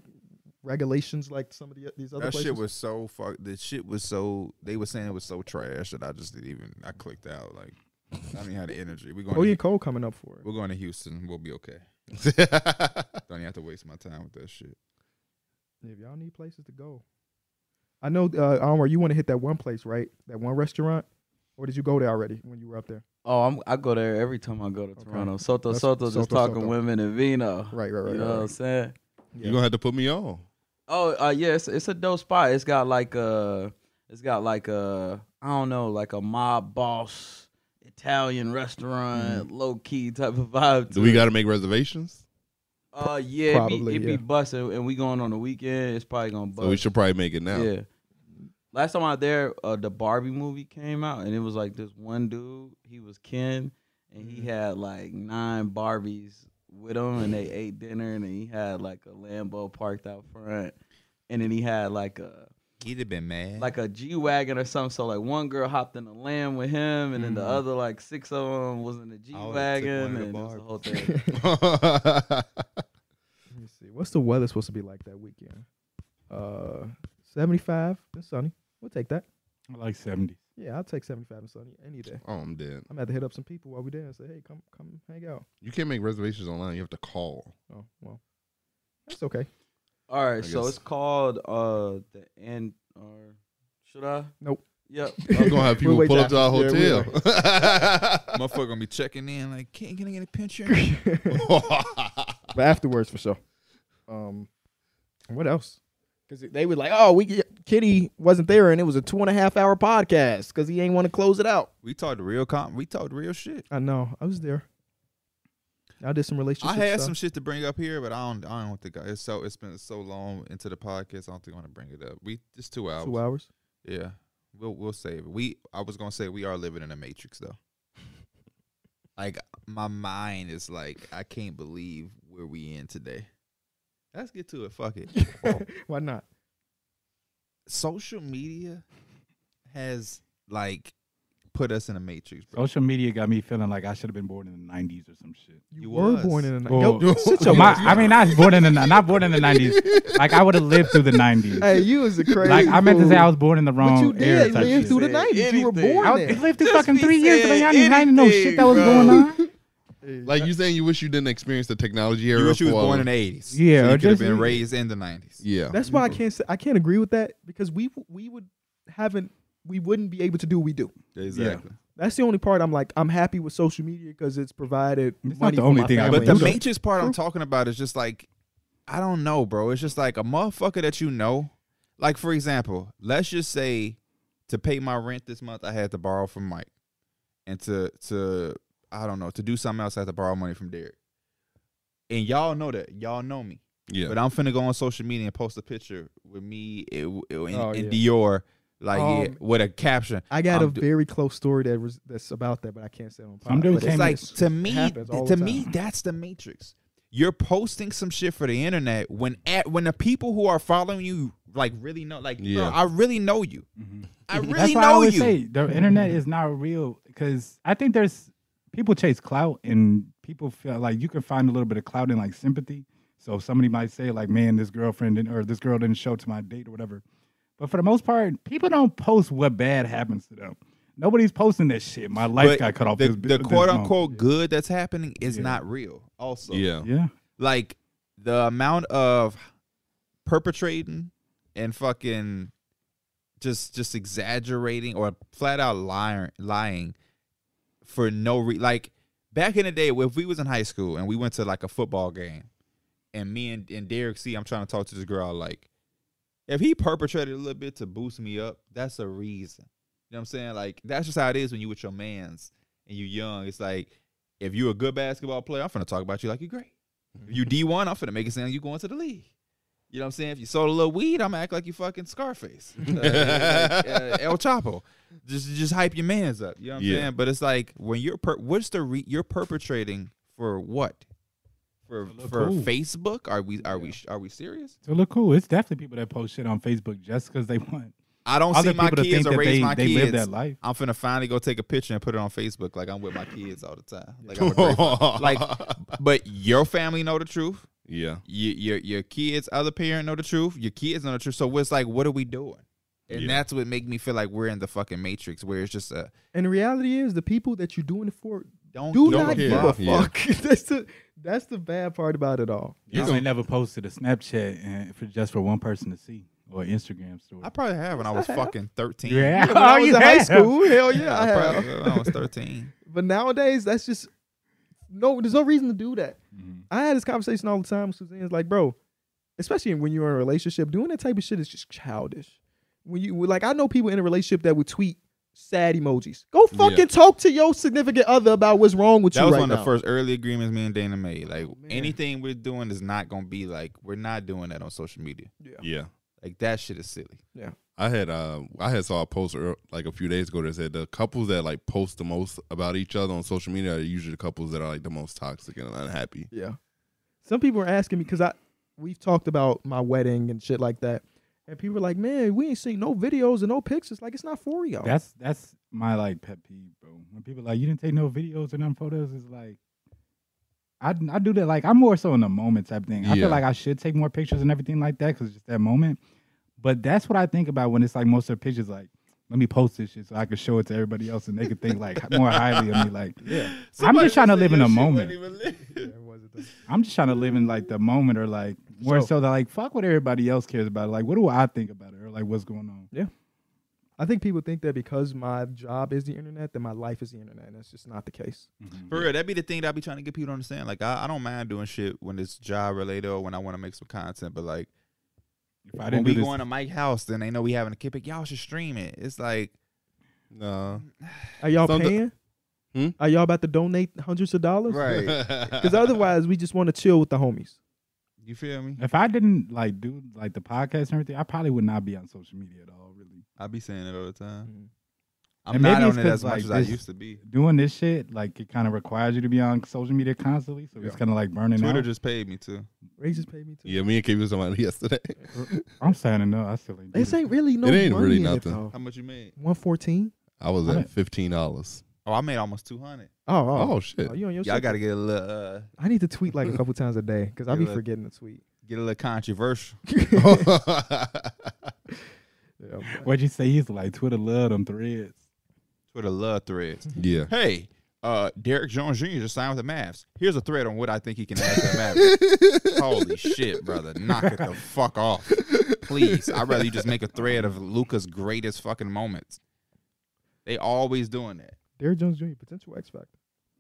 Speaker 1: regulations like some of the, these other
Speaker 2: that
Speaker 1: places?
Speaker 2: shit was so fuck. The shit was so. They were saying it was so trash that I just didn't even. I clicked out. Like I didn't have the energy. We're going.
Speaker 1: Oh yeah,
Speaker 2: to,
Speaker 1: Cole coming up for it.
Speaker 2: we're going to Houston. We'll be okay. Don't even have to waste my time with that shit.
Speaker 1: If y'all need places to go, I know. Uh, Omar, you want to hit that one place, right? That one restaurant, or did you go there already when you were up there?
Speaker 5: Oh, I'm, I go there every time I go to Toronto. Soto
Speaker 1: That's-
Speaker 5: Soto just
Speaker 1: Soto,
Speaker 5: talking
Speaker 1: Soto.
Speaker 5: women and vino.
Speaker 1: Right, right, right.
Speaker 5: you know
Speaker 1: right,
Speaker 5: what I'm
Speaker 1: right.
Speaker 5: saying?
Speaker 4: You're gonna have to put me on.
Speaker 5: Oh, uh, yeah, it's, it's a dope spot. It's got like a, it's got like a, I don't know, like a mob boss Italian
Speaker 4: Mm.
Speaker 5: restaurant, low key type of vibe.
Speaker 4: Do
Speaker 5: To
Speaker 4: we
Speaker 5: it.
Speaker 4: gotta make reservations?
Speaker 5: Uh, yeah, it be,
Speaker 1: Probably,
Speaker 5: it
Speaker 1: yeah.
Speaker 5: be busting, and we going on the weekend. It's probably gonna bust.
Speaker 4: So we should probably make it now.
Speaker 5: Yeah. Last time I was there, uh, the Barbie movie came out, and it was like this one dude. He was Ken, and
Speaker 4: Mm.
Speaker 5: he had like nine Barbies with him, and they ate dinner, and then he had like a Lambo parked out front, and then he had like a
Speaker 2: He'd have been mad.
Speaker 5: like a G wagon or something. So like one girl hopped in the Lamb with him, and then the
Speaker 1: Mhm.
Speaker 5: other like six of them was in the G
Speaker 2: Mm. took
Speaker 5: wagon,
Speaker 2: one of
Speaker 5: and
Speaker 2: the
Speaker 5: it was the whole
Speaker 1: Let
Speaker 5: thing.
Speaker 1: me see. What's the weather supposed to be like that weekend? Uh, seventy-five and sunny. We'll take that.
Speaker 3: I like seventy.
Speaker 1: Yeah, I'll take seventy-five and sunny any day.
Speaker 4: oh, I'm dead.
Speaker 1: I'm gonna have to hit up some people while we're there and say, hey, come, come, hang out.
Speaker 4: You can't make reservations online. You have to call.
Speaker 1: Oh well, that's okay.
Speaker 5: All right,
Speaker 4: I
Speaker 5: so
Speaker 4: guess.
Speaker 5: it's called uh the and or should I?
Speaker 1: Nope.
Speaker 5: Yep.
Speaker 4: We're gonna have
Speaker 1: We'll
Speaker 4: people
Speaker 1: wait
Speaker 4: pull up to our
Speaker 1: till- yeah,
Speaker 4: hotel.
Speaker 1: we'll
Speaker 2: Motherfucker gonna be checking in. Like, can, can I get a picture?
Speaker 1: but afterwards for sure. Um, what else? Because they were like, "Oh, we Kitty wasn't there, and it was a two and a half hour podcast because he ain't want to close it out."
Speaker 2: we talked real. Com- we talked real shit.
Speaker 1: I know. I was there. I did some relationship.
Speaker 2: I had
Speaker 1: stuff.
Speaker 2: some shit to bring up here, but I don't. I don't think I, it's so. It's been so long into the podcast. I don't think I'm gonna bring it up. We it's two hours.
Speaker 1: two hours.
Speaker 2: Yeah, we'll we'll save it. We I was gonna say we are living in a matrix though. Like my mind is like I can't believe where we in today. Let's get to it. Fuck it.
Speaker 1: Why not?
Speaker 2: Social media has like put us in a matrix, bro.
Speaker 3: Social media got me feeling like I should have been born in the '90s or some shit.
Speaker 1: You,
Speaker 2: You
Speaker 1: were
Speaker 2: was.
Speaker 1: born in the
Speaker 3: Well,
Speaker 1: night. Yo, sit your
Speaker 3: my,
Speaker 1: ass
Speaker 3: I mean, not born in the not born in the '90s. Like I would have lived through the '90s.
Speaker 1: down. Hey, you was a crazy.
Speaker 3: like I meant to say, I was born in the
Speaker 1: But you
Speaker 3: wrong era.
Speaker 1: did
Speaker 3: Type
Speaker 1: live
Speaker 3: shit.
Speaker 1: through the
Speaker 5: Said
Speaker 1: nineties. You were
Speaker 5: anything.
Speaker 1: born
Speaker 3: I
Speaker 1: there.
Speaker 3: was, lived through
Speaker 5: Just
Speaker 3: fucking
Speaker 5: be
Speaker 3: three years, but
Speaker 5: saying
Speaker 3: I didn't, I didn't know shit that was
Speaker 5: anything,
Speaker 3: going on.
Speaker 4: like you saying, you wish you didn't experience the technology era.
Speaker 2: You wish you was
Speaker 4: for all
Speaker 2: born in
Speaker 4: of-
Speaker 2: the eighties.
Speaker 3: Yeah,
Speaker 2: so you
Speaker 3: or
Speaker 2: could have
Speaker 3: just-
Speaker 2: been raised in the nineties.
Speaker 4: Yeah,
Speaker 1: That's why I can't say, I can't agree with that because we we would haven't we wouldn't be able to do what we do.
Speaker 2: Exactly.
Speaker 1: That's the only part I'm like I'm happy with social media because it's provided.
Speaker 3: It's
Speaker 1: money
Speaker 3: not the
Speaker 1: for
Speaker 3: only
Speaker 1: my
Speaker 3: thing I-
Speaker 1: family.
Speaker 2: But the
Speaker 1: So-
Speaker 2: matrix part I'm talking about is just like, I don't know, bro. It's just like a motherfucker that you know. Like, for example, let's just say to pay my rent this month, I had to borrow from Mike. And to to I don't know, to do something else, I had to borrow money from Derek. And y'all know that. Y'all know me.
Speaker 4: yeah.
Speaker 2: But I'm finna go on social media and post a picture with me it, it, in,
Speaker 1: Oh,
Speaker 2: in
Speaker 1: yeah.
Speaker 2: Dior, like
Speaker 1: Um,
Speaker 2: yeah, with a caption.
Speaker 1: I got
Speaker 2: I'm
Speaker 1: a
Speaker 2: do-
Speaker 1: very close story that was that's about that, but I can't say it on.
Speaker 3: I'm doing
Speaker 1: but
Speaker 3: the
Speaker 2: It's
Speaker 3: same
Speaker 2: like
Speaker 3: It's-
Speaker 2: to me,
Speaker 1: happens all
Speaker 2: to
Speaker 1: the
Speaker 2: me,
Speaker 1: time.
Speaker 2: that's the matrix. You're posting some shit for the internet when at when the people who are following you like really know, like bro,
Speaker 4: Yeah.
Speaker 2: I really know you.
Speaker 3: Mm-hmm.
Speaker 2: I really
Speaker 3: That's why I
Speaker 2: know
Speaker 3: always
Speaker 2: you.
Speaker 3: say the internet is not real because I think there's people chase clout and people feel like you can find a little bit of clout in like sympathy. So if somebody might say like, "Man, this girlfriend didn't, or this girl didn't show up to my date or whatever," but for the most part, people don't post what bad happens to them. Nobody's posting that shit. My life
Speaker 2: But
Speaker 3: got cut off.
Speaker 2: the,
Speaker 3: this, bi-
Speaker 2: the
Speaker 3: this
Speaker 2: quote
Speaker 3: month."
Speaker 2: unquote good that's happening is
Speaker 3: Yeah.
Speaker 2: not real. Also,
Speaker 4: yeah,
Speaker 3: Yeah,
Speaker 2: like the amount of perpetrating and fucking just just exaggerating or flat out lying lying for no re like back in the day if we was in high school and we went to like a football game and me and, and Derek C, I'm trying to talk to this girl like if he perpetrated a little bit to boost me up, that's a reason. You know what I'm saying? Like that's just how it is when you with your mans and you young. It's like if you're a good basketball player, I'm finna talk about you like you're great. If you D1, I'm finna make it sound like you going to the league. You know what I'm saying? If you sold a little weed, I'm gonna act like you fucking Scarface, uh, like, uh, El Chapo. Just just hype your man's up. You know what I'm
Speaker 4: Yeah.
Speaker 2: saying? But it's like when you're per- what's the re- you're perpetrating for what? For
Speaker 3: To look
Speaker 2: for
Speaker 3: cool.
Speaker 2: Facebook? Are we are we are we serious?
Speaker 3: So look cool. It's definitely people that post shit on Facebook just because they want
Speaker 2: I don't
Speaker 3: other
Speaker 2: see my
Speaker 3: people to think
Speaker 2: kids or
Speaker 3: that
Speaker 2: raise
Speaker 3: they,
Speaker 2: my
Speaker 3: they
Speaker 2: kids.
Speaker 3: live that life.
Speaker 2: I'm finna finally go take a picture and put it on Facebook like I'm with my kids all the time. Like, I'm a great father.
Speaker 4: like,
Speaker 2: like but your family know the truth.
Speaker 4: yeah,
Speaker 2: Your, your your kids, other parent know the truth. Your kids know the truth. So it's like, what are we doing? And
Speaker 4: Yeah.
Speaker 2: that's what make me feel like we're in the fucking matrix where it's just a
Speaker 1: And the reality is, the people that you're doing it for
Speaker 2: don't
Speaker 1: do
Speaker 2: give a
Speaker 1: not
Speaker 4: care.
Speaker 1: give a
Speaker 2: fuck.
Speaker 4: Yeah.
Speaker 1: fuck. that's the that's the bad part about it all.
Speaker 4: You
Speaker 3: You
Speaker 4: gonna-
Speaker 3: they never posted a Snapchat and for just for one person to see or Instagram story.
Speaker 2: I probably have when I was fucking thirteen.
Speaker 3: yeah,
Speaker 1: When I was in high
Speaker 3: Oh, have.
Speaker 1: school, hell Oh, yeah,
Speaker 2: Yeah,
Speaker 1: I
Speaker 2: I
Speaker 1: have.
Speaker 2: probably when I was thirteen.
Speaker 1: But nowadays, that's just no. There's no reason to do that.
Speaker 2: Mm-hmm.
Speaker 3: Mhm.
Speaker 1: I had this conversation all the time with Suzanne. It's like, bro, especially when you're in a relationship, doing that type of shit is just childish. When you like, I know people in a relationship that would tweet sad emojis. Go
Speaker 4: Yeah.
Speaker 1: fucking talk to your significant other about what's wrong with
Speaker 2: That
Speaker 1: you
Speaker 2: was
Speaker 1: right
Speaker 2: one
Speaker 1: now. Oh,
Speaker 2: of the first early agreements me and Dana made. Like
Speaker 1: man.
Speaker 2: anything we're doing is not gonna be like we're not doing that on social media.
Speaker 4: yeah.
Speaker 2: Like that shit is silly.
Speaker 4: I had uh, I had saw a post ear- like a few days ago that said the couples that like post the most about each other on social media are usually the couples that are like the most toxic and unhappy.
Speaker 1: Yeah. Some people are asking me because I we've talked about my wedding and shit like that, and people are like, man, we ain't seen no videos and no pictures. Like it's not for y'all.
Speaker 3: That's that's my like pet peeve, bro. When people like you didn't take no videos or none photos, it's like I, I do that like I'm more so in the moment type thing. I
Speaker 4: Yeah.
Speaker 3: feel like I should take more pictures and everything like that because just that moment. But that's what I think about when it's like most of the pictures like. Let me post this shit so I can show it to everybody else and they could think like more highly of me. Like, yeah, I'm just trying to live in a moment. I'm just trying to live in like the moment or like more so, that like fuck what everybody else cares about. Like what do I think about it or like what's going on?
Speaker 1: I think people think that because my job is the internet, that my life is the internet, and that's just not the case.
Speaker 2: For real, that'd be the thing that I be trying to get people to understand. Like, I, I don't mind doing shit when it's job related or when I want to make some content, but like,
Speaker 3: If I
Speaker 2: when
Speaker 3: didn't
Speaker 2: we
Speaker 3: do this,
Speaker 2: going to Mike's house, then they know we having a kid. Like, y'all should stream it. It's like,
Speaker 4: No,
Speaker 1: Are y'all
Speaker 4: Some-
Speaker 1: paying?
Speaker 4: Hmm?
Speaker 1: Are y'all about to donate hundreds of dollars?
Speaker 2: right?
Speaker 1: Because otherwise, we just want to chill with the homies.
Speaker 2: you feel me?
Speaker 3: if I didn't like do like the podcast and everything, I probably would not be on social media at all. Really,
Speaker 2: I be saying it all the
Speaker 1: Mm-hmm.
Speaker 2: time. I'm
Speaker 3: And maybe
Speaker 2: not
Speaker 3: it's
Speaker 2: on it
Speaker 3: 'cause,
Speaker 2: as much
Speaker 3: like,
Speaker 2: as I
Speaker 3: this-
Speaker 2: used to be.
Speaker 3: doing this shit like it kind of requires you to be on social media constantly, so it's kind of like burning
Speaker 2: Twitter
Speaker 3: out.
Speaker 2: just paid me too.
Speaker 1: They just pay me too.
Speaker 4: yeah, me and KB was talking about it yesterday.
Speaker 3: I'm signing up. I still ain't. do
Speaker 1: This
Speaker 3: this.
Speaker 1: ain't really no.
Speaker 4: It ain't
Speaker 1: money
Speaker 4: really
Speaker 1: in
Speaker 4: nothing.
Speaker 1: though.
Speaker 2: How much you made?
Speaker 1: One fourteen.
Speaker 4: I was
Speaker 3: I-
Speaker 4: at fifteen dollars.
Speaker 2: Oh, I made almost two hundred.
Speaker 1: Oh, oh,
Speaker 4: Oh shit!
Speaker 1: Oh, you on your
Speaker 2: Y'all
Speaker 1: shit.
Speaker 2: got to get a little, uh,
Speaker 1: I need to tweet like a couple times a day because I
Speaker 2: Yeah,
Speaker 1: be
Speaker 2: like-
Speaker 1: forgetting to tweet.
Speaker 2: get a little controversial.
Speaker 1: Yeah, but-
Speaker 3: What'd you say? He's like Twitter love them threads.
Speaker 2: Twitter love threads.
Speaker 4: yeah,
Speaker 2: hey, uh, Derek Jones Jr. just signed with the Mavs. Here's a thread on what I think he can add to the Mavs. Holy shit, brother. Knock it the fuck off. Please. I'd rather you just make a thread of Luca's greatest fucking moments. They always doing that.
Speaker 1: Derrick Jones Jr. potential X Factor.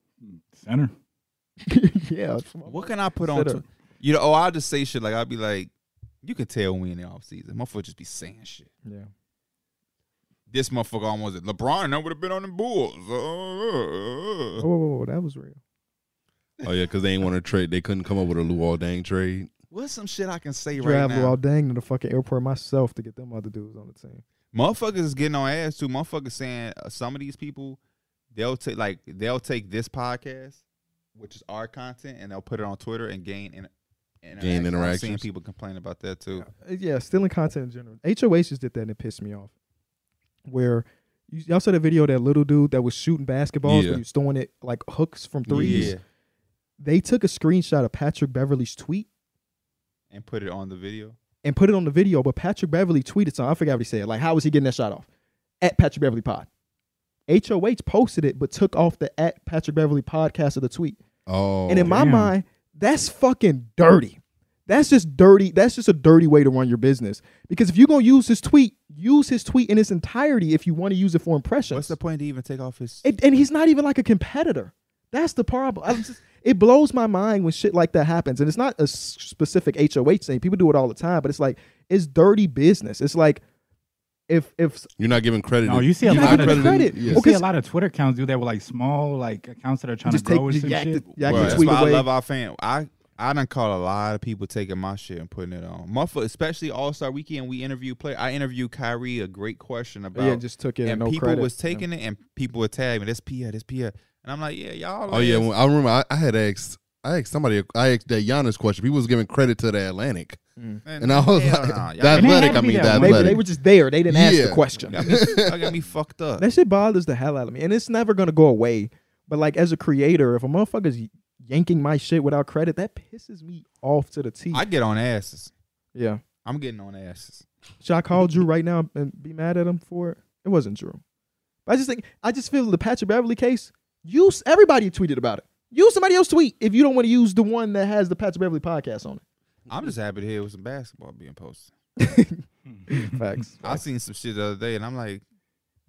Speaker 3: Center.
Speaker 1: yeah. come on.
Speaker 2: What can I put on
Speaker 1: Sit up.
Speaker 2: Twitter? You know, oh, I'll just say shit like I'll be like, you could tell we in the offseason. Motherfucker just be saying shit.
Speaker 1: Yeah.
Speaker 2: This motherfucker almost LeBron I would have been on the Bulls. Uh, uh,
Speaker 1: Oh, whoa,
Speaker 2: uh.
Speaker 1: whoa, whoa, that was real.
Speaker 4: oh yeah, because they ain't want to trade. They couldn't come up with a Luol Dang trade.
Speaker 2: What's some shit I can say right
Speaker 1: Drive
Speaker 2: now?
Speaker 1: all dang to the fucking airport myself to get them other dudes on the team.
Speaker 2: motherfuckers is getting on ass too. Motherfuckers saying uh, some of these people, they'll take like they'll take this podcast, which is our content, and they'll put it on Twitter and gain in, interaction. I'm seeing
Speaker 4: interactions.
Speaker 2: people complain about that too.
Speaker 1: Uh, Yeah, stealing content in general. HOH just did that and it pissed me off. Where you, y'all saw the video of that little dude that was shooting basketballs,
Speaker 4: Yeah.
Speaker 1: but he was throwing it like hooks from threes. They took a screenshot of Patrick Beverly's tweet
Speaker 2: and put it on the video.
Speaker 1: and put it on the video, but Patrick Beverly tweeted something. I forgot what he said. Like, how was he getting that shot off? At Patrick Beverly Pod. HOH posted it, but took off the at Patrick Beverly podcast of the tweet.
Speaker 4: Oh,
Speaker 1: and in my
Speaker 3: damn.
Speaker 1: mind, that's fucking dirty. That's just dirty. That's just a dirty way to run your business. Because if you're gonna use his tweet, use his tweet in its entirety if you want to use it for impressions.
Speaker 2: What's the point to even take off his?
Speaker 1: and, and he's not even like a competitor. That's the problem. I'm just- it blows my mind when shit like that happens. And it's not a s- specific HOH thing. People do it all the time, but it's like it's dirty business. It's like if if
Speaker 4: You're not giving credit.
Speaker 3: No, you see a
Speaker 4: You're
Speaker 3: lot
Speaker 4: not
Speaker 3: of
Speaker 4: crediting-
Speaker 1: credit.
Speaker 4: yeah.
Speaker 3: You
Speaker 1: Okay,
Speaker 3: see a
Speaker 1: so-
Speaker 3: lot of Twitter accounts do that with like small like accounts that are trying
Speaker 1: just
Speaker 3: to
Speaker 1: take
Speaker 3: grow and
Speaker 1: just
Speaker 3: some
Speaker 1: yak
Speaker 3: shit.
Speaker 1: the, yak
Speaker 4: Right.
Speaker 1: the
Speaker 2: That's
Speaker 1: tweet
Speaker 2: why
Speaker 1: away.
Speaker 2: I love our fan. I I done caught a lot of people taking my shit and putting it on. Motherfucker, especially All Star Weekend, we interviewed play. I interviewed Kyrie a great question about
Speaker 1: yeah, just took it and
Speaker 2: and
Speaker 1: no
Speaker 2: people
Speaker 1: credit.
Speaker 2: was taking it and people were tagging me. This Pia, this Pia, and I'm like, yeah, y'all.
Speaker 4: Oh yeah,
Speaker 2: ass-
Speaker 4: when, I remember I, I had asked I asked somebody I asked that Giannis question. People was giving credit to the Atlantic,
Speaker 2: man,
Speaker 4: and I was
Speaker 2: hell
Speaker 4: like,
Speaker 2: nah, y'all
Speaker 4: the
Speaker 2: got me-
Speaker 4: Athletic.
Speaker 3: had
Speaker 4: I
Speaker 3: to be
Speaker 4: mean,
Speaker 3: that
Speaker 4: the
Speaker 3: one.
Speaker 1: Maybe they
Speaker 4: Athletic.
Speaker 1: were just there. They didn't ask
Speaker 4: Yeah.
Speaker 1: the question.
Speaker 2: got me, y'all got me fucked up.
Speaker 1: That shit bothers the hell out of me, and it's never gonna go away. But like as a creator, if a motherfucker's yanking my shit without credit, that pisses me off to the teeth.
Speaker 2: I get on asses.
Speaker 1: yeah.
Speaker 2: I'm getting on asses.
Speaker 1: Should I call Drew right now and be mad at him for it? It wasn't Drew. I just think I just feel the Patrick Beverly case. Use everybody tweeted about it. Use somebody else tweet if you don't want to use the one that has the Patrick Beverly podcast on
Speaker 2: I'm just happy to hear with some basketball being posted.
Speaker 1: it. Facts.
Speaker 2: I seen some shit the other day, and I'm like,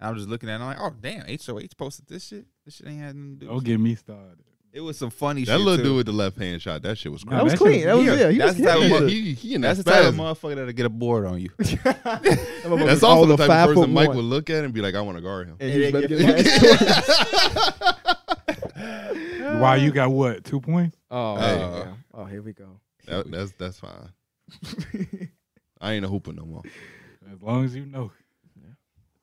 Speaker 2: I'm just looking at, it, I'm like, oh damn, HOH posted this shit. This shit ain't had nothing to do.
Speaker 3: Don't
Speaker 2: with
Speaker 3: get me started.
Speaker 2: It was some funny
Speaker 4: Oh, That
Speaker 2: shit.
Speaker 4: little
Speaker 2: too.
Speaker 4: dude with the left hand shot. That shit was
Speaker 3: No,
Speaker 1: that
Speaker 4: crazy.
Speaker 1: was
Speaker 3: that
Speaker 1: clean.
Speaker 3: shit
Speaker 1: That was
Speaker 2: was-
Speaker 1: yeah. He
Speaker 2: that's
Speaker 1: was
Speaker 2: the type
Speaker 1: hitting
Speaker 2: of-
Speaker 1: it.
Speaker 4: he, he, he in
Speaker 2: That's the
Speaker 4: that
Speaker 2: type of
Speaker 4: spasm.
Speaker 2: motherfucker that'll get a board on you.
Speaker 1: That motherfucker was
Speaker 4: That's also
Speaker 1: all
Speaker 4: the
Speaker 1: of
Speaker 4: type
Speaker 1: five
Speaker 4: of
Speaker 1: foot
Speaker 4: person Mike
Speaker 1: one.
Speaker 4: would look at and be like, "I want to guard him."
Speaker 1: And he was better get
Speaker 3: Why you got what two points?
Speaker 1: Oh,
Speaker 4: Hey.
Speaker 1: yeah. oh, here we go.
Speaker 4: That, that's that's fine. I ain't a hooper no more.
Speaker 3: As long as you know.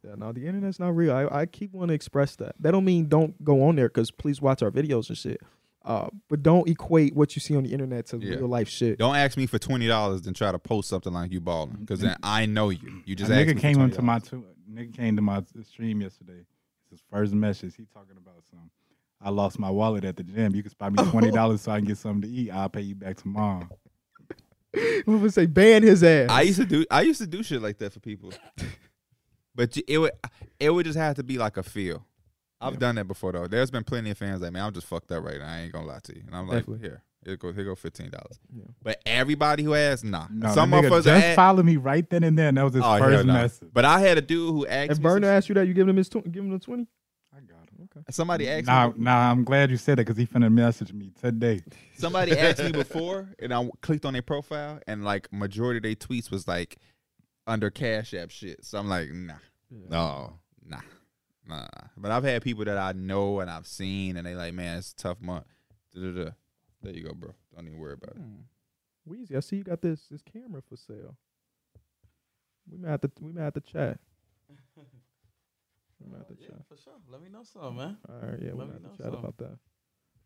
Speaker 1: Yeah, no, the internet's not real. I, I keep wanting to express that. That don't mean don't go on there because please watch our videos and shit. Uh, but don't equate what you see on the internet to
Speaker 2: Yeah.
Speaker 1: real life shit.
Speaker 2: Don't ask me for twenty dollars, then try to post something like you balling, because then I know you. You
Speaker 3: A
Speaker 2: just asked me
Speaker 3: nigga
Speaker 2: for
Speaker 3: came
Speaker 2: $20.
Speaker 3: into my two, nigga came to my stream yesterday. It's his first message. He talking about some. I lost my wallet at the gym. You can spot me twenty dollars so I can get something to eat. I'll pay you back tomorrow.
Speaker 1: We would say ban his ass.
Speaker 2: I used to do. I used to do shit like that for people, but you- it would it would just have to be like a feel. I've done that before though. There's been plenty of fans like, man, I'm just fucked up right now. I ain't gonna lie to you. And I'm like,
Speaker 1: Definitely.
Speaker 2: here, here go, here go fifteen dollars.
Speaker 1: Yeah.
Speaker 2: But everybody who asked, nah.
Speaker 3: No,
Speaker 2: Some
Speaker 3: that nigga
Speaker 2: motherfuckers
Speaker 3: just
Speaker 2: asked.
Speaker 3: followed me right then and there, and that was his
Speaker 2: Oh, hell
Speaker 3: first
Speaker 2: nah.
Speaker 3: message.
Speaker 2: But I had a dude who asked
Speaker 1: if
Speaker 2: me
Speaker 1: Burner
Speaker 2: some-
Speaker 1: asks you that, you give him his tw- give him the twenty.
Speaker 3: I got him.
Speaker 2: somebody asked
Speaker 3: Nah,
Speaker 2: me
Speaker 3: nah, I'm glad you said that because he finna message me today.
Speaker 2: somebody asked me before and I clicked on their profile and like majority of their tweets was like under Cash App shit. So I'm like, nah.
Speaker 4: No,
Speaker 2: Nah, nah. nah. But I've had people that I know and I've seen, and they like, man, it's a tough month. Da-da-da. There you go, bro. Don't even worry about it.
Speaker 1: Hmm. Weezy, I see you got this this camera for sale. We may have to we may have to chat. We may have to
Speaker 5: Yeah,
Speaker 1: chat.
Speaker 5: for sure. Let me know something, man.
Speaker 1: All right, yeah, we
Speaker 5: Let
Speaker 1: may
Speaker 5: me
Speaker 1: have to
Speaker 5: know
Speaker 1: chat
Speaker 5: something.
Speaker 1: about that.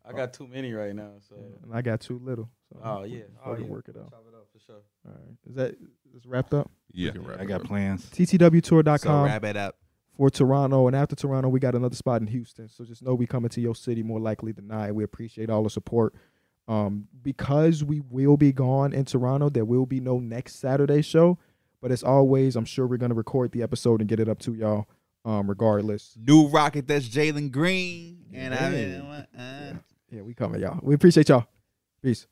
Speaker 5: I got too many right now, so.
Speaker 1: And I got too little. So
Speaker 5: Oh
Speaker 1: we
Speaker 5: yeah.
Speaker 1: can
Speaker 5: Oh,
Speaker 1: fucking
Speaker 5: yeah.
Speaker 1: work it out.
Speaker 5: Chop it up for sure.
Speaker 1: All right, is that is wrapped up?
Speaker 4: yeah,
Speaker 2: can wrap
Speaker 3: I
Speaker 2: it
Speaker 3: got
Speaker 2: up.
Speaker 3: plans.
Speaker 1: TTWtour.com.
Speaker 2: So wrap it up.
Speaker 1: for Toronto. And after Toronto, we got another spot in Houston. So just know we coming to your city more likely than not. We appreciate all the support. Um, because we will be gone in Toronto, there will be no next Saturday show. But as always, I'm sure we're gonna record the episode and get it up to y'all. Um, regardless.
Speaker 2: New Rocket, that's Jalen Green. And I uh,
Speaker 1: Yeah, we coming, y'all. We appreciate y'all. Peace.